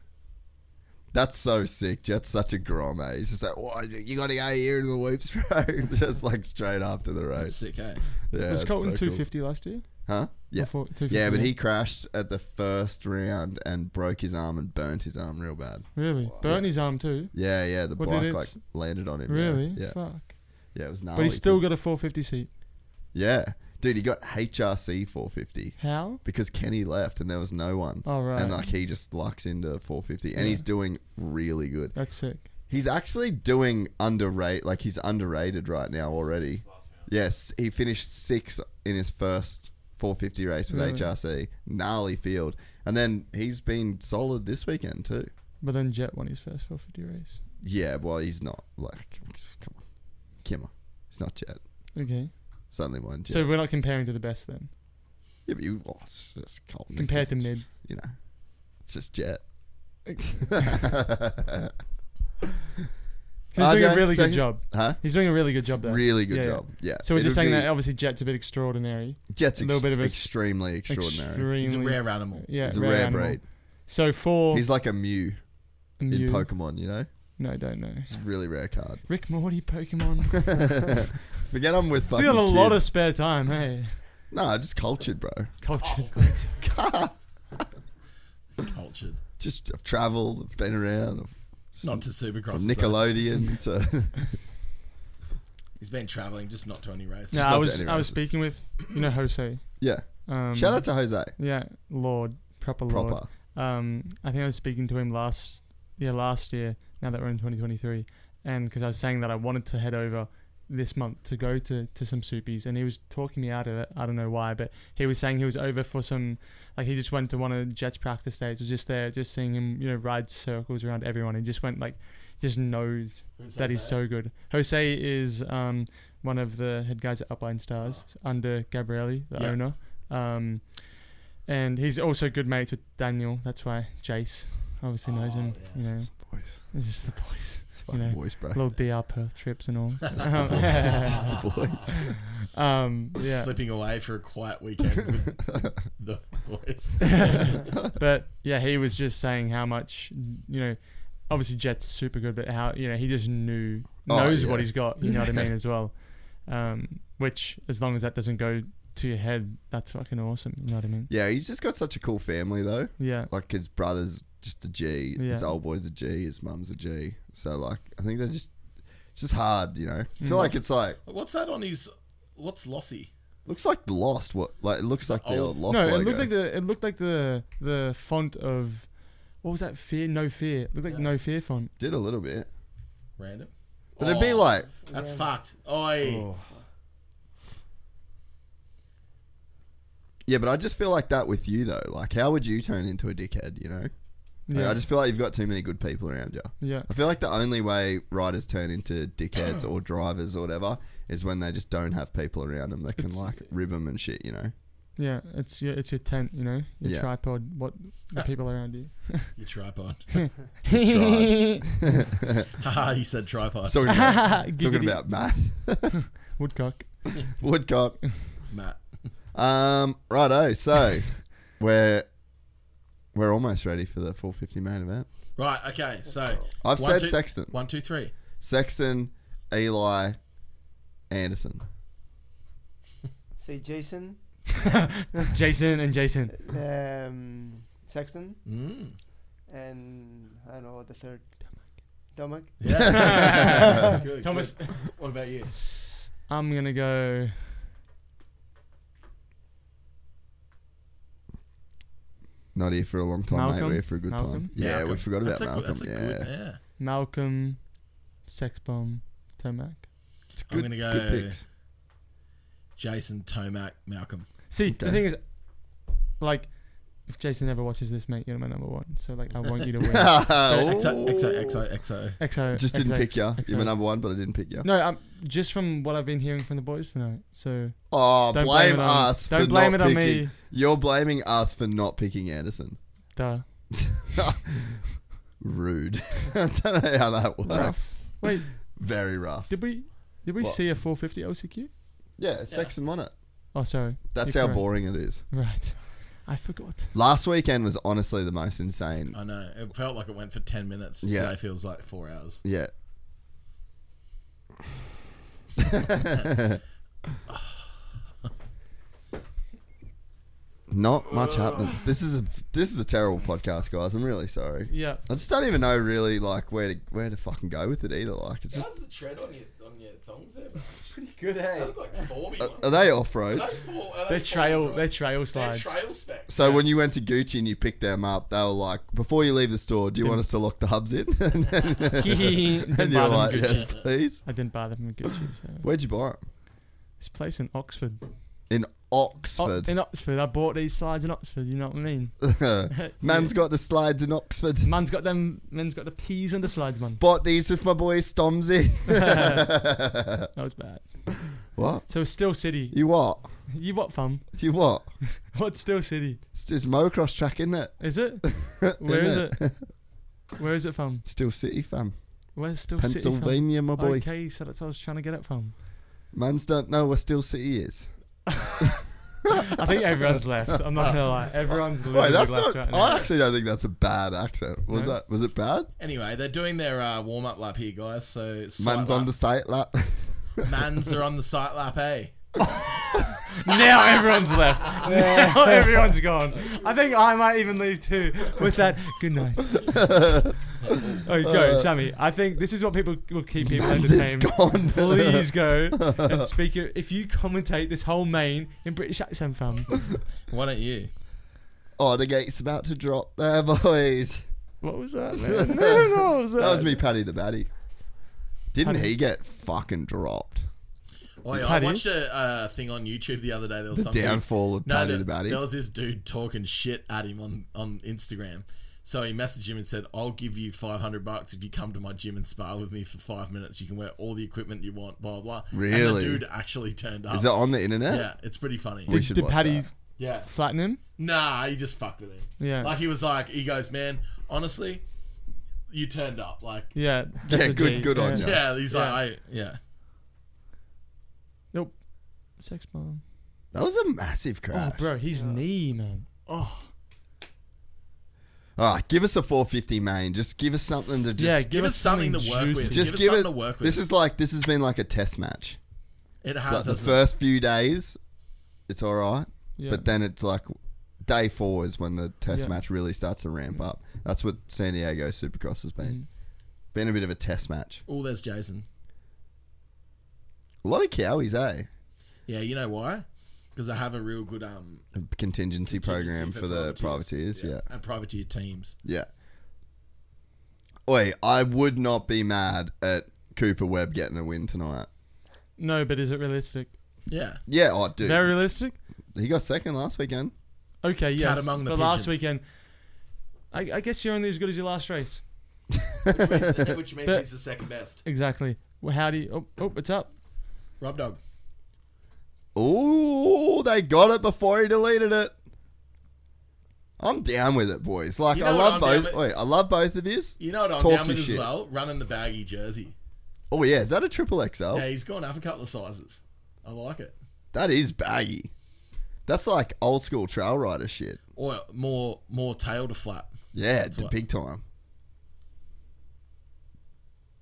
Speaker 2: That's so sick. Jet's such a grom, eh? He's just like, "Why you got to go here to the whoops, bro. just like straight after the road.
Speaker 5: That's sick, eh?
Speaker 2: Yeah,
Speaker 4: was
Speaker 2: it's
Speaker 4: Colton
Speaker 2: so cool.
Speaker 4: 250 last year?
Speaker 2: Huh? Yeah.
Speaker 4: Before-
Speaker 2: Yeah,
Speaker 4: 250,
Speaker 2: but
Speaker 4: yeah.
Speaker 2: he crashed at the first round and broke his arm and burnt his arm real bad.
Speaker 4: Really? Burnt his arm too?
Speaker 2: Yeah, yeah. The
Speaker 4: Well, did
Speaker 2: bike
Speaker 4: it
Speaker 2: like
Speaker 4: s-
Speaker 2: landed on him. yeah,
Speaker 4: Really?
Speaker 2: Yeah. Yeah,
Speaker 4: Fuck.
Speaker 2: it was gnarly.
Speaker 4: But he's still
Speaker 2: too.
Speaker 4: got a 450 seat.
Speaker 2: Yeah. Dude, he got HRC 450.
Speaker 4: How?
Speaker 2: because Kenny left and there was no one.
Speaker 4: Oh, right.
Speaker 2: And like he just lucks into 450 and
Speaker 4: Yeah.
Speaker 2: he's doing really good.
Speaker 4: That's sick.
Speaker 2: He's actually doing underrated, like he's underrated right now already. Yes, he finished sixth in his first 450 race with
Speaker 4: Really?
Speaker 2: HRC, gnarly field, and then he's been solid this weekend too.
Speaker 4: But then Jet won his first 450 race.
Speaker 2: Yeah, well, he's not like, come on, Kimmer, he's not Jet.
Speaker 4: Okay.
Speaker 2: Suddenly one Jet.
Speaker 4: So we're not comparing to the best then.
Speaker 2: yeah, but you, oh, it's just cold.
Speaker 4: Compared to mid.
Speaker 2: you know, it's just Jet.
Speaker 4: He's doing
Speaker 2: RJ,
Speaker 4: a really
Speaker 2: second-
Speaker 4: good job.
Speaker 2: Huh?
Speaker 4: He's doing a really good job there.
Speaker 2: Really good
Speaker 4: Yeah, yeah.
Speaker 2: job. Yeah.
Speaker 4: So we're just
Speaker 2: It'll
Speaker 4: saying
Speaker 2: be-
Speaker 4: that obviously Jet's a bit extraordinary.
Speaker 2: Jet's
Speaker 4: a
Speaker 2: ex-
Speaker 4: little bit of ex-
Speaker 2: extremely extraordinary.
Speaker 5: He's a
Speaker 4: Extremely-
Speaker 5: rare animal.
Speaker 4: Yeah,
Speaker 2: He's a rare
Speaker 4: animal.
Speaker 2: breed.
Speaker 4: So for
Speaker 2: He's like a Mew
Speaker 4: Mew-
Speaker 2: in Pokemon, you know?
Speaker 4: No, don't know.
Speaker 2: It's a really rare card.
Speaker 4: Rick Morty Pokemon.
Speaker 2: Forget I'm with
Speaker 4: He's
Speaker 2: fucking
Speaker 4: got a lot of
Speaker 2: kids.
Speaker 4: spare time, hey.
Speaker 2: No, just cultured, bro.
Speaker 4: Culture.
Speaker 5: Cultured.
Speaker 2: Just I've traveled, I've been around. I've,
Speaker 5: Not to
Speaker 2: from
Speaker 5: Supercross.
Speaker 2: Nickelodeon to.
Speaker 5: He's been travelling, just not to any races.
Speaker 4: no,
Speaker 2: not
Speaker 4: I
Speaker 2: to
Speaker 4: was
Speaker 2: any
Speaker 4: I was
Speaker 2: races.
Speaker 4: speaking with you know Jose.
Speaker 2: yeah.
Speaker 4: Um,
Speaker 2: Shout out to Jose.
Speaker 4: yeah, Lord, proper Lord.
Speaker 2: Proper.
Speaker 4: Um, I think I was speaking to him last yeah last year. Now that we're in 2023, and because I was saying that I wanted to head over this month to go to to some soupies, and he was talking me out of it. I don't know why, but he was saying he was over for some like he just went to one of the Jets practice days. Was just there, just seeing him you know ride circles around everyone. He just went like just knows that he's so good. Jose is um one of the head guys at Upline Stars under Gabrielli, the
Speaker 5: Yeah.
Speaker 4: owner. Um, and he's also good mates with Daniel. That's why Jace obviously knows him. You know,
Speaker 2: Boys.
Speaker 4: it's just the boys,
Speaker 2: It's fucking
Speaker 4: know,
Speaker 2: boys, bro.
Speaker 4: little DR Perth trips and all.
Speaker 2: It's the boys. It's just the boys.
Speaker 4: um, Uh-huh. yeah.
Speaker 5: Slipping away for a quiet weekend with the boys.
Speaker 4: but yeah, he was just saying how much you know. Obviously, Jet's super good, but how you know he just knew
Speaker 2: Oh,
Speaker 4: knows
Speaker 2: yeah.
Speaker 4: what he's got. You know what I
Speaker 2: Yeah.
Speaker 4: mean as well. Um, which as long as that doesn't go to your head, that's fucking awesome. You know what I mean?
Speaker 2: Yeah, he's just got such a cool family, though.
Speaker 4: Yeah.
Speaker 2: like his brother's just a G, his
Speaker 4: Yeah.
Speaker 2: old boy's a G, his mum's a G. So like, I think they're just, it's just hard, you know. I
Speaker 4: Mm.
Speaker 2: feel like it's like
Speaker 5: What's that on his? What's Lossie?
Speaker 2: looks like Lost. What like it looks like the
Speaker 5: Oh.
Speaker 2: old Lost
Speaker 4: No,
Speaker 2: logo.
Speaker 4: it looked like the it looked like the the font of what was that? Fear, no fear. It looked like no fear font.
Speaker 2: did a little bit,
Speaker 5: Random.
Speaker 2: but it'd be
Speaker 5: Oh,
Speaker 2: like Oh.
Speaker 5: that's fucked. Oi.
Speaker 2: yeah. But I just feel like that with you though. Like, how would you turn into a dickhead? You know, Like,
Speaker 4: Yeah.
Speaker 2: I just feel like you've got too many good people around you.
Speaker 4: Yeah.
Speaker 2: I feel like the only way riders turn into dickheads or drivers or whatever is when they just don't have people around them that can like rib them and shit. You know.
Speaker 4: Yeah, it's your it's your tent, you know, your
Speaker 2: Yeah.
Speaker 4: tripod, what the people around you.
Speaker 5: Your tripod.
Speaker 2: Tribe.
Speaker 5: Haha, you said tripod.
Speaker 2: Talking about, talking
Speaker 4: Giggity.
Speaker 2: about Matt
Speaker 4: Woodcock.
Speaker 2: Woodcock.
Speaker 5: Matt.
Speaker 2: Um, righto. So we're We're almost ready for the 450 main event.
Speaker 5: Right. Okay. So
Speaker 2: I've
Speaker 5: one,
Speaker 2: said
Speaker 5: two-
Speaker 2: Sexton.
Speaker 5: One, two, three.
Speaker 2: Sexton, Eli, Anderson.
Speaker 6: Say Jason,
Speaker 4: Jason and Jason.
Speaker 6: um, Sexton,
Speaker 5: Mm.
Speaker 6: and I don't know what the third. Domak.
Speaker 5: Yeah. Good,
Speaker 4: Thomas.
Speaker 5: good. What about you?
Speaker 4: I'm gonna go.
Speaker 2: Not here for a long time, mate.
Speaker 4: Malcolm?
Speaker 2: We're here for a good
Speaker 4: Malcolm?
Speaker 2: time. Yeah, we
Speaker 5: Malcolm.
Speaker 2: forgot about
Speaker 5: that's a
Speaker 2: Malcolm.
Speaker 5: Good, that's a
Speaker 2: yeah.
Speaker 5: good. Yeah.
Speaker 4: Malcolm, Sex Bomb, Tomac.
Speaker 2: It's
Speaker 5: I'm
Speaker 2: good,
Speaker 5: gonna go-
Speaker 2: good picks.
Speaker 5: Jason Tomac Malcolm.
Speaker 4: See, the
Speaker 2: Okay.
Speaker 4: thing is, like, if Jason ever watches this, mate, you're my number one. So like, I want you to win.
Speaker 5: Uh,
Speaker 2: Oh.
Speaker 5: XO, XO, XO, XO.
Speaker 4: XO.
Speaker 2: Just didn't
Speaker 4: XO,
Speaker 2: pick you. You're
Speaker 4: XO.
Speaker 2: my number one, but I didn't pick you.
Speaker 4: No, I'm just from what I've been hearing from the boys tonight. So
Speaker 2: Oh,
Speaker 4: Don't
Speaker 2: blame,
Speaker 4: blame it on-
Speaker 2: us
Speaker 4: don't
Speaker 2: for
Speaker 4: blame
Speaker 2: not
Speaker 4: it on
Speaker 2: picking.
Speaker 4: me.
Speaker 2: You're blaming us for not picking Anderson.
Speaker 4: duh.
Speaker 2: Rude. I don't know how that works.
Speaker 4: Rough. Wait,
Speaker 2: Very rough.
Speaker 4: did we did we
Speaker 2: What?
Speaker 4: see a 450 OCQ?
Speaker 2: Yeah, Sex and Monat.
Speaker 4: Oh, sorry.
Speaker 2: That's
Speaker 4: You're
Speaker 2: how
Speaker 4: correct.
Speaker 2: boring it is.
Speaker 4: Right. I forgot.
Speaker 2: Last weekend was honestly the most insane.
Speaker 5: I know. It felt like it went for ten minutes.
Speaker 2: Yeah.
Speaker 5: Today feels like four hours.
Speaker 2: Yeah. Not much happened. This is a this is a terrible podcast, guys. I'm really sorry.
Speaker 4: Yeah.
Speaker 2: I just don't even know really like where to where to fucking go with it either. Like it's just
Speaker 5: How's the tread on your on your thongs there? bro?
Speaker 4: Pretty good, eh?
Speaker 5: Look like four. me one.
Speaker 2: are they off road?
Speaker 5: Those four- are
Speaker 4: They're
Speaker 5: they
Speaker 4: trail.
Speaker 5: four, bro?
Speaker 4: They're trail
Speaker 5: They're
Speaker 4: slides.
Speaker 5: trail specs.
Speaker 2: So when you went to Gucci and you picked them up, they were like, "Before you leave the store, do you want us to lock the hubs in?"
Speaker 4: didn't
Speaker 2: and
Speaker 4: buy
Speaker 2: you're
Speaker 4: them
Speaker 2: like,
Speaker 4: Gucci.
Speaker 2: "Yes, please."
Speaker 4: I didn't buy them from Gucci. So.
Speaker 2: Where'd you buy them?
Speaker 4: This place in Oxford.
Speaker 2: In
Speaker 4: O-
Speaker 2: Oxford.
Speaker 4: in Oxford, I bought these slides in Oxford. You know what I mean?
Speaker 2: Man's got the slides in Oxford.
Speaker 4: Man's got them. Man's got the peas on the slides, man.
Speaker 2: Bought these with my boy Stomsy.
Speaker 4: That was bad.
Speaker 2: what?
Speaker 4: So still city.
Speaker 2: You what?
Speaker 4: You what, fam?
Speaker 2: You what?
Speaker 4: What's still city?
Speaker 2: It's just motocross track, isn't it?
Speaker 4: Is it? Where is it? Where is it from?
Speaker 2: Still City, fam.
Speaker 4: Where's still city
Speaker 2: Pennsylvania, my
Speaker 4: from?
Speaker 2: boy.
Speaker 4: Okay, so that's what I was trying to get it from.
Speaker 2: Mans don't know where Still City is.
Speaker 4: I think everyone's left. I'm not gonna lie. Everyone's
Speaker 2: Wait,
Speaker 4: literally
Speaker 2: that's not.
Speaker 4: left right now.
Speaker 2: I actually don't think that's a bad accent. Was that? Was it bad?
Speaker 5: Anyway, they're doing their uh, warm up lap here, guys. So site
Speaker 2: Man's on the
Speaker 5: lap-
Speaker 2: site lap.
Speaker 5: Mans are on the site lap, eh?
Speaker 4: Now everyone's left. Now everyone's gone. I think I might even leave too with that. Good night. oh, go, Sammy. I think this is what people will keep people
Speaker 2: Mans Uh, is
Speaker 4: entertained.
Speaker 2: gone.
Speaker 4: Please go and speak. it- If you commentate this whole main in British accent, fam.
Speaker 5: Why don't you?
Speaker 2: Oh, the gate's about to drop there, boys.
Speaker 4: What was that, man? I don't know what was that?
Speaker 2: That was me, Paddy the Batty. Didn't
Speaker 4: Paddy.
Speaker 2: he get fucking dropped?
Speaker 5: Oi, Oh, I
Speaker 4: Paddy?
Speaker 5: watched a uh, thing on YouTube the other day. There was
Speaker 2: The
Speaker 5: something.
Speaker 2: downfall of Paddy
Speaker 5: there,
Speaker 2: the Batty.
Speaker 5: There was this dude talking shit at him on, on Instagram. So he messaged him and said, "I'll give you five hundred bucks if you come to my gym and spar with me for five minutes. You can wear all the equipment you want." Blah blah. blah." And the
Speaker 2: Really?
Speaker 5: dude actually turned up.
Speaker 2: Is it on the internet?
Speaker 5: Oh. yeah, it's pretty funny.
Speaker 2: We should
Speaker 4: Did
Speaker 2: watch
Speaker 4: Paddy
Speaker 2: that.
Speaker 5: yeah.
Speaker 4: flatten him?
Speaker 5: Nah, he just fucked with him.
Speaker 4: Yeah.
Speaker 5: Like he was like, he goes, man, honestly, you turned up. Like, yeah,
Speaker 4: Yeah. that's
Speaker 2: Yeah,
Speaker 4: a
Speaker 2: good-
Speaker 4: G.
Speaker 2: good on you.
Speaker 5: he's like, I, yeah.
Speaker 4: Nope. Sex bomb.
Speaker 2: That was a massive crash.
Speaker 4: Oh, bro, his knee, man.
Speaker 2: All right, give us a 450 main. Just give us something to just
Speaker 4: yeah,
Speaker 5: Give, us something to work
Speaker 4: juicy.
Speaker 5: with.
Speaker 2: just
Speaker 5: give,
Speaker 2: give,
Speaker 5: us
Speaker 2: it.
Speaker 5: something to work with.
Speaker 2: This is like this has been like a test match.
Speaker 5: it
Speaker 2: It's
Speaker 5: has
Speaker 2: like the
Speaker 5: hasn't it?
Speaker 2: first few days, it's all right,
Speaker 4: Yeah.
Speaker 2: but then it's like day four is when the test
Speaker 4: Yeah.
Speaker 2: match really starts to ramp up. That's what San Diego Supercross has been.
Speaker 4: Mm-hmm.
Speaker 2: Been a bit of a test match.
Speaker 5: Oh, there's Jason.
Speaker 2: A lot of cowies, eh?
Speaker 5: Yeah, you know why? Because they have a real good um
Speaker 2: A contingency, program
Speaker 5: agency
Speaker 2: for, the privateers. yeah.
Speaker 5: and privateer teams.
Speaker 2: Yeah. Oi, I would not be mad at Cooper Webb getting a win tonight.
Speaker 4: No, but is it realistic?
Speaker 5: Yeah,
Speaker 2: Yeah, oh, dude.
Speaker 4: Very realistic.
Speaker 2: he got second last weekend.
Speaker 4: Okay, yes.
Speaker 5: among the
Speaker 4: but last
Speaker 5: pigeons.
Speaker 4: weekend, I, I guess you're only as good as your last race.
Speaker 5: which means
Speaker 4: But-
Speaker 5: he's the second best.
Speaker 4: Exactly. Well, how do you? Oh, oh, it's up.
Speaker 5: Rob Dog.
Speaker 2: Ooh, they got it before he deleted it. I'm down with it, boys. Like
Speaker 5: You know
Speaker 2: I
Speaker 5: what
Speaker 2: love
Speaker 5: I'm down
Speaker 2: both.
Speaker 5: with?
Speaker 2: Wait, I love both of yous.
Speaker 5: You know what I'm
Speaker 2: Talk
Speaker 5: down
Speaker 2: your
Speaker 5: with as
Speaker 2: shit.
Speaker 5: well? Running the baggy jersey.
Speaker 2: Oh yeah, is that a triple XL?
Speaker 5: Yeah, he's gone up a couple of sizes. I like it.
Speaker 2: That is baggy. That's like old school trail rider shit.
Speaker 5: or more more tail to flap.
Speaker 2: Yeah,
Speaker 5: That's
Speaker 2: it's a
Speaker 5: what-
Speaker 2: big time.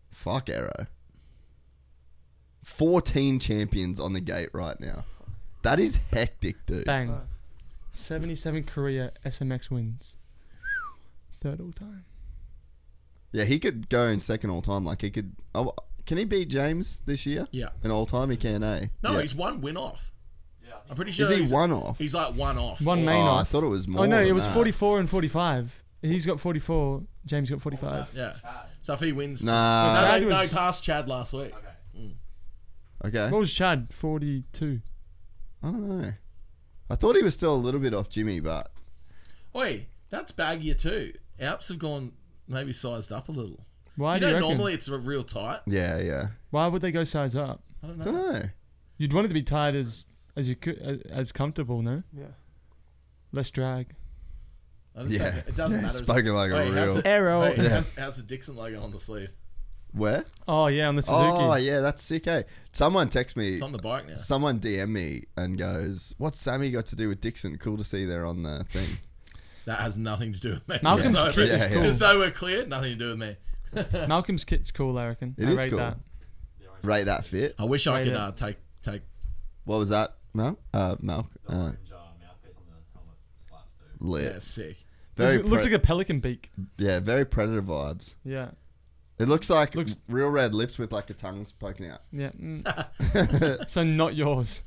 Speaker 2: Fuck Arrow. 14 champions on the gate right now. That is hectic, dude.
Speaker 4: Bang. 77 Korea SMX wins. Third all time.
Speaker 2: Yeah, he could go in second all time. Like, he could. Oh, can he beat James this year?
Speaker 5: Yeah.
Speaker 2: In all time, he can, eh?
Speaker 5: No,
Speaker 2: Yeah.
Speaker 5: he's one win off. Yeah, I'm pretty sure
Speaker 2: Is he
Speaker 5: he's
Speaker 2: one off?
Speaker 5: He's like one off.
Speaker 4: One main
Speaker 2: oh,
Speaker 4: off.
Speaker 2: I thought it was more.
Speaker 4: oh no,
Speaker 2: than
Speaker 4: it was
Speaker 2: that.
Speaker 4: 44 and 45. He's got 44. James got 45.
Speaker 5: Yeah. So if he wins,
Speaker 2: Nah.
Speaker 5: no,
Speaker 4: Chad
Speaker 5: no,
Speaker 4: wins.
Speaker 5: past Chad last week.
Speaker 2: Okay.
Speaker 4: What was Chad? 42.
Speaker 2: I don't know. I thought he was still a little bit off Jimmy, but
Speaker 5: Oi, that's baggier too. Alps have gone maybe sized up a little.
Speaker 4: Why
Speaker 5: you
Speaker 4: do
Speaker 5: know,
Speaker 4: you reckon?
Speaker 5: normally it's a real tight.
Speaker 2: yeah, yeah.
Speaker 4: Why would they go size up?
Speaker 2: I don't know.
Speaker 4: You'd want it to be tied as as you could, as- as comfortable, no?
Speaker 6: Yeah.
Speaker 4: Less drag.
Speaker 5: I just
Speaker 2: Yeah.
Speaker 5: don't- it doesn't
Speaker 2: Yeah,
Speaker 5: matter.
Speaker 2: spoken like a
Speaker 5: Wait, how's
Speaker 2: real-
Speaker 5: the-
Speaker 4: Arrow.
Speaker 5: wait,
Speaker 4: Yeah.
Speaker 5: how's, how's the Dixon logo on the sleeve?
Speaker 2: Where?
Speaker 4: Oh yeah, on the Suzuki.
Speaker 2: Oh, yeah, that's sick, eh? Someone text me.
Speaker 5: It's on the bike now.
Speaker 2: Someone DM me and goes, "What's Sammy got to do with Dixon? Cool to see they're on the thing."
Speaker 5: That has nothing to do with me.
Speaker 4: Malcolm's
Speaker 5: Just so-
Speaker 4: kit
Speaker 2: is cool.
Speaker 5: Just so we're clear, nothing to do with me.
Speaker 4: Malcolm's kit's cool, I reckon.
Speaker 2: It
Speaker 4: I
Speaker 2: is
Speaker 4: rate
Speaker 2: cool.
Speaker 4: that.
Speaker 2: Rate that fit.
Speaker 5: I wish I
Speaker 4: Wait
Speaker 5: could
Speaker 4: a-
Speaker 5: uh, take take.
Speaker 2: What was that? Mal? Uh, Mal. Uh, lit.
Speaker 5: Yeah, sick.
Speaker 2: Very.
Speaker 4: Looks, looks
Speaker 2: pre- Mm.
Speaker 4: like a pelican beak.
Speaker 2: yeah, very predator vibes.
Speaker 4: Yeah.
Speaker 2: It looks like
Speaker 4: Looks-
Speaker 2: real red lips with like a tongue poking out.
Speaker 4: Yeah. Mm. so not yours.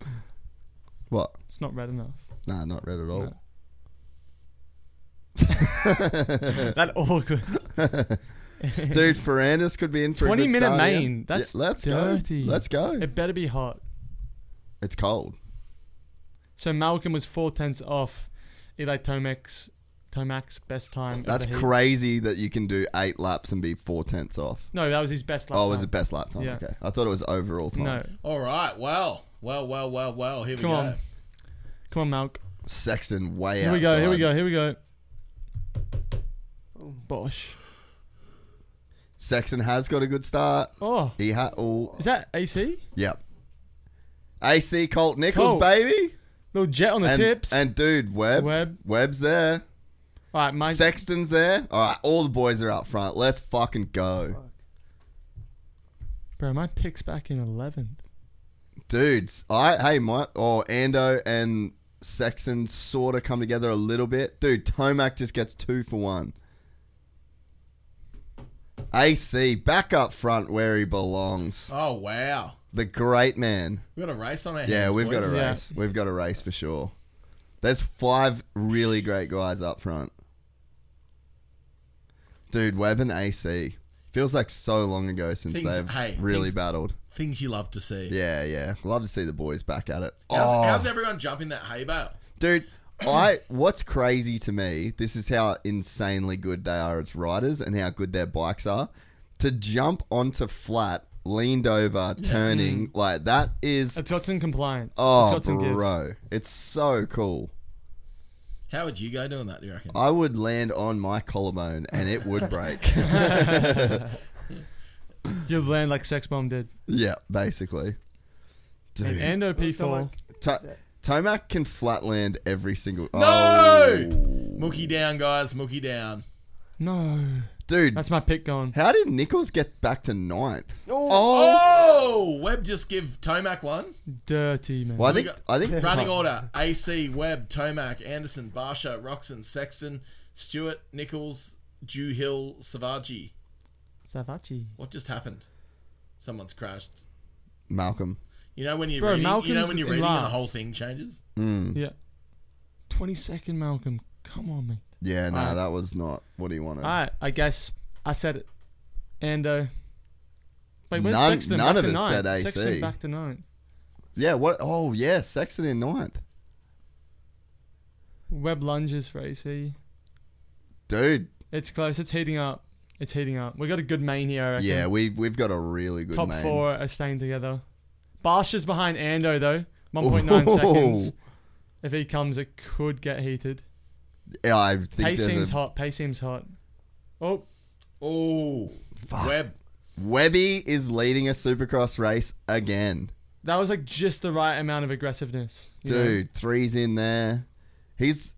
Speaker 2: What?
Speaker 4: It's not red enough.
Speaker 2: Nah, not red at all.
Speaker 4: No. that awkward.
Speaker 2: Dude, Ferrandis could be in for a
Speaker 4: 20
Speaker 2: good
Speaker 4: minute
Speaker 2: start here.
Speaker 4: main. That's
Speaker 2: let's
Speaker 4: dirty.
Speaker 2: go. Let's go.
Speaker 4: It better be hot.
Speaker 2: It's cold.
Speaker 4: So Malcolm was four tenths off Eli Tomek's Tomac's best time. of
Speaker 2: That's
Speaker 4: the heat.
Speaker 2: crazy that you can do eight laps and be four tenths off.
Speaker 4: No, that was his best lap.
Speaker 2: oh, it was
Speaker 4: time.
Speaker 2: it best lap time?
Speaker 4: Yeah.
Speaker 2: Okay, I thought it was overall time.
Speaker 4: No.
Speaker 5: All right. Well, well, well, well, well. Here
Speaker 4: Come
Speaker 5: we go.
Speaker 4: on. Come on, Malk.
Speaker 2: Sexton way
Speaker 4: Here
Speaker 2: outside.
Speaker 4: we go, here we go, here we go. Bosh.
Speaker 2: Sexton has got a good start.
Speaker 4: Oh.
Speaker 2: He had all.
Speaker 4: Is that AC?
Speaker 2: Yep. AC Colt Nichols,
Speaker 4: Colt.
Speaker 2: baby.
Speaker 4: Little jet on the
Speaker 2: And,
Speaker 4: tips.
Speaker 2: and dude, Webb.
Speaker 4: Webb.
Speaker 2: Webb's there.
Speaker 4: All right, mine.
Speaker 2: Sexton's there. All right, all the boys are out front. Let's fucking go,
Speaker 4: Bro, my pick's back in 11th.
Speaker 2: dudes. I hey, my oh Ando and Sexton sort of come together a little bit, dude. Tomac just gets two for one. AC back up front where he belongs.
Speaker 5: Oh wow.
Speaker 2: The great man.
Speaker 5: We've got a race on our hands.
Speaker 2: Yeah, we've got a
Speaker 5: boys.
Speaker 4: Yeah.
Speaker 2: race. We've got a race for sure. There's five really great guys up front. Dude, Webb and AC. Feels like so long ago since
Speaker 5: Things-
Speaker 2: they've
Speaker 5: hey,
Speaker 2: really
Speaker 5: things-
Speaker 2: battled.
Speaker 5: Things you love to see.
Speaker 2: Yeah, yeah. Love to see the boys back at it.
Speaker 5: How's,
Speaker 2: Oh,
Speaker 5: how's everyone jumping that hay bale?
Speaker 2: dude, I what's crazy to me, this is how insanely good they are as riders and how good their bikes are. To jump onto flat, leaned over, turning,
Speaker 5: Mm.
Speaker 2: like that is
Speaker 4: It's got some compliance. it's
Speaker 2: Oh,
Speaker 4: got some give.
Speaker 2: bro, it's so cool.
Speaker 5: How would you go doing that? Do you reckon?
Speaker 2: I would land on my collarbone and it would break.
Speaker 4: You'll land like Sex Bomb did.
Speaker 2: yeah, basically. Dude,
Speaker 4: And OP4.
Speaker 6: Tomac.
Speaker 2: To- Tomac can flatland every single. Oh. No,
Speaker 5: Mookie down, guys. Mookie down.
Speaker 4: No.
Speaker 2: dude,
Speaker 4: That's my pick going.
Speaker 2: how did Nichols get back to ninth?
Speaker 6: Oh.
Speaker 5: Oh, Webb just give Tomac one.
Speaker 4: Dirty, man.
Speaker 2: Well, I
Speaker 5: we
Speaker 2: think I think
Speaker 5: Running order: AC, Webb, Tomac, Anderson, Barsha, Roxon, Sexton, Stewart, Nichols, Jew Hill, Savaji.
Speaker 4: Savachi.
Speaker 5: What just happened? Someone's crashed.
Speaker 2: Malcolm.
Speaker 5: You know when you're
Speaker 4: Bro,
Speaker 5: reading, you know
Speaker 4: Malcolm's
Speaker 5: when you're
Speaker 4: in
Speaker 5: reading and the
Speaker 4: last.
Speaker 5: whole thing changes.
Speaker 2: Hmm.
Speaker 4: Yeah. 22nd Malcolm. Come on, mate.
Speaker 2: Yeah, no,
Speaker 4: Alright.
Speaker 2: that was not what he wanted.
Speaker 4: All right, I guess I said it. Ando. Wait, where's
Speaker 2: None-
Speaker 4: Sexton?
Speaker 2: none
Speaker 4: back
Speaker 2: of
Speaker 4: to
Speaker 2: us
Speaker 4: ninth.
Speaker 2: said AC.
Speaker 4: Sexton back to ninth.
Speaker 2: Yeah, what? Oh, yeah, Sexton in ninth.
Speaker 4: Web lunges for AC.
Speaker 2: Dude,
Speaker 4: It's close. It's heating up. It's heating up. We got a good main here. I reckon.
Speaker 2: yeah, we we've got a really good
Speaker 4: Top
Speaker 2: main.
Speaker 4: four are staying together. Barsh is behind Ando though. 1.9 seconds.
Speaker 2: Ooh.
Speaker 4: If he comes, it could get heated.
Speaker 2: Yeah, I think
Speaker 4: Pace
Speaker 2: there's
Speaker 4: seems
Speaker 2: a
Speaker 4: hot. Pace seems hot. Oh,
Speaker 5: Oh, Webb.
Speaker 2: Webby is leading a Supercross race again.
Speaker 4: that was like just the right amount of aggressiveness. you know?
Speaker 2: Dude, three's in there. He's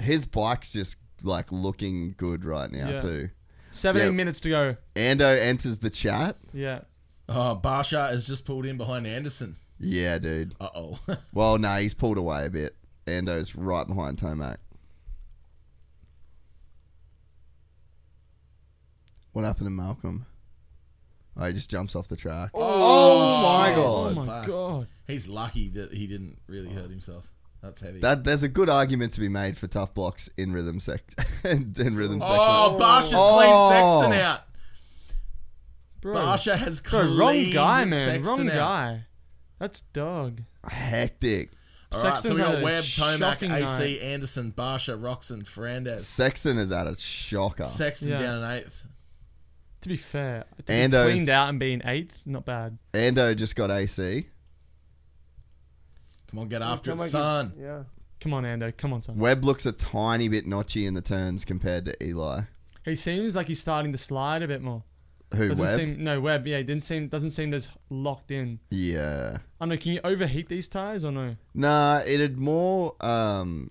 Speaker 2: his bike's just like looking good right now
Speaker 4: Yeah.
Speaker 2: too.
Speaker 4: 17
Speaker 2: Yeah.
Speaker 4: minutes to go.
Speaker 2: Ando enters the chat.
Speaker 4: Yeah.
Speaker 5: Oh, Barsha has just pulled in behind Anderson.
Speaker 2: Yeah, dude.
Speaker 5: Uh oh.
Speaker 2: Well, nah, he's pulled away a bit. Ando's right behind Tomac. What happened to Malcolm? Oh, he just jumps off the track. Oh, my
Speaker 4: Oh
Speaker 2: god.
Speaker 4: my god.
Speaker 5: He's lucky that he didn't really hurt himself. That's heavy.
Speaker 2: That there's a good argument to be made for tough blocks in rhythm sec in rhythm section.
Speaker 5: oh, Barsha's
Speaker 2: Oh.
Speaker 5: clean Sexton out.
Speaker 4: Bro.
Speaker 5: Barsha has
Speaker 4: Bro,
Speaker 5: cleaned
Speaker 4: wrong guy, man.
Speaker 5: Sexton
Speaker 4: wrong
Speaker 5: out.
Speaker 4: guy. That's dog.
Speaker 2: Hectic.
Speaker 5: All right, so
Speaker 4: Sexton's
Speaker 5: we
Speaker 4: had
Speaker 5: got
Speaker 4: a
Speaker 5: Webb, Tomac,
Speaker 4: shocking
Speaker 5: AC,
Speaker 4: night.
Speaker 5: Anderson, Barsha, Roxon, Fernandez.
Speaker 2: Sexton is at a shocker.
Speaker 5: Sexton
Speaker 4: Yeah.
Speaker 5: down in eighth.
Speaker 4: To be fair, to be
Speaker 2: Ando's-
Speaker 4: cleaned out and being eighth, not bad.
Speaker 2: Ando just got AC.
Speaker 5: Come on, get after it,
Speaker 6: Tomac is-
Speaker 5: son.
Speaker 6: Yeah.
Speaker 4: Come on, Ando. Come on, son.
Speaker 2: Webb looks a tiny bit notchy in the turns compared to Eli.
Speaker 4: He seems like he's starting to slide a bit more.
Speaker 2: Who
Speaker 4: Doesn't
Speaker 2: Webb?
Speaker 4: seem no Webb. Yeah, he didn't seem doesn't seem as locked in.
Speaker 2: yeah.
Speaker 4: I know. Can you overheat these tires or no?
Speaker 2: Nah, it'd more um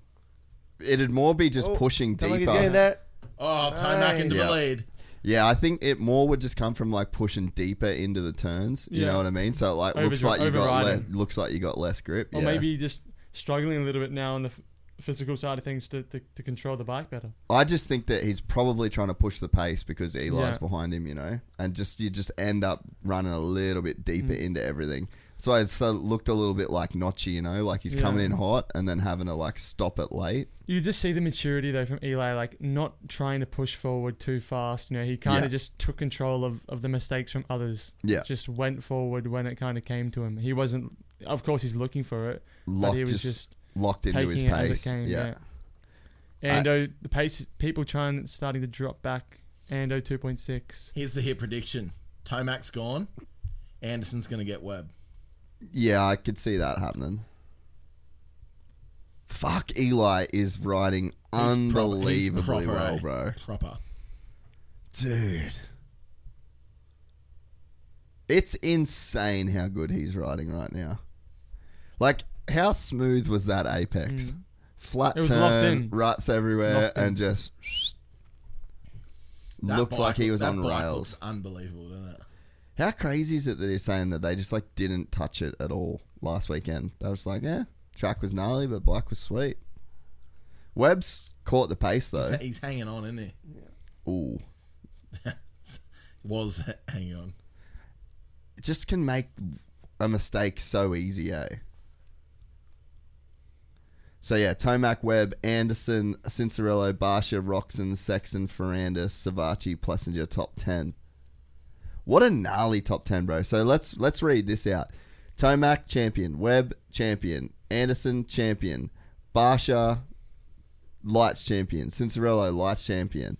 Speaker 2: it'd more be
Speaker 4: Oh,
Speaker 2: just pushing
Speaker 6: Oh, Tomac is
Speaker 2: deeper.
Speaker 6: getting there.
Speaker 5: Oh, Tomac into
Speaker 2: Yeah.
Speaker 5: the lead.
Speaker 2: Yeah, I think it more would just come from like pushing deeper into the turns. You
Speaker 4: Yeah.
Speaker 2: know what I mean? So it like looks
Speaker 4: Overdri-
Speaker 2: like you got le-
Speaker 4: overriding.
Speaker 2: looks like you got less grip.
Speaker 4: Or
Speaker 2: yeah.
Speaker 4: maybe just struggling a little bit now on the f- physical side of things to, to, to control the bike better.
Speaker 2: I just think that he's probably trying to push the pace because Eli's
Speaker 4: Yeah.
Speaker 2: behind him, you know, and just you just end up running a little bit
Speaker 4: Mm.
Speaker 2: deeper into everything. So it so looked a little bit like notchy, you know, like he's
Speaker 4: Yeah.
Speaker 2: coming in hot and then having to like stop it late.
Speaker 4: You just see the maturity though from Eli, like not trying to push forward too fast. You know, he kind of
Speaker 2: Yeah.
Speaker 4: just took control of, of the mistakes from others.
Speaker 2: Yeah.
Speaker 4: just went forward when it kind of came to him. He wasn't, of course, he's looking for it,
Speaker 2: Locked
Speaker 4: but he was
Speaker 2: just,
Speaker 4: just,
Speaker 2: locked into
Speaker 4: taking
Speaker 2: his
Speaker 4: it as
Speaker 2: pace.
Speaker 4: it came.
Speaker 2: yeah.
Speaker 4: Yeah. Ando, the pace people trying starting to drop back. Ando two point six.
Speaker 5: Here's the hit prediction. Tomac's gone. Anderson's going to get Webb.
Speaker 2: Yeah, I could see that happening. Fuck, Eli is riding
Speaker 5: He's proper- he's
Speaker 2: unbelievably
Speaker 5: proper,
Speaker 2: well,
Speaker 5: eh?
Speaker 2: bro.
Speaker 5: Proper.
Speaker 2: Dude. It's insane how good he's riding right now. Like, how smooth was that apex? Flat
Speaker 4: Mm. It was locked
Speaker 2: turn,
Speaker 4: in.
Speaker 2: ruts everywhere,
Speaker 4: Locked in.
Speaker 2: and just.
Speaker 5: That
Speaker 2: Looked
Speaker 5: bike
Speaker 2: like he
Speaker 5: look-
Speaker 2: was
Speaker 5: that
Speaker 2: on
Speaker 5: bike
Speaker 2: rails.
Speaker 5: looks unbelievable, doesn't it?
Speaker 2: How crazy is it that he's saying that they just like didn't touch it at all last weekend? They were just like, yeah, track was gnarly, but bike was sweet. Webb's caught the pace though.
Speaker 5: He's hanging on, isn't he?
Speaker 2: Ooh,
Speaker 5: Was hanging on.
Speaker 2: it just can make a mistake so easy, eh? So yeah, Tomac, Webb, Anderson, Cincerello, Barsha, Roxon, Sexton, Ferrandis, Savachi, Plessinger, top ten. What a gnarly top ten, bro. So let's let's read this out. Tomac champion, Webb champion, Anderson champion, Barsha lights champion, Cincerello lights champion,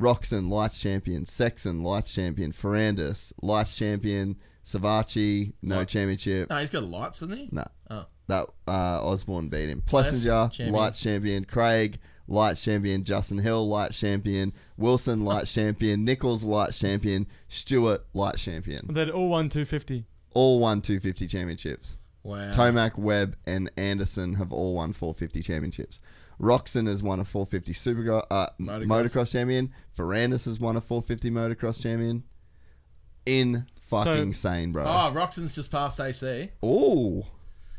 Speaker 2: Roxon lights champion, Sexton lights champion, Ferrandis lights champion, Savachi no championship.
Speaker 5: No, he's got lights, isn't he?
Speaker 2: No.
Speaker 5: Oh.
Speaker 2: That uh, Osborne beat him. Plessinger,
Speaker 5: champion.
Speaker 2: light champion. Craig, light champion. Justin Hill, light champion. Wilson, light champion. Nichols, light champion. Stewart, light champion.
Speaker 4: They'd all won two fifty.
Speaker 2: All won 250 championships.
Speaker 5: Wow.
Speaker 2: Tomac, Webb, and Anderson have all won 450 championships. Roxon has won a 450 Supergro- uh, motocross.
Speaker 5: Motocross.
Speaker 2: champion. Ferrandis has won a 450 motocross champion. In fucking sane, bro.
Speaker 5: Oh, Roxon's just passed AC.
Speaker 2: Ooh,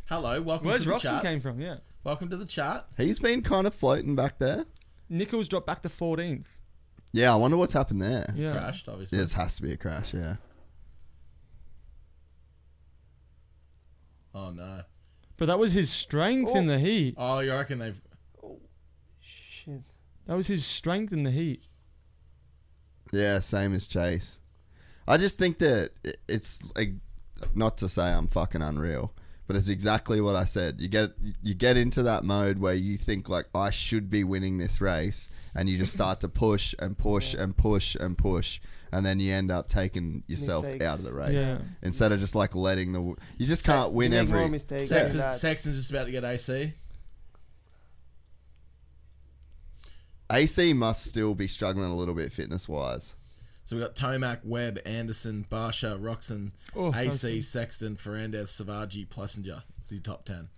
Speaker 5: Hello, welcome
Speaker 4: Where's
Speaker 5: to the
Speaker 4: Roxon
Speaker 5: chat.
Speaker 4: came from? Yeah.
Speaker 5: Welcome to the chat.
Speaker 2: he's been kind of floating back there.
Speaker 4: Nichols dropped back to fourteenth.
Speaker 2: Yeah, I wonder what's happened there.
Speaker 4: Yeah.
Speaker 5: Crashed, obviously.
Speaker 2: This has to be a crash, yeah.
Speaker 5: Oh no.
Speaker 4: But that was his strength in the heat.
Speaker 5: Oh, you reckon they've?
Speaker 6: Shit.
Speaker 4: That was his strength in the heat.
Speaker 2: Yeah, same as Chase. I just think that i- it's like, not to say I'm fucking unreal, but it's exactly what I said. You get you get into that mode where you think like I should be winning this race, and you just start to push and push and push and push, and then you end up taking yourself
Speaker 6: Mistakes.
Speaker 2: out of the race
Speaker 4: Yeah.
Speaker 2: instead of just like letting the w- you just can't
Speaker 6: You
Speaker 2: win
Speaker 6: make
Speaker 2: every
Speaker 6: more mistakes than
Speaker 5: Sexton,
Speaker 6: that.
Speaker 5: Sexton's just about to get AC.
Speaker 2: AC must still be struggling a little bit fitness wise.
Speaker 5: So we got Tomac, Webb, Anderson, Barsha, Roxon,
Speaker 4: Oh,
Speaker 5: AC, Sexton, Fernandez, Savaji, Plessinger. It's the top ten.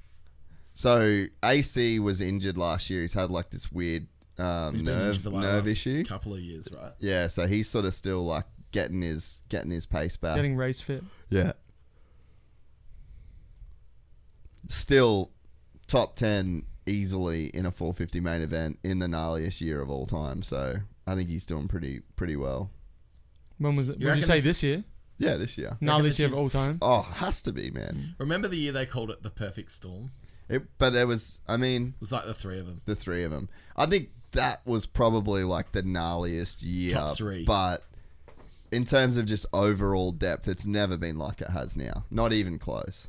Speaker 2: So AC was injured last year. He's had like this weird um,
Speaker 5: He's been injured
Speaker 2: nerve
Speaker 5: for the
Speaker 2: nerve
Speaker 5: last
Speaker 2: issue.
Speaker 5: couple of years, right?
Speaker 2: Yeah, so he's sort of still like getting his getting his pace back.
Speaker 4: Getting race fit.
Speaker 2: yeah. Still top 10 easily in a 450 main event in the gnarliest year of all time. So I think he's doing pretty pretty well.
Speaker 4: When was it?
Speaker 5: You
Speaker 4: Would you
Speaker 5: reckon
Speaker 4: say
Speaker 5: this-
Speaker 4: this year?
Speaker 2: Yeah, this year.
Speaker 4: Not
Speaker 5: reckon
Speaker 4: this
Speaker 5: this
Speaker 4: year of
Speaker 5: is-
Speaker 4: all time.
Speaker 2: Oh, has to be, man.
Speaker 5: Remember the year they called it the perfect storm?
Speaker 2: It, but there was, I mean,
Speaker 5: It was like the three of them.
Speaker 2: the three of them. I think that was probably like the gnarliest year.
Speaker 5: Top three.
Speaker 2: But in terms of just overall depth, it's never been like it has now. Not even close.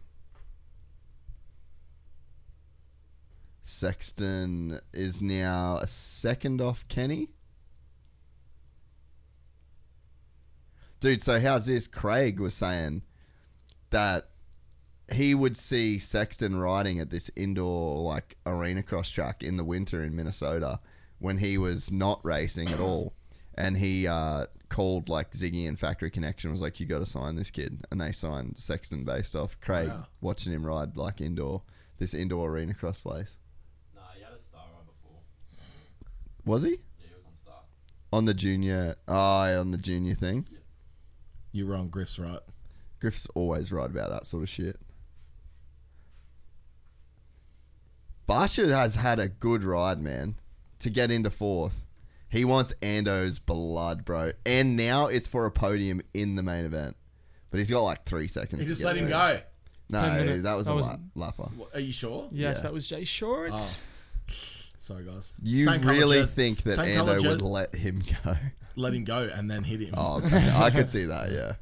Speaker 2: Sexton is now a second off Kenny. Dude, so how's this? Craig was saying that he would see Sexton riding at this indoor like arena cross track in the winter in Minnesota when he was not racing at all, and he uh, called like Ziggy and Factory Connection was like, "You got to sign this kid," and they signed Sexton based off Craig watching him ride like indoor this indoor arena cross place.
Speaker 7: Nah, he had a star on before.
Speaker 2: Was he
Speaker 7: Yeah, he was on star.
Speaker 2: on the junior? Oh, yeah, on the junior thing.
Speaker 5: You were on Griff's right.
Speaker 2: Griff's always right about that sort of shit. Barsha has had a good ride, man, to get into fourth. He wants Ando's blood, bro. And now it's for a podium in the main event. But he's got like three seconds.
Speaker 5: He
Speaker 2: to
Speaker 5: just
Speaker 2: get
Speaker 5: let him
Speaker 2: to.
Speaker 5: go.
Speaker 4: Ten
Speaker 2: No,
Speaker 4: minutes.
Speaker 2: that was
Speaker 4: That
Speaker 2: a
Speaker 4: was-
Speaker 2: lap, lapper.
Speaker 5: What, are you sure?
Speaker 4: Yes,
Speaker 2: Yeah.
Speaker 4: that was Jay Short.
Speaker 5: Oh. Sorry, guys.
Speaker 2: You
Speaker 5: Same colour
Speaker 2: really
Speaker 5: jersey-
Speaker 2: think that
Speaker 5: same colour
Speaker 2: Ando would
Speaker 5: jer-
Speaker 2: let him go?
Speaker 5: let him go and then hit him?
Speaker 2: Oh, okay. I could see that, yeah.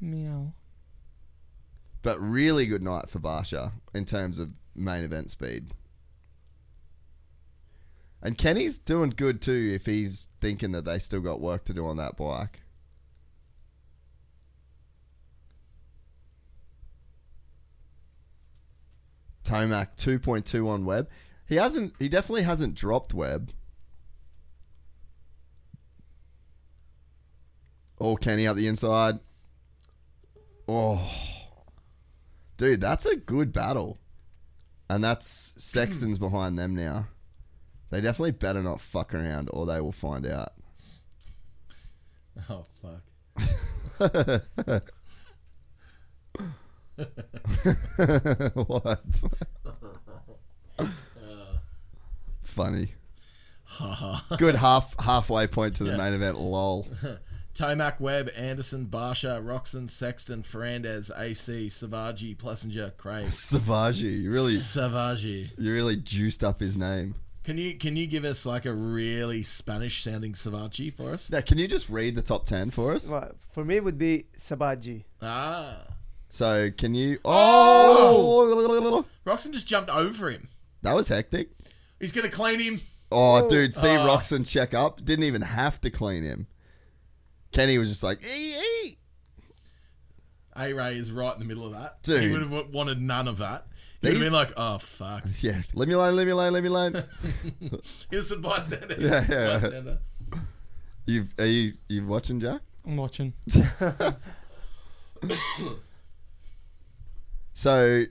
Speaker 4: Meow.
Speaker 2: But really good night for Barsha in terms of main event speed. And Kenny's doing good too if he's thinking that they still got work to do on that bike. Tomac 2.2 on Webb. He hasn't he definitely hasn't dropped Webb. Oh, Kenny up the inside. Oh. Dude, that's a good battle. And that's Sexton's behind them now. They definitely better not fuck around or they will find out.
Speaker 5: Oh fuck.
Speaker 2: what? Funny. good half halfway point to the main event, lol.
Speaker 5: Tomac Webb, Anderson, Barsha, Roxon, Sexton, Fernandez, AC, Savaji, Plessinger, Craig.
Speaker 2: Savaji, you really
Speaker 5: Savaji.
Speaker 2: you really juiced up his name.
Speaker 5: Can you can you give us like a really Spanish sounding Savaji for us?
Speaker 2: Now, can you just read the top ten for us?
Speaker 6: Well, for me, it would be Sabaji.
Speaker 5: Ah.
Speaker 2: So can you Oh
Speaker 5: Roxon just jumped over him.
Speaker 2: that was hectic.
Speaker 5: He's gonna clean him.
Speaker 2: Oh, dude, see
Speaker 4: uh.
Speaker 2: Roxon check up. Didn't even have to clean him. Kenny was just like, ee, ee.
Speaker 5: A Ray is right in the middle of that. He
Speaker 2: Dude.
Speaker 5: would have wanted none of that. He would have
Speaker 2: These-
Speaker 5: been like, oh fuck.
Speaker 2: Yeah, leave me alone, leave me alone, leave me alone.
Speaker 5: Here's a bystander.
Speaker 2: Yeah,
Speaker 5: Here's a
Speaker 2: yeah.
Speaker 5: bystander.
Speaker 2: You've, are you you watching, Jack?
Speaker 4: I'm watching.
Speaker 2: So,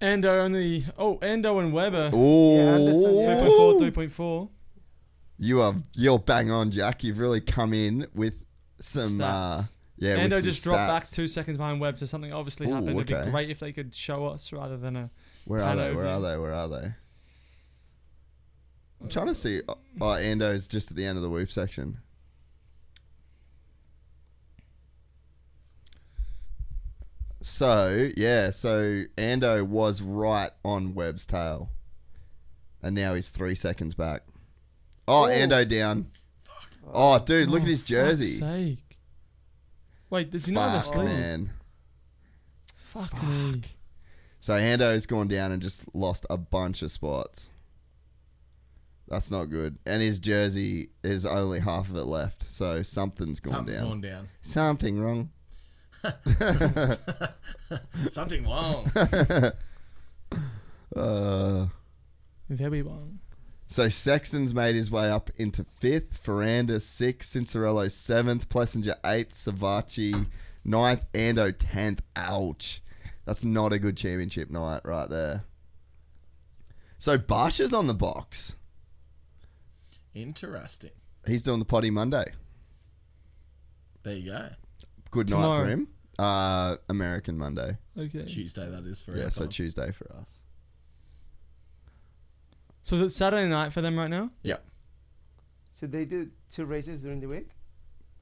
Speaker 4: Endo only. Oh, Endo and Weber.
Speaker 2: oh,
Speaker 6: Yeah,
Speaker 4: 3.4, 3.4.
Speaker 2: you are you're bang on, Jack. You've really come in with some, uh,
Speaker 4: Stats.
Speaker 2: yeah. with
Speaker 4: Endo
Speaker 2: some
Speaker 4: just dropped back
Speaker 2: stats.
Speaker 4: two seconds behind Webb, so something obviously
Speaker 2: Ooh,
Speaker 4: happened. It'd
Speaker 2: okay.
Speaker 4: be great if they could show us rather than a.
Speaker 2: Where are
Speaker 4: Pan
Speaker 2: they? Where
Speaker 4: overview.
Speaker 2: are they? Where are they? I'm trying to see. Oh, oh, Ando's just at the end of the whoop section. So, yeah, so Ando was right on Webb's tail. And now he's three seconds back. Oh, Ando down. Oh, dude, look at his jersey.
Speaker 4: Fuck's sake. Wait, does he not have a
Speaker 2: Fuck,
Speaker 4: sleeve?
Speaker 2: man.
Speaker 4: Fuck, me.
Speaker 2: So Ando's gone down and just lost a bunch of spots. That's not good. And his jersey is only half of it left, so something's gone
Speaker 5: Something's
Speaker 2: down.
Speaker 5: gone down.
Speaker 2: Something wrong.
Speaker 5: Something wrong.
Speaker 2: Uh,
Speaker 4: Very wrong.
Speaker 2: so Sexton's made his way up into fifth, Ferranda sixth, Cincerello seventh, Plessinger eighth, Savachi ninth, Ando tenth. Ouch. That's not a good championship night right there. So Barsh is on the box.
Speaker 5: Interesting.
Speaker 2: He's doing the potty Monday.
Speaker 5: There you go.
Speaker 2: Good night
Speaker 4: Tomorrow.
Speaker 2: for him. Uh, American Monday.
Speaker 4: Okay.
Speaker 5: Tuesday, that is for
Speaker 2: Yeah,
Speaker 5: our
Speaker 2: so
Speaker 5: time.
Speaker 2: Tuesday for us.
Speaker 4: So is it Saturday night for them right now?
Speaker 2: Yep.
Speaker 6: So they do two races during the week.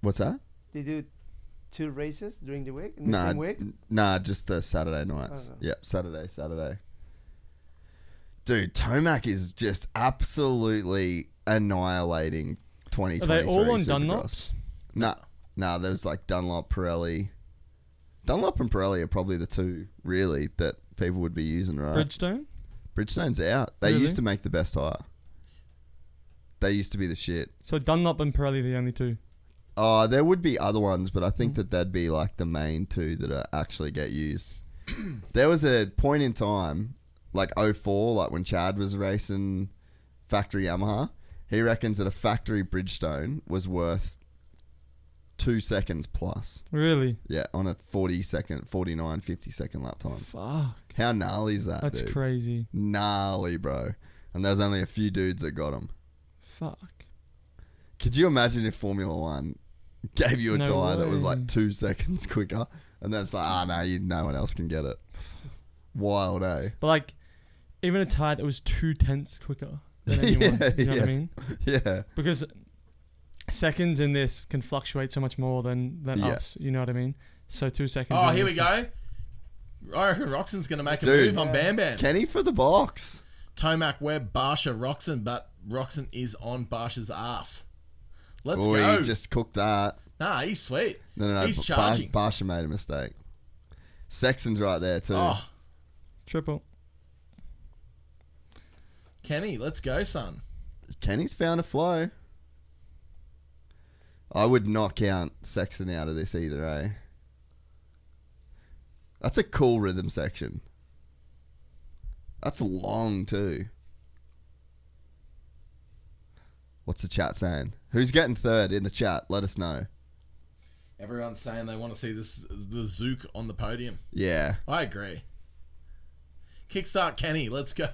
Speaker 2: What's that?
Speaker 6: They do two races during the week in the
Speaker 2: Nah,
Speaker 6: same week.
Speaker 2: n- nah, just the Saturday nights.
Speaker 4: Oh.
Speaker 6: Okay.
Speaker 2: Yep, Saturday, Saturday. Dude, Tomac is just absolutely annihilating
Speaker 4: Are
Speaker 2: 2023.
Speaker 4: they all on
Speaker 2: Supercross.
Speaker 4: Dunlops?
Speaker 2: Nah, nah, there's like Dunlop, Pirelli. Dunlop and Pirelli are probably the two, really, that people would be using, right?
Speaker 4: Bridgestone?
Speaker 2: Bridgestone's out. They
Speaker 4: Really?
Speaker 2: used to make the best tire. They used to be the shit.
Speaker 4: So Dunlop and Pirelli the only two.
Speaker 2: Oh, there would be other ones, but I
Speaker 4: Mm.
Speaker 2: think that that'd be like the main two that are actually get used. there was a point in time, like 04, like when Chad was racing factory Yamaha. He reckons that a factory Bridgestone was worth two seconds plus.
Speaker 4: Really?
Speaker 2: Yeah, on a 40 second, 49, 50 second lap time.
Speaker 4: Fuck.
Speaker 2: How gnarly is that,
Speaker 4: That's
Speaker 2: dude?
Speaker 4: crazy.
Speaker 2: gnarly, bro. And there's only a few dudes that got him.
Speaker 4: Fuck.
Speaker 2: Could you imagine if Formula One gave you a
Speaker 4: No
Speaker 2: tire that was
Speaker 4: way.
Speaker 2: like two seconds quicker, and then it's like, ah, no, you, no one else can get it. Wild, eh?
Speaker 4: But like, even a tire that was two tenths quicker than
Speaker 2: Yeah,
Speaker 4: anyone. you know
Speaker 2: yeah.
Speaker 4: what I mean?
Speaker 2: Yeah,
Speaker 4: Because seconds in this can fluctuate so much more than than
Speaker 2: Yeah.
Speaker 4: us. You know what I mean? So two seconds.
Speaker 5: Oh,
Speaker 4: in
Speaker 5: here we
Speaker 4: this is-
Speaker 5: go. I reckon Roxon's going to make a
Speaker 2: Dude.
Speaker 5: move on Bam Bam.
Speaker 2: Kenny for the box.
Speaker 5: Tomac Webb, Barsha, Roxon, but Roxon is on Barsha's ass. Let's
Speaker 2: Oh,
Speaker 5: go.
Speaker 2: he just cooked that.
Speaker 5: nah, he's sweet.
Speaker 2: No, no, no.
Speaker 5: He's
Speaker 2: Ba-
Speaker 5: charging.
Speaker 2: Ba- Barsha made a mistake. Sexton's right there too.
Speaker 5: oh,
Speaker 4: Triple.
Speaker 5: Kenny, let's go, son.
Speaker 2: Kenny's found a flow. I would not count Sexton out of this either, eh? That's a cool rhythm section. That's long too. What's the chat saying? Who's getting third in the chat? Let us know.
Speaker 5: Everyone's saying they want to see this the Zook on the podium.
Speaker 2: Yeah.
Speaker 5: I agree. Kickstart Kenny, let's go.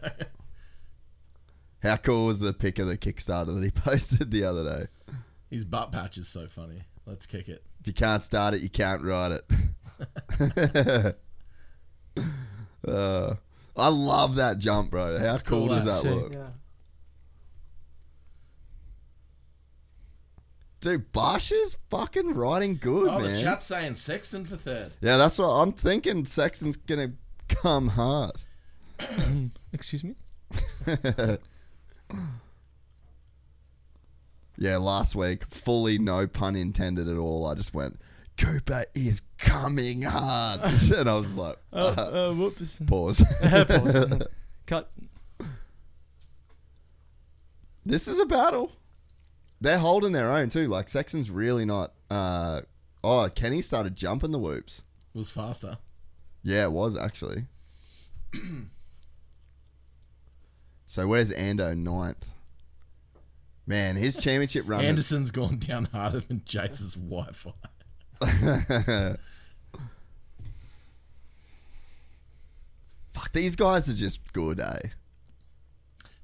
Speaker 2: How cool was the pic of the Kickstarter that he posted the other day?
Speaker 5: His butt patch is so funny. Let's kick it.
Speaker 2: If you can't start it, you can't ride it. uh, I love that jump, bro. How cool,
Speaker 5: cool,
Speaker 2: does
Speaker 5: that's
Speaker 2: that
Speaker 4: sick.
Speaker 2: look?
Speaker 6: Yeah.
Speaker 2: Dude, Bosch is fucking riding good,
Speaker 5: Oh,
Speaker 2: man.
Speaker 5: the chat's saying Sexton for third.
Speaker 2: yeah, that's what I'm thinking. Sexton's going to come hard.
Speaker 4: Excuse me.
Speaker 2: Yeah, last week, fully no pun intended at all. I just went, Cooper is coming hard. and I was like,
Speaker 4: Uh,
Speaker 2: Uh-huh.
Speaker 4: uh, whoops.
Speaker 2: pause.
Speaker 4: Pause. Cut.
Speaker 2: this is a battle. They're holding their own too. Like Sexton's really not. Uh, oh, Kenny started jumping the whoops.
Speaker 5: Was faster.
Speaker 2: Yeah, it was actually. so where's Ando ninth? Man, his championship run. has-
Speaker 5: Anderson's gone down harder than Jace's Wi Fi.
Speaker 2: fuck, these guys are just good, eh?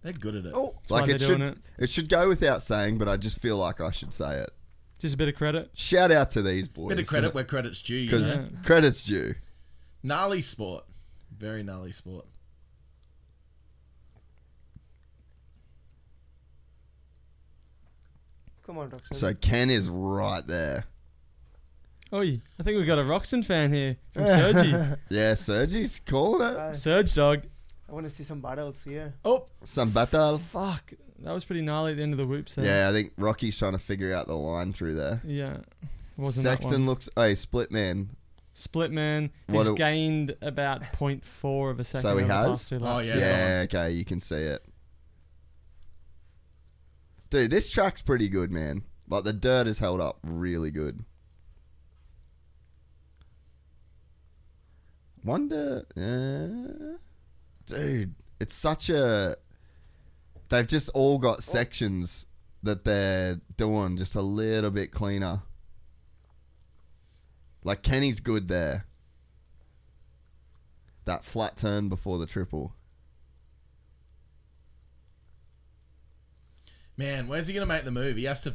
Speaker 5: They're good at it.
Speaker 4: That's why
Speaker 2: Like
Speaker 4: they're
Speaker 2: it
Speaker 4: doing
Speaker 2: should
Speaker 4: it.
Speaker 2: it should go without saying, but I just feel like I should say it.
Speaker 4: Just a bit of credit.
Speaker 2: Shout out to these boys.
Speaker 5: Bit of credit where credit's due. You
Speaker 2: because
Speaker 5: know?
Speaker 2: credit's due.
Speaker 5: Gnarly sport. Very gnarly sport.
Speaker 6: Come on, Roxanne.
Speaker 2: So Ken is right there.
Speaker 4: Oi, I think we've got a Roxon fan here from Sergi.
Speaker 2: Yeah, Sergi's calling it.
Speaker 4: Serge dog.
Speaker 6: I want to see some battles here.
Speaker 4: Oh,
Speaker 2: Some battle.
Speaker 4: fuck. That was pretty gnarly at the end of the whoops there.
Speaker 2: Yeah, I think Rocky's trying to figure out the line through there.
Speaker 4: Yeah. Wasn't that
Speaker 2: Sexton
Speaker 4: one.
Speaker 2: looks. Oh, split man.
Speaker 4: Split man.
Speaker 2: What
Speaker 4: He's
Speaker 2: a-
Speaker 4: gained about 0.4 of a second.
Speaker 2: So he
Speaker 4: over the
Speaker 2: has?
Speaker 4: last two
Speaker 5: Oh,
Speaker 4: laps.
Speaker 5: yeah. it's
Speaker 2: Yeah, okay, you can see it. Dude, this track's pretty good, man. Like the dirt is held up really good. Wonder, uh, dude, it's such a. They've just all got sections that they're doing just a little bit cleaner. Like Kenny's good there. That flat turn before the triple.
Speaker 5: Man, where's he going to make the move? He has to.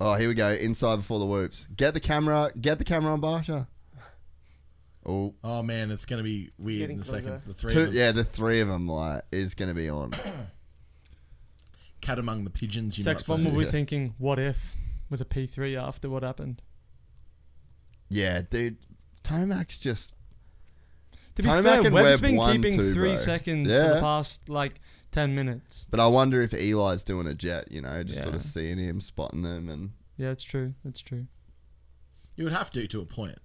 Speaker 2: Oh, here we go. Inside before the whoops. Get the camera. Get the camera on Barsha. Oh,
Speaker 5: Oh man, it's going to be weird
Speaker 6: Getting
Speaker 5: in the second.
Speaker 6: closer.
Speaker 5: The three.
Speaker 2: two,
Speaker 5: of them.
Speaker 2: yeah, the three of them like is gonna be on.
Speaker 5: Cat among the pigeons. You
Speaker 4: Sex
Speaker 5: Sex
Speaker 4: bomb
Speaker 5: might
Speaker 4: will
Speaker 5: say.
Speaker 4: be
Speaker 2: yeah.
Speaker 4: thinking, "What if?" With a P three after what happened.
Speaker 2: Yeah, dude. Tomac's just
Speaker 4: To be
Speaker 2: Tomac
Speaker 4: fair,
Speaker 2: and
Speaker 4: Webb's
Speaker 2: Webb
Speaker 4: been
Speaker 2: won
Speaker 4: keeping
Speaker 2: too,
Speaker 4: three
Speaker 2: bro.
Speaker 4: seconds for
Speaker 2: Yeah.
Speaker 4: the past like ten minutes.
Speaker 2: But I wonder if Eli's doing a jet, you know, just sort of
Speaker 4: Yeah.
Speaker 2: seeing him, spotting him, and
Speaker 4: Yeah, that's true. That's true.
Speaker 5: You would have to to a point.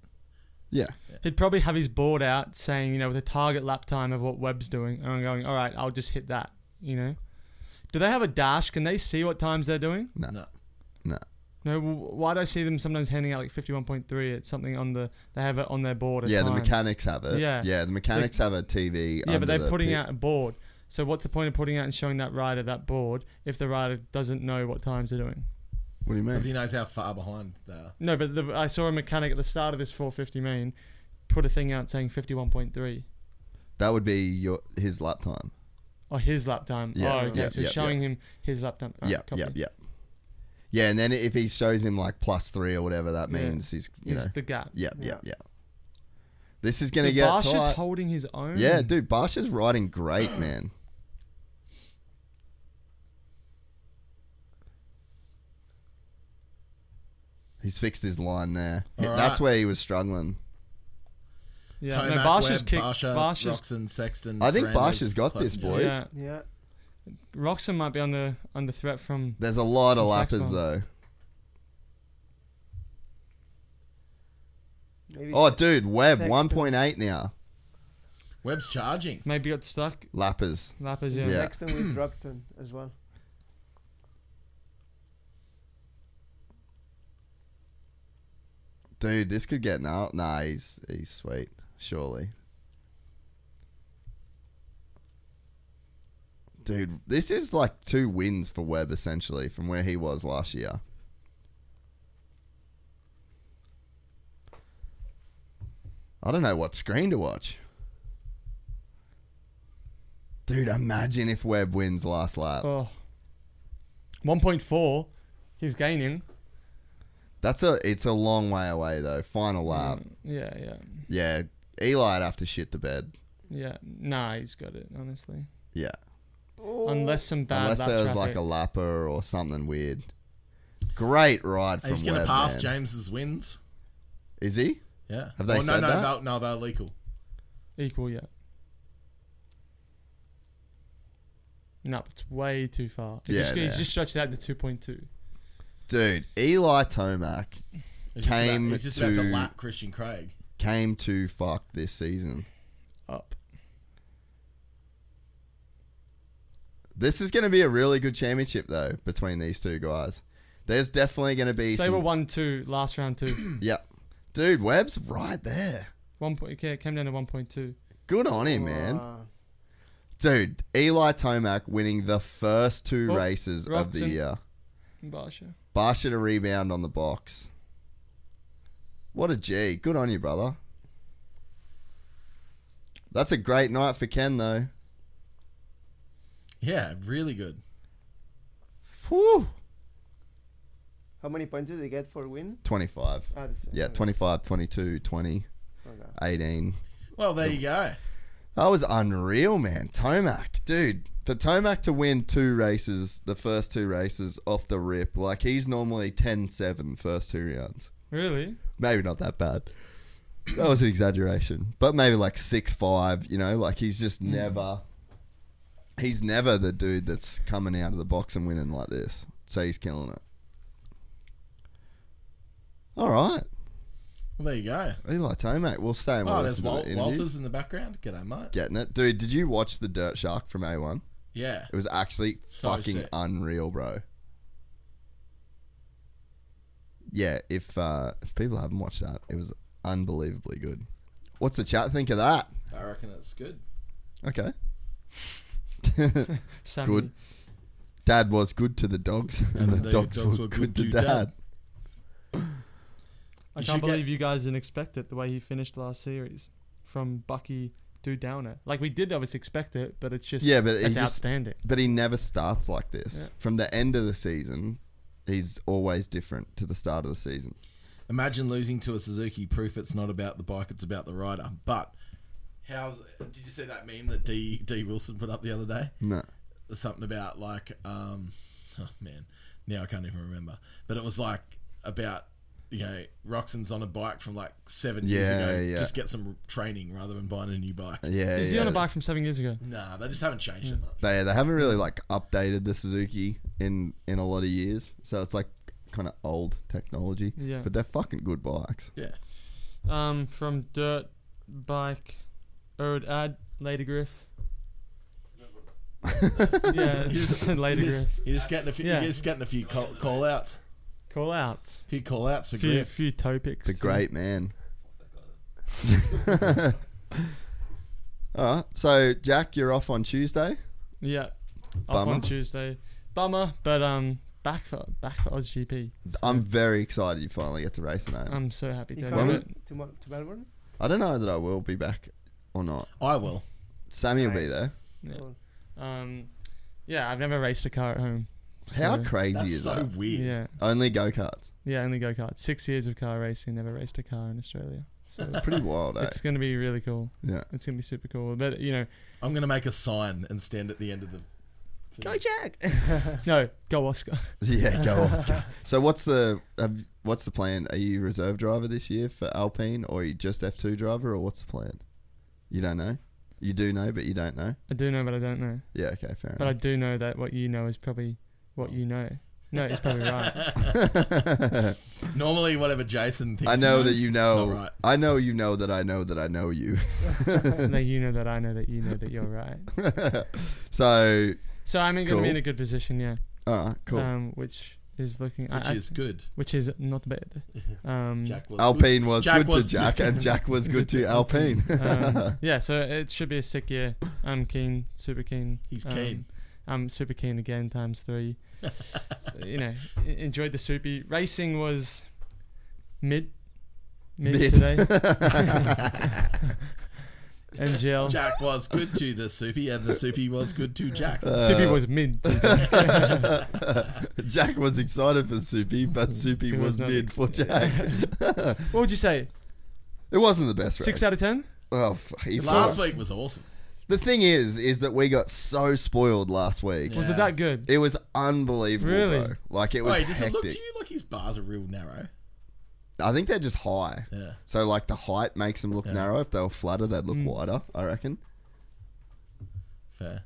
Speaker 2: yeah,
Speaker 4: He'd probably have his board out saying, you know, with a target lap time of what Webb's doing, and I'm going, all right, I'll just hit that. You know, do they have a dash? Can they see what times they're doing?
Speaker 2: no, no,
Speaker 5: No.
Speaker 4: No, wh- why do I see them sometimes handing out like 51.3? It's something on the they have it on their board. At
Speaker 2: yeah. The
Speaker 4: time.
Speaker 2: mechanics have it.
Speaker 4: Yeah.
Speaker 2: yeah. The mechanics have a TV.
Speaker 4: Yeah,
Speaker 2: under
Speaker 4: but they're
Speaker 2: the
Speaker 4: putting
Speaker 2: pit.
Speaker 4: out a board. So what's the point of putting out and showing that rider that board if the rider doesn't know what times they're doing?
Speaker 2: What do you mean?
Speaker 5: Because he knows how far behind they are.
Speaker 4: No, but the, I saw a mechanic at the start of this 450 main put a thing out saying 51.3
Speaker 2: That would be your his lap time.
Speaker 4: or his lap time.
Speaker 2: Yeah,
Speaker 4: oh, okay.
Speaker 2: yeah,
Speaker 4: so he's
Speaker 2: yeah,
Speaker 4: showing him his lap time. Alright,
Speaker 2: Yeah,
Speaker 4: Oh, copy.
Speaker 2: yeah, yeah. Yeah, and then if he shows him like plus three or whatever, that
Speaker 4: Yeah.
Speaker 2: means he's you
Speaker 4: He's
Speaker 2: know.
Speaker 4: the gap.
Speaker 2: yeah, yeah,
Speaker 6: Yeah.
Speaker 2: yeah. This is gonna
Speaker 4: Dude,
Speaker 2: get
Speaker 4: Barsh is
Speaker 2: tight.
Speaker 4: holding his own.
Speaker 2: yeah, dude, Barsh is riding great, man. He's fixed his line there. He-
Speaker 5: All
Speaker 2: That's
Speaker 5: right.
Speaker 2: where he was struggling.
Speaker 4: Yeah, no,
Speaker 5: Tomac,
Speaker 4: Barsh is
Speaker 5: Webb,
Speaker 4: kick.
Speaker 5: Barsha,
Speaker 4: Barsh is
Speaker 5: Roxon, Sexton.
Speaker 2: I think
Speaker 5: Fernandes,
Speaker 2: Barsh has got this,
Speaker 5: Klesmer.
Speaker 2: boys.
Speaker 4: yeah.
Speaker 6: Yeah.
Speaker 4: Roxon might be under under threat from
Speaker 2: There's a lot of
Speaker 4: That's
Speaker 2: lappers
Speaker 4: fine.
Speaker 2: though.
Speaker 6: Maybe
Speaker 2: Oh, dude, Webb,
Speaker 6: Sexton.
Speaker 2: 1.8 now.
Speaker 5: Webb's charging.
Speaker 4: maybe got stuck.
Speaker 2: Lappers.
Speaker 4: Lappers, yeah.
Speaker 2: Yeah.
Speaker 6: Sexton with Brockton as well.
Speaker 2: Dude, this could get now. Nah, he's he's sweet. Surely. Dude, this is like two wins for Webb essentially from where he was last year. I don't know what screen to watch. Dude, imagine if Webb wins last lap.
Speaker 4: Oh. 1.4. He's gaining.
Speaker 2: That's a it's a long way away though. Final lap.
Speaker 4: Yeah, yeah.
Speaker 2: Yeah. Eli'd have to shit the bed.
Speaker 4: Yeah. Nah, he's got it, honestly.
Speaker 2: Yeah.
Speaker 4: Unless some bad
Speaker 2: Unless
Speaker 4: lap
Speaker 2: there was like
Speaker 4: traffic.
Speaker 2: a lapper or something weird. Great ride from
Speaker 5: He's going to
Speaker 2: Webb,
Speaker 5: pass
Speaker 2: man.
Speaker 5: James's wins.
Speaker 2: Is he?
Speaker 5: Yeah.
Speaker 2: Have they
Speaker 5: oh, no,
Speaker 2: said
Speaker 5: no,
Speaker 2: that?
Speaker 5: They'll, no, they're legal.
Speaker 4: equal yet. No, it's way too far. He
Speaker 2: Yeah,
Speaker 4: just, he's
Speaker 2: yeah.
Speaker 4: just stretched out to 2.2.
Speaker 2: Dude, Eli Tomac
Speaker 5: He's just,
Speaker 2: Came
Speaker 5: about, he's just about to
Speaker 2: to-
Speaker 5: lap Christian Craig.
Speaker 2: came to fuck this season.
Speaker 4: Up.
Speaker 2: This is going to be a really good championship though between these two guys. There's definitely going to be
Speaker 4: So they
Speaker 2: some,
Speaker 4: were 1 2 last round, two.
Speaker 2: Yeah. Dude, Webb's right there.
Speaker 4: One point, okay, it came down to 1.2.
Speaker 2: Good on him, man.
Speaker 6: Wow.
Speaker 2: Dude, Eli Tomac winning the first two
Speaker 4: Oh,
Speaker 2: races of the
Speaker 4: Roxon.
Speaker 2: year.
Speaker 4: Barsha.
Speaker 2: Barsha to rebound on the box. What a G. Good on you, brother. That's a great night for Ken, though.
Speaker 5: Yeah, really good.
Speaker 4: Whew.
Speaker 6: How many points did they get for win?
Speaker 2: 25.
Speaker 6: Ah, the same.
Speaker 2: Yeah, 25, 22, 20,
Speaker 6: Okay.
Speaker 2: 18.
Speaker 5: Well, there you go.
Speaker 2: That was unreal, man. Tomac, dude. For Tomac to win two races, the first two races off the rip, like he's normally 10 7 first two rounds.
Speaker 4: Really?
Speaker 2: maybe not that bad. That was an exaggeration, but maybe like six five. You know, like he's
Speaker 5: Mm.
Speaker 2: just never. He's never the dude that's coming out of the box and winning like this. So he's killing it. All right,
Speaker 5: Well, there you go.
Speaker 2: Eli Tomac, we'll stay and we'll
Speaker 5: Oh, there's
Speaker 2: listen to
Speaker 5: Wal-
Speaker 2: the interview.
Speaker 5: Walters in the background. G'day, mate.
Speaker 2: Getting it, dude. Did you watch the Dirt Shark from A One?
Speaker 5: Yeah.
Speaker 2: It was actually
Speaker 5: So
Speaker 2: fucking
Speaker 5: sick.
Speaker 2: unreal, bro. Yeah, if uh, if people haven't watched that, it was unbelievably good. What's the chat think of that?
Speaker 5: I reckon it's good.
Speaker 2: Okay.
Speaker 4: Sammy.
Speaker 2: Good. Dad was good to the dogs, and the, dogs, were good, to dad.
Speaker 4: I
Speaker 5: You
Speaker 4: can't
Speaker 5: should get-
Speaker 4: believe you guys didn't expect it the way he finished last series from Bucky do Downer. Like we did obviously expect it, but it's just
Speaker 2: yeah, but he
Speaker 4: it's
Speaker 2: just-
Speaker 4: outstanding.
Speaker 2: But he never starts like this.
Speaker 4: Yeah.
Speaker 2: From the end of the season, he's always different to the start of the season.
Speaker 5: Imagine losing to a Suzuki. Proof it's not about the bike, it's about the rider. But how's did you see that meme that D D Wilson put up the other day?
Speaker 2: No.
Speaker 5: There's something about like um oh man, now I can't even remember. But it was like about you know, Roxon's on a bike from like seven years
Speaker 2: Yeah,
Speaker 5: ago.
Speaker 2: yeah.
Speaker 5: Just get some training rather than buying a new bike.
Speaker 2: Yeah,
Speaker 4: Is he
Speaker 2: yeah.
Speaker 4: on a bike from seven years ago?
Speaker 5: Nah, they just haven't changed it much.
Speaker 2: They they haven't really like updated the Suzuki in in a lot of years, so it's like kind of old technology.
Speaker 4: Yeah.
Speaker 2: But they're fucking good bikes.
Speaker 5: Yeah.
Speaker 4: Um, from dirt bike, Erod Ad Lady Griff. yeah, it's just said Lady
Speaker 5: You're just,
Speaker 4: Griff.
Speaker 5: you're just getting a few,
Speaker 4: Yeah.
Speaker 5: you're just getting a few call, call outs,
Speaker 4: Call outs.
Speaker 5: a few call outs for
Speaker 4: Few
Speaker 5: Griff.
Speaker 4: few topics.
Speaker 2: The great man. All right, so Jack, you're off on Tuesday.
Speaker 4: Yeah. Off
Speaker 2: Bummer.
Speaker 4: on Tuesday. Bummer, but um, back for back for OzGP.
Speaker 2: I'm very excited you finally get to race tonight.
Speaker 4: I'm so happy.
Speaker 6: You
Speaker 4: to
Speaker 6: coming
Speaker 4: do
Speaker 2: Woman-
Speaker 4: it.
Speaker 6: to, Mel- to Melbourne?
Speaker 2: I don't know that I will be back or not.
Speaker 5: I will.
Speaker 2: Sammy will be
Speaker 6: Nice.
Speaker 2: there.
Speaker 4: Yeah.
Speaker 6: Cool.
Speaker 4: Um, yeah, I've never raced a car at home.
Speaker 2: How
Speaker 4: so-
Speaker 2: crazy
Speaker 5: That's
Speaker 2: is
Speaker 5: so
Speaker 2: that?
Speaker 5: weird.
Speaker 4: Yeah,
Speaker 2: Only go karts.
Speaker 4: yeah, only go kart. Six years of car racing, never raced a car in Australia. So
Speaker 2: It's pretty wild, eh?
Speaker 4: it's gonna be really cool.
Speaker 2: Yeah.
Speaker 4: It's gonna be super cool. But you know,
Speaker 5: I'm gonna make a sign and stand at the end of the.
Speaker 4: go Jack. no, go Oscar.
Speaker 2: Yeah, go Oscar. so what's the have, what's the plan? Are you reserve driver this year for Alpine, or are you just F two driver, or what's the plan? You don't know. You do know, but you don't know.
Speaker 4: I do know, but I don't know.
Speaker 2: Yeah, okay, fair
Speaker 4: But I do know that what you know is probably what you know. No, it's probably right.
Speaker 2: enough.
Speaker 5: Normally, whatever Jason thinks.
Speaker 2: I
Speaker 5: he
Speaker 2: know that
Speaker 5: knows,
Speaker 2: you know.
Speaker 5: Not right.
Speaker 2: I know you know that I know that I know you.
Speaker 4: And then you know that I know that you know that you're right.
Speaker 2: so,
Speaker 4: So I'm gonna
Speaker 2: Cool.
Speaker 4: be in a good position, yeah.
Speaker 2: all right, cool.
Speaker 4: Um, which is looking, I-
Speaker 5: Which
Speaker 4: Uh, I-
Speaker 5: is good.
Speaker 4: which is not bad. Um,
Speaker 5: Jack was.
Speaker 2: Alpine was
Speaker 5: Jack
Speaker 2: good
Speaker 5: was-
Speaker 2: to Jack, and Jack was good to Alpine.
Speaker 4: um, yeah, so it should be a sick year. I'm keen, super keen.
Speaker 5: He's
Speaker 4: Um,
Speaker 5: keen.
Speaker 4: I'm super keen again, times three. you know, e- enjoyed the soupy. Racing was mid, mid,
Speaker 2: Mid.
Speaker 4: today. NGL.
Speaker 5: Jack was good to the soupy, and the soupy was good to Jack.
Speaker 2: Uh,
Speaker 4: soupy was mid. today.
Speaker 2: Jack was excited for Soupy, but Soupy
Speaker 4: He was
Speaker 2: was
Speaker 4: not-
Speaker 2: mid for Jack.
Speaker 4: what would you say?
Speaker 2: It wasn't the best race.
Speaker 4: Six out of ten?
Speaker 2: Oh, f- he
Speaker 5: Last
Speaker 2: fought.
Speaker 5: week was awesome.
Speaker 2: The thing is, is that we got so spoiled last week.
Speaker 4: Was
Speaker 5: Yeah.
Speaker 4: it that good?
Speaker 2: It was unbelievable.
Speaker 4: Really?
Speaker 2: Bro. Like it was
Speaker 5: Wait, does it
Speaker 2: hectic.
Speaker 5: look to you like his bars are real narrow?
Speaker 2: I think they're just high.
Speaker 5: Yeah.
Speaker 2: So like the height makes them look narrow. If they were flatter, they'd look wider. I reckon.
Speaker 5: Fair.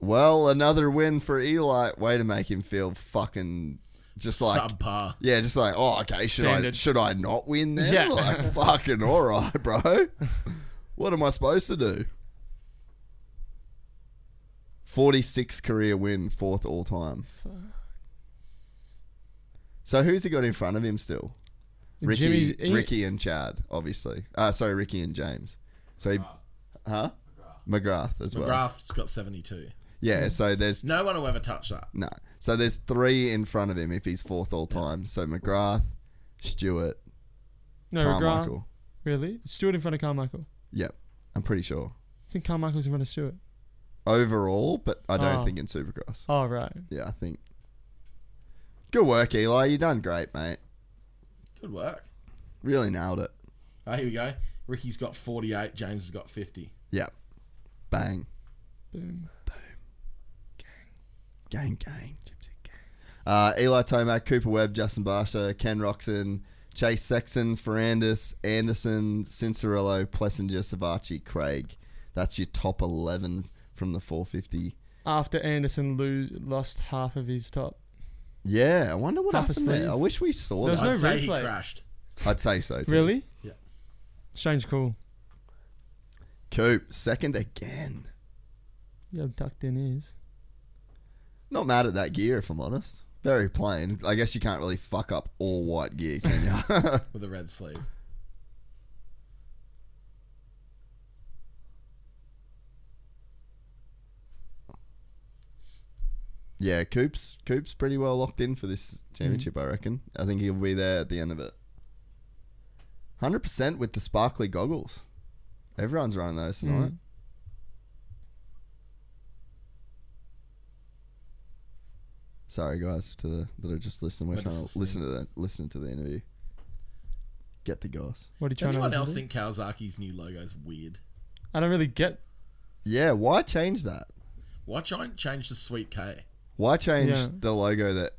Speaker 2: Well, another win for Eli. Way to make him feel fucking just like
Speaker 5: Subpar.
Speaker 2: yeah, just like oh okay, should I
Speaker 4: Standard.
Speaker 2: should I not win then?
Speaker 4: Yeah.
Speaker 2: Like fucking all right, bro. What am I supposed to do? Forty six career win, fourth all time. So who's he got in front of him still? Ricky,
Speaker 4: Jimmy's- he-
Speaker 2: Ricky and Chad, obviously. Uh, sorry, Ricky and James. So he, huh? McGrath as well.
Speaker 5: McGrath's got 72.
Speaker 2: Yeah. So there's
Speaker 5: No one will ever touch that.
Speaker 2: no. So there's three in front of him if he's fourth all time. So McGrath, Stewart,
Speaker 4: No,
Speaker 2: Carmichael.
Speaker 4: Carmichael. Really? Stewart in front of Carmichael.
Speaker 2: Yep, I'm pretty sure.
Speaker 4: I think Carmichael's in front of Stewart.
Speaker 2: Overall, but I don't
Speaker 4: Oh.
Speaker 2: think in Supercross.
Speaker 4: Oh, right.
Speaker 2: Yeah, I think. Good work, Eli. You done great, mate.
Speaker 5: Good work.
Speaker 2: Really nailed it.
Speaker 5: Oh, here we go. Ricky's got 48. James has got 50.
Speaker 2: Yep. Bang.
Speaker 4: Boom.
Speaker 2: Gang, gang. Uh, Eli Tomac, Cooper Webb, Justin Barsha, Ken Roxon, Chase Sexton, Ferrandis, Anderson, Cincerillo, Plessinger, Savachi, Craig. That's your top 11 from the 450.
Speaker 4: After Anderson lo- lost half of his top.
Speaker 2: Yeah, I wonder what
Speaker 4: Half a
Speaker 2: happened there.
Speaker 4: sleeve.
Speaker 2: I wish we saw
Speaker 4: There's
Speaker 2: that.
Speaker 4: no
Speaker 5: I'd say
Speaker 4: red
Speaker 5: he
Speaker 4: flag.
Speaker 5: crashed.
Speaker 2: I'd say so. Too.
Speaker 4: Really?
Speaker 5: Yeah.
Speaker 4: Strange call.
Speaker 2: Coop, second again.
Speaker 4: Yeah, ducked in ears.
Speaker 2: Not mad at that gear, if I'm honest. Very plain. I guess you can't really fuck up all white gear, can you?
Speaker 5: With a red sleeve.
Speaker 2: yeah, Coop's Coop's pretty Mm-hmm. well locked in for this championship, I reckon. I think he'll be there at the end of it. Hundred percent with the sparkly goggles. Everyone's running those tonight. Sorry, guys, to the that are just listening. We're
Speaker 5: We're
Speaker 2: trying
Speaker 5: just
Speaker 2: to listen to that, listen to the interview. Get the goss.
Speaker 4: What are you trying
Speaker 5: Anyone
Speaker 4: to
Speaker 5: else
Speaker 4: listen
Speaker 5: think Kawasaki's new logo's weird?
Speaker 4: to? I don't really get.
Speaker 2: Yeah, why change that?
Speaker 5: Why don't change the sweet K?
Speaker 2: Why change
Speaker 4: Yeah.
Speaker 2: the logo that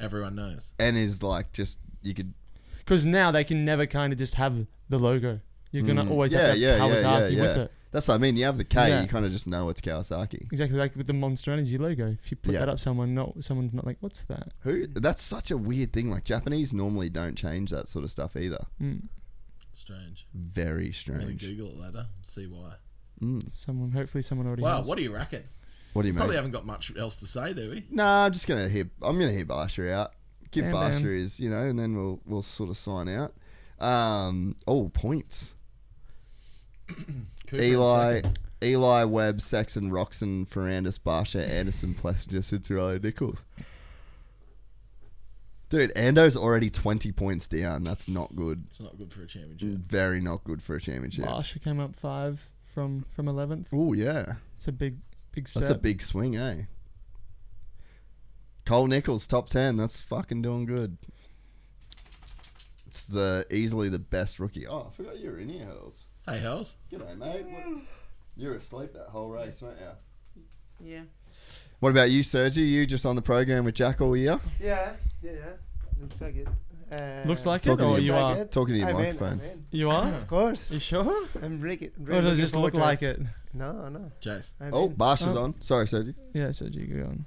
Speaker 5: Everyone knows.
Speaker 2: and is like just you could
Speaker 4: Because now they can never kind of just have the logo. You're going to always
Speaker 2: Mm. yeah,
Speaker 4: have to
Speaker 2: yeah,
Speaker 4: have
Speaker 2: yeah, yeah,
Speaker 4: Kawasaki with
Speaker 2: yeah.
Speaker 4: it.
Speaker 2: That's what I mean. You have the K,
Speaker 4: Yeah.
Speaker 2: you kind of just know it's Kawasaki.
Speaker 4: Exactly like with the Monster Energy logo. If you put
Speaker 2: Yeah.
Speaker 4: that up, someone not someone's not like, what's that?
Speaker 2: Who? That's such a weird thing. Like Japanese normally don't change that sort of stuff either.
Speaker 5: Strange.
Speaker 2: Very
Speaker 5: I'm gonna
Speaker 2: strange.
Speaker 5: Google it later. See why.
Speaker 4: Someone, hopefully, someone already.
Speaker 5: Wow,
Speaker 4: has.
Speaker 5: what do you reckon?
Speaker 2: What do you mean?
Speaker 5: Probably haven't got much else to say, do we?
Speaker 2: Nah, I'm just gonna hit. I'm gonna hit Barsha out. Give
Speaker 4: Damn,
Speaker 2: Barsha
Speaker 4: man.
Speaker 2: his, you know, and then we'll we'll sort of sign out. Um, oh, points.
Speaker 5: Cooper in
Speaker 2: Eli,
Speaker 5: second.
Speaker 2: Eli Webb, Saxon, Roxon, Ferrandis, Barsha, Anderson, Plessinger, Cincerello, Nichols. Dude, Ando's already 20 points down. That's not good.
Speaker 5: It's not good for a championship.
Speaker 2: Very not good for a championship.
Speaker 4: Marsha came up five from from eleventh.
Speaker 2: Oh, yeah.
Speaker 4: It's a big big step.
Speaker 2: That's a big swing, eh? Cole Nichols, top 10. That's fucking doing good. It's the easily the best rookie. Oh, I forgot you were in here, Hells.
Speaker 5: Hey, Hells.
Speaker 2: G'day, mate. What- you were asleep that whole race, weren't you?
Speaker 6: Yeah.
Speaker 2: What about you, Sergi? You just on the program with Jack all year?
Speaker 6: Yeah, yeah, yeah. Looks like it. Uh,
Speaker 4: Looks like it,
Speaker 2: Talking
Speaker 4: or
Speaker 2: to
Speaker 4: you
Speaker 2: your-
Speaker 4: are?
Speaker 6: it.
Speaker 2: talking to your
Speaker 6: I'm in,
Speaker 2: microphone.
Speaker 6: I'm in.
Speaker 4: You are?
Speaker 6: Of course.
Speaker 4: you sure?
Speaker 6: I'm Ricky.
Speaker 4: Or does it just look like it?
Speaker 6: No, no.
Speaker 5: Jace.
Speaker 6: I'm
Speaker 2: Oh,
Speaker 6: in.
Speaker 2: Bash is on. Sorry, Sergi.
Speaker 4: Yeah, so you go on.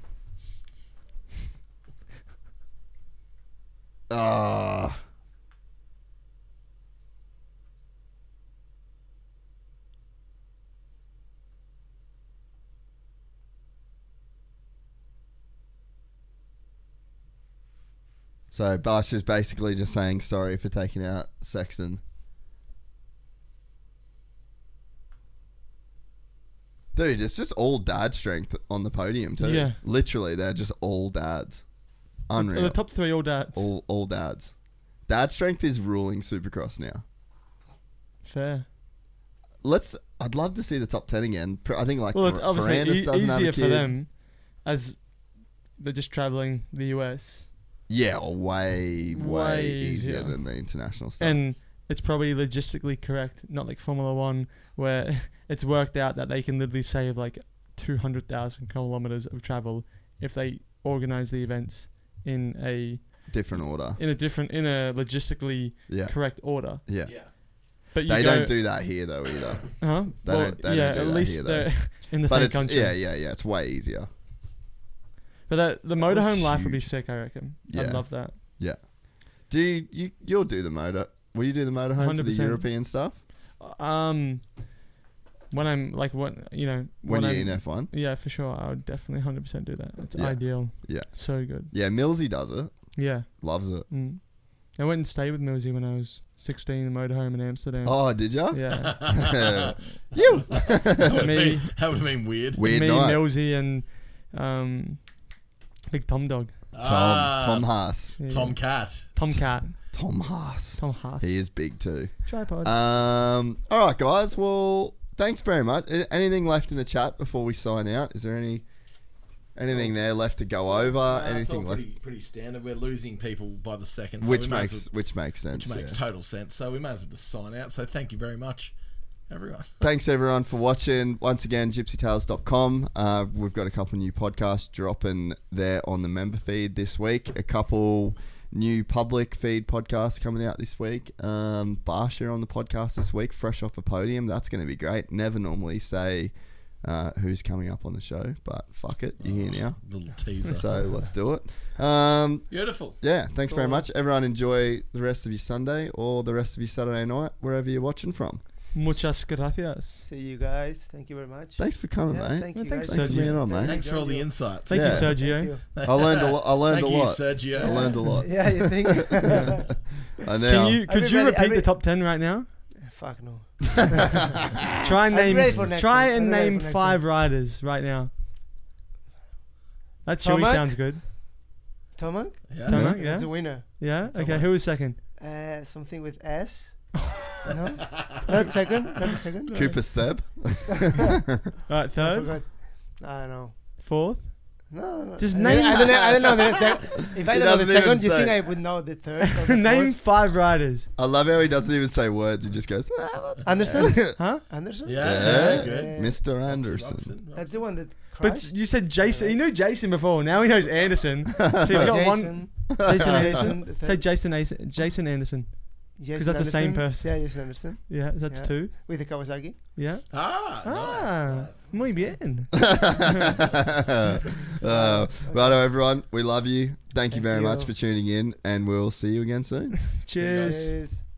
Speaker 2: Ah. So Bash is basically just saying sorry for taking out Sexton. Dude, it's just all dad strength on the podium too.
Speaker 4: Yeah.
Speaker 2: Literally, they're just all dads. Unreal.
Speaker 4: The top three all dads.
Speaker 2: All all dads. Dad strength is ruling Supercross now.
Speaker 4: Fair.
Speaker 2: Let's. I'd love to see the top ten again. Pr- I think like
Speaker 4: Well,
Speaker 2: Fer-
Speaker 4: it's obviously
Speaker 2: Ferrandis
Speaker 4: e-
Speaker 2: doesn't have a
Speaker 4: easier
Speaker 2: kid.
Speaker 4: for them as they're just traveling the US.
Speaker 2: Yeah, or way way,
Speaker 4: Way
Speaker 2: easier
Speaker 4: easier.
Speaker 2: than the international stuff.
Speaker 4: And it's probably logistically correct, not like Formula One, where it's worked out that they can literally save like 200,000 kilometers of travel if they organize the events in a
Speaker 2: Different order.
Speaker 4: in a different in a logistically
Speaker 2: Yeah.
Speaker 4: correct order.
Speaker 2: Yeah.
Speaker 4: But you
Speaker 2: They
Speaker 4: go,
Speaker 2: don't do that here though either.
Speaker 4: Huh?
Speaker 2: they
Speaker 4: Well,
Speaker 2: don't- they don't
Speaker 4: yeah,
Speaker 2: do
Speaker 4: at
Speaker 2: that
Speaker 4: least
Speaker 2: here, though.
Speaker 4: they're in the
Speaker 2: but
Speaker 4: same
Speaker 2: it's
Speaker 4: country.
Speaker 2: yeah, yeah, yeah. It's way easier.
Speaker 4: But that, the motorhome
Speaker 2: was
Speaker 4: life would be
Speaker 2: huge.
Speaker 4: sick, I reckon.
Speaker 2: Yeah.
Speaker 4: I'd love that.
Speaker 2: Yeah. Do you, you you'll do the motor? Will you do the motorhome for the
Speaker 4: 100%.
Speaker 2: European stuff
Speaker 4: Um, when I'm like, what you know,
Speaker 2: when,
Speaker 4: I'm,
Speaker 2: you're in F one?
Speaker 4: yeah, for sure, I would definitely hundred percent do that. It's
Speaker 2: Yeah.
Speaker 4: ideal.
Speaker 2: Yeah.
Speaker 4: so good.
Speaker 2: Yeah, Millsy does it.
Speaker 4: Yeah,
Speaker 2: Loves it.
Speaker 4: mm. I went and stayed with Millsy when I was sixteen in a motorhome in Amsterdam.
Speaker 2: Oh, did ya?
Speaker 4: Yeah,
Speaker 2: you.
Speaker 4: me,
Speaker 5: That would have been weird.
Speaker 2: Weird
Speaker 4: me,
Speaker 2: night.
Speaker 4: Millsy, and um, Big Tom Dog,
Speaker 2: Tom.
Speaker 5: Ah.
Speaker 2: Tom Haas.
Speaker 4: Yeah.
Speaker 5: Tom Cat.
Speaker 4: Tomcat,
Speaker 2: Tom Haas.
Speaker 4: Tom Haas.
Speaker 2: He is big too.
Speaker 4: tripod.
Speaker 2: Um, all right, guys. Well, thanks very much. A- Anything left in the chat before we sign out? Is there any anything there left to go over? Uh, Anything left?
Speaker 5: pretty, pretty standard. We're losing people by the second, so
Speaker 2: Which
Speaker 5: we may as
Speaker 2: makes
Speaker 5: well-
Speaker 2: which makes sense.
Speaker 5: which makes
Speaker 2: yeah.
Speaker 5: total sense. So we may as well just sign out. So thank you very much, everyone.
Speaker 2: Thanks everyone for watching. Once again, gypsytales.com. Uh, we've got a couple new podcasts dropping there on the member feed this week. A couple new public feed podcasts coming out this week. Um, Barsha on the podcast this week, fresh off a podium. That's going to be great. Never normally say uh, who's coming up on the show, but fuck it, you're here now.
Speaker 5: Little
Speaker 6: Oh.
Speaker 5: teaser.
Speaker 2: So let's do it. Um,
Speaker 5: Beautiful.
Speaker 2: yeah, thanks very much. Everyone enjoy the rest of your Sunday or the rest of your Saturday night, wherever you're watching from.
Speaker 4: Muchas gracias.
Speaker 6: See you guys. Thank you very much.
Speaker 2: Thanks for coming,
Speaker 6: Yeah,
Speaker 2: mate.
Speaker 6: thank you.
Speaker 4: thanks,
Speaker 6: guys.
Speaker 2: Thanks for being on, mate.
Speaker 5: Thanks for all the insights.
Speaker 4: Thank
Speaker 2: Yeah.
Speaker 4: you, Sergio.
Speaker 6: Thank you.
Speaker 2: I learned a lot. I learned
Speaker 5: Thank
Speaker 2: a
Speaker 5: you,
Speaker 2: lot.
Speaker 5: Sergio.
Speaker 2: I learned a lot.
Speaker 6: Yeah, you think?
Speaker 2: I know.
Speaker 4: Can you could you repeat
Speaker 6: Everybody-
Speaker 4: the
Speaker 6: every-
Speaker 4: top ten right now?
Speaker 6: Fuck no.
Speaker 4: Try and
Speaker 6: I'm ready
Speaker 4: name.
Speaker 6: for next
Speaker 4: Try
Speaker 6: one.
Speaker 4: and
Speaker 6: I'm ready
Speaker 4: name
Speaker 6: for next
Speaker 4: five riders right now. That chewy
Speaker 6: Tomac?
Speaker 4: sounds good.
Speaker 6: Tomac?
Speaker 5: Yeah.
Speaker 4: Tomac,
Speaker 6: It's
Speaker 4: yeah,
Speaker 6: a winner.
Speaker 4: yeah. Okay, who was second?
Speaker 6: Uh, something with S. No? Not second? Not second?
Speaker 2: Cooper Seb.
Speaker 4: All right,
Speaker 6: I
Speaker 4: third,
Speaker 6: forgot. I don't know.
Speaker 4: fourth.
Speaker 6: No, no.
Speaker 4: Just
Speaker 6: I don't-
Speaker 4: name-
Speaker 6: I don't know. I don't know. The, the, if
Speaker 2: He
Speaker 6: I don't know
Speaker 2: doesn't
Speaker 6: the
Speaker 2: even
Speaker 6: second, you
Speaker 2: say.
Speaker 6: think I would know the third? Or the
Speaker 4: Name
Speaker 6: fourth?
Speaker 4: five riders.
Speaker 2: I love how he doesn't even say words. He just goes, "Ah, what's
Speaker 6: Anderson?
Speaker 2: that?"
Speaker 4: Huh?
Speaker 6: Anderson?
Speaker 5: Yeah,
Speaker 2: Yeah.
Speaker 5: good.
Speaker 2: Mr. Anderson.
Speaker 5: Robson,
Speaker 6: That's the one that.
Speaker 4: But
Speaker 6: Crashed.
Speaker 4: you said Jason. You knew Jason before. Now he knows Anderson. So you've got one.
Speaker 6: Jason.
Speaker 4: Jason
Speaker 6: Jason,
Speaker 4: Anderson.
Speaker 6: the
Speaker 4: Say
Speaker 6: third.
Speaker 4: Jason. Ace- Jason Anderson.
Speaker 6: Jason
Speaker 4: that's the same
Speaker 6: Anderson.
Speaker 4: person.
Speaker 6: Yeah, Jason Anderson
Speaker 4: Yeah, that's
Speaker 6: Yeah.
Speaker 4: two.
Speaker 6: with the Kawasaki.
Speaker 4: Yeah.
Speaker 5: Ah,
Speaker 4: Ah,
Speaker 5: nice, nice.
Speaker 4: muy bien.
Speaker 2: uh, righto, everyone. We love you. Thank you very
Speaker 6: you.
Speaker 2: much for tuning in, and we'll see you again soon.
Speaker 4: Cheers.
Speaker 6: Yes.